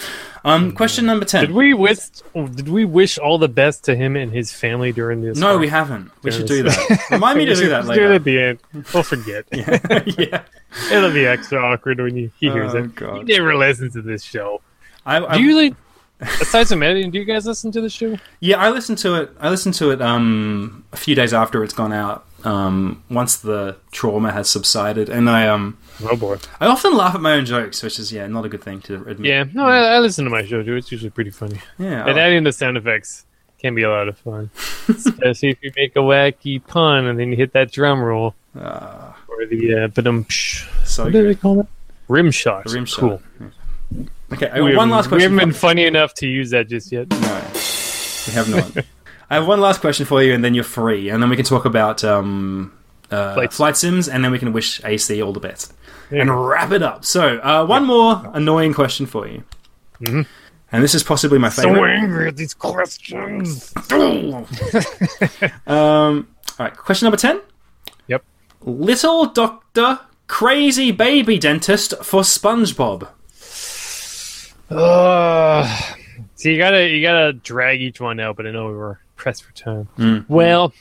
Speaker 5: um, question number ten.
Speaker 7: Did we wish? Did we wish all the best to him and his family during this?
Speaker 5: No, we haven't. We should do
Speaker 7: Yes.
Speaker 5: that. Remind
Speaker 7: [LAUGHS]
Speaker 5: me to do that
Speaker 7: Let's do it
Speaker 5: later.
Speaker 7: at the end. We'll forget.
Speaker 5: [LAUGHS] yeah.
Speaker 7: It'll be extra awkward when you, he hears
Speaker 5: Oh,
Speaker 7: it.
Speaker 5: God.
Speaker 7: He never listens to this show.
Speaker 5: I, I,
Speaker 7: Do you like? Aside from editing, do you guys listen to the show?
Speaker 5: yeah, I listened to it. I listened to it um, a few days after it's gone out. Um, once the trauma has subsided, and I um,
Speaker 7: Oh boy.
Speaker 5: I often laugh at my own jokes, which is yeah, not a good thing to admit.
Speaker 7: Yeah. No, I, I listen to my show too. It's usually pretty funny.
Speaker 5: yeah. oh,
Speaker 7: And adding the sound effects
Speaker 5: [LAUGHS]
Speaker 7: can be a lot of fun, especially if you make a wacky pun and then you hit that drum roll.
Speaker 5: Ah.
Speaker 7: or the uh, badumsh.
Speaker 5: So
Speaker 7: What do they
Speaker 5: good.
Speaker 7: call that? Rim shot.
Speaker 5: Rim shot.
Speaker 7: Cool.
Speaker 5: Okay, I
Speaker 7: We
Speaker 5: got
Speaker 7: haven't-
Speaker 5: one last
Speaker 7: We
Speaker 5: question.
Speaker 7: haven't been
Speaker 5: for-
Speaker 7: funny enough to use that just yet.
Speaker 5: No, we have
Speaker 7: [LAUGHS]
Speaker 5: not. I have one last question for you, and then you're free, and then we can talk about um, uh,
Speaker 7: Flights.
Speaker 5: flight sims, and then we can wish AC all the best
Speaker 7: Yeah.
Speaker 5: and wrap it up. So, uh, one more annoying question for you, mm-hmm. and this is possibly my favorite.
Speaker 7: So angry at these questions.
Speaker 5: [LAUGHS] Um, all right, question number 10.
Speaker 7: Yep.
Speaker 5: Little Doctor Crazy Baby Dentist for SpongeBob.
Speaker 7: Uh, so you gotta you gotta drag each one out, but I know we were pressed for time. Well,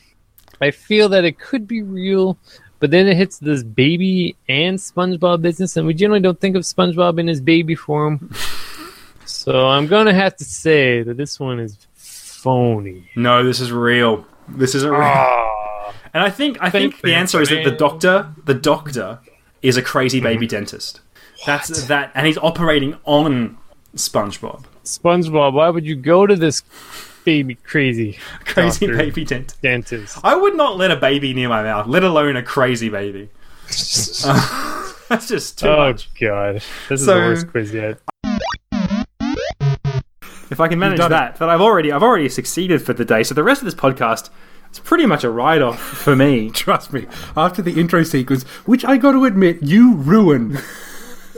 Speaker 7: I feel that it could be real, but then it hits this baby and SpongeBob business, and we generally don't think of SpongeBob in his baby form. so I'm gonna have to say that this one is phony.
Speaker 5: No, this is real. This
Speaker 7: Ah.
Speaker 5: isn't real. and I think I think the
Speaker 7: you,
Speaker 5: answer is that the
Speaker 7: man.
Speaker 5: doctor, the doctor is a crazy baby dentist. That's that and he's operating on SpongeBob. [LAUGHS]
Speaker 7: SpongeBob, why would you go to this baby crazy
Speaker 5: Crazy
Speaker 7: Doctor.
Speaker 5: baby dentist.
Speaker 7: dentist?
Speaker 5: I would not let a baby near my mouth, let alone a crazy baby. [LAUGHS] That's just too
Speaker 7: Oh
Speaker 5: much.
Speaker 7: god, this is
Speaker 5: So-
Speaker 7: the worst quiz yet.
Speaker 5: If I can manage
Speaker 3: done
Speaker 5: that, but I've already I've already succeeded for the day. So the rest of this podcast it's pretty much a write off for
Speaker 4: [LAUGHS]
Speaker 5: me.
Speaker 4: Trust me, after the intro sequence, which I got to admit, you ruined.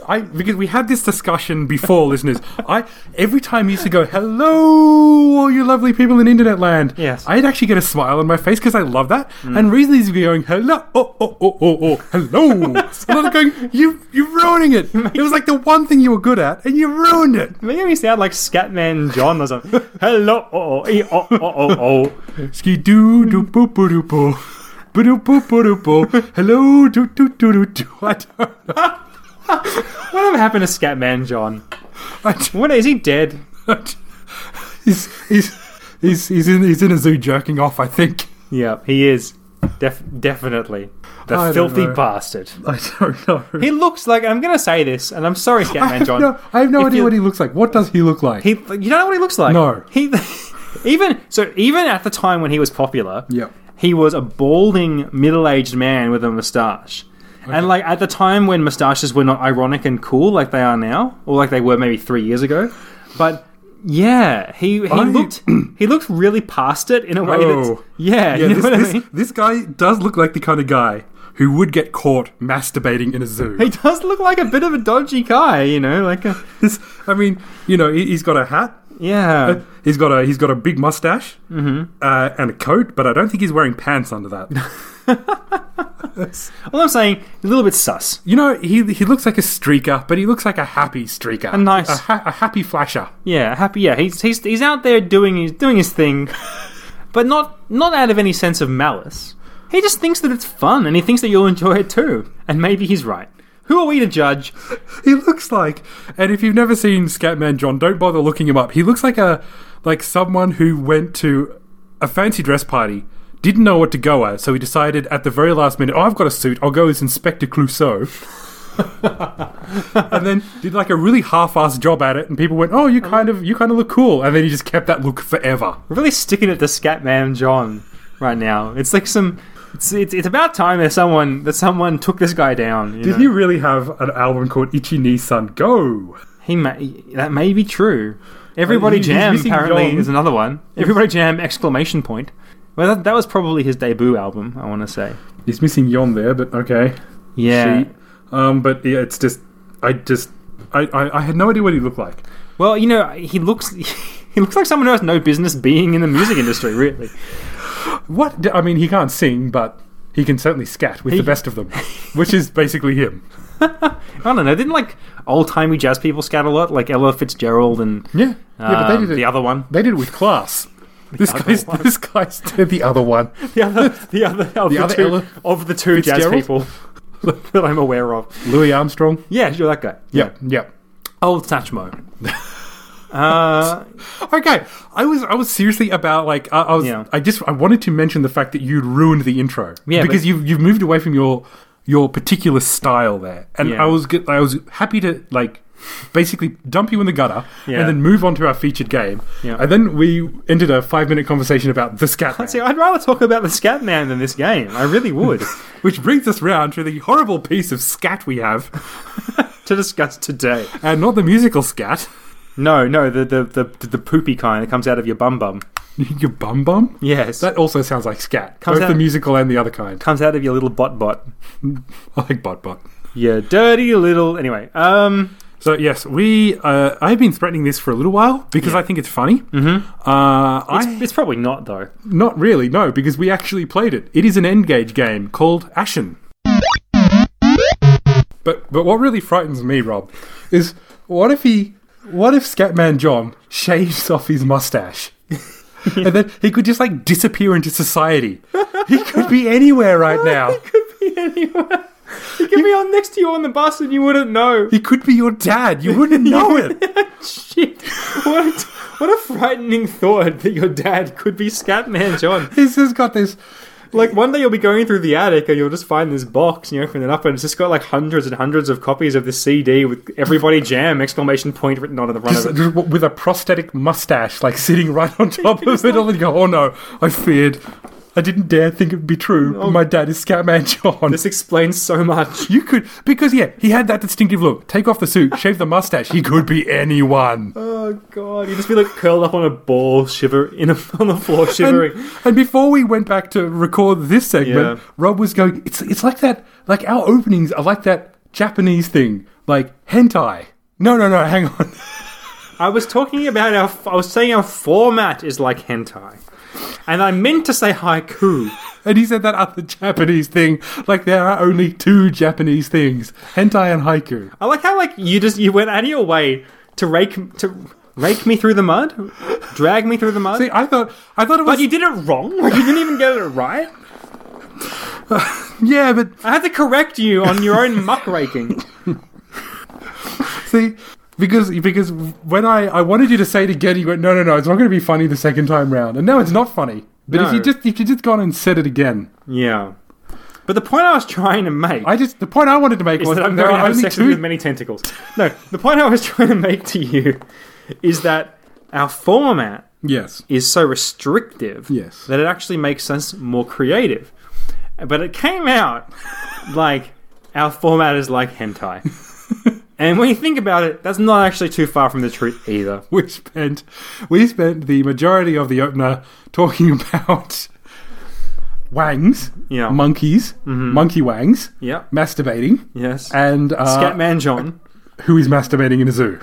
Speaker 4: I because we had this discussion before, [LAUGHS] listeners. I every time you used to go, "Hello, all you lovely people in internet land."
Speaker 5: Yes.
Speaker 4: I'd actually get a smile on my face because I love that. And recently, you'd be going, "Hello, oh, oh, oh, oh, oh, hello," and I was going, "You, you're ruining it." It was like the one thing you were good at, and you ruined it.
Speaker 5: Maybe we sound like Scatman John or something. [LAUGHS] Hello, oh, oh, eh, oh, oh, oh, oh.
Speaker 4: Ski doo doo boo boo doo boo. Boo doo boo boo doo boo. Hello, doo doo doo doo doo. [LAUGHS] I don't know.
Speaker 5: Whatever happened to Scatman John?
Speaker 4: I don't
Speaker 5: When is he dead?
Speaker 4: he's, he's, he's, he's, in, he's in a zoo jerking off, I think.
Speaker 5: Yeah, he is. Def- definitely. The
Speaker 4: I don't
Speaker 5: filthy
Speaker 4: know.
Speaker 5: bastard.
Speaker 4: [LAUGHS] I don't know.
Speaker 5: He looks like I'm going to say this, and
Speaker 4: [LAUGHS]
Speaker 5: I'm sorry,
Speaker 4: I,
Speaker 5: Scatman
Speaker 4: have
Speaker 5: John.
Speaker 4: no, I have no
Speaker 5: If
Speaker 4: idea
Speaker 5: you-
Speaker 4: what he looks like. What does he look like?
Speaker 5: He, you don't know what he looks like.
Speaker 4: No.
Speaker 5: He, [LAUGHS] even so, even at the time when he was popular,
Speaker 4: Yep.
Speaker 5: he was a balding middle-aged man with a moustache. And like at the time when moustaches were not ironic and cool like they are now, or like they were maybe three years ago, but yeah, he he
Speaker 4: I-
Speaker 5: looked [CLEARS THROAT] he looked really past it in a way
Speaker 4: Oh.
Speaker 5: that's
Speaker 4: yeah,
Speaker 5: yeah, you know
Speaker 4: this,
Speaker 5: what
Speaker 4: this,
Speaker 5: I mean.
Speaker 4: this guy does look like the kind of guy who would get caught masturbating in a zoo.
Speaker 5: He does look like a bit of a dodgy guy, you know, like a,
Speaker 4: This- I mean, you know, he, he's got a hat.
Speaker 5: yeah.
Speaker 4: He's got a he's got a big mustache
Speaker 5: Mm-hmm.
Speaker 4: uh, and a coat, but I don't think he's wearing pants under that.
Speaker 5: [LAUGHS] All I'm saying, a little bit sus.
Speaker 4: You know, he he looks like a streaker, but he looks like a happy streaker, a
Speaker 5: nice-
Speaker 4: a, ha- a happy flasher.
Speaker 5: Yeah, happy. Yeah, he's he's he's out there doing his doing
Speaker 4: [LAUGHS]
Speaker 5: his thing, but not not out of any sense of malice. He just thinks that it's fun, and he thinks that you'll enjoy it too. And maybe he's right. Who are we to judge?
Speaker 4: He looks like, and if you've never seen Scatman John, don't bother looking him up. He looks like a like someone who went to a fancy dress party, didn't know what to go as, so he decided at the very last minute, oh, I've got a suit, I'll go as Inspector Clouseau. [LAUGHS] and then did like a really half-assed job at it, and people went, "Oh, you kind of, you kind of look cool," and then he just kept that look forever.
Speaker 5: We're really sticking it to Scatman John right now. It's like some. It's, it's, it's about time that someone that someone took this guy down. You
Speaker 4: Did
Speaker 5: know?
Speaker 4: he really have an album called Ichi Ni San Go?
Speaker 5: He may that may be true. Everybody
Speaker 4: He- he's
Speaker 5: Jam
Speaker 4: missing
Speaker 5: apparently
Speaker 4: John.
Speaker 5: is another one. Everybody Jam exclamation point. Well, that, that was probably his debut album. I want to say.
Speaker 4: He's missing Yon there, but okay.
Speaker 5: Yeah.
Speaker 4: She- Um, but yeah, it's just, I just, I, I, I had no idea what he looked like.
Speaker 5: Well, you know, he looks [LAUGHS] he looks like someone who has no business being in the music industry, really.
Speaker 4: What? d- I mean, he can't sing, but he can certainly scat with the best of
Speaker 5: [LAUGHS]
Speaker 4: them, which is basically him.
Speaker 5: I don't know. Didn't like old timey jazz people scat a lot, like Ella Fitzgerald and
Speaker 4: Yeah, yeah, but they
Speaker 5: um,
Speaker 4: did it.
Speaker 5: the other one,
Speaker 4: They did it with
Speaker 5: [LAUGHS]
Speaker 4: class. This guy's, this guy's [LAUGHS] did the other one.
Speaker 5: the other, the other, of [LAUGHS] the,
Speaker 4: other
Speaker 5: two,
Speaker 4: Ella
Speaker 5: of the two jazz
Speaker 4: Fitzgerald?
Speaker 5: people [LAUGHS] that I'm aware of.
Speaker 4: Louis Armstrong.
Speaker 5: Yeah, you're that guy.
Speaker 4: Yep, yep.
Speaker 5: Old [LAUGHS] Satchmo. uh,
Speaker 4: Okay, I was I was seriously about like I, I was
Speaker 5: Yeah.
Speaker 4: I just I wanted to mention the fact that you'd ruined the intro
Speaker 5: Yeah,
Speaker 4: because
Speaker 5: but-
Speaker 4: you've you've moved away from your your particular style there, and
Speaker 5: Yeah.
Speaker 4: I was get, I was happy to like basically dump you in the gutter
Speaker 5: Yeah.
Speaker 4: and then move on to our featured game,
Speaker 5: Yeah.
Speaker 4: and then we ended a five minute conversation about the scat,
Speaker 5: See,
Speaker 4: Man,
Speaker 5: I'd rather talk about the Scat Man than this game. I really [LAUGHS] would.
Speaker 4: which brings us round to the horrible piece of scat we have,
Speaker 5: to discuss today.
Speaker 4: and not the musical scat, [LAUGHS]
Speaker 5: No, no, the the, the the poopy kind that comes out of your bum bum.
Speaker 4: your bum bum.
Speaker 5: Yes.
Speaker 4: That also sounds like scat,
Speaker 5: Comes
Speaker 4: both
Speaker 5: out-
Speaker 4: the musical and the other kind. [LAUGHS]
Speaker 5: comes out of your little bot bot.
Speaker 4: I like bot bot.
Speaker 5: Yeah, dirty little. Anyway, um,
Speaker 4: So yes, we. Uh, I've been threatening this for a little while because I think it's funny. Mm-hmm. Uh,
Speaker 5: it's,
Speaker 4: I
Speaker 5: it's probably not though.
Speaker 4: not really no because we actually played it. It is an N gauge E game called Ashen. But but what really frightens me, Rob, is what if he what if Scatman John shaves off his mustache? And then he could just like disappear into society. He could be anywhere right now.
Speaker 5: anywhere. You could be on next to you on the bus and you wouldn't know.
Speaker 4: He could be your dad. You wouldn't know it.
Speaker 5: [LAUGHS] Shit. What a, what a frightening thought that your dad could be Scatman John.
Speaker 4: He's just got this
Speaker 5: Like one day you'll be going through the attic and you'll just find this box and you open it up and it's just got like hundreds and hundreds of copies of this CD with everybody jam exclamation point written on the front
Speaker 4: Just-
Speaker 5: of it.
Speaker 4: [LAUGHS] just with a prosthetic mustache, like sitting right on top of
Speaker 5: Just
Speaker 4: it, and you go, "Oh no, I feared. I didn't dare think it'd be true. but My dad is Scatman John."
Speaker 5: Oh. This explains so
Speaker 4: [LAUGHS]
Speaker 5: much.
Speaker 4: you could because yeah, he had that distinctive look. Take off the suit, shave the mustache. He could be anyone.
Speaker 5: Oh god, you'd just be like curled up on a ball, shiver in a, [LAUGHS] on the floor, shivering.
Speaker 4: And, and before we went back to record this segment,
Speaker 5: Yeah.
Speaker 4: Rob was going, "It's it's like that. Like our openings are like that Japanese thing, like hentai." No, no, no. Hang on.
Speaker 5: I was talking about our. I was saying our format is like hentai, and I meant to say haiku.
Speaker 4: And he said that other Japanese thing, like there are only two Japanese things: hentai and haiku.
Speaker 5: I like how like you just you went out of your way to rake to rake me through the mud, drag me through the mud.
Speaker 4: See, I thought, I thought it was.
Speaker 5: but you did it wrong. Like you didn't even get it right.
Speaker 4: yeah, but
Speaker 5: I had to correct you on your own
Speaker 4: [LAUGHS]
Speaker 5: muck raking.
Speaker 4: see, because because when I I wanted you to say it again, you went, no, no, no, it's not going to be funny the second time round, and now it's not funny. But if you
Speaker 5: No.
Speaker 4: just if you just gone and said it again,
Speaker 5: Yeah. But the point I was trying to make
Speaker 4: I just the point I wanted to make
Speaker 5: is
Speaker 4: was
Speaker 5: that I'm
Speaker 4: there
Speaker 5: going to
Speaker 4: are
Speaker 5: have
Speaker 4: only
Speaker 5: sex
Speaker 4: two.
Speaker 5: with many tentacles. No, the point I was [LAUGHS] trying to make to you is that our format
Speaker 4: yes, [LAUGHS]
Speaker 5: is so restrictive
Speaker 4: Yes.
Speaker 5: that it actually makes us more creative. But it came out like our format is like
Speaker 4: [LAUGHS]
Speaker 5: hentai. and when you think about it, that's not actually too far from the truth either.
Speaker 4: we spent we spent the majority of the opener talking [LAUGHS] about wangs,
Speaker 5: Yeah.
Speaker 4: monkeys, monkey wangs,
Speaker 5: Mm-hmm. Yeah.
Speaker 4: masturbating,
Speaker 5: Yes.
Speaker 4: and uh,
Speaker 5: Scatman John.
Speaker 4: who is masturbating in a [LAUGHS] zoo.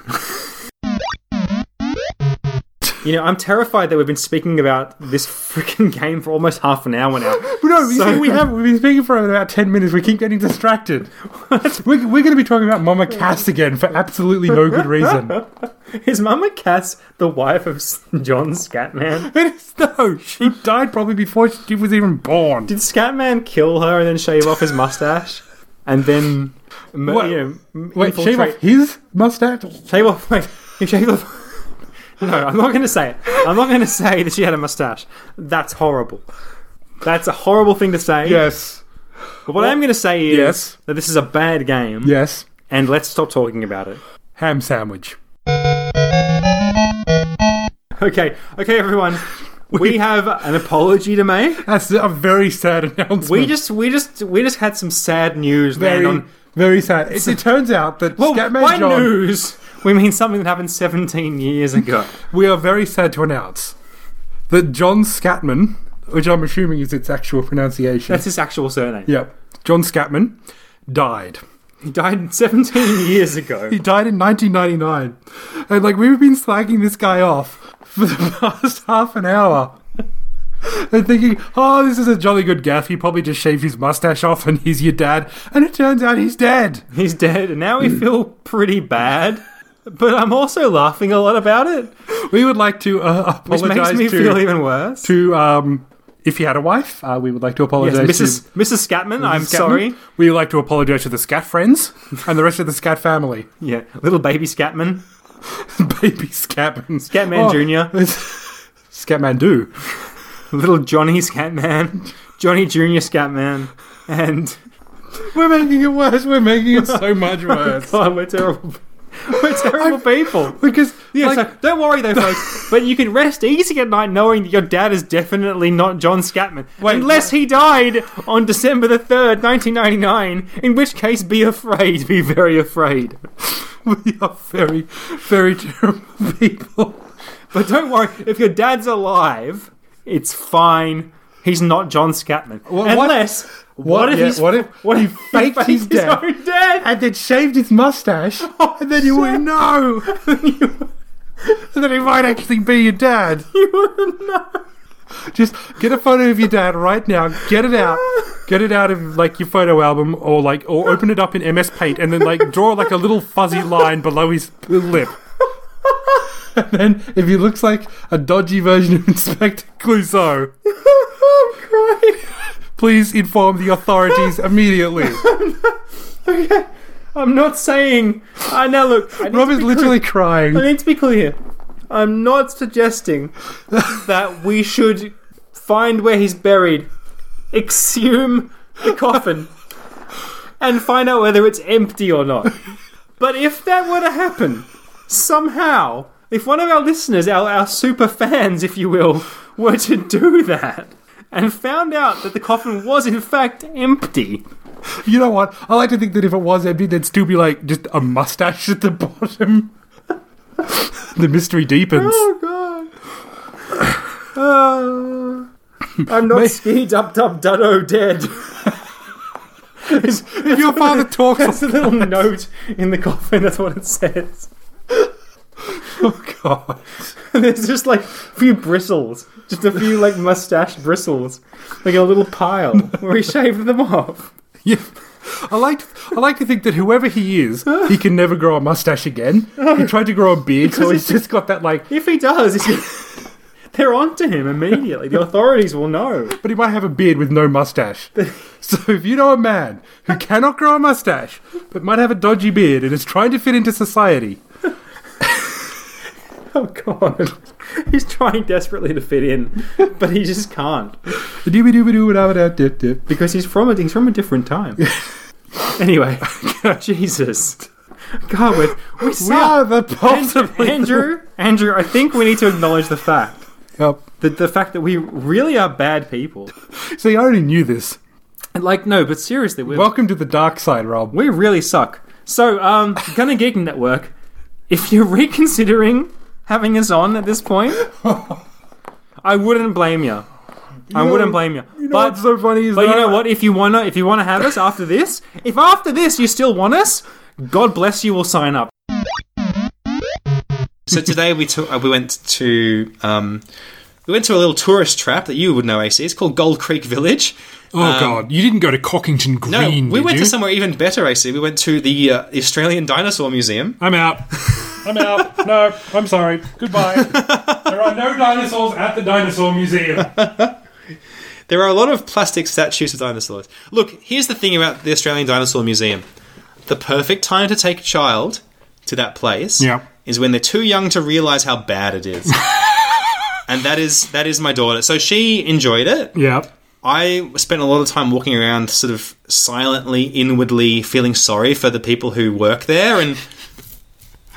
Speaker 5: You know, I'm terrified that we've been speaking about this freaking [LAUGHS] game for almost half an
Speaker 4: [LAUGHS]
Speaker 5: hour now.
Speaker 4: No, you
Speaker 5: So-
Speaker 4: see, we [LAUGHS] have we've been speaking for about ten minutes. We keep getting distracted. we're we're going to be talking about Mama Cass again for absolutely no good [LAUGHS] reason.
Speaker 5: Is Mama Cass the wife of S- John Scatman?
Speaker 4: It is no. She died probably before she was even born.
Speaker 5: Did Scatman kill her and then shave off his mustache? And then. mo-
Speaker 4: What?
Speaker 5: you know, m-
Speaker 4: Wait, shave
Speaker 5: infiltrate-
Speaker 4: off his mustache.
Speaker 5: Shave off. [LAUGHS] Wait, you shave off. [LAUGHS] No, I'm not going to say it. I'm not going to say that she had a mustache. That's horrible. That's a horrible thing to say.
Speaker 4: Yes,
Speaker 5: But what I'm going to say is
Speaker 4: Yes.
Speaker 5: that this is a bad game,
Speaker 4: yes.
Speaker 5: and let's stop talking about it.
Speaker 4: Ham sandwich.
Speaker 5: Okay,
Speaker 4: [LAUGHS]
Speaker 5: okay, everyone. We have an apology to make.
Speaker 4: That's a very sad [LAUGHS] announcement.
Speaker 5: We just, we just, we just had some sad news. land
Speaker 4: very
Speaker 5: on,
Speaker 4: very sad. It, it turns out that
Speaker 5: well,
Speaker 4: Scatman
Speaker 5: by
Speaker 4: John.
Speaker 5: news, we mean something that happened
Speaker 4: [LAUGHS]
Speaker 5: 17 years ago.
Speaker 4: We are very sad to announce that John Scatman, which I'm assuming is its actual pronunciation.
Speaker 5: That's his actual surname.
Speaker 4: Yep. John Scatman died.
Speaker 5: He died 17
Speaker 4: [LAUGHS]
Speaker 5: years ago.
Speaker 4: He died in 1999. And, like, we've been slagging this guy off for the past [LAUGHS] half an hour. And thinking, oh, this is a jolly good gaff. He probably just shaved his mustache off and he's your dad. And it turns out he's dead.
Speaker 5: He's dead, and now we
Speaker 4: Hmm.
Speaker 5: feel pretty bad. But I'm also laughing a lot about it,
Speaker 4: We would like to uh,
Speaker 5: [LAUGHS] which makes
Speaker 4: apologize
Speaker 5: me
Speaker 4: to,
Speaker 5: feel even worse.
Speaker 4: to um, if he had a wife, uh, we would like to
Speaker 5: Yes,
Speaker 4: apologize
Speaker 5: Mrs.
Speaker 4: to
Speaker 5: Mrs. Scatman, I'm
Speaker 4: Scatman.
Speaker 5: sorry.
Speaker 4: We would like to apologize to the Scat friends and the rest of the Scat family. [LAUGHS]
Speaker 5: Yeah, little baby Scatman,
Speaker 4: Baby Scatman.
Speaker 5: Scatman
Speaker 4: Oh,
Speaker 5: Junior,
Speaker 4: it's- Scatman do.
Speaker 5: little Johnny Scatman, Johnny Junior Scatman, and We're making it worse. We're making it
Speaker 4: so much [LAUGHS] worse.
Speaker 5: God, oh, we're terrible. [LAUGHS] We're terrible people.
Speaker 4: because
Speaker 5: Yeah,
Speaker 4: like,
Speaker 5: so don't worry
Speaker 4: [LAUGHS]
Speaker 5: though, folks. but you can rest easy at night knowing that your dad is definitely not John Scatman,
Speaker 4: Wait,
Speaker 5: unless he died on December the third, nineteen ninety nine. In which case, be afraid. Be very
Speaker 4: [LAUGHS]
Speaker 5: afraid. we are very, very terrible people. But don't worry. If your dad's alive, it's fine. He's not John Scatman,
Speaker 4: Wha- what-
Speaker 5: unless. What, if
Speaker 4: yeah,
Speaker 5: he's
Speaker 4: what if-
Speaker 5: what if
Speaker 4: he faked his death?
Speaker 5: own death?
Speaker 4: and then shaved his
Speaker 5: [LAUGHS]
Speaker 4: mustache,
Speaker 5: Oh,
Speaker 4: and then you wouldn't know. and then he might actually be your
Speaker 5: [LAUGHS]
Speaker 4: dad. [LAUGHS] You wouldn't know. Just get a photo of your dad right now. Get it out. Get it out of like your photo album, or like, or open it up in MS Paint, and then like draw like a little fuzzy line below his
Speaker 5: [LAUGHS]
Speaker 4: lip. And then, if he looks like a dodgy version of Inspector Clouseau,
Speaker 5: [LAUGHS] I'm crying.
Speaker 4: please inform the authorities immediately.
Speaker 5: Okay. [LAUGHS] I'm not saying. I now look. I need
Speaker 4: Rob
Speaker 5: to
Speaker 4: is
Speaker 5: be
Speaker 4: literally
Speaker 5: Clear.
Speaker 4: crying.
Speaker 5: I need to be clear. I'm not [LAUGHS] suggesting that we should find where he's buried, exhume the coffin, and find out whether it's empty or not. But if that were to happen, somehow, if one of our listeners, our, our super fans, if you will, were to do that and found out that the coffin was in fact empty.
Speaker 4: You know what? I like to think that if it was empty, there'd still be like just a mustache at the [LAUGHS] bottom. the mystery deepens.
Speaker 5: Oh god. Uh, [SIGHS] I'm not ski dub dub duddo dead.
Speaker 4: If your
Speaker 5: [LAUGHS]
Speaker 4: father talks,
Speaker 5: There's a little note in the coffin, that's what it says.
Speaker 4: oh god,
Speaker 5: [LAUGHS] There's just like a few bristles. Just a few like mustache bristles. Like a little pile where he shaved them off.
Speaker 4: [LAUGHS] yeah. I like I like to think that whoever he is, he can never grow a mustache again. He tried to grow a beard, so he's just got that like.
Speaker 5: If he does, [LAUGHS] he's gonna- They're onto him immediately. The authorities will know.
Speaker 4: But he might have a beard with no mustache. So if you know a man who cannot grow a mustache but might have a dodgy beard and is trying to fit into society,
Speaker 5: [LAUGHS] Oh god. He's trying desperately to fit in, but he just can't.
Speaker 4: dooby-dooby-doo-ba-da-ba-da-dip-dip.
Speaker 5: Because he's from a he's from a different time. [LAUGHS] anyway, [LAUGHS] Jesus, God, we we
Speaker 4: we are
Speaker 5: suck.
Speaker 4: the
Speaker 5: Andrew,
Speaker 4: possibly
Speaker 5: Andrew, Andrew, I think we need to acknowledge the fact
Speaker 4: Yep.
Speaker 5: that the fact that we really are bad people.
Speaker 4: See, I already knew this.
Speaker 5: And like, no, but seriously, we're,
Speaker 4: Welcome to the dark side, Rob.
Speaker 5: we really suck. So, um, Gunna Geek Network, if you're [LAUGHS] reconsidering having us on at
Speaker 4: [LAUGHS]
Speaker 5: this point, I wouldn't blame you. I wouldn't blame you.
Speaker 4: But
Speaker 5: but
Speaker 4: what's so funny is
Speaker 5: But you
Speaker 4: that
Speaker 5: know what? If you wanna, if you wanna have us after this, if after this you still want us, God bless you. We'll sign up.
Speaker 3: so today we took, uh, we went to um, we went to a little tourist trap that you would know. AC. It's called Gold Creek Village.
Speaker 4: Oh god, you didn't go to Cockington Green,
Speaker 3: No, we
Speaker 4: did
Speaker 3: went
Speaker 4: you?
Speaker 3: to somewhere even better. AC. We went to the uh, Australian Dinosaur Museum.
Speaker 4: I'm out. [LAUGHS] I'm out. No, I'm sorry. Goodbye. there are no dinosaurs at the dinosaur museum.
Speaker 3: There are a lot of plastic statues of dinosaurs. Look, here's the thing about the Australian Dinosaur Museum. The perfect time to take a child to that place
Speaker 4: Yeah.
Speaker 3: is when they're too young to realize how bad it [LAUGHS] is. and that is that is my daughter. So she enjoyed it.
Speaker 4: Yeah.
Speaker 3: I spent a lot of time walking around sort of silently, inwardly feeling sorry for the people who work there and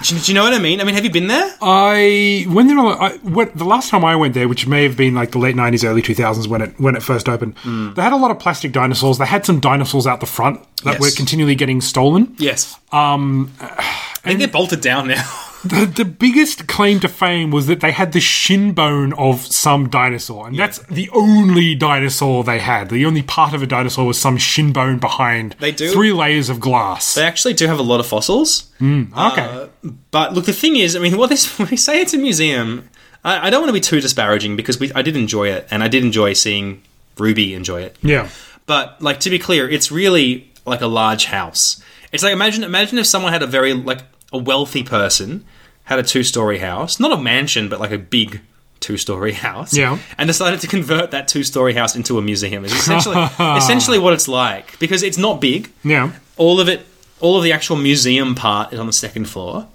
Speaker 3: do, do you know what I mean? I mean, have you been there?
Speaker 4: I when there were, I, when, the last time I went there, which may have been like the late nineties, early two thousands, when it when it first opened, they had a lot of plastic dinosaurs. They had some dinosaurs out the front that
Speaker 3: Yes.
Speaker 4: were continually getting stolen.
Speaker 3: Yes. Um, I think they're bolted down now.
Speaker 4: The, the biggest claim to fame was that they had the shin bone of some dinosaur, and that's the only dinosaur they had. The only part of a dinosaur was some shin bone behind
Speaker 3: They do-
Speaker 4: three layers of glass.
Speaker 3: They actually do have a lot of fossils.
Speaker 4: Hmm,
Speaker 3: Uh,
Speaker 4: okay,
Speaker 3: But look, the thing is, I mean, [LAUGHS] what this we say it's a museum. I, I don't want to be too disparaging because we, I did enjoy it, and I did enjoy seeing Ruby enjoy it.
Speaker 4: yeah,
Speaker 3: But like to be clear, it's really like a large house. It's like imagine imagine if someone had a very like a wealthy person had a two story house, not a mansion, but like a big two story [LAUGHS] house.
Speaker 4: Yeah.
Speaker 3: And decided to convert that two story house into a museum. Is
Speaker 4: [LAUGHS]
Speaker 3: essentially essentially what it's like because it's not big
Speaker 4: yeah.
Speaker 3: all of it all of the actual museum part is on the second floor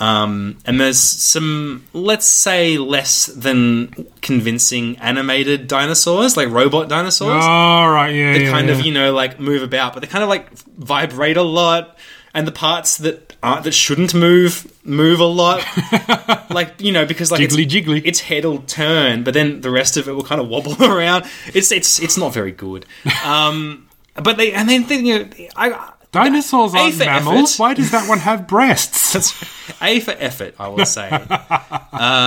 Speaker 3: Um, and there's some, let's say, less than convincing animated dinosaurs, like robot dinosaurs.
Speaker 4: All right, yeah.
Speaker 3: They
Speaker 4: yeah,
Speaker 3: kind
Speaker 4: yeah.
Speaker 3: of, you know, like move about, but they kind of like vibrate a lot, and the parts that aren't that shouldn't move move a
Speaker 4: [LAUGHS]
Speaker 3: lot. like you know, because like
Speaker 4: Jiggly
Speaker 3: its,
Speaker 4: jiggly.
Speaker 3: its head will turn, but then the rest of it will kind of wobble [LAUGHS] around. It's it's it's not very
Speaker 4: [LAUGHS]
Speaker 3: good. Um, but they and then they, you know, I.
Speaker 4: Dinosaurs
Speaker 3: A
Speaker 4: aren't
Speaker 3: for
Speaker 4: mammals.
Speaker 3: effort.
Speaker 4: Why does that one have
Speaker 3: [LAUGHS]
Speaker 4: breasts?
Speaker 3: That's A for effort, I will say. uh,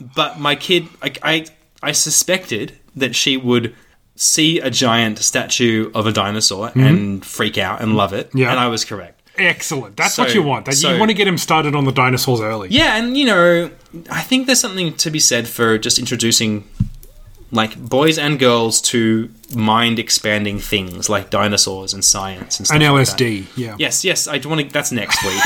Speaker 3: but my kid, I, I, I suspected that she would see a giant statue of a dinosaur and freak out and love it.
Speaker 4: Yeah.
Speaker 3: And I was correct.
Speaker 4: Excellent. That's
Speaker 3: So-
Speaker 4: what you want. That,
Speaker 3: so-
Speaker 4: you want to get him started on the dinosaurs early.
Speaker 3: Yeah, and you know, I think there's something to be said for just introducing like boys and girls to mind expanding things like dinosaurs and science and stuff
Speaker 4: An
Speaker 3: like that.
Speaker 4: LSD. Yeah.
Speaker 3: Yes, yes, I want to. That's next week.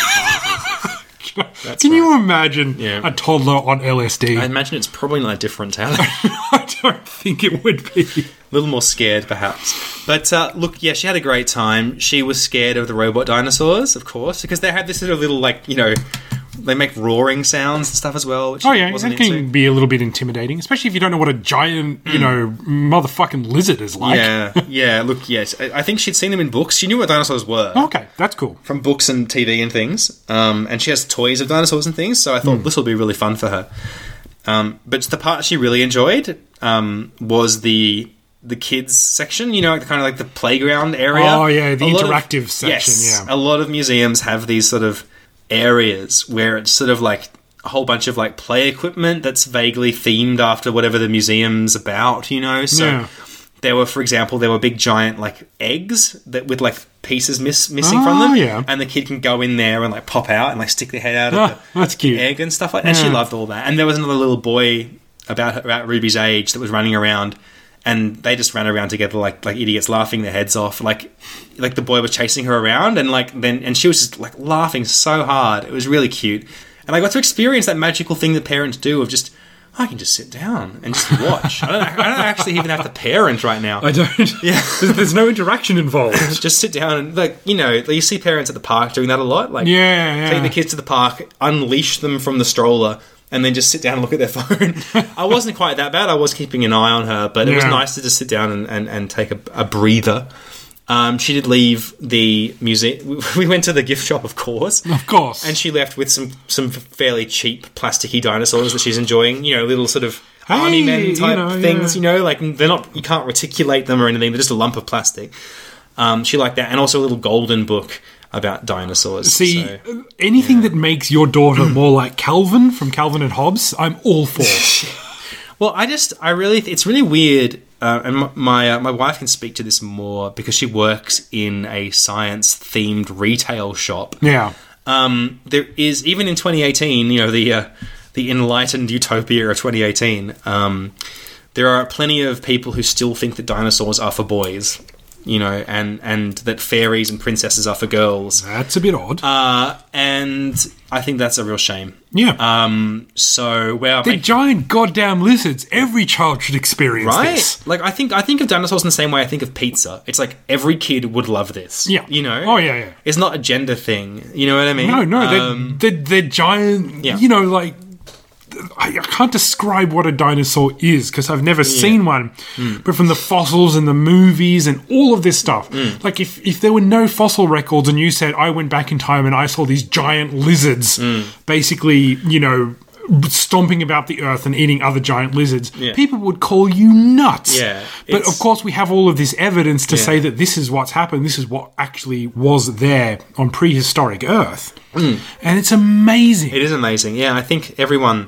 Speaker 4: Can you imagine
Speaker 3: Yeah.
Speaker 4: a toddler on
Speaker 3: I
Speaker 4: LSD?
Speaker 3: imagine it's probably not different, [LAUGHS] Taylor.
Speaker 4: [LAUGHS] I don't think it would be.
Speaker 3: a little more scared, perhaps. But uh, look, yeah, she had a great time. She was scared of the robot dinosaurs, of course, because they had this sort of little, like, you know, they make roaring sounds and stuff as well. Which
Speaker 4: Oh
Speaker 3: she
Speaker 4: yeah,
Speaker 3: wasn't
Speaker 4: that can
Speaker 3: into.
Speaker 4: be a little bit intimidating, especially if you don't know what a giant, you know, motherfucking lizard is like.
Speaker 3: Yeah, yeah. Look, yes, I, I think she'd seen them in books. She knew what dinosaurs were
Speaker 4: Okay, that's cool.
Speaker 3: from books and TV and things. Um, and she has toys of dinosaurs and things. So I
Speaker 4: Hmm.
Speaker 3: thought this will be really fun for her. Um, but the part she really enjoyed um, was the the kids section. You know, like, kind of like the playground area.
Speaker 4: Oh, yeah, the
Speaker 3: A lot of-
Speaker 4: interactive section, yeah.
Speaker 3: a lot of museums have these sort of areas where it's sort of like a whole bunch of like play equipment that's vaguely themed after whatever the museum's about. You know, so.
Speaker 4: Yeah.
Speaker 3: There were, for example, there were big giant like eggs that with like pieces miss, missing from
Speaker 4: Oh,
Speaker 3: them,
Speaker 4: yeah.
Speaker 3: and the kid can go in there and like pop out and like stick their head out of
Speaker 4: Ah,
Speaker 3: the
Speaker 4: that's cute.
Speaker 3: egg and stuff like. And she
Speaker 4: Yeah.
Speaker 3: loved all that. And there was another little boy about her, about Ruby's age that was running around, and they just ran around together like like idiots, laughing their heads off. Like like the boy was chasing her around, and like then and she was just like laughing so hard. It was really cute, and I got to experience that magical thing that parents do of just. I can just sit down and just watch. I don't, I don't actually even have to parent right
Speaker 4: [LAUGHS]
Speaker 3: now. [LAUGHS]
Speaker 4: I don't. Yeah, there's, there's no interaction involved.
Speaker 3: just sit down and like you know you see parents at the park doing that a lot like
Speaker 4: [LAUGHS] Yeah, yeah.
Speaker 3: take the kids to the park unleash them from the stroller and then just sit down and look at their [LAUGHS] phone i wasn't quite that bad i was keeping an eye on her but it was
Speaker 4: Yeah.
Speaker 3: nice to just sit down and, and, and take a, a breather um, she did leave the museum [LAUGHS] we went to the gift shop of course
Speaker 4: Of course.
Speaker 3: and she left with some some fairly cheap plasticky dinosaurs that she's enjoying. You know, little sort of
Speaker 4: Hey,
Speaker 3: army men
Speaker 4: you
Speaker 3: type
Speaker 4: know,
Speaker 3: things.
Speaker 4: yeah.
Speaker 3: You know, like they're not you can't reticulate them or anything. They're just a lump of plastic. Um, she liked that, and also a little golden book about dinosaurs.
Speaker 4: See,
Speaker 3: so-
Speaker 4: uh, anything that makes your [CLEARS THROAT] daughter more like Calvin from Calvin and Hobbes, I'm all
Speaker 3: [LAUGHS]
Speaker 4: for.
Speaker 3: Well, I just, I really, it's really weird, uh, and my my, uh, my wife can speak to this more because she works in a science themed retail shop.
Speaker 4: yeah.
Speaker 3: um, there is even in 2018, you know, the uh, the enlightened utopia of 2018. Um, there are plenty of people who still think that dinosaurs are for boys, you know, and and that fairies and princesses are for girls.
Speaker 4: That's a bit odd.
Speaker 3: Uh, and I think that's a real shame.
Speaker 4: yeah.
Speaker 3: Um, so well,
Speaker 4: They're giant goddamn lizards. Every child should experience
Speaker 3: right?
Speaker 4: this.
Speaker 3: Like I think I think of dinosaurs in the same way I think of pizza. It's like every kid would love this.
Speaker 4: Yeah.
Speaker 3: you know.
Speaker 4: Oh, yeah, yeah.
Speaker 3: It's not a gender thing. You know what I mean?
Speaker 4: No, no, they're,
Speaker 3: Um,
Speaker 4: they're, they're giant.
Speaker 3: Yeah.
Speaker 4: You know, like. I I can't describe what a dinosaur is because I've never seen one.
Speaker 3: Hmm.
Speaker 4: But from the fossils and the movies and all of this stuff,
Speaker 3: Hmm.
Speaker 4: like if, if there were no fossil records and you said, I went back in time and I saw these giant lizards
Speaker 3: Hmm.
Speaker 4: basically, you know, stomping about the earth and eating other giant lizards, people would call you nuts.
Speaker 3: Yeah,
Speaker 4: But
Speaker 3: it's-
Speaker 4: of course, we have all of this evidence to say that this is what's happened. This is what actually was there on prehistoric Earth. And it's amazing.
Speaker 3: It is amazing. Yeah, I think everyone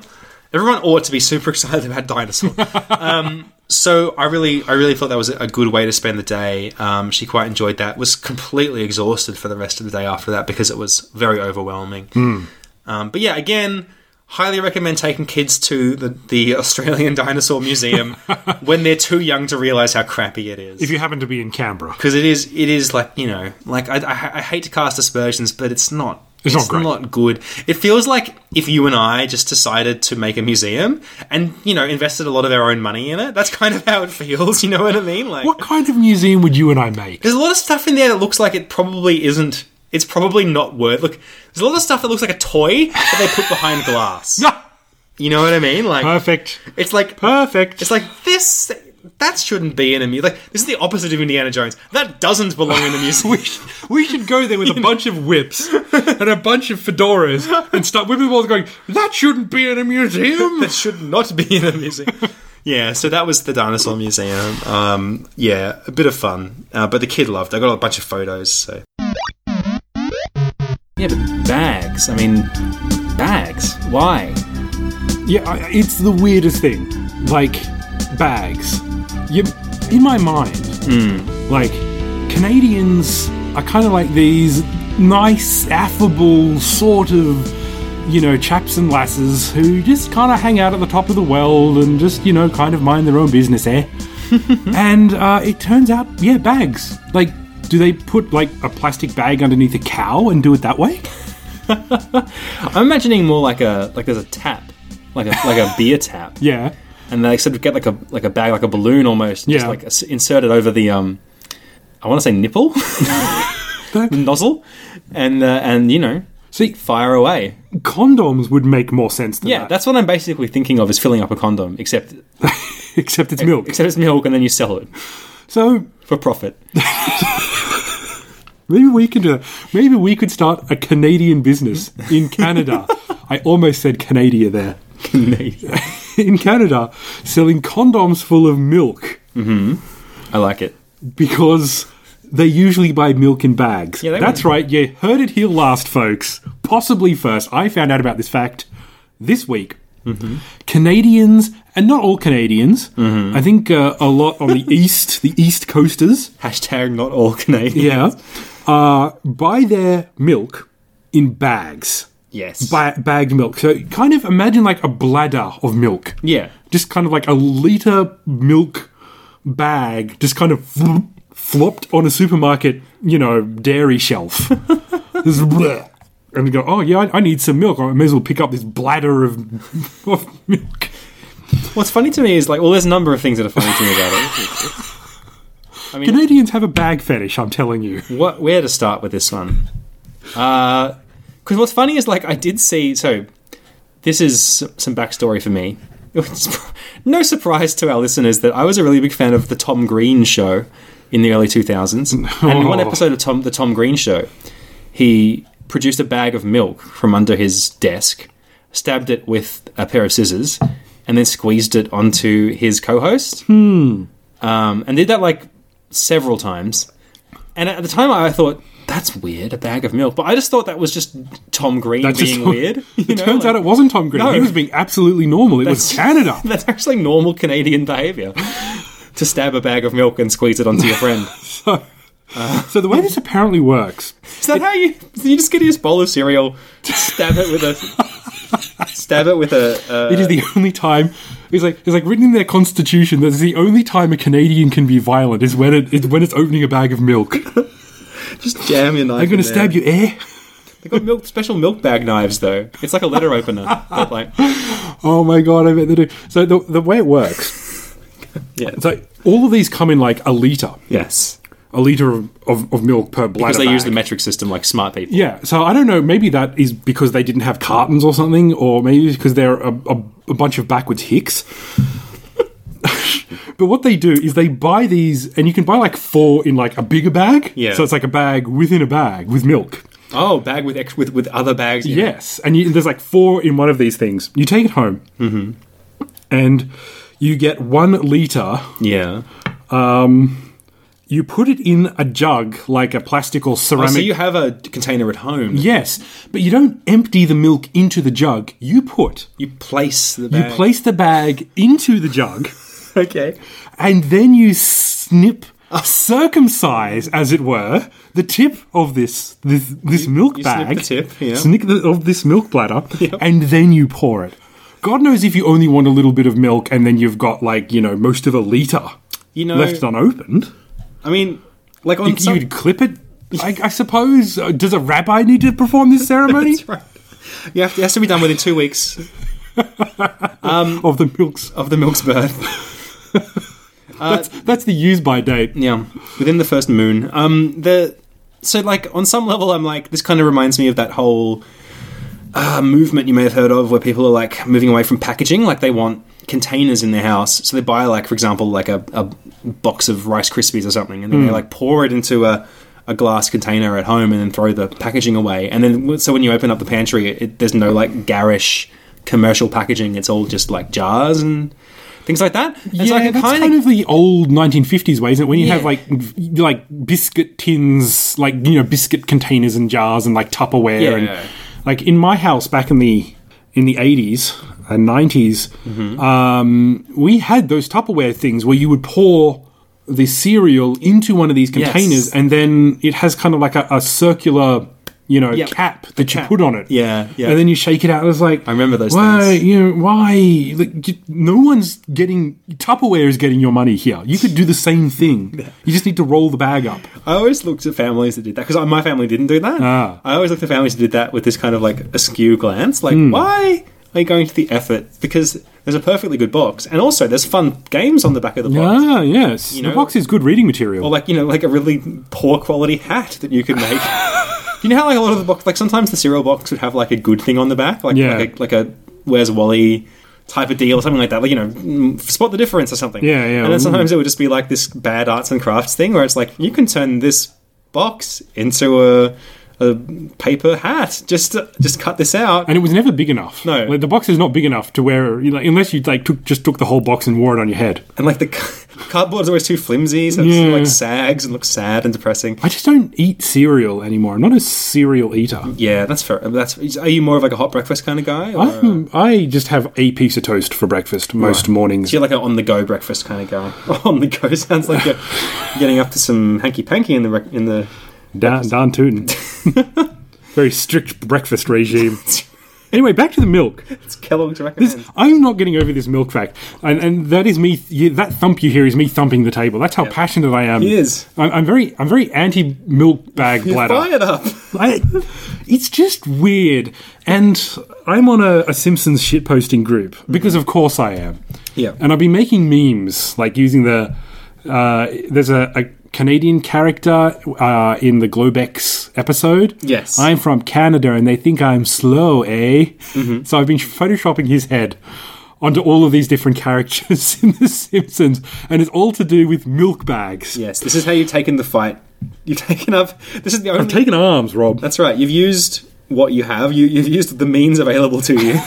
Speaker 3: everyone ought to be super [LAUGHS] excited about dinosaur. um, so I really I really thought that was a good way to spend the day. Um, she quite enjoyed that. Was completely exhausted for the rest of the day after that because it was very overwhelming. Um, but yeah, again. Highly recommend taking kids to the, the [LAUGHS] Australian Dinosaur
Speaker 4: [LAUGHS]
Speaker 3: Museum when they're too young to realise how crappy it is
Speaker 4: if you happen to be in Canberra.
Speaker 3: because it is it is like you know like I, I, I hate to cast aspersions but it's not
Speaker 4: It's not great.
Speaker 3: good it feels like if you and i just decided to make a museum and you know invested a lot of our own money in it that's kind of how it feels [LAUGHS] you know what i mean like
Speaker 4: What kind of museum would you and I make? [LAUGHS]
Speaker 3: there's a lot of stuff in there that looks like it probably isn't it's probably not worth. Look, there's a lot of stuff that looks like a toy that they put behind
Speaker 4: [LAUGHS]
Speaker 3: glass. You know what I mean? Like
Speaker 4: Perfect.
Speaker 3: it's like
Speaker 4: Perfect.
Speaker 3: it's like this. That shouldn't be in a museum. Like this is the opposite of Indiana Jones. That doesn't belong
Speaker 4: [LAUGHS]
Speaker 3: in the museum.
Speaker 4: we should go there with a bunch of whips and a bunch of fedoras and start whipping balls going, that shouldn't be in a museum.
Speaker 3: that should not be in a museum. [LAUGHS] yeah, so that was the dinosaur museum. Um, yeah, a bit of fun, uh, but the kid loved. it. I got a bunch of photos. So yeah, but bags. I mean, bags. Why?
Speaker 4: Yeah, I- it's the weirdest thing. Like bags. You, in my mind,
Speaker 3: Hmm.
Speaker 4: like Canadians are kind of like these nice, affable sort of, you know, chaps and lasses who just kind of hang out at the top of the world and just, you know, kind of mind their own business, eh?
Speaker 3: Hmm.
Speaker 4: and uh, it turns out, yeah, bags. Like, do they put like a plastic bag underneath a cow and do it that way?
Speaker 3: I'm imagining more like a like there's a tap, like a like [LAUGHS] a beer tap,
Speaker 4: Yeah.
Speaker 3: and they sort of get like a like a bag, like a balloon almost. Just
Speaker 4: Yeah.
Speaker 3: like s- insert it over the um, I want to say nipple, [LAUGHS] nozzle, and uh, and you know,
Speaker 4: See,
Speaker 3: fire away. [LAUGHS]
Speaker 4: condoms would make more sense than
Speaker 3: Yeah,
Speaker 4: that.
Speaker 3: that's what I'm basically thinking of is filling up a condom, except
Speaker 4: [LAUGHS] Except it's milk.
Speaker 3: except it's milk, and then you sell it
Speaker 4: So
Speaker 3: for profit.
Speaker 4: Maybe we can do that. Maybe we could start a
Speaker 3: [LAUGHS]
Speaker 4: Canadian business in Canada. I almost said Canada there.
Speaker 3: I
Speaker 4: [LAUGHS] In Canada, selling condoms full of milk
Speaker 3: Mm-hmm. like it.
Speaker 4: because they usually buy milk in bags.
Speaker 3: Yeah, they
Speaker 4: That's
Speaker 3: would.
Speaker 4: right. You heard it here last, folks. Possibly first. I found out about this fact this week.
Speaker 3: Mm-hmm.
Speaker 4: Canadians, and not all Canadians, I think uh, a lot on
Speaker 3: [LAUGHS]
Speaker 4: the east, the east coasters,
Speaker 3: Hashtag not all Canadians.
Speaker 4: yeah, uh, buy their milk in bags.
Speaker 3: Yes.
Speaker 4: ba- bagged milk. So kind of imagine like a bladder of milk.
Speaker 3: yeah.
Speaker 4: Just kind of like a liter milk bag, just kind of flop- flopped on a supermarket, you know, dairy shelf. [LAUGHS] Just bleh. And you go, oh yeah, I, I need some milk. I may as well pick up this bladder of, [LAUGHS] of milk.
Speaker 3: What's funny to me is like, well, there's a number of things that are funny to me about
Speaker 4: Canadians have a bag fetish, I'm telling you.
Speaker 3: it. What? Where to start with this one? Because what's funny is like I did see. So this is s- some backstory for me. [LAUGHS] It's no surprise to our listeners that I was a really big fan of the Tom Green Show in the early 2000s. And in one episode of Tom, the Tom Green Show, he produced a bag of milk from under his desk, stabbed it with a pair of scissors, and then squeezed it onto his co-host. Hmm. Um, and did that like several times. And at the time, I thought that's weird, a bag of milk. But I just thought that was just Tom Green
Speaker 4: That's
Speaker 3: being [LAUGHS]
Speaker 4: just-
Speaker 3: weird. you
Speaker 4: It
Speaker 3: know,
Speaker 4: turns
Speaker 3: like-
Speaker 4: out it wasn't Tom Green.
Speaker 3: No.
Speaker 4: He was being absolutely normal. It was
Speaker 3: That's- [LAUGHS]
Speaker 4: Canada.
Speaker 3: that's actually normal Canadian behaviour. to stab a bag of milk and squeeze it onto your
Speaker 4: [LAUGHS]
Speaker 3: friend.
Speaker 4: So, so the way this apparently works
Speaker 3: Is that how you? You just get this bowl of cereal, stab it with a, stab it with a. Uh,
Speaker 4: It is the only time. It's like it's like written in their constitution that it's the only time a Canadian can be violent is when it is when it's opening a bag of milk.
Speaker 3: [LAUGHS] just jam your knife.
Speaker 4: I'm going to stab you, eh?
Speaker 3: They got milk, special milk bag knives though. It's like a letter opener. but like,
Speaker 4: Oh my god, I bet they do. So the the way it works,
Speaker 3: Yeah.
Speaker 4: So all of these come in like a liter,
Speaker 3: yes,
Speaker 4: a liter of, of, of milk per bladder.
Speaker 3: because they use the
Speaker 4: bag.
Speaker 3: metric system like smart people.
Speaker 4: Yeah, so I don't know. Maybe that is because they didn't have cartons or something, or maybe because they're a, a, a bunch of backwards hicks. [LAUGHS] but what they do is they buy these, and you can buy like four in like a bigger bag.
Speaker 3: Yeah.
Speaker 4: So it's like a bag within a bag with milk.
Speaker 3: Oh, bag with ex- with with other bags. in it.
Speaker 4: Yes, and you, there's like four in one of these things. You take it home,
Speaker 3: Mm-hmm.
Speaker 4: and you get one liter.
Speaker 3: yeah.
Speaker 4: You put it in a jug, like a plastic or
Speaker 3: Oh,
Speaker 4: ceramic.
Speaker 3: so you have a container at home.
Speaker 4: yes, but you don't empty the milk into the jug. You put
Speaker 3: You place the
Speaker 4: You
Speaker 3: bag.
Speaker 4: place the bag into the jug,
Speaker 3: Okay.
Speaker 4: and then you snip, circumcise, as it were, the tip of this this this milk
Speaker 3: you snip
Speaker 4: bag.
Speaker 3: the tip, yeah.
Speaker 4: Snick the, of this
Speaker 3: [LAUGHS]
Speaker 4: milk bladder, and then you pour it. God knows if you only want a little bit of milk, and then you've got like you know most of a liter
Speaker 3: You know.
Speaker 4: left unopened.
Speaker 3: I mean, like Oh. on
Speaker 4: You,
Speaker 3: some-
Speaker 4: would clip it. I, I suppose. Uh, Does a rabbi need to perform this ceremony
Speaker 3: [LAUGHS] That's right. You have to, it has to be done within two weeks
Speaker 4: of the milk's?
Speaker 3: of the milk's birth.
Speaker 4: That's that's the use by date.
Speaker 3: Yeah, within the first moon. Um, the so like on some level i'm like this kind of reminds me of that whole uh, movement you may have heard of where people are like moving away from packaging like they want containers in their house so they buy like for example like a, a box of rice krispies or something and then they like pour it into a, a glass container at home and then throw the packaging away and then so when you open up the pantry it, there's no like garish commercial packaging it's all just like jars and things like that And so I
Speaker 4: yeah,
Speaker 3: can
Speaker 4: that's
Speaker 3: kinda-
Speaker 4: kind of the old 1950s way, isn't it? When you have
Speaker 3: Yeah.
Speaker 4: like v- like biscuit tins, like you know biscuit containers and jars and like Tupperware
Speaker 3: Yeah.
Speaker 4: and like in my house back in the in the 80s and 90s,
Speaker 3: Mm-hmm.
Speaker 4: um, we had those Tupperware things where you would pour the cereal into one of these containers and then it has kind of like a, a circular you know
Speaker 3: Yep.
Speaker 4: cap that you
Speaker 3: cap.
Speaker 4: put on it
Speaker 3: Yeah, yeah.
Speaker 4: and then you shake it out and it's like
Speaker 3: I remember those
Speaker 4: why
Speaker 3: things.
Speaker 4: you know why like, you- no one's getting tupperware is getting your money here you could do the
Speaker 3: [LAUGHS]
Speaker 4: same thing you just need to roll the bag up
Speaker 3: I always looked at families that did that because my family didn't do that.
Speaker 4: Ah.
Speaker 3: I always looked at families that did that with this kind of like askew glance, like why are you going to the effort? Because there's a perfectly good box, and also there's fun games on the back of the box,
Speaker 4: ah yes the
Speaker 3: know-
Speaker 4: box is good reading material
Speaker 3: or like you know like a really poor quality hat that you could
Speaker 4: [LAUGHS]
Speaker 3: make. you know how like a lot of the box, like sometimes the cereal box would have like a good thing on the back, like
Speaker 4: Yeah.
Speaker 3: like, a, like a Where's Wally type of deal or something like that, like you know mm, spot the difference or something.
Speaker 4: Yeah, yeah.
Speaker 3: And then sometimes it would just be like this bad arts and crafts thing where it's like you can turn this box into a, a paper hat. Just just cut this out.
Speaker 4: and it was never big enough
Speaker 3: No.
Speaker 4: like, the box is not big enough to wear you know, unless you like took just took the whole box and wore it on your head
Speaker 3: And like the c- [LAUGHS] cardboard's always too flimsy, so it's
Speaker 4: Yeah.
Speaker 3: like sags and looks sad and depressing.
Speaker 4: i just don't eat cereal anymore i'm not a cereal eater
Speaker 3: Yeah, that's fair. That's are you more of like a hot breakfast kind of guy? Or
Speaker 4: I'm, [LAUGHS] I just have a piece of toast for breakfast most mornings.
Speaker 3: So you're like an on the go breakfast kind of guy. [LAUGHS] on the go sounds like you're getting up to some hanky panky in the rec- in the
Speaker 4: Dan, Dan
Speaker 3: [LAUGHS]
Speaker 4: Tootin. Very strict breakfast regime. Anyway, back to the milk.
Speaker 3: it's Kellogg's
Speaker 4: This,
Speaker 3: recommend.
Speaker 4: I'm not getting over this milk fact, and and that is me. yeah, that thump you hear is me thumping the table. That's how passionate I am.
Speaker 3: He is.
Speaker 4: I'm, I'm very. I'm very anti milk bag
Speaker 3: You're
Speaker 4: bladder.
Speaker 3: fired up.
Speaker 4: I, it's just weird. And I'm on a, a Simpsons shitposting group because, of course, I am.
Speaker 3: Yeah.
Speaker 4: And I've been making memes like using the. Uh, there's a, a Canadian character uh, in the Globex episode.
Speaker 3: Yes.
Speaker 4: I'm from Canada and they think I'm slow, eh?
Speaker 3: Mm-hmm.
Speaker 4: So I've been photoshopping his head onto all of these different characters [LAUGHS] in The Simpsons, and it's all to do with milk bags.
Speaker 3: Yes, this is how you've taken the fight. You've taken up. This is the only.
Speaker 4: I've taken arms, Rob.
Speaker 3: That's right. You've used what you have. You, you've used the means available to
Speaker 4: [LAUGHS]
Speaker 3: you,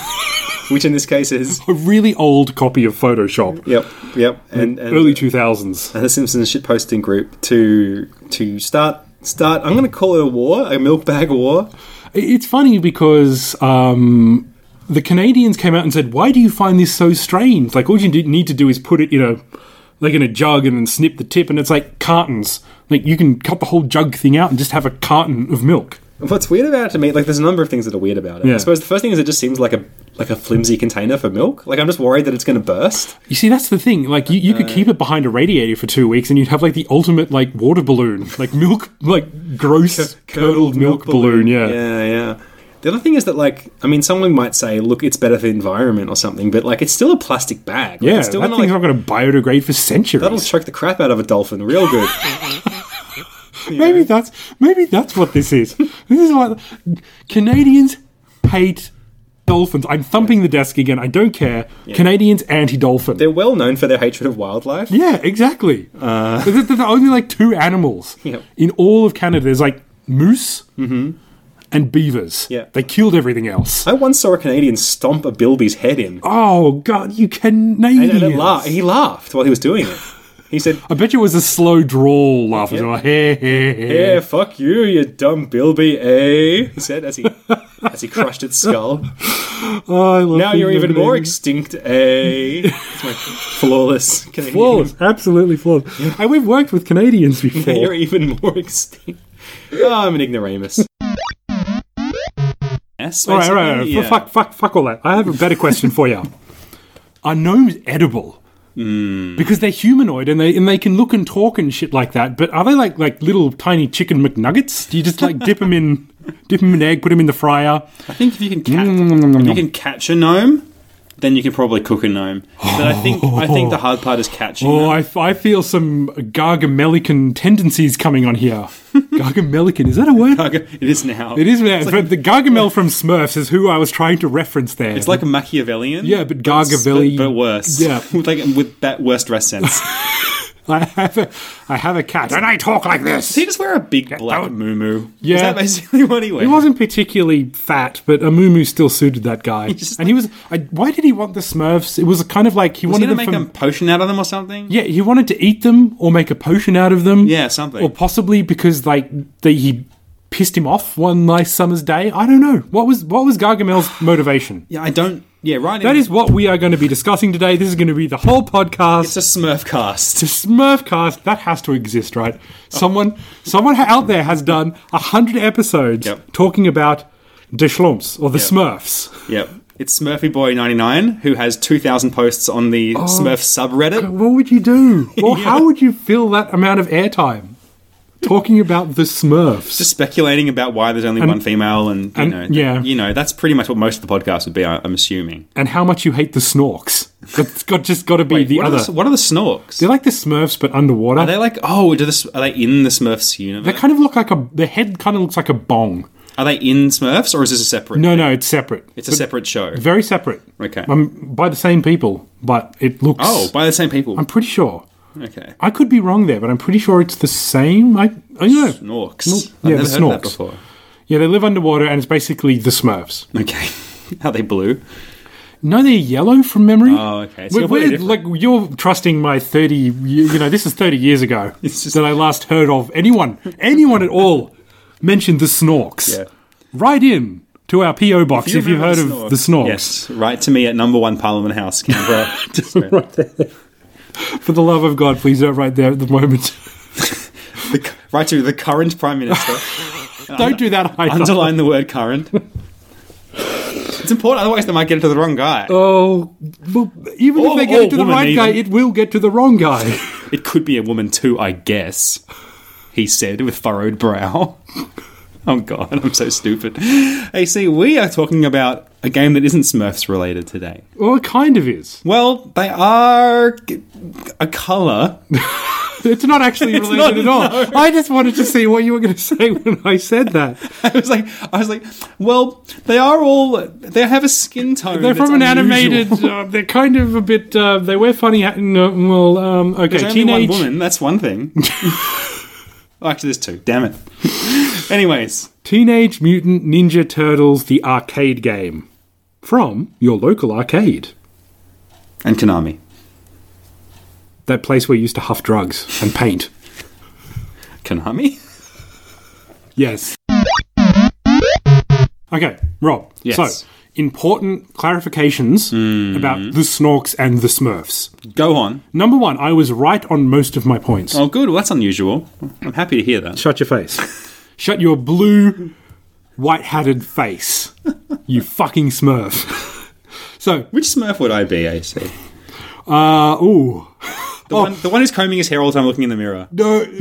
Speaker 3: which in this case is
Speaker 4: A really old copy of Photoshop.
Speaker 3: yep, yep, and, and
Speaker 4: early 2000s.
Speaker 3: and the Simpsons shitposting group to to start start. I'm going to call it a war, a milk bag war.
Speaker 4: It's funny because um, the Canadians came out and said, "Why do you find this so strange? Like all you do- need to do is put it in a like in a jug and then snip the tip, and it's like cartons. Like you can cut the whole jug thing out and just have a carton of milk."
Speaker 3: What's weird about it to me, like there's a number of things that are weird about it.
Speaker 4: Yeah.
Speaker 3: I suppose the first thing is it just seems like a like a flimsy container for milk. Like I'm just worried that it's going to burst.
Speaker 4: You see, that's the thing. Like you, you could keep it behind a radiator for two weeks, and you'd have like the ultimate like water balloon, like milk, like gross curdled, milk, balloon. Yeah.
Speaker 3: yeah, yeah. The other thing is that, like, I mean, someone might say, "Look, it's better for the environment" or something, but like, it's still a plastic bag. Like,
Speaker 4: Yeah,
Speaker 3: it's still
Speaker 4: that
Speaker 3: gonna,
Speaker 4: thing's
Speaker 3: like,
Speaker 4: not going to biodegrade for centuries.
Speaker 3: That'll choke the crap out of a dolphin real
Speaker 4: [LAUGHS]
Speaker 3: good.
Speaker 4: Maybe that's maybe that's what this is. this is like Canadians hate dolphins. I'm thumping the desk again. I don't care. Canadians anti-dolphin.
Speaker 3: They're well known for their hatred of wildlife.
Speaker 4: yeah, exactly.
Speaker 3: Uh.
Speaker 4: There's there's only like two animals
Speaker 3: Yep.
Speaker 4: in all of Canada. There's like moose and beavers.
Speaker 3: Mm-hmm. Yeah.
Speaker 4: they killed everything else.
Speaker 3: I once saw a Canadian stomp a bilby's head in,
Speaker 4: oh God, you
Speaker 3: and,
Speaker 4: Canadians!
Speaker 3: and it la- he laughed while he was doing it. He said,
Speaker 4: I bet you it was a slow drawl laugh. It was like, "Hey, hey, hey."
Speaker 3: "Yeah, fuck you, you dumb bilby, eh?" He said [LAUGHS] as he as he crushed its skull.
Speaker 4: Oh, I love
Speaker 3: Now you're
Speaker 4: being
Speaker 3: even [LAUGHS] more
Speaker 4: Canadian.
Speaker 3: extinct, eh? It's my flawless Canadian.
Speaker 4: flawless, absolutely flawless. And we've worked with Canadians
Speaker 3: [LAUGHS]
Speaker 4: before.
Speaker 3: You're even more extinct. Oh, I'm an ignoramus. Yes,
Speaker 4: All right, all right, all right.
Speaker 3: basically, yeah.
Speaker 4: Fuck, fuck, fuck all that. I have a better question for you. [LAUGHS] Are gnomes edible?
Speaker 3: Hmm.
Speaker 4: Because they're humanoid and they and they can look and talk and shit like that. But are they like like little tiny chicken McNuggets? Do you just like dip them in, [LAUGHS] dip them in egg, put them in the fryer?
Speaker 3: Mm, I think if you can catch, if you can catch a gnome, then you could probably cook a gnome. But I think I think [LAUGHS] the hard part is catching.
Speaker 4: Oh,
Speaker 3: them.
Speaker 4: I, I feel some Gargamelican tendencies coming
Speaker 3: [LAUGHS]
Speaker 4: on here. Gargamelican, is that a word?
Speaker 3: Okay, it is now.
Speaker 4: It is now. but the Gargamel from Smurfs is who I was trying to reference there.
Speaker 3: It's like a Machiavellian.
Speaker 4: Yeah, but
Speaker 3: s-
Speaker 4: Gargavelli-
Speaker 3: But, but worse.
Speaker 4: Yeah. [LAUGHS]
Speaker 3: [LAUGHS] with like with that worst dress sense.
Speaker 4: I have a, I have a cat and I talk like this.
Speaker 3: Does he just wear a big black
Speaker 4: out.
Speaker 3: moo moo?
Speaker 4: Yeah.
Speaker 3: Is that basically what he wears?
Speaker 4: He wasn't particularly fat, but Amumu still suited
Speaker 3: [LAUGHS]
Speaker 4: that guy.
Speaker 3: just
Speaker 4: and he was. I, why did he want the Smurfs? It was kind of like he
Speaker 3: Was he
Speaker 4: wanted
Speaker 3: gonna make
Speaker 4: them from-
Speaker 3: a potion out of them or something?
Speaker 4: Yeah, he wanted to eat them or make a potion out of them.
Speaker 3: Yeah, something.
Speaker 4: Or possibly because like they, he pissed him off one nice summer's day. I don't know. What was what was
Speaker 3: [SIGHS]
Speaker 4: Gargamel's motivation?
Speaker 3: Yeah, I don't. Yeah, right.
Speaker 4: That is what we are going to be discussing today. This is going to be the whole podcast.
Speaker 3: It's a Smurf cast.
Speaker 4: [LAUGHS] the Smurfcast that has to exist,
Speaker 3: Oh.
Speaker 4: right? Someone, someone out there has done a hundred episodes
Speaker 3: Yep.
Speaker 4: talking about the Schlumps or the
Speaker 3: Yep.
Speaker 4: Smurfs.
Speaker 3: yep. It's Smurfy Boy ninety nine who has two thousand posts on
Speaker 4: Oh.
Speaker 3: the Smurf subreddit.
Speaker 4: What would
Speaker 3: [LAUGHS]
Speaker 4: you do? Well,
Speaker 3: Yeah.
Speaker 4: how would you fill that amount of airtime talking about the Smurfs?
Speaker 3: Just speculating about why there's only one female, and you
Speaker 4: and-
Speaker 3: know, th-
Speaker 4: yeah.
Speaker 3: you know, that's pretty much what most of the podcast would be. I- I'm assuming.
Speaker 4: and how much you hate the Snorks? That's got just got to be the
Speaker 3: what
Speaker 4: other.
Speaker 3: Are the, what are the Snorks?
Speaker 4: They're like the Smurfs but underwater.
Speaker 3: Are they like oh? Do the, are they in the Smurfs
Speaker 4: they
Speaker 3: universe?
Speaker 4: kind of look like a. The head kind of looks like a bong.
Speaker 3: Are they in Smurfs or is this a separate?
Speaker 4: No, no, it's separate.
Speaker 3: it's a separate show.
Speaker 4: Very separate.
Speaker 3: Okay.
Speaker 4: Um, by the same people, but it looks.
Speaker 3: Oh, by the same people.
Speaker 4: I'm pretty sure.
Speaker 3: okay.
Speaker 4: I could be wrong there, but I'm pretty sure it's the same. I, I don't know.
Speaker 3: Snorks.
Speaker 4: Snor-
Speaker 3: I've
Speaker 4: yeah,
Speaker 3: never
Speaker 4: the
Speaker 3: heard of that
Speaker 4: Snorks.
Speaker 3: before.
Speaker 4: Yeah, they live underwater, and it's basically the Smurfs.
Speaker 3: Okay. [LAUGHS] Are they blue?
Speaker 4: No, they're yellow from memory.
Speaker 3: Oh, okay. It's
Speaker 4: We're,
Speaker 3: completely
Speaker 4: we're-
Speaker 3: different.
Speaker 4: like you're trusting my thirty. You, you know, this is thirty years ago
Speaker 3: [LAUGHS] It's just-
Speaker 4: that I last heard of anyone, anyone at all, mentioned the Snorks.
Speaker 3: Yeah.
Speaker 4: Right in to our PO box if, you've heard
Speaker 3: remember
Speaker 4: of the Snorks.
Speaker 3: Yes, write to me at number one Parliament House,
Speaker 4: [LAUGHS]
Speaker 3: Canberra.
Speaker 4: right there. For the love of God, please don't right there at
Speaker 3: [LAUGHS]
Speaker 4: the moment.
Speaker 3: The- write to the current Prime
Speaker 4: [LAUGHS]
Speaker 3: Minister.
Speaker 4: don't do that. Either.
Speaker 3: Underline the word current. It's important, otherwise they might get it to the wrong guy.
Speaker 4: Oh, well, even
Speaker 3: Or-
Speaker 4: if they get
Speaker 3: or
Speaker 4: it to the
Speaker 3: woman
Speaker 4: right guy,
Speaker 3: even.
Speaker 4: it will get to the wrong guy.
Speaker 3: [LAUGHS] It could be a woman too, I guess. He said with furrowed brow. [LAUGHS] Oh god, I'm so stupid. Hey, see, we are talking about a game that isn't Smurfs related today.
Speaker 4: Well, it kind of is.
Speaker 3: Well, they are g- a color. [LAUGHS]
Speaker 4: It's not actually
Speaker 3: It's
Speaker 4: related
Speaker 3: not,
Speaker 4: at all. I just wanted to see what you were going to [LAUGHS] say when I said that.
Speaker 3: I was like, I was like, well, they are all. They have a skin tone.
Speaker 4: They're
Speaker 3: that's
Speaker 4: from an
Speaker 3: unusual. [LAUGHS]
Speaker 4: animated. Uh, they're kind of a bit. Uh, they wear funny. Hat, no, well, um, okay,
Speaker 3: There's only
Speaker 4: teenage.
Speaker 3: one woman. That's one
Speaker 4: [LAUGHS]
Speaker 3: thing. oh, actually, there's two. Damn it. Anyways,
Speaker 4: Teenage Mutant Ninja Turtles: The Arcade Game from your local arcade.
Speaker 3: and Konami.
Speaker 4: That place where you used to huff drugs and paint.
Speaker 3: Konami.
Speaker 4: Yes. Okay, Rob.
Speaker 3: Yes. Hmm.
Speaker 4: So, important clarifications about the Snorks and the Smurfs.
Speaker 3: Go on.
Speaker 4: Number one, I was right on most of my points.
Speaker 3: Oh, good. Well, that's unusual. I'm happy to hear that.
Speaker 4: Shut your face. [LAUGHS] Shut your blue, white hatted face. [LAUGHS] You fucking smurf. So,
Speaker 3: Which Smurf would I be, AC?
Speaker 4: uh, ooh.
Speaker 3: The, one, the one who's combing his hair all the time looking in the mirror.
Speaker 4: Oh. No. [LAUGHS]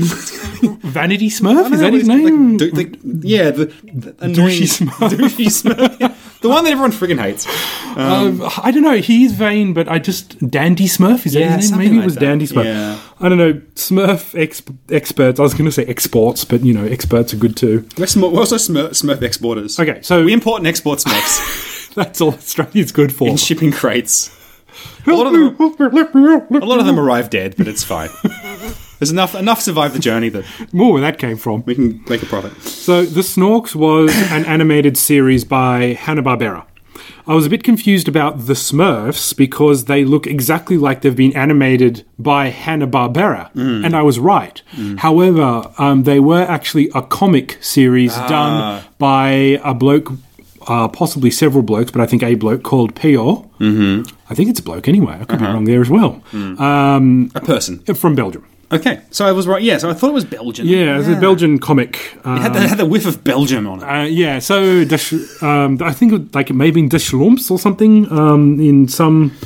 Speaker 4: Vanity Smurf? Is that his
Speaker 3: Like,
Speaker 4: name?
Speaker 3: do- like, yeah, the, the annoying [LAUGHS]
Speaker 4: Douchey Smurf.
Speaker 3: douchey Smurf. Yeah. The one that everyone friggin' hates.
Speaker 4: Um, I don't know. He's vain, but I just Dandy Smurf. Is that
Speaker 3: Yeah,
Speaker 4: his name?
Speaker 3: something
Speaker 4: Maybe
Speaker 3: like
Speaker 4: it was
Speaker 3: that.
Speaker 4: Dandy Smurf.
Speaker 3: Yeah.
Speaker 4: I don't know. Smurf ex- experts. I was going to say exports, but you know, experts are good too. [LAUGHS]
Speaker 3: We're, Smur- we're also Smurf, Smurf exporters.
Speaker 4: Okay, so
Speaker 3: We import and export
Speaker 4: [LAUGHS]
Speaker 3: Smurfs
Speaker 4: that's all Australia's good for.
Speaker 3: in shipping crates. A lot, of them, a lot of them arrive dead, but it's fine. There's enough enough survive the journey that
Speaker 4: [LAUGHS] More where that came from.
Speaker 3: we can make a profit.
Speaker 4: So the Snorks was an animated series by Hanna Barbera. I was a bit confused about the Smurfs because they look exactly like they've been animated by Hanna Barbera, and I was right. However, um, they were actually a comic series done by a bloke, uh, possibly several blokes, but I think a bloke called Pior. Mm-hmm. Uh-huh. Hmm. I think it's a bloke anyway. I could be wrong there as well.
Speaker 3: A person.
Speaker 4: From Belgium.
Speaker 3: Okay, so I was right. Yeah, so I thought it was Belgian.
Speaker 4: Yeah, it's a Belgian comic.
Speaker 3: It had, it had the whiff of Belgium on it.
Speaker 4: Uh, yeah, so the sh- um, I think it- like maybe in Deschlumps or something um, in some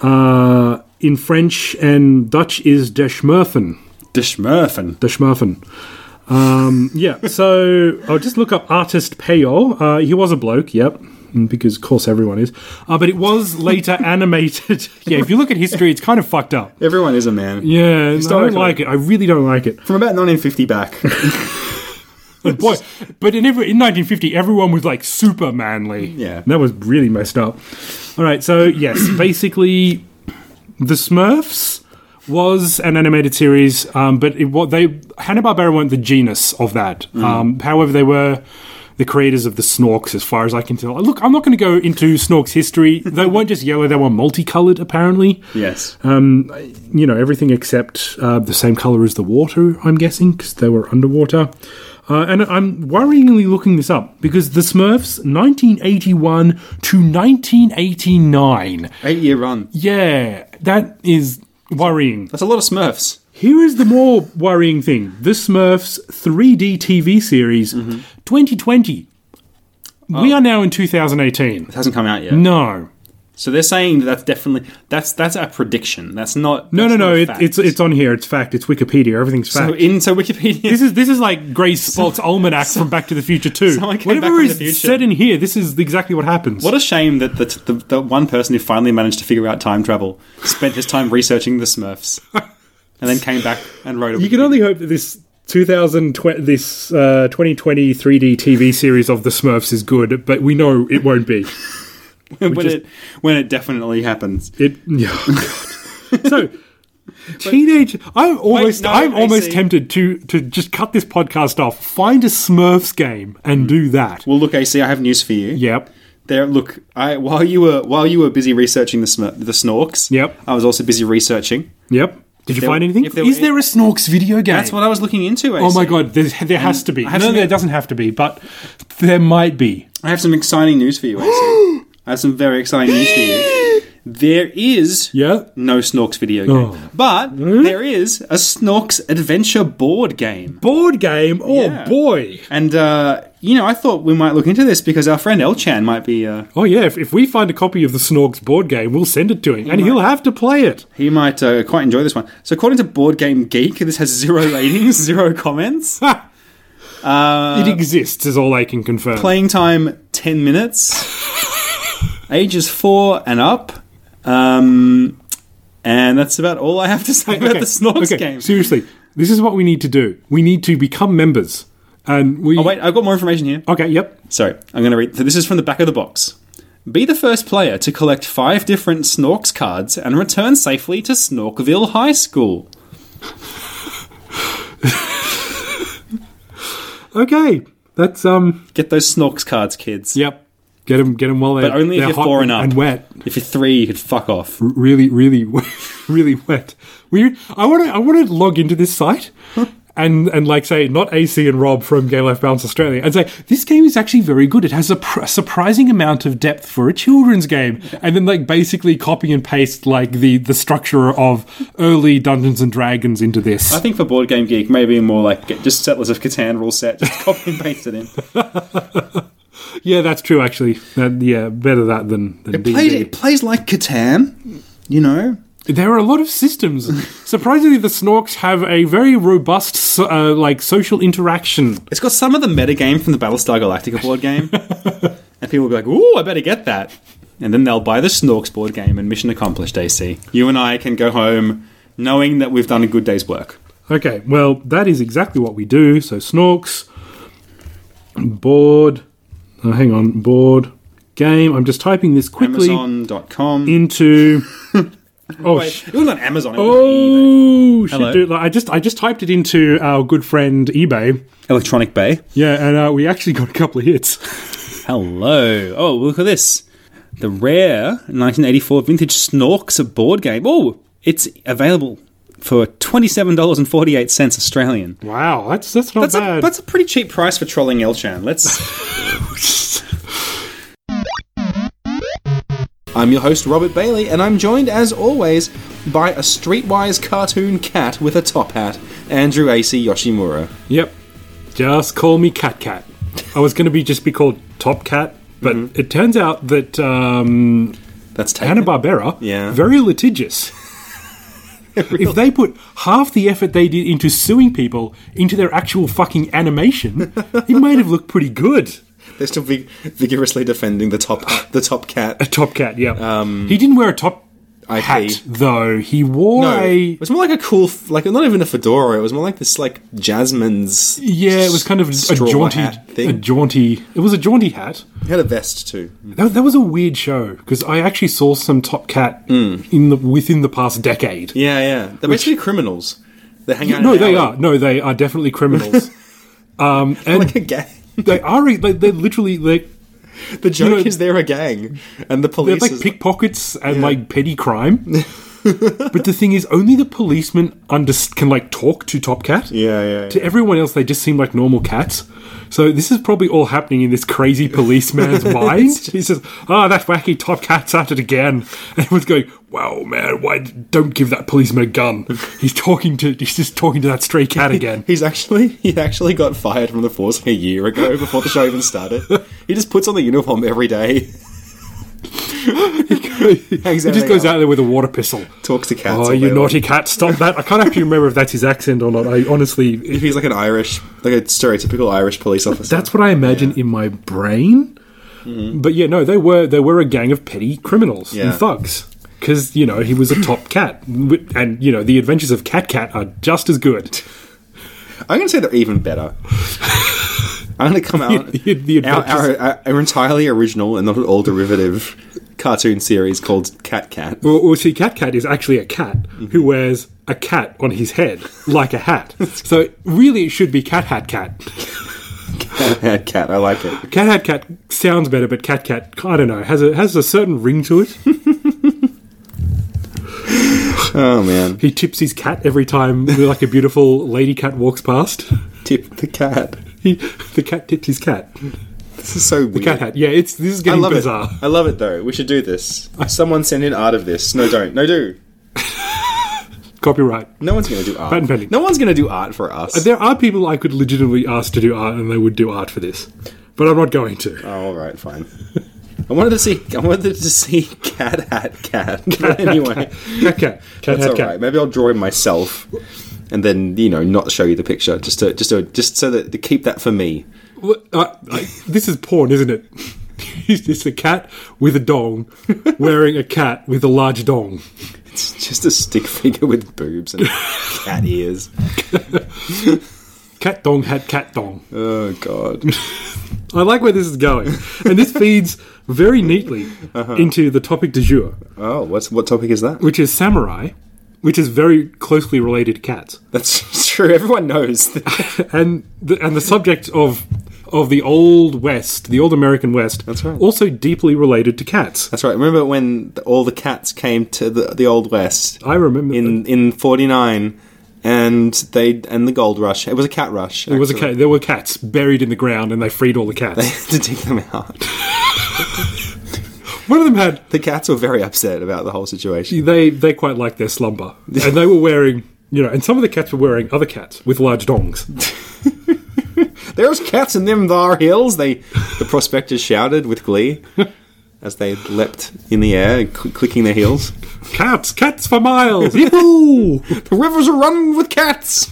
Speaker 4: uh, in French and Dutch is Deschmurfen.
Speaker 3: De Schmurfen.
Speaker 4: Deschmurfen. Um, yeah, so I'll just look up artist Payo. Uh, he was a bloke, yep, because of course everyone is. Uh, but it was later [LAUGHS] animated. yeah, if you look at history, it's kind of fucked up.
Speaker 3: Everyone is a man.
Speaker 4: Yeah, I don't
Speaker 3: Historically.
Speaker 4: like it. I really don't like it.
Speaker 3: From about 1950 back.
Speaker 4: But boy, but in, every, in 1950, everyone was like super manly.
Speaker 3: Yeah.
Speaker 4: that was really messed up. All right,
Speaker 3: [CLEARS THROAT]
Speaker 4: so yes, basically, the Smurfs was an animated series, um, but it, what they Hanna Barbera weren't the genus of that.
Speaker 3: Mm.
Speaker 4: Um, however, they were. The creators of the Snorks, as far as I can tell. Look, I'm not going to go into
Speaker 3: [LAUGHS]
Speaker 4: Snorks' history. They weren't just yellow; they were multicolored, apparently Um,
Speaker 3: yes.
Speaker 4: you know everything except uh, the same color as the water. I'm guessing because they were underwater. Uh, and I'm worryingly looking this up because the Smurfs, 1981 to 1989.
Speaker 3: Eight year run.
Speaker 4: Yeah, that is worrying.
Speaker 3: That's a lot of Smurfs.
Speaker 4: Here is the more worrying thing: the Smurfs 3D TV series,
Speaker 3: Mm-hmm.
Speaker 4: 2020.
Speaker 3: Oh.
Speaker 4: We are now in 2018.
Speaker 3: It hasn't come out yet.
Speaker 4: No,
Speaker 3: So they're saying that that's definitely that's that's our prediction. That's not.
Speaker 4: no,
Speaker 3: that's
Speaker 4: no, no.
Speaker 3: not
Speaker 4: It,
Speaker 3: fact.
Speaker 4: it's it's on here. It's fact. It's Wikipedia. Everything's fact.
Speaker 3: so in so
Speaker 5: [LAUGHS]
Speaker 3: Wikipedia.
Speaker 4: This is this is like Grace Spalt's almanac from Back to the Future too.
Speaker 3: [LAUGHS] Someone came back
Speaker 4: Whatever
Speaker 3: from
Speaker 4: is
Speaker 3: the future.
Speaker 4: said in here, this is exactly what happens.
Speaker 3: What a shame that the, the, the one person who finally managed to figure out time travel spent his time researching the Smurfs, and then came back and wrote. A
Speaker 4: you can only hope that this 2020 this uh, 2020 3D TV series of the Smurfs is good, but we know it won't be.
Speaker 3: when
Speaker 4: just-
Speaker 3: it when it definitely happens.
Speaker 4: It yeah. [LAUGHS] God. so teenage I'm almost
Speaker 3: no,
Speaker 4: I'm
Speaker 3: I
Speaker 4: almost
Speaker 3: see.
Speaker 4: tempted to to just cut this podcast off, find a Smurfs game
Speaker 3: Hmm.
Speaker 4: and do that.
Speaker 3: Well, look, AC, I have news for you.
Speaker 4: Yep.
Speaker 3: There, look, I while you were while you were busy researching the Smur- the Snorks.
Speaker 4: Yep.
Speaker 3: I was also busy researching.
Speaker 4: Yep. Did you
Speaker 3: there-
Speaker 4: find anything?
Speaker 3: if there
Speaker 4: Is
Speaker 3: were-
Speaker 4: there a Snorks video game?
Speaker 3: That's what I was looking into. AC.
Speaker 4: Oh my god, there's, there has to be.
Speaker 3: I have
Speaker 4: No,
Speaker 3: some-
Speaker 4: there doesn't have to be, but there might be.
Speaker 3: I have some exciting news for you,
Speaker 4: [GASPS]
Speaker 3: AC. I have some very exciting news for you. There is
Speaker 4: Yeah.
Speaker 3: no Snorks video game,
Speaker 4: Oh.
Speaker 3: but there is a Snorks adventure board game.
Speaker 4: Board game? Oh
Speaker 3: Yeah.
Speaker 4: boy.
Speaker 3: And uh, you know, I thought we might look into this because our friend Elchan might be uh,
Speaker 4: Oh yeah, if, if we find a copy of the Snorks board game, we'll send it to him, and he'll have to play it.
Speaker 3: he might uh, quite enjoy this one. So according to Board Game Geek, this has zero [LAUGHS] ratings, zero comments. Uh,
Speaker 4: it exists, is all I can confirm.
Speaker 3: Playing time ten minutes. Ages four and up. Um, and that's about all I have to say about the Snorks
Speaker 4: okay,
Speaker 3: game.
Speaker 4: Seriously, this is what we need to do. We need to become members, and we.
Speaker 3: Oh wait, I've got more information here.
Speaker 4: Okay. Yep.
Speaker 3: Sorry, I'm going to read. So this is from the back of the box. Be the first player to collect five different Snorks cards and return safely to Snorkville High School.
Speaker 4: Okay. That's um.
Speaker 3: Get those Snorks cards, kids.
Speaker 4: Yep. Get them. Get them while they're
Speaker 3: But only if
Speaker 4: they're
Speaker 3: you're
Speaker 4: hot
Speaker 3: four and up.
Speaker 4: and wet.
Speaker 3: If you're three, you could fuck off.
Speaker 4: really, really, [LAUGHS] really wet. We, I want to, I want to log into this site and and like say not AC and Rob from Gay Life Balance Australia and say this game is actually very good. It has a pr- surprising amount of depth for a children's game, and then like basically copy and paste like the the structure of early Dungeons and Dragons into this.
Speaker 3: I think for Board Game Geek, maybe more like get- just Settlers of Catan rule set, just [LAUGHS] copy and paste
Speaker 4: [LAUGHS]
Speaker 3: it in.
Speaker 4: yeah, that's true. Actually, That- yeah, better that than than D&D.
Speaker 3: plays, it plays like Catan, you know?
Speaker 4: There are a lot of systems. Surprisingly, the Snorks have a very robust so- uh, like social interaction.
Speaker 3: It's got some of the metagame from the Battlestar
Speaker 4: [LAUGHS]
Speaker 3: Galactica board game. and people will be like, ooh, I better get that. And then they'll buy the Snorks board game and mission accomplished, AC. You and I can go home knowing that we've done a good day's work.
Speaker 4: Okay, well, that is exactly what we do. So Snorks, board, oh, hang on, board, game. I'm just typing this quickly
Speaker 3: Amazon.com.
Speaker 4: into. Oh,
Speaker 3: Wait,
Speaker 4: sh-
Speaker 3: it was on Amazon. It was on eBay.
Speaker 4: oh shit!
Speaker 3: Hello.
Speaker 4: dude, like, I just I just typed it into our good friend eBay.
Speaker 3: Electronic Bay.
Speaker 4: Yeah, and uh, we actually got a couple of hits.
Speaker 3: Hello. Oh, look at this. The rare 1984 vintage Snorks board game. Oh, it's available for $27.48 Australian.
Speaker 4: Wow, that's that's not
Speaker 3: That's
Speaker 4: bad.
Speaker 3: a, that's a pretty cheap price for trolling Elchan. Let's. [LAUGHS] I'm your host, Robert Bailey, and I'm joined, as always, by a streetwise cartoon cat with a top hat, Andrew A.C. Yoshimura.
Speaker 4: Yep. Just call me Cat Cat. I was going to be just be called Top Cat, but
Speaker 3: Mm-hmm.
Speaker 4: it turns out that um,
Speaker 3: That's taken.
Speaker 4: [LAUGHS] Hanna Barbera,
Speaker 3: Yeah. [LAUGHS]
Speaker 4: very litigious. if they put half the effort they did into suing people into their actual fucking animation,
Speaker 3: [LAUGHS]
Speaker 4: it might have looked pretty good.
Speaker 3: They're still vig- vigorously defending the top the top
Speaker 4: A
Speaker 3: cat.
Speaker 4: top cat, yeah. he didn't wear a top
Speaker 3: Um, I
Speaker 4: hat
Speaker 3: see.
Speaker 4: though. He wore
Speaker 3: No,
Speaker 4: a
Speaker 3: it was more like a cool, f- like not even a fedora. It was more like this, like Jasmine's.
Speaker 4: yeah. It was kind of a
Speaker 3: straw
Speaker 4: jaunty,
Speaker 3: hat
Speaker 4: a
Speaker 3: thing.
Speaker 4: jaunty. It was a jaunty hat.
Speaker 3: It had a vest too.
Speaker 4: That, that was a weird show because I actually saw some Top Cat
Speaker 3: Hmm.
Speaker 4: in the within the past decade.
Speaker 3: Yeah, yeah. They're basically criminals. They hang out.
Speaker 4: No,
Speaker 3: in an
Speaker 4: they
Speaker 3: alley.
Speaker 4: are. No, they are definitely criminals. um,
Speaker 3: [LAUGHS]
Speaker 4: and
Speaker 3: like a gang.
Speaker 4: they are. They, they're literally like
Speaker 3: The joke
Speaker 4: know-
Speaker 3: is they're a gang, and the
Speaker 4: they're
Speaker 3: police.
Speaker 4: like
Speaker 3: is-
Speaker 4: pickpockets and like
Speaker 3: [LAUGHS]
Speaker 4: petty crime. but the thing is, only the policemen under- can like talk to Top Cat.
Speaker 3: yeah, yeah.
Speaker 4: To everyone else, they just seem like normal cats. So this is probably all happening in this
Speaker 3: [LAUGHS]
Speaker 4: crazy policeman's mind. He says, "Ah, that wacky top cat's at it again." [LAUGHS] And everyone's going, "Wow, man, why don't give that policeman a
Speaker 3: [LAUGHS]
Speaker 4: gun? He's talking to he's just talking to that stray cat again."
Speaker 3: He's actually he actually got fired from the force like a year ago before the show even
Speaker 4: [LAUGHS]
Speaker 3: started. He just puts on the uniform every day, [LAUGHS]
Speaker 4: he
Speaker 3: [LAUGHS] Exactly.
Speaker 4: just goes out there with a water pistol.
Speaker 3: talks to cats.
Speaker 4: Oh,
Speaker 3: all
Speaker 4: you
Speaker 3: day
Speaker 4: naughty cat! Stop that! I can't actually remember if that's his accent or not. I honestly,
Speaker 3: long. He's like an Irish, like a stereotypical Irish police officer.
Speaker 4: that's what I imagine in my brain. But yeah, no, they were they were a gang of petty criminals
Speaker 3: Mm-hmm. Yeah.
Speaker 4: and thugs because you know he was a top cat, Wi- and you know the Adventures of Cat Cat are just as good.
Speaker 3: I'm going to say they're even better. I'm going to come out
Speaker 4: The- [LAUGHS]
Speaker 3: [LAUGHS]
Speaker 4: the
Speaker 3: our,
Speaker 4: adventures-
Speaker 3: our, our, our entirely original and not at all derivative cartoon series called Cat Cat. [LAUGHS]
Speaker 4: Well, well, see, Cat Cat is actually a cat
Speaker 3: Mm-hmm.
Speaker 4: who wears a cat on his head like
Speaker 3: [LAUGHS]
Speaker 4: a hat. so really, it should be Cat Hat Cat.
Speaker 3: Cat Cat, I like it.
Speaker 4: Cat Hat Cat sounds better, but Cat Cat, I don't know, has a has a certain ring to it.
Speaker 3: [LAUGHS] Oh man,
Speaker 4: He tips his cat every time like a beautiful lady cat walks past.
Speaker 3: tip the cat.
Speaker 4: He, the cat tipped his cat.
Speaker 3: This is so weird.
Speaker 4: Cat hat. Yeah, it's this is
Speaker 3: I
Speaker 4: getting
Speaker 3: love
Speaker 4: bizarre.
Speaker 3: it. I love it though. We should do this. Someone send in art of this. No, don't. No, do.
Speaker 4: Copyright.
Speaker 3: No one's going to do art.
Speaker 4: Patent pending.
Speaker 3: No one's going to do art for us.
Speaker 4: There are people I could legitimately ask to do art, and they would do art for this, but I'm not going to.
Speaker 3: Oh, all right, fine. I wanted to see. I wanted to see [LAUGHS] cat hat cat. But [LAUGHS] anyway,
Speaker 4: [LAUGHS] Cat cat. Cat
Speaker 3: that's all
Speaker 4: hat cat.
Speaker 3: right. Maybe I'll draw him myself, and then you know not show you the picture just to just to just so that to keep that for me. [LAUGHS]
Speaker 4: What- uh, I- this is porn, isn't it? [LAUGHS] It's just a cat with
Speaker 3: [LAUGHS]
Speaker 4: a dong, wearing a cat with a large dong.
Speaker 3: It's just a stick figure with boobs and cat ears.
Speaker 4: Cat dong hat cat dong.
Speaker 3: Oh god.
Speaker 4: I like where this is going, and this feeds very neatly
Speaker 3: Uh-huh.
Speaker 4: into the topic du jour,
Speaker 3: Oh, what's what topic is that?
Speaker 4: which is samurai, which is very closely related to cats.
Speaker 3: That's [LAUGHS] true. Everyone knows. [LAUGHS]
Speaker 4: and the, and the subject of of the old West, the old American West,
Speaker 3: That's right.
Speaker 4: also deeply related to cats.
Speaker 3: That's right. Remember when the, all the cats came to the, the old west
Speaker 4: I remember
Speaker 3: in in forty nine, and they and the gold rush. It was a cat rush.
Speaker 4: there was a cat, there were cats buried in the ground, and they freed all the cats.
Speaker 3: [LAUGHS] to dig them out.
Speaker 4: One of them had
Speaker 3: The cats were very upset about the whole situation.
Speaker 4: they they quite liked their slumber, and they were wearing you know, and some of the cats were wearing other cats with large dongs.
Speaker 3: There's cats in them thar hills. They the prospectors shouted with glee as they leapt in the air, cl- clicking their heels.
Speaker 4: Cats, cats for miles! Yee-hoo! [LAUGHS]
Speaker 3: The rivers are running with cats.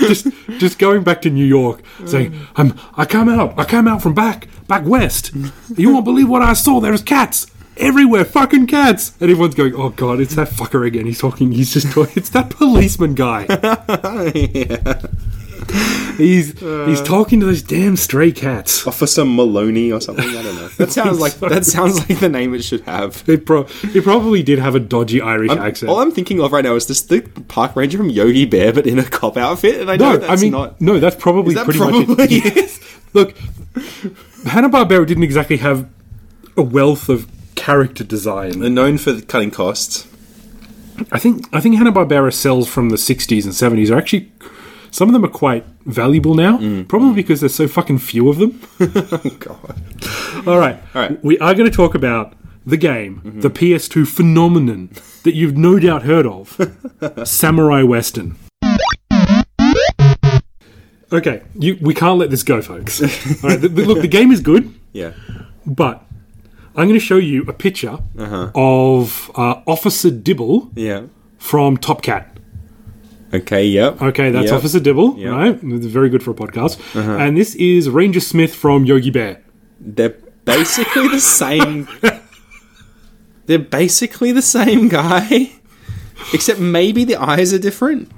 Speaker 4: just just going back to New York, saying, "I'm I come out, I come out from back back west. You won't believe what I saw. There's cats everywhere, fucking cats." And everyone's going, "Oh God, it's that fucker again. He's talking. He's just talking. It's that policeman guy. He's he's talking to those damn stray cats."
Speaker 3: Officer Maloney or something. I don't know. That sounds [LAUGHS] like that sounds like the name it should have.
Speaker 4: They pro- he probably did have a dodgy Irish
Speaker 3: I'm- Oh,
Speaker 4: accent.
Speaker 3: All I'm thinking of right now is this the park ranger from Yogi Bear, but in a cop outfit, and I know
Speaker 4: no, I
Speaker 3: that's
Speaker 4: mean,
Speaker 3: not.
Speaker 4: no, that's probably
Speaker 3: Is that
Speaker 4: pretty much [LAUGHS]
Speaker 3: probably
Speaker 4: it.
Speaker 3: is?
Speaker 4: Look, Hanna Barbera didn't exactly have a wealth of character design.
Speaker 3: They're known for cutting costs.
Speaker 4: I think I think Hanna Barbera cells from the '60s and '70s are actually some of them are quite valuable now.
Speaker 3: Mm.
Speaker 4: Probably because there's so fucking few of them.
Speaker 3: Oh god.
Speaker 4: All right,
Speaker 3: All right. Mm-hmm.
Speaker 4: We are going to talk about the game, the PS2 phenomenon that you've no doubt
Speaker 3: [LAUGHS]
Speaker 4: heard of, Samurai Western. Okay, you, we can't let this
Speaker 3: [LAUGHS]
Speaker 4: go, folks. All right, th- th- look, the game is good,
Speaker 3: Yeah.
Speaker 4: but
Speaker 3: Uh-huh.
Speaker 4: I'm going to show you a picture of uh, Officer Dibble
Speaker 3: Yeah.
Speaker 4: from Top Cat.
Speaker 3: Okay, yep.
Speaker 4: Okay, that's
Speaker 3: Yep.
Speaker 4: Officer Dibble,
Speaker 3: Yep. Uh-huh.
Speaker 4: right? Very good for a podcast. And this is Ranger Smith from Yogi Bear.
Speaker 3: They're basically the same. They're basically the same guy, except maybe the eyes are different.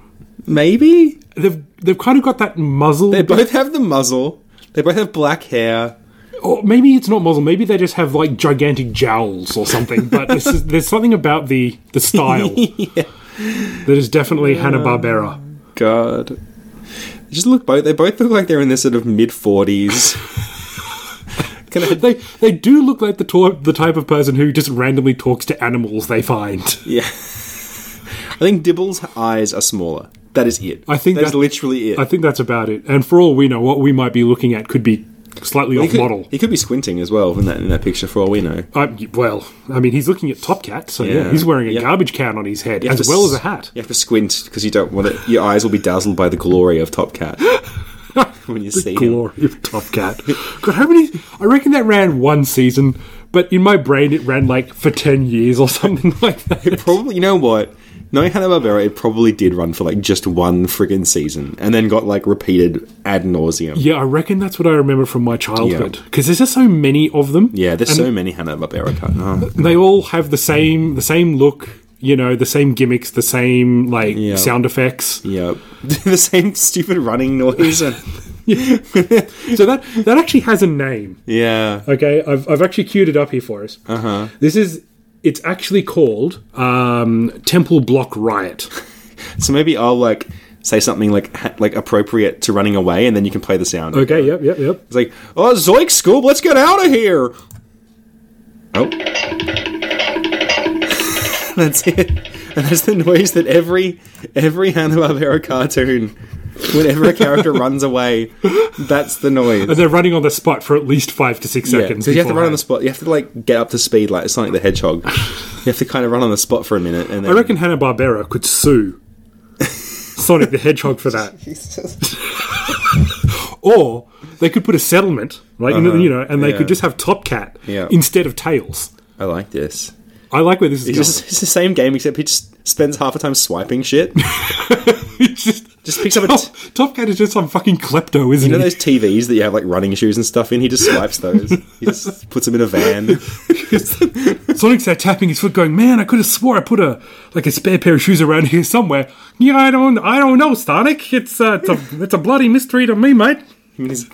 Speaker 3: Maybe
Speaker 4: They've they've kind of got that muzzle.
Speaker 3: they both have the muzzle. They both have black hair.
Speaker 4: or maybe it's not muzzle. Maybe they just have like gigantic jowls or something. But
Speaker 3: [LAUGHS]
Speaker 4: this is, there's something about the the style that is definitely
Speaker 3: Uh.
Speaker 4: Hanna Barbera.
Speaker 3: God, they just look both. They both look like they're in their sort of mid
Speaker 4: [LAUGHS]
Speaker 3: forties. Can I?
Speaker 4: They they do look like the tor- the type of person who just randomly talks to animals they find.
Speaker 3: Yeah. I think Dibble's eyes are smaller. That is it.
Speaker 4: I think
Speaker 3: that is
Speaker 4: that-
Speaker 3: literally it.
Speaker 4: I think that's about it. And for all we know, what we might be looking at could be slightly
Speaker 3: he
Speaker 4: off
Speaker 3: could,
Speaker 4: model.
Speaker 3: He could be squinting as well in that in that picture, for all we know.
Speaker 4: I, well, I mean, he's looking at Top Cat, so yeah,
Speaker 3: Yeah.
Speaker 4: he's wearing a
Speaker 3: Yep.
Speaker 4: garbage can on his head
Speaker 3: You have
Speaker 4: as
Speaker 3: to
Speaker 4: well as
Speaker 3: s-
Speaker 4: a hat.
Speaker 3: You have to squint because you don't want it. Your eyes will be dazzled by the glory of Top
Speaker 4: [LAUGHS]
Speaker 3: Cat when you see him.
Speaker 4: Glory of Top Cat. God, how many? I reckon that ran one season, but in my brain it ran like for ten years or [LAUGHS] something like that.
Speaker 3: Probably, you know what? Knowing Hanna Barbera, it probably did run for like just one friggin' season, and then got like repeated ad nauseum.
Speaker 4: Yeah, I reckon that's what I remember from my childhood because there's just so many of them.
Speaker 3: Yeah, there's
Speaker 4: And
Speaker 3: so many Hanna Barbera. Oh.
Speaker 4: They all have the same the same look. You know, the same gimmicks, the same like
Speaker 3: Yeah.
Speaker 4: sound effects.
Speaker 3: Yeah, [LAUGHS] the same stupid running noise. And,
Speaker 4: So that that actually has a name.
Speaker 3: yeah, Uh-huh.
Speaker 4: Okay, I've, I've actually queued it up here for us. Uh huh. This is it's actually called um, Temple Block Riot.
Speaker 3: So maybe I'll like say something like ha- like appropriate to running away, and then you can play the sound.
Speaker 4: Okay, yep, yep, yep.
Speaker 3: It's like, oh Zoik Scoob, let's get out of here. Oh, [LAUGHS] that's it, and that's the noise that every every Hanna Barbera cartoon, whenever a
Speaker 4: [LAUGHS]
Speaker 3: character runs away, that's the noise.
Speaker 4: And they're running on the spot for at least five to six
Speaker 3: Yeah,
Speaker 4: seconds.
Speaker 3: so you have to run on the
Speaker 4: beforehand.
Speaker 3: spot. You have to like get up to speed, like it's like the Hedgehog. you have to kind of run on the spot for a minute, and then
Speaker 4: I reckon Hanna Barbera
Speaker 3: [LAUGHS]
Speaker 4: could sue Sonic the Hedgehog for that, [LAUGHS] or they could put a settlement, right? You know- You know, and they
Speaker 3: Uh-huh. Yeah.
Speaker 4: could just have Top Cat
Speaker 3: Yeah.
Speaker 4: instead of Tails.
Speaker 3: I like this.
Speaker 4: I like where this is
Speaker 3: It's,
Speaker 4: going.
Speaker 3: just, it's the same game except he just spends half the time swiping shit.
Speaker 4: [LAUGHS] It's just-
Speaker 3: Just picks up a
Speaker 4: Top,
Speaker 3: t-
Speaker 4: Top Cat is just some fucking klepto, isn't
Speaker 3: you know
Speaker 4: he?
Speaker 3: those TVs that you have like running shoes and stuff in. He just swipes those. he just puts them in a van.
Speaker 4: [LAUGHS] Sonic's there tapping his foot, going, "Man, I could have swore I put a like a spare pair of shoes around [LAUGHS] here somewhere." Yeah, I don't, I don't know, Sonic. It's uh, it's a, it's a bloody mystery to me, mate.
Speaker 3: Him and his,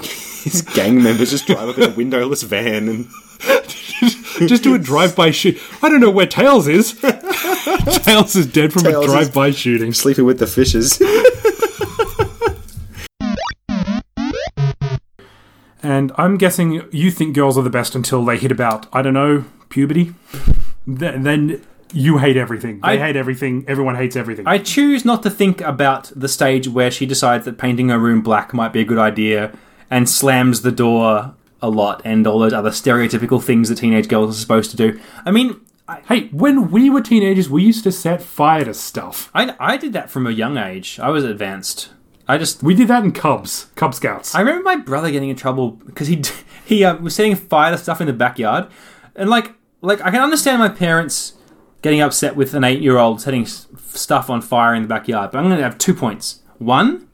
Speaker 3: his gang members just drive up in a windowless van and
Speaker 4: [LAUGHS] Just do a drive-by shoot. I don't know where Tails
Speaker 3: [LAUGHS]
Speaker 4: is. Tails is dead from
Speaker 3: Tails
Speaker 4: a
Speaker 3: is-
Speaker 4: drive-by shooting.
Speaker 3: sleeping with the
Speaker 4: [LAUGHS]
Speaker 3: fishes.
Speaker 5: And I'm guessing you think girls are the best until they hit about, I don't know, puberty.
Speaker 4: Th- then you hate everything. They
Speaker 5: I-
Speaker 4: hate everything. Everyone hates everything.
Speaker 5: I choose not to think about the stage where she decides that painting her room black might be a good idea and slams the door a lot and all those other stereotypical things that teenage girls are supposed to do. I mean, I,
Speaker 4: hey, when we were teenagers, we used to set fire to stuff.
Speaker 5: I, I did that from a young age. I was advanced. I just.
Speaker 4: We did that in Cubs, Cub Scouts.
Speaker 5: I remember my brother getting in trouble because he [LAUGHS] he uh, was setting fire to stuff in the backyard, and like like I can understand my parents getting upset with an eight year old setting s- stuff on fire in the backyard, but I'm going to have two points. One,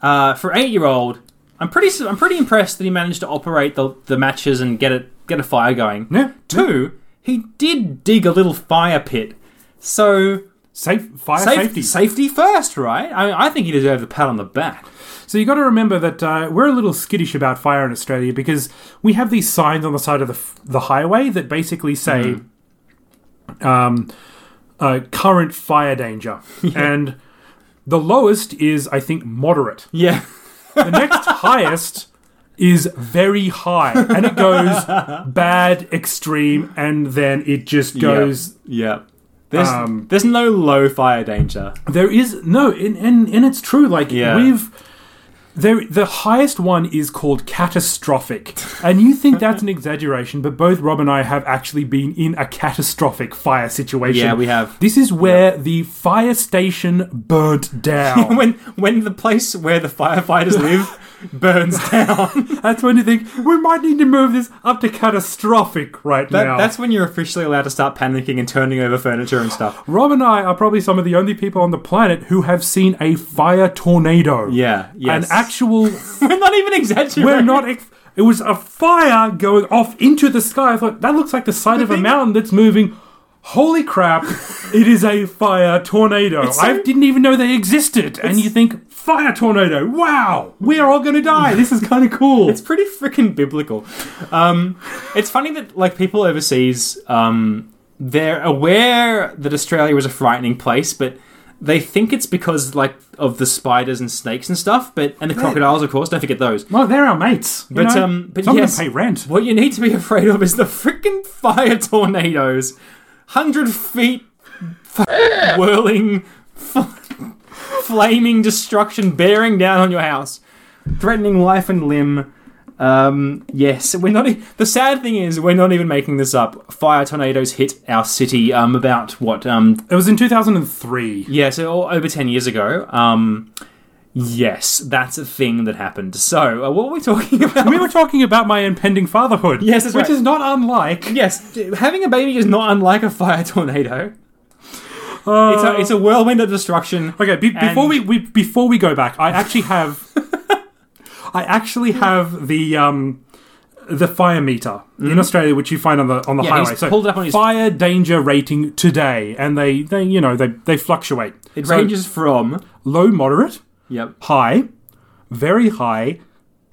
Speaker 5: uh, for eight year old, I'm pretty s- I'm pretty impressed that he managed to operate the the matches and get it get a fire going.
Speaker 4: Yeah.
Speaker 5: Two, he did dig a little fire pit, so.
Speaker 4: Safe fire
Speaker 5: Safe, safety. first, right? I mean, I think he deserved a pat on the back.
Speaker 4: So you got to remember that uh, we're a little skittish about fire in Australia because we have these signs on the side of the f- the highway that basically say, um, uh, "Current fire danger," and the lowest is I think moderate.
Speaker 5: Yeah. [LAUGHS]
Speaker 4: The next highest is very high, and it goes bad, extreme, and then it just goes
Speaker 5: Yeah. There's,
Speaker 4: Um,
Speaker 5: there's no low fire danger.
Speaker 4: There is no, and and, and it's true. Like
Speaker 5: Yeah.
Speaker 4: we've there, the highest one is called catastrophic, and you think
Speaker 5: [LAUGHS]
Speaker 4: that's an exaggeration, but both Rob and I have actually been in a catastrophic fire situation.
Speaker 5: Yeah, we have.
Speaker 4: This is where the fire station burnt down.
Speaker 5: [LAUGHS]
Speaker 4: Oh. [LAUGHS]
Speaker 5: When when the place where the firefighters live burns down. [LAUGHS]
Speaker 4: That's when you think we might need to move this up to catastrophic right
Speaker 5: That,
Speaker 4: now.
Speaker 5: That's when you're officially allowed to start panicking and turning over furniture and
Speaker 4: [LAUGHS]
Speaker 5: stuff.
Speaker 4: Rob and I are probably some of the only people on the planet who have seen a fire tornado.
Speaker 5: Yeah, yes.
Speaker 4: An actual.
Speaker 5: [LAUGHS] We're not even exaggerating.
Speaker 4: we're
Speaker 5: [LAUGHS]
Speaker 4: not. e- Ex- it was a fire going off into the sky. I thought that looks like the side of a mountain that's moving. Holy [LAUGHS] crap! it is a fire tornado.
Speaker 5: so-
Speaker 4: I didn't even know they existed. And you think fire tornado? Wow, we are all going to die. This is kind of cool.
Speaker 5: It's pretty freaking biblical. Um, it's funny that like people overseas, um, they're aware that Australia is a frightening place, but they think it's because like of the spiders and snakes and stuff. But and the crocodiles, of course. Don't forget those.
Speaker 4: Well, they're our mates. you
Speaker 5: But
Speaker 4: know?
Speaker 5: um, but
Speaker 4: some
Speaker 5: yes,
Speaker 4: of them pay rent.
Speaker 5: What you need to be afraid of is the freaking fire tornadoes, hundred feet, f- whirling, f- flaming destruction bearing down on your house, threatening life and limb. Um, yes, we're not. E- the sad thing is, we're not even making this up. Fire tornadoes hit our city. Um, about what? Um,
Speaker 4: It was in 2003.
Speaker 5: yeah, so over 10 years ago. Um, yes, that's a thing that happened. So, uh, what were we talking [LAUGHS] about?
Speaker 4: We were talking about my impending fatherhood.
Speaker 5: Yes, that's
Speaker 4: which
Speaker 5: right.
Speaker 4: is not unlike.
Speaker 5: Yes, d- having a baby is not unlike a fire [LAUGHS] tornado.
Speaker 4: Uh,
Speaker 5: It's a, it's a whirlwind of destruction.
Speaker 4: okay, be- before
Speaker 5: and-
Speaker 4: we, we before we go back, I actually
Speaker 5: [LAUGHS]
Speaker 4: have, I actually have the um, the fire meter in Australia, which you find on the on the
Speaker 5: Mm-hmm. Yeah, he's
Speaker 4: highway. So
Speaker 5: pulled it up on his-
Speaker 4: fire danger rating today, and they they you know they they fluctuate.
Speaker 5: It
Speaker 4: So
Speaker 5: ranges from
Speaker 4: low, moderate,
Speaker 5: yep,
Speaker 4: high, very high,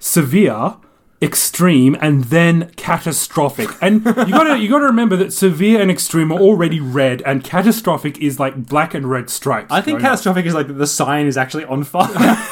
Speaker 4: severe, extreme, and then catastrophic. And you gotta you gotta remember that severe and extreme are already red, and catastrophic is like black and red stripes.
Speaker 5: I think
Speaker 4: going up.
Speaker 5: catastrophic is like the sign is actually on fire. [LAUGHS]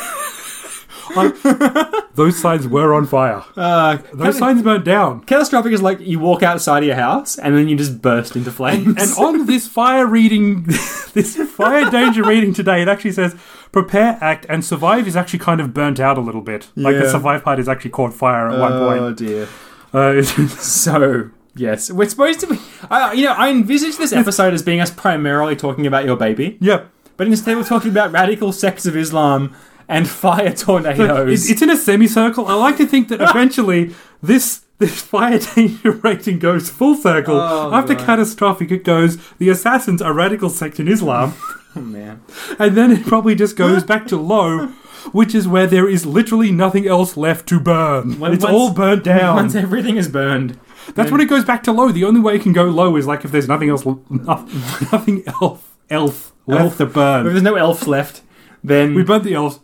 Speaker 4: those signs were on fire.
Speaker 5: Uh,
Speaker 4: Those signs burnt down.
Speaker 5: catastrophic is like you walk outside of your house and then you just burst into flames.
Speaker 4: And
Speaker 5: [LAUGHS]
Speaker 4: on this fire reading, [LAUGHS] this fire danger reading today, it actually says prepare, act, and survive is actually kind of burnt out a little bit. Like the
Speaker 5: Yeah.
Speaker 4: survive part is actually caught fire at one
Speaker 5: oh
Speaker 4: point.
Speaker 5: dear.
Speaker 4: Uh, it's-
Speaker 5: So yes, we're supposed to be. I you know, I envisage this episode as being us primarily talking about your baby,
Speaker 4: [LAUGHS] yeah.
Speaker 5: but instead we're talking about radical sects of Islam and fire tornadoes.
Speaker 4: It's, it's in a semicircle. I like to think that eventually this this fire danger rating goes full circle. After catastrophic, it goes the assassins are radical sect in Islam,
Speaker 5: oh man.
Speaker 4: and then it probably just goes back to low. Which is where there is literally nothing else left to burn.
Speaker 5: When-
Speaker 4: it's
Speaker 5: once-
Speaker 4: all burnt down.
Speaker 5: Once everything is burned.
Speaker 4: That's when it goes back to low. The only way it can go low is like if there's nothing else, [LAUGHS] nothing, nothing elf, elf left
Speaker 5: Elf.
Speaker 4: to
Speaker 5: If
Speaker 4: burn.
Speaker 5: [LAUGHS] there's no elves left, then
Speaker 4: We burnt the elves.